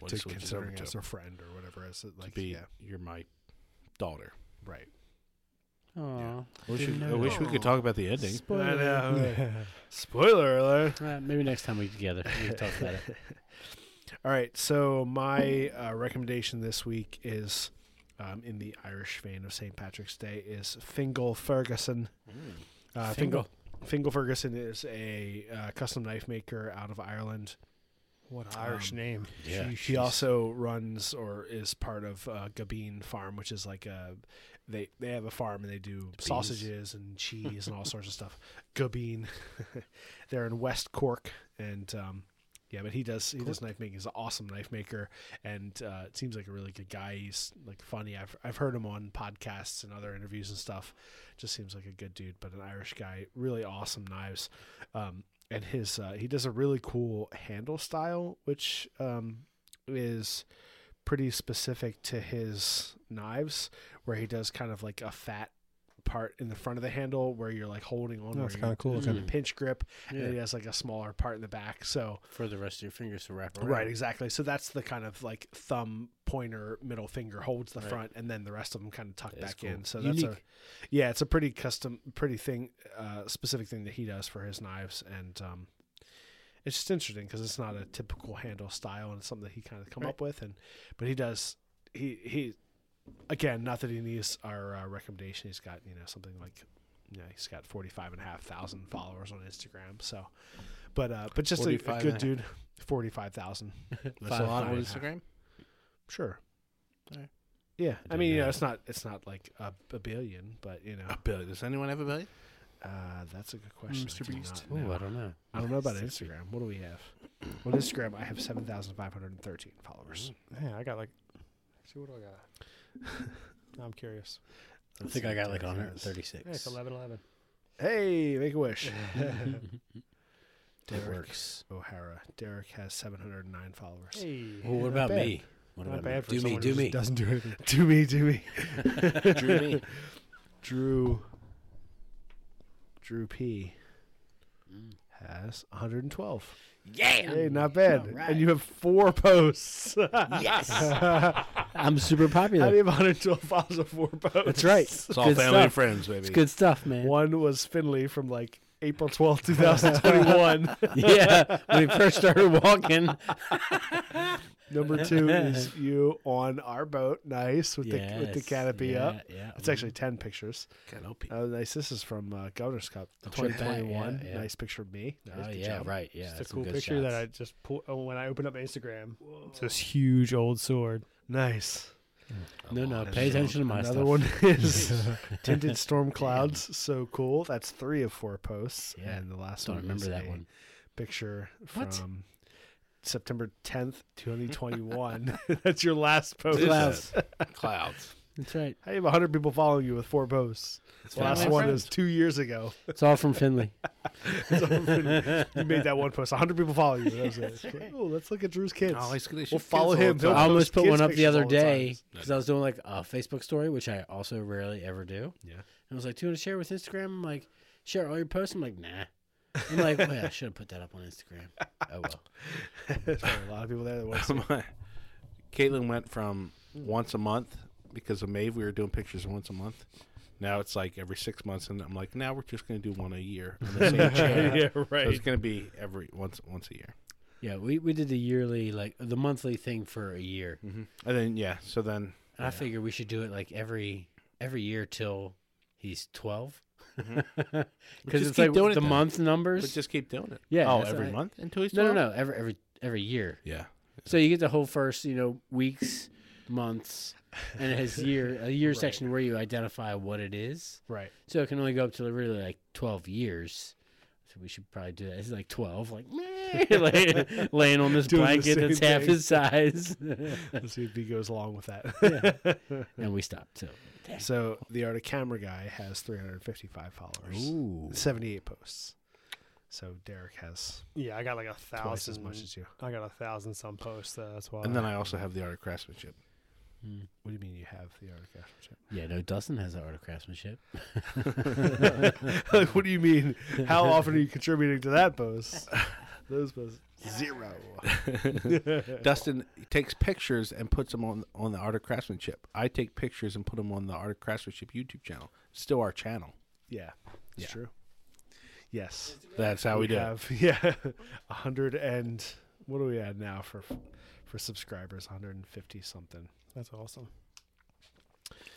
Speaker 2: When
Speaker 1: to
Speaker 2: he switches over
Speaker 1: considering
Speaker 2: to,
Speaker 1: as a friend or whatever as it
Speaker 2: to
Speaker 1: like
Speaker 2: be
Speaker 1: yeah
Speaker 2: you're my daughter.
Speaker 1: right
Speaker 4: Aw.
Speaker 2: I wish, we- I wish we could talk about the ending.
Speaker 1: spoiler alert
Speaker 4: Uh, maybe next time we get together we can talk about it.
Speaker 1: all right so my uh, recommendation this week is um, in the Irish vein of St Patrick's Day is Fingal Ferguson
Speaker 4: Mm,
Speaker 1: uh, Fingal Fingal Ferguson is a uh, custom knife maker out of Ireland
Speaker 3: What an Irish name.
Speaker 4: Yeah.
Speaker 1: She, she also runs or is part of uh, Gabine Farm, which is like a they they have a farm and they do sausages and cheese and all sorts of stuff. Gabine, they're in West Cork, and um, yeah, but he does he does knife making. He's an awesome knife maker, and uh, it seems like a really good guy. He's like funny. I've I've heard him on podcasts and other interviews and stuff. Just seems like a good dude, but an Irish guy, really awesome knives. Um, and his uh, he does a really cool handle style, which um, is pretty specific to his knives, where he does kind of like a fat part in the front of the handle where you're like holding on.
Speaker 3: No,
Speaker 1: where
Speaker 3: it's
Speaker 1: you-
Speaker 3: kinda cool
Speaker 1: It's got a
Speaker 4: looking.
Speaker 1: pinch grip, and
Speaker 4: Yeah.
Speaker 1: then he has like a smaller part in the back. So
Speaker 4: For the rest of your fingers to wrap around.
Speaker 1: right, exactly. So that's the kind of like thumb pointer, middle finger holds the front, and then the rest of them kind of tuck
Speaker 4: That is
Speaker 1: back
Speaker 4: cool.
Speaker 1: in. So that's
Speaker 4: Unique.
Speaker 1: a yeah, it's a pretty custom, pretty thing, uh, specific thing that he does for his knives, and um, it's just interesting because it's not a typical handle style, and it's something that he kind of come up with, and but he does he he again not that he needs our uh, recommendation he's got you know something like you know he's got 45 and a half thousand followers on instagram so but uh but just a, a
Speaker 2: 45 and
Speaker 1: good
Speaker 2: a-
Speaker 1: dude 45,000
Speaker 2: That's a lot on
Speaker 1: Five.
Speaker 2: Instagram.
Speaker 1: sure
Speaker 2: Alright.
Speaker 1: yeah i,
Speaker 2: didn't
Speaker 1: mean you
Speaker 2: know
Speaker 1: know
Speaker 2: that.
Speaker 1: it's not it's not like a, a billion but you know
Speaker 2: A billion. Does anyone have a billion?
Speaker 1: uh that's a good question
Speaker 3: Mr.
Speaker 1: I do
Speaker 3: Beast.
Speaker 1: not
Speaker 4: Ooh,
Speaker 1: know.
Speaker 4: I don't know.
Speaker 1: i don't know about instagram what do we have on instagram i have 7,513 followers
Speaker 3: Yeah, I got like, see what do I got? I'm curious.
Speaker 4: I think I got like
Speaker 3: Yeah, it's
Speaker 4: 136.
Speaker 3: 11 11.
Speaker 1: hey make a wish
Speaker 4: That
Speaker 1: Derek
Speaker 4: works.
Speaker 1: o'hara derek has 709 followers
Speaker 3: Hey.
Speaker 4: Well, what about
Speaker 1: bad.
Speaker 4: me? What
Speaker 3: Not
Speaker 4: about
Speaker 3: bad for
Speaker 4: me? Do me,
Speaker 3: someone
Speaker 4: do
Speaker 3: who just
Speaker 4: me.
Speaker 3: doesn't do anything.
Speaker 1: Do me, do me.
Speaker 2: Drew me.
Speaker 1: Drew. Drew P. has 112.
Speaker 4: Yeah.
Speaker 1: Hey, not bad.
Speaker 4: right.
Speaker 1: And you have four posts.
Speaker 4: Yes. I'm super
Speaker 1: I
Speaker 4: popular.
Speaker 1: have 112 followers of four posts.
Speaker 4: That's right.
Speaker 2: It's all
Speaker 4: Good
Speaker 2: family
Speaker 4: stuff.
Speaker 2: and friends, baby.
Speaker 4: It's good stuff, man.
Speaker 1: One was Finley from like April 12th, 2021.
Speaker 4: yeah. When we first started walking.
Speaker 1: Number two is you on our boat. Nice with the with the
Speaker 4: Yes.
Speaker 1: canopy
Speaker 4: Yeah,
Speaker 1: up.
Speaker 4: yeah.
Speaker 1: It's actually 10 pictures.
Speaker 4: Canopy.
Speaker 1: Oh, nice. This is from uh, Governor's Cup
Speaker 4: trip back, yeah,
Speaker 1: 2021.
Speaker 4: yeah.
Speaker 1: Nice picture of me.
Speaker 4: Oh, yeah, right. Yeah.
Speaker 3: It's a
Speaker 4: that's some
Speaker 3: cool
Speaker 4: good
Speaker 3: picture that I
Speaker 4: shots.
Speaker 3: just pull, oh, when I opened up Instagram. It's this huge old sword.
Speaker 1: Nice.
Speaker 4: No, no. Pay attention to my
Speaker 1: Another
Speaker 4: stuff.
Speaker 1: one is tinted storm clouds. So cool. That's three of four posts.
Speaker 4: Yeah.
Speaker 1: And the last
Speaker 4: Don't
Speaker 1: one
Speaker 4: remember
Speaker 1: is
Speaker 4: that
Speaker 1: a
Speaker 4: one.
Speaker 1: picture from September 10th, 2021. That's your last post.
Speaker 4: Clouds.
Speaker 2: Clouds.
Speaker 4: That's right.
Speaker 1: I have 100 people following you with four posts. The last
Speaker 4: fantastic.
Speaker 1: one is two years ago.
Speaker 4: It's all from Finley.
Speaker 1: You made that one post. 100 people follow you. That was it. It's like, oh, let's look at Drew's kids.
Speaker 2: Oh, he's good. They
Speaker 1: we'll
Speaker 2: shoot
Speaker 1: follow
Speaker 2: kids all
Speaker 1: him.
Speaker 2: the
Speaker 1: He'll
Speaker 2: time.
Speaker 4: I almost
Speaker 1: post
Speaker 4: put one
Speaker 1: kids
Speaker 4: up the
Speaker 1: pictures
Speaker 4: other
Speaker 1: all the time.
Speaker 4: day because I was doing like a Facebook story, which I also rarely ever do. Yeah. And I was like, "Do you want to share with Instagram?" I'm like, "Share all your posts." I'm like, "Nah." I'm like, "Wait, I should have put that up on Instagram." Oh well.
Speaker 1: There's probably a lot of people there that want to see.
Speaker 2: My- Caitlin went from once a month because of Maeve, we were doing pictures once a month. Now it's like every six months, and I'm like, now we're just going to do one a year. on the same channel.
Speaker 1: Yeah,
Speaker 2: So it's
Speaker 1: right.
Speaker 2: going to be every once once a year,
Speaker 4: Yeah, we, we did the yearly like the monthly thing for a year, and
Speaker 2: and then Mm-hmm. yeah. So then
Speaker 4: I figure we should do it like every every year till he's twelve, because
Speaker 2: Mm-hmm. just
Speaker 4: it's
Speaker 2: keep
Speaker 4: like
Speaker 2: doing it
Speaker 4: the
Speaker 2: then.
Speaker 4: month
Speaker 2: but
Speaker 4: numbers.
Speaker 2: just keep doing it.
Speaker 4: Yeah,
Speaker 2: Oh,
Speaker 4: that's
Speaker 2: every
Speaker 4: all right.
Speaker 2: month until he's
Speaker 4: no, no,
Speaker 2: 12?
Speaker 4: no, every every every year.
Speaker 2: Yeah.
Speaker 4: So you get the whole first, you know, weeks, months, and it has year a year section where you identify what it is.
Speaker 1: Right.
Speaker 4: So it can only go up to really like twelve years. So we should probably do that. It's like twelve, like meh, lay- laying on this
Speaker 1: Doing the
Speaker 4: blanket
Speaker 1: same
Speaker 4: that's half
Speaker 1: thing.
Speaker 4: his size,
Speaker 1: Let's see if he goes along with that.
Speaker 4: and we stopped. So
Speaker 1: So the art of camera guy has 355 followers. Ooh. 78 posts. So Derek has
Speaker 3: Yeah, I got like a
Speaker 1: twice
Speaker 3: thousand.
Speaker 1: as much as you.
Speaker 3: I got a thousand some posts. though, that's why.
Speaker 2: And then I also have the art of craftsmanship.
Speaker 1: What do you mean you have the art of craftsmanship?
Speaker 4: yeah, no, Dustin has the art of craftsmanship.
Speaker 1: like, what do you mean? How often are you contributing to that post? Those posts. Zero.
Speaker 2: Dustin takes pictures and puts them on on the art of craftsmanship. I take pictures and put them on the art of craftsmanship YouTube channel. Still our channel.
Speaker 1: Yeah, it's
Speaker 2: Yeah.
Speaker 1: true. Yes.
Speaker 2: That's how Oh, we, do. it.
Speaker 1: have yeah, a hundred and what do we at now for for subscribers? One hundred and fifty something.
Speaker 3: that's awesome.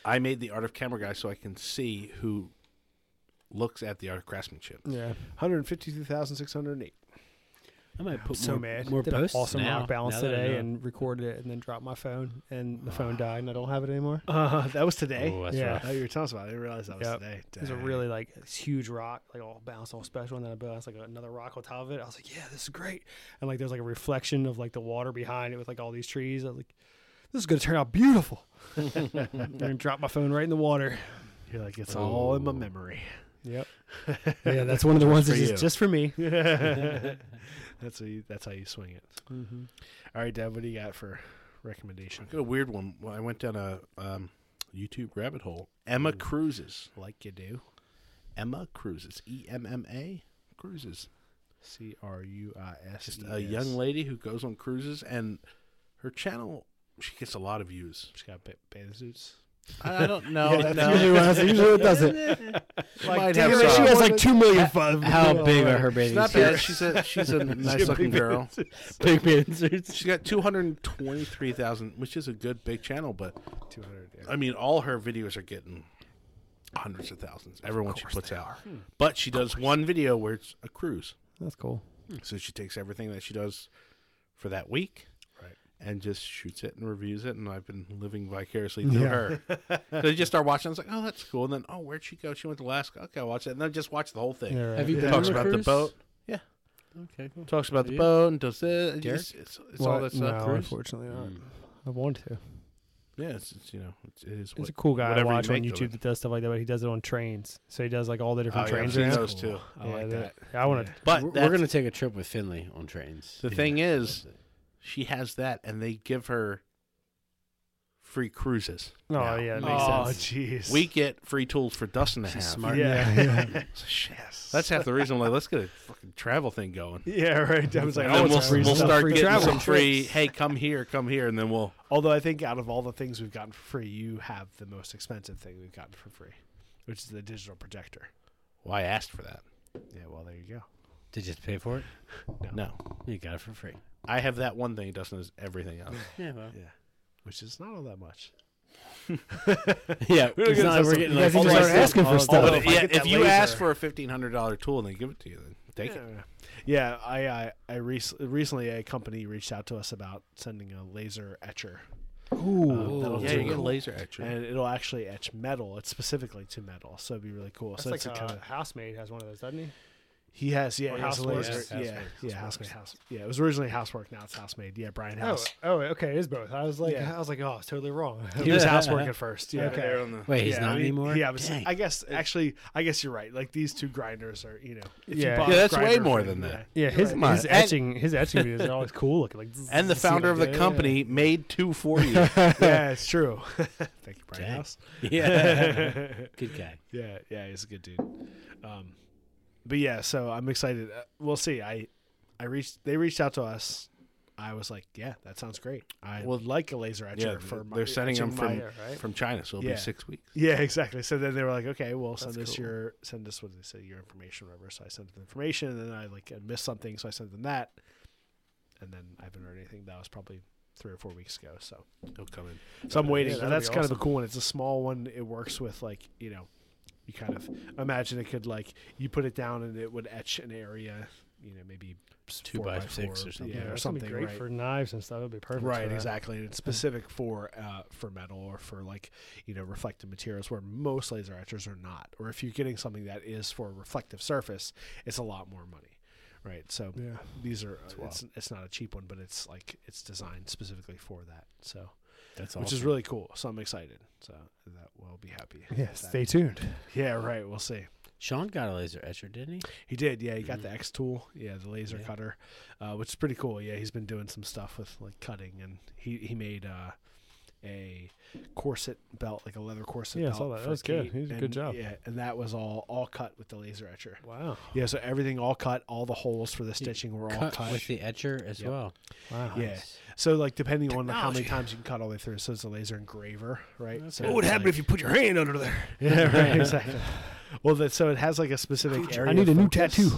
Speaker 2: I made the art of camera guy so I can see who looks at the art of craftsmanship.
Speaker 3: Yeah,
Speaker 1: One hundred fifty-two thousand six hundred eight.
Speaker 4: I might put
Speaker 3: so
Speaker 4: more,
Speaker 3: mad.
Speaker 4: more
Speaker 3: Did
Speaker 4: posts
Speaker 3: an awesome
Speaker 4: now,
Speaker 3: rock balance
Speaker 4: now that I
Speaker 3: today
Speaker 4: know.
Speaker 3: and recorded it and then dropped my phone and the phone died and I don't have it anymore.
Speaker 1: Uh, that was today.
Speaker 4: Oh, that's
Speaker 3: Yeah.
Speaker 4: rough.
Speaker 1: Oh, you were telling us about. It. I didn't realize that was
Speaker 3: Yep.
Speaker 1: today.
Speaker 3: It was a
Speaker 1: Dang.
Speaker 3: really like this huge rock, like all bounced, all special, and then I bounced like another rock on top of it. I was like, "Yeah, this is great!" And like there's like a reflection of like the water behind it with like all these trees. I was like, "This is gonna turn out beautiful." I'm gonna drop my phone right in the water.
Speaker 1: You're like it's all in my memory.
Speaker 3: Yep. yeah, that's one of the ones
Speaker 2: for
Speaker 3: that's
Speaker 2: you.
Speaker 3: just, just for me.
Speaker 1: That's how you, that's how you swing it.
Speaker 3: Mm-hmm.
Speaker 1: All right, Dad. What do you got for recommendation?
Speaker 2: Got a weird one. Well, I went down a um, YouTube rabbit hole. Emma Cruises.
Speaker 1: Like you do.
Speaker 2: Emma Cruises. E M M A Cruises.
Speaker 1: C R U I S.
Speaker 2: Just a young lady who goes on cruises, and her channel she gets a lot of views.
Speaker 1: She's got ba- bathing suits.
Speaker 2: I I don't know. no.
Speaker 3: Usually, when I say- usually it doesn't.
Speaker 2: might
Speaker 3: Damn
Speaker 2: have
Speaker 3: it, she
Speaker 2: some.
Speaker 3: has like two million five.
Speaker 4: How big are her bathing
Speaker 2: She's not
Speaker 4: suits?
Speaker 2: bad. She's a she's a nice looking girl.
Speaker 4: Big bathing suits.
Speaker 2: She's got two hundred twenty three thousand, which is a good big channel. But
Speaker 1: Two hundred. Yeah.
Speaker 2: I mean, all her videos are getting hundreds of thousands. Everyone she puts out,
Speaker 1: Hmm.
Speaker 2: but she does one video where it's a cruise.
Speaker 3: That's cool.
Speaker 1: Hmm.
Speaker 2: So she takes everything that she does for that week.
Speaker 1: Right.
Speaker 2: And just shoots it and reviews it, and I've been living vicariously through her. so I just start watching. I was like, "Oh, that's cool." And then, "Oh, where'd she go? She went to Alaska. Okay, I'll watch it." And then just watch the whole thing.
Speaker 3: Yeah, right.
Speaker 4: Have you been
Speaker 2: Talks
Speaker 4: on a
Speaker 2: about the
Speaker 4: cruise?
Speaker 2: boat. Yeah,
Speaker 4: Okay, cool.
Speaker 2: talks about
Speaker 4: Have
Speaker 2: the
Speaker 4: you?
Speaker 2: boat and does this. and
Speaker 4: Derek?
Speaker 2: just- It's, it's all
Speaker 3: What?
Speaker 2: that stuff.
Speaker 3: No,
Speaker 2: uh, Cruise.
Speaker 3: unfortunately, not. I want to.
Speaker 2: Yeah, it's, it's you know, it's, it is.
Speaker 3: There's
Speaker 2: what-
Speaker 3: a cool guy I
Speaker 2: whatever you
Speaker 3: watch on
Speaker 2: make of
Speaker 3: YouTube
Speaker 2: it.
Speaker 3: that does stuff like that, but he does it on trains. So he does like all the
Speaker 2: Oh,
Speaker 3: different
Speaker 2: yeah, I've
Speaker 3: trains.
Speaker 2: seen
Speaker 3: around.
Speaker 2: those too.
Speaker 1: I like
Speaker 3: they're-
Speaker 1: that.
Speaker 3: I want to.
Speaker 2: But
Speaker 4: we're,
Speaker 2: that's-
Speaker 4: going to take a trip with Finley on trains.
Speaker 2: The thing is, she has that, and they give her free cruises.
Speaker 1: Oh
Speaker 2: now. uh,
Speaker 1: yeah, it makes
Speaker 6: Oh,
Speaker 1: sense.
Speaker 6: jeez.
Speaker 2: We get free tools for Dustin to have. Smart.
Speaker 1: Yeah.
Speaker 6: yes.
Speaker 2: That's half the reason. I'm like, let's get a fucking travel thing going.
Speaker 1: Yeah, right. I was like, oh,
Speaker 2: And then
Speaker 1: it's
Speaker 2: we'll,
Speaker 1: free
Speaker 2: we'll
Speaker 1: stuff,
Speaker 2: start
Speaker 1: free
Speaker 2: getting
Speaker 1: travel.
Speaker 2: some free. Hey, come here, come here, and then we'll.
Speaker 1: Although I think out of all the things we've gotten for free, you have the most expensive thing we've gotten for free, which is the digital projector.
Speaker 2: Well, I asked for that.
Speaker 1: Yeah, well, there you go.
Speaker 4: Did you pay for it?
Speaker 2: No,
Speaker 4: You got it for free.
Speaker 2: I have that one thing. Dustin has everything else.
Speaker 4: Yeah, well. yeah.
Speaker 1: Which is not all that much.
Speaker 4: it's not like we're getting like,
Speaker 3: guys even
Speaker 4: all
Speaker 3: started
Speaker 4: this-
Speaker 3: asking for
Speaker 4: all-
Speaker 3: stuff.
Speaker 2: But
Speaker 1: if I
Speaker 2: yeah,
Speaker 1: get
Speaker 2: if
Speaker 1: that
Speaker 2: you
Speaker 1: laser-
Speaker 2: ask for a fifteen hundred dollar tool and they give it to you, then take it.
Speaker 1: Yeah, I I, I rec- recently a company reached out to us about sending a laser etcher, Um,
Speaker 3: Ooh,
Speaker 1: that'll
Speaker 2: Yeah,
Speaker 1: do
Speaker 2: you
Speaker 1: it.
Speaker 2: get a laser etcher.
Speaker 1: and it'll actually etch metal. It's specifically to metal, so it'd be really cool.
Speaker 3: that's
Speaker 1: so
Speaker 3: like
Speaker 1: it's a kind
Speaker 3: a housemaid has one of those, doesn't he?
Speaker 1: he has yeah, he has a
Speaker 3: Housework.
Speaker 1: laser
Speaker 3: Yes,
Speaker 1: yeah yeah,
Speaker 3: housework,
Speaker 1: yeah
Speaker 3: housework,
Speaker 1: housemade
Speaker 3: house-
Speaker 1: house yeah it was originally housework now it's housemaid yeah Brian
Speaker 3: Oh,
Speaker 1: House
Speaker 3: oh, okay, it is both. I was like,
Speaker 1: Yeah.
Speaker 3: I was like, oh, it's totally wrong.
Speaker 1: he was housework at first yeah
Speaker 3: Okay.
Speaker 2: There on the-
Speaker 4: Wait, he's
Speaker 1: Yeah,
Speaker 4: not
Speaker 1: I mean,
Speaker 4: anymore.
Speaker 1: Yeah, I, was,
Speaker 4: Dang.
Speaker 1: I guess actually, I guess you're right. Like these two grinders are, you know, if you
Speaker 3: Yeah.
Speaker 1: bought
Speaker 2: Yeah,
Speaker 1: a
Speaker 2: that's way
Speaker 1: grinder
Speaker 2: more
Speaker 1: for-
Speaker 2: than that.
Speaker 3: Yeah, his,
Speaker 2: Right.
Speaker 3: his
Speaker 2: And-
Speaker 3: etching his etching videos are always cool looking. Like, zzz,
Speaker 2: And the
Speaker 3: zzz,
Speaker 2: founder of the
Speaker 3: yeah.
Speaker 2: company made two for you.
Speaker 1: Yeah, yeah it's true. Thank you, Brian
Speaker 4: Dang.
Speaker 1: House.
Speaker 4: yeah. Good guy.
Speaker 1: Yeah, yeah, he's a good dude. Um, but yeah, so I'm excited. Uh, we'll see. I, I reached. They reached out to us. I was like, yeah, that sounds great. I would like a laser etcher
Speaker 2: yeah,
Speaker 1: for my.
Speaker 2: they're sending them
Speaker 1: etching my-
Speaker 2: from from China, so it'll
Speaker 1: Yeah.
Speaker 2: be six weeks.
Speaker 1: Yeah, exactly. So then they were like, "Okay, well, send us
Speaker 2: cool.
Speaker 1: your send us what they say your information, or whatever." So I sent them the information, and then I like had missed something, so I sent them that, and then I haven't heard anything. That was probably three or four weeks ago. So,
Speaker 2: They'll come in.
Speaker 1: so I'm waiting.
Speaker 3: that'd
Speaker 1: that's
Speaker 3: be
Speaker 1: kind of a
Speaker 3: awesome.
Speaker 1: cool one. It's a small one. It works with like you know, you kind of imagine it could like you put it down and it would etch an area. You know, maybe s-
Speaker 4: Two
Speaker 1: four
Speaker 4: by six or something.
Speaker 1: yeah, or
Speaker 3: that's gonna be
Speaker 1: something.
Speaker 3: great
Speaker 1: right?
Speaker 3: for knives and stuff. It'd be perfect. for
Speaker 1: Right,
Speaker 3: that. Mm-hmm.
Speaker 1: exactly. And it's specific for uh, for metal or for like you know reflective materials, where most laser etchers are not. Or if you're getting something that is for a reflective surface, it's a lot more money, right? So
Speaker 3: Yeah.
Speaker 1: these are uh, it's it's not a cheap one, but it's like it's designed specifically for that. So
Speaker 4: That's
Speaker 1: which is really cool. So I'm excited. So that we'll be happy. with
Speaker 3: Yeah,
Speaker 1: that.
Speaker 3: stay tuned.
Speaker 1: yeah, right. We'll see.
Speaker 4: Sean got a laser etcher, didn't he?
Speaker 1: He did, yeah. He got
Speaker 3: Mm.
Speaker 1: the X tool, yeah, the laser cutter, uh, which is pretty cool. Yeah, he's been doing some stuff with like cutting, and he he made uh, a corset belt, like a leather corset.
Speaker 3: Yeah, I
Speaker 1: belt
Speaker 3: saw that. That
Speaker 1: for
Speaker 3: was good.
Speaker 1: Kate,
Speaker 3: He did a good
Speaker 1: and-
Speaker 3: job.
Speaker 1: Yeah, and that was all all cut with the laser etcher.
Speaker 3: Wow,
Speaker 1: Yeah, so everything all cut, all the holes for the stitching were all
Speaker 4: Cut
Speaker 1: cut.
Speaker 4: with the etcher as well.
Speaker 3: wow.
Speaker 1: yeah, so like depending on like, how many times you can cut all the way through, so it's a laser engraver, right? So
Speaker 3: What would
Speaker 1: it's
Speaker 3: happen
Speaker 1: like-
Speaker 3: if you put your hand under there?
Speaker 1: Yeah, right, exactly. Well, that, so it has like a specific area.
Speaker 3: I need
Speaker 1: of
Speaker 3: a new
Speaker 1: focus.
Speaker 3: tattoo.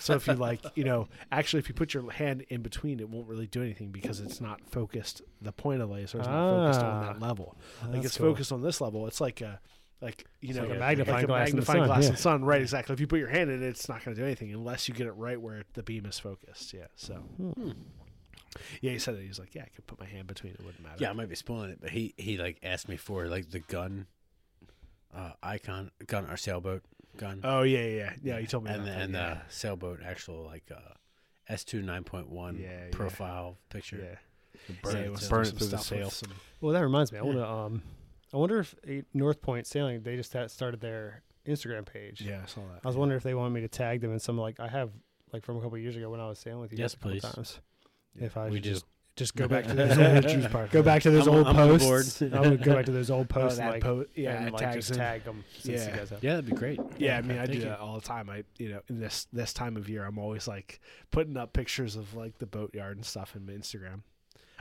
Speaker 1: So if you like, you know, actually, if you put your hand in between, it won't really do anything because it's not focused. The point of the laser is not focused on that
Speaker 3: Ah.
Speaker 1: level. Like
Speaker 3: that's
Speaker 1: it's
Speaker 3: cool.
Speaker 1: focused on this level. It's like a, like you know,
Speaker 3: like a magnifying glass in the
Speaker 1: magnifying
Speaker 3: sun,
Speaker 1: glass
Speaker 3: yeah.
Speaker 1: in the sun, right? Exactly. If you put your hand in it, it's not going to do anything unless you get it right where the beam is focused. Yeah. So.
Speaker 2: Hmm.
Speaker 1: Yeah, he said that. He was like, "Yeah, I could put my hand between it; it wouldn't matter."
Speaker 4: Yeah, I might be spoiling it, but he he like asked me for like the gun, uh, icon gun or sailboat gun,
Speaker 1: Oh yeah, yeah, yeah. Yeah, you told me.
Speaker 4: and the,
Speaker 1: about that,
Speaker 4: and
Speaker 1: yeah.
Speaker 2: uh,
Speaker 4: the sailboat actual like uh, S two nine point one
Speaker 1: Yeah, yeah.
Speaker 4: profile picture.
Speaker 1: yeah.
Speaker 2: Burn
Speaker 1: Yeah,
Speaker 2: it,
Speaker 1: it was
Speaker 2: burn
Speaker 1: some
Speaker 2: it through the
Speaker 1: stuff with
Speaker 2: sail.
Speaker 1: some-
Speaker 3: Well, that reminds me. I want to. Um, I wonder if eh, North Point Sailing they just had started their Instagram page.
Speaker 1: Yeah, I saw that.
Speaker 3: I was wondering if they wanted me to tag them in some like I have like from a couple years ago when I was sailing with you. guys
Speaker 4: Yes,
Speaker 3: a couple
Speaker 4: please.
Speaker 3: Times. If I
Speaker 4: we
Speaker 3: should just
Speaker 4: do.
Speaker 3: just go back to those old go back to those
Speaker 4: I'm on-
Speaker 3: old
Speaker 4: I'm on board.
Speaker 3: posts. I would go back to those old posts.
Speaker 1: Oh,
Speaker 3: and,
Speaker 1: that
Speaker 3: like,
Speaker 1: po- yeah,
Speaker 3: and,
Speaker 1: it
Speaker 3: like,
Speaker 1: tags
Speaker 3: just
Speaker 1: in.
Speaker 3: tag them. Since
Speaker 1: Yeah.
Speaker 3: you guys have.
Speaker 4: Yeah, that'd be great.
Speaker 1: Yeah, I mean, I do
Speaker 4: Thank you.
Speaker 1: that all the time. I, you know, in this this time of year, I'm always like putting up pictures of like the boatyard and stuff in my Instagram.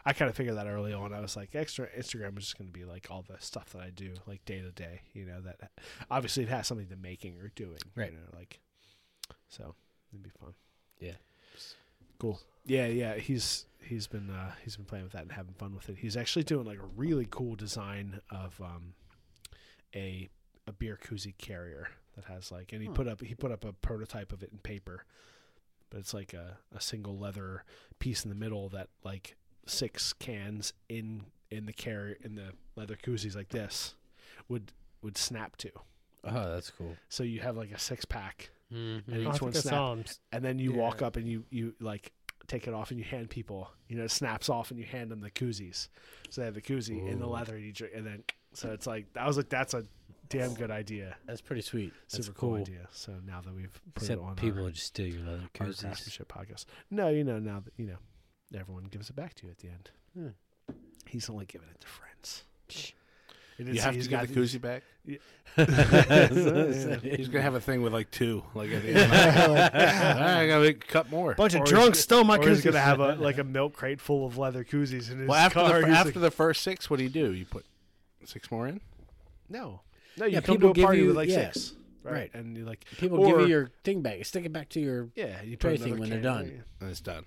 Speaker 1: I kind of figured that early on. I was like, extra Instagram is just going to be like all the stuff that I do, like day to day. You know, that obviously it has something to making or doing.
Speaker 4: Right.
Speaker 1: You know, like, so it'd be fun.
Speaker 4: Yeah.
Speaker 1: Cool. Yeah, yeah. He's he's been uh, he's been playing with that and having fun with it. He's actually doing like a really cool design of um, a a beer koozie carrier that has like
Speaker 2: Hmm.
Speaker 1: and he put up he put up a prototype of it in paper but it's like a, a single leather piece in the middle that like six cans in in the carrier in the leather koozies like this would would snap to
Speaker 4: Oh, that's cool.
Speaker 1: so you have like a six pack
Speaker 4: Mm-hmm.
Speaker 1: and
Speaker 3: Oh,
Speaker 1: each
Speaker 3: I think
Speaker 1: one
Speaker 3: I
Speaker 1: snaps
Speaker 3: saw 'em.
Speaker 1: and then you walk up and you you like take it off and you hand people you know it snaps off and you hand them the koozies so they have the koozie in the leather and you drink and then so it's like i was like that's a damn good idea
Speaker 4: That's pretty sweet.
Speaker 1: super
Speaker 4: That's
Speaker 1: cool.
Speaker 4: cool.
Speaker 1: idea. So now that we've put
Speaker 4: Except
Speaker 1: it on
Speaker 4: people
Speaker 1: our,
Speaker 4: would just steal your leather
Speaker 1: our
Speaker 4: koozies.
Speaker 1: craftsmanship podcast, no, you know now that you know everyone gives it back to you at the end.
Speaker 4: Yeah.
Speaker 1: He's only giving it to friends. It
Speaker 2: You have to
Speaker 1: he's got
Speaker 2: get the koozie back. He's gonna have a thing with like two, like at the end. I gotta make, cut more.
Speaker 3: Bunch of
Speaker 1: Or he's
Speaker 3: drunks
Speaker 1: go-
Speaker 3: stole my
Speaker 1: or he's
Speaker 3: koozies.
Speaker 1: gonna have a like a milk crate full of leather koozies in his
Speaker 2: well, after
Speaker 1: car.
Speaker 2: the,
Speaker 1: He's
Speaker 2: after
Speaker 1: like,
Speaker 2: the first six, what do you do? You put six more in.
Speaker 1: no, no, you
Speaker 4: Yeah,
Speaker 1: come to
Speaker 4: people
Speaker 1: a
Speaker 4: give
Speaker 1: party
Speaker 4: you-
Speaker 1: with like
Speaker 4: yeah,
Speaker 1: six, right?
Speaker 4: right.
Speaker 1: And you like
Speaker 4: People
Speaker 1: or,
Speaker 4: give you your thing back. Stick it back to your.
Speaker 1: yeah, you
Speaker 4: tray
Speaker 1: put
Speaker 4: thing
Speaker 1: another
Speaker 4: when they're
Speaker 1: can-
Speaker 4: done.
Speaker 2: And it's done.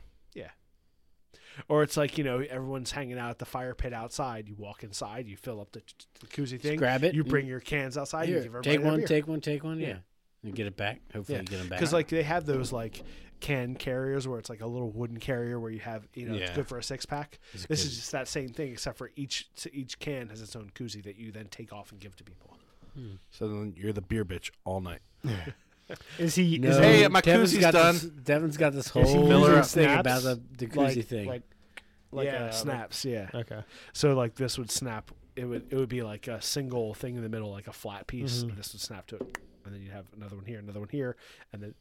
Speaker 1: Or it's like you know everyone's hanging out at the fire pit outside. You walk inside, you fill up the, the koozie thing,
Speaker 4: grab it
Speaker 1: You
Speaker 4: and-
Speaker 1: bring your cans outside. you
Speaker 4: Here,
Speaker 1: give everybody
Speaker 4: take
Speaker 1: their
Speaker 4: one,
Speaker 1: beer.
Speaker 4: take one, take one. Yeah.
Speaker 1: Yeah.
Speaker 4: And get it back. Hopefully you get them back.
Speaker 1: Because like they have those like can carriers where it's like a little wooden carrier where you have you know it's
Speaker 2: Yeah.
Speaker 1: good for a six pack.
Speaker 4: It's
Speaker 1: This
Speaker 4: good.
Speaker 1: is just that same thing except for each so each can has its own koozie that you then take off and give to people.
Speaker 2: So then you're the beer bitch all night.
Speaker 3: Is he?
Speaker 4: No,
Speaker 3: Is he
Speaker 2: Hey, my
Speaker 4: Devin's
Speaker 2: koozie's
Speaker 4: got
Speaker 2: done.
Speaker 4: This, Devin's got this
Speaker 3: Is he
Speaker 4: whole
Speaker 3: using
Speaker 4: thing
Speaker 3: snaps?
Speaker 4: about the, the koozie
Speaker 3: like-
Speaker 4: thing.
Speaker 3: Like,
Speaker 1: Like
Speaker 3: uh,
Speaker 1: yeah,
Speaker 3: like-
Speaker 1: snaps. yeah.
Speaker 3: okay.
Speaker 1: So like this would snap. It would it would be like a single thing in the middle, like a flat piece. and this would snap to it, and then you'd have another one here, another one here, and then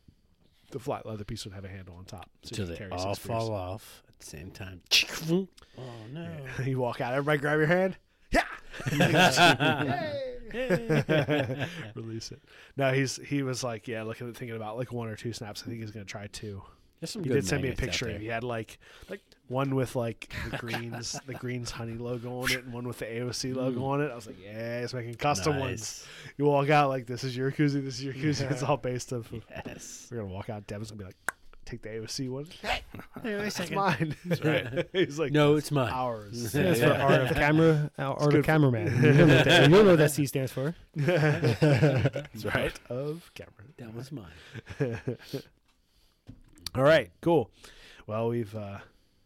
Speaker 1: the flat leather piece would have a handle on top. So you
Speaker 4: till
Speaker 1: could
Speaker 4: they
Speaker 1: carry
Speaker 4: all
Speaker 1: six beers.
Speaker 4: fall off at the same time. oh no!
Speaker 1: you walk out. Everybody grab your hand. Yeah. Release it. No, he's he was like, yeah, looking at thinking about like one or two snaps. I think he's gonna try two.
Speaker 4: There's some
Speaker 1: He
Speaker 4: good
Speaker 1: did send me a
Speaker 4: magnets out
Speaker 1: picture.
Speaker 4: there.
Speaker 1: He had like like one with like the greens the greens honey logo on it and one with the AOC
Speaker 4: Mm.
Speaker 1: logo on it. I was like, yeah, he's making custom ones. You walk out like this is your koozie, this is your koozie. It's all based of
Speaker 4: Yes.
Speaker 1: we're gonna walk out. Devin's gonna be like, take the AOC one.
Speaker 4: Wait a
Speaker 1: It's
Speaker 4: second.
Speaker 1: mine. he's like,
Speaker 4: No, it's mine.
Speaker 1: ours.
Speaker 3: That's for art of camera, uh, art of
Speaker 1: good for-
Speaker 3: cameraman. You don't, know what that, you don't know what that C stands for.
Speaker 2: That's right.
Speaker 1: of camera.
Speaker 4: That was mine.
Speaker 1: All right, cool. Well, we've uh,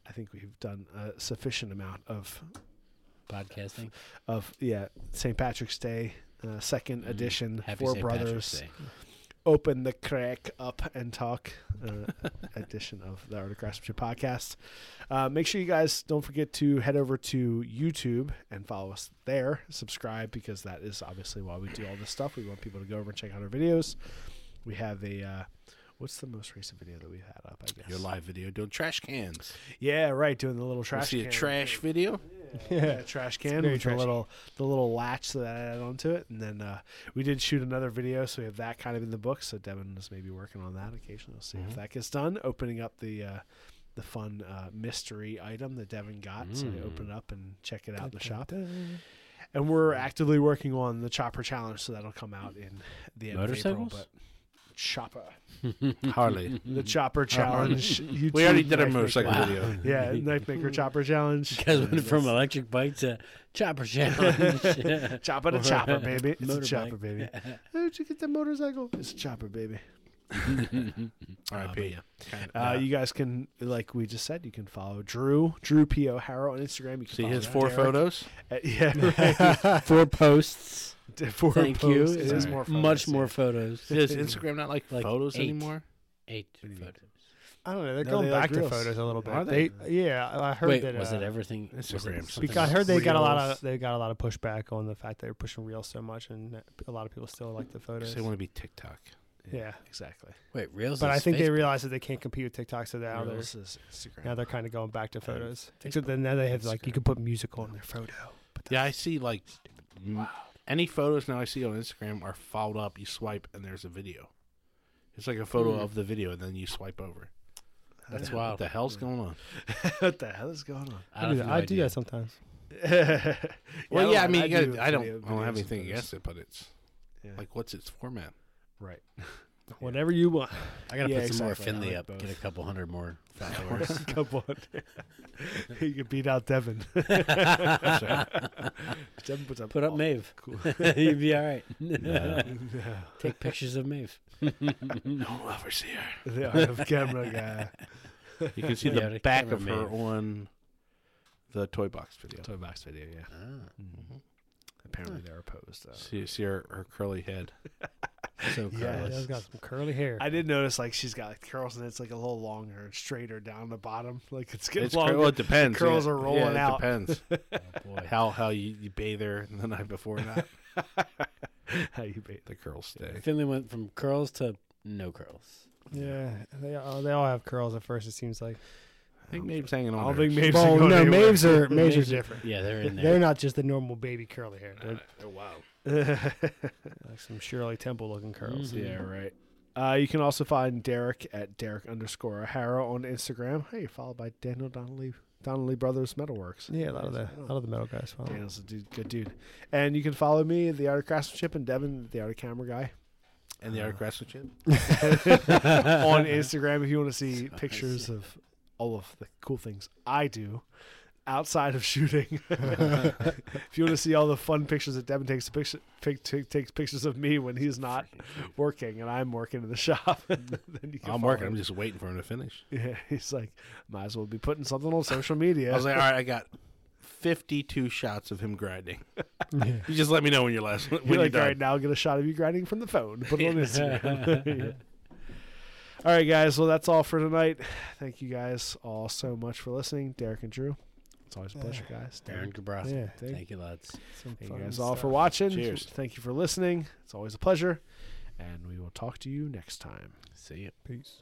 Speaker 1: I think we've done a sufficient amount of
Speaker 4: Podcasting.
Speaker 1: of yeah St. Patrick's Day uh, 2nd edition.
Speaker 4: Mm-hmm. Happy
Speaker 1: Four
Speaker 4: St. Patrick's
Speaker 1: brothers
Speaker 4: Day.
Speaker 1: open the crack up and talk uh, edition of the Art of Craftsmanship podcast. Uh, make sure you guys don't forget to head over to YouTube and follow us there. Subscribe because that is obviously why we do all this stuff. We want people to go over and check out our videos. We have a uh, what's the most recent video that we've had up? I guess
Speaker 2: Your live video doing trash cans.
Speaker 1: Yeah, right. Doing the little
Speaker 2: You
Speaker 1: trash.
Speaker 2: see a
Speaker 1: can.
Speaker 2: trash video.
Speaker 1: Yeah, trash can with the little the little latch that I added onto it, and then uh, we did shoot another video, so we have that kind of in the book. So Devin is maybe working on that occasionally. We'll see if that gets done. Opening up the uh, the fun uh, mystery item that Devin got, so you open it up and check it out in the shop. And we're actively working on the chopper challenge, so that'll come out in the end
Speaker 4: Motorcycles?
Speaker 1: of April. But chopper,
Speaker 2: Harley.
Speaker 1: the chopper challenge.
Speaker 2: We already
Speaker 1: YouTube
Speaker 2: did a
Speaker 1: knife
Speaker 2: motorcycle
Speaker 1: maker-
Speaker 2: video.
Speaker 1: Yeah, knife maker chopper challenge.
Speaker 4: Guys went from electric bike to chopper challenge.
Speaker 1: Chopper to chopper, baby. It's a
Speaker 4: motorbike.
Speaker 1: chopper, baby. Where'd you get that motorcycle? It's a chopper, baby.
Speaker 2: R.I.P.
Speaker 1: Uh, you guys can, like we just said, you can follow Drew, Drew P. O'Hara on Instagram. You can
Speaker 2: See
Speaker 1: follow
Speaker 2: his four
Speaker 1: Derek.
Speaker 2: photos.
Speaker 1: At- yeah,
Speaker 4: Four posts.
Speaker 1: right. four
Speaker 4: Thank you.
Speaker 1: posts. It is
Speaker 2: Sorry.
Speaker 1: more photos,
Speaker 4: Much
Speaker 1: yeah.
Speaker 4: more photos.
Speaker 2: Does Instagram not like,
Speaker 4: Like
Speaker 2: photos
Speaker 4: eight.
Speaker 2: anymore?
Speaker 4: Eight photos.
Speaker 3: I don't know. They're
Speaker 1: No,
Speaker 3: going
Speaker 1: they like
Speaker 3: back to
Speaker 1: reels.
Speaker 3: photos a little bit.
Speaker 1: Are they?
Speaker 3: yeah, I I heard
Speaker 4: Wait,
Speaker 3: that.
Speaker 4: was
Speaker 3: uh,
Speaker 4: it everything? was it
Speaker 2: Instagram.
Speaker 4: something
Speaker 3: Because I
Speaker 4: else?
Speaker 3: heard they got a lot of
Speaker 1: Reels.
Speaker 3: they got a lot of pushback on the fact they were pushing reels so much, and that a lot of people still like the
Speaker 2: 'Cause
Speaker 3: photos.
Speaker 2: they want to be TikTok.
Speaker 3: yeah,
Speaker 1: Exactly.
Speaker 4: Wait, reels.
Speaker 3: but
Speaker 4: is
Speaker 3: I think they
Speaker 4: Facebook.
Speaker 3: realize that they can't compete with TikTok, so now they're
Speaker 1: Reels is Instagram.
Speaker 3: now they're kind of going back to photos. Except
Speaker 4: Facebook,
Speaker 3: then now they have like you can put music on their photo. But
Speaker 2: Yeah, I see like m- any photos now I see on Instagram are followed up. You swipe and there's a video. It's like a photo
Speaker 1: Hmm.
Speaker 2: of the video and then you swipe over.
Speaker 4: That's
Speaker 2: What
Speaker 4: wild.
Speaker 2: the hell's going on?
Speaker 1: what the hell is going on?
Speaker 3: I,
Speaker 4: I, have
Speaker 3: do that,
Speaker 4: no
Speaker 3: I do
Speaker 4: idea.
Speaker 3: that sometimes.
Speaker 2: Well, yeah, I mean, you
Speaker 1: do
Speaker 2: gotta, I don't,
Speaker 1: video-
Speaker 2: I don't have
Speaker 1: videos and
Speaker 2: anything
Speaker 1: photos.
Speaker 2: against it, but it's
Speaker 1: Yeah.
Speaker 2: like, what's its format?
Speaker 1: Right.
Speaker 3: Whatever you want.
Speaker 4: I gotta
Speaker 1: Yeah,
Speaker 4: put
Speaker 1: exactly.
Speaker 4: some
Speaker 1: I
Speaker 4: more Finley
Speaker 1: like
Speaker 4: up.
Speaker 1: both.
Speaker 4: Get a couple hundred more followers.
Speaker 1: Come on. you can beat out Devin. Devin puts up.
Speaker 4: Put up
Speaker 1: all-
Speaker 4: Mave. You'd be all right. Take pictures of Mave.
Speaker 2: No one will ever see her.
Speaker 1: the art of camera guy.
Speaker 2: You can see
Speaker 4: Yeah,
Speaker 2: the
Speaker 4: the
Speaker 2: back of her
Speaker 4: cameraman.
Speaker 2: on the toy box video. Mm-hmm.
Speaker 1: Toy box video, yeah.
Speaker 4: Ah,
Speaker 1: Apparently they're opposed. Though.
Speaker 2: See, see her, her curly head.
Speaker 4: So
Speaker 1: Yeah,
Speaker 4: Carlos.
Speaker 3: She's got some curly hair.
Speaker 1: I did notice like she's got like curls and it's like a little longer and straighter down the bottom. Like it's getting
Speaker 2: It's cur-
Speaker 1: longer.
Speaker 2: well, it depends.
Speaker 1: curls
Speaker 2: yeah.
Speaker 1: are rolling
Speaker 2: yeah, it
Speaker 1: out.
Speaker 2: Depends
Speaker 4: boy.
Speaker 2: how how you, you bathe her the night before and that
Speaker 1: How you bait
Speaker 2: the curls stay.
Speaker 4: Finley went from curls to no curls.
Speaker 3: yeah, they all, they all have curls at first. It seems like
Speaker 2: think Maeve's hanging on.
Speaker 1: I don't
Speaker 2: there.
Speaker 1: think Maeve's
Speaker 3: Well,
Speaker 1: going
Speaker 3: no,
Speaker 1: anywhere.
Speaker 3: Maeve's are- Maeve's are
Speaker 1: Maeve's
Speaker 3: different.
Speaker 4: Yeah, they're in
Speaker 3: They're
Speaker 4: there.
Speaker 3: not just the normal baby curly hair. They're
Speaker 2: wow.
Speaker 3: like some Shirley Temple looking curls.
Speaker 1: Yeah, right. Uh, you can also find Derek at Derek underscore O'Hara on Instagram. Hey, you're followed by Daniel Donnelly, Donnelly Brothers Metalworks.
Speaker 3: Yeah, a lot of the a lot of the metal guys. follow.
Speaker 1: Daniel's a dude, good dude. And you can follow me, The Art of Craftsmanship, and Devin, The Art of Camera Guy,
Speaker 2: And the other craftsmanship.
Speaker 1: on Instagram if you want to see pictures of all of the cool things I do outside of shooting. if you want to see all the fun pictures that Devin takes, picture, pic, t- takes pictures of me when he's not working and I'm working in the shop, then you can
Speaker 2: I'm
Speaker 1: follow
Speaker 2: working.
Speaker 1: him.
Speaker 2: I'm just waiting for him to finish.
Speaker 1: Yeah, he's like, might as well be putting something on social media.
Speaker 2: I was like, all right, I got 52 shots of him grinding. You just let me know when you're last. When
Speaker 1: You're
Speaker 2: you're
Speaker 1: like, all
Speaker 2: done.
Speaker 1: right, now get a shot of you grinding from the phone. Put it on Instagram. Yeah. All right, guys. Well, that's all for tonight. Thank you guys all so much for listening. Derek and Drew. It's always a pleasure, guys.
Speaker 4: Aaron
Speaker 1: Derek.
Speaker 4: Gabrath.
Speaker 1: Yeah, thank-
Speaker 4: Thank you, lads.
Speaker 3: Some
Speaker 1: Thank you
Speaker 3: fun
Speaker 1: guys all for
Speaker 3: stuff.
Speaker 1: watching.
Speaker 2: Cheers.
Speaker 1: Thank you for listening. It's always a pleasure. And we will talk to you next time.
Speaker 4: See you.
Speaker 3: Peace.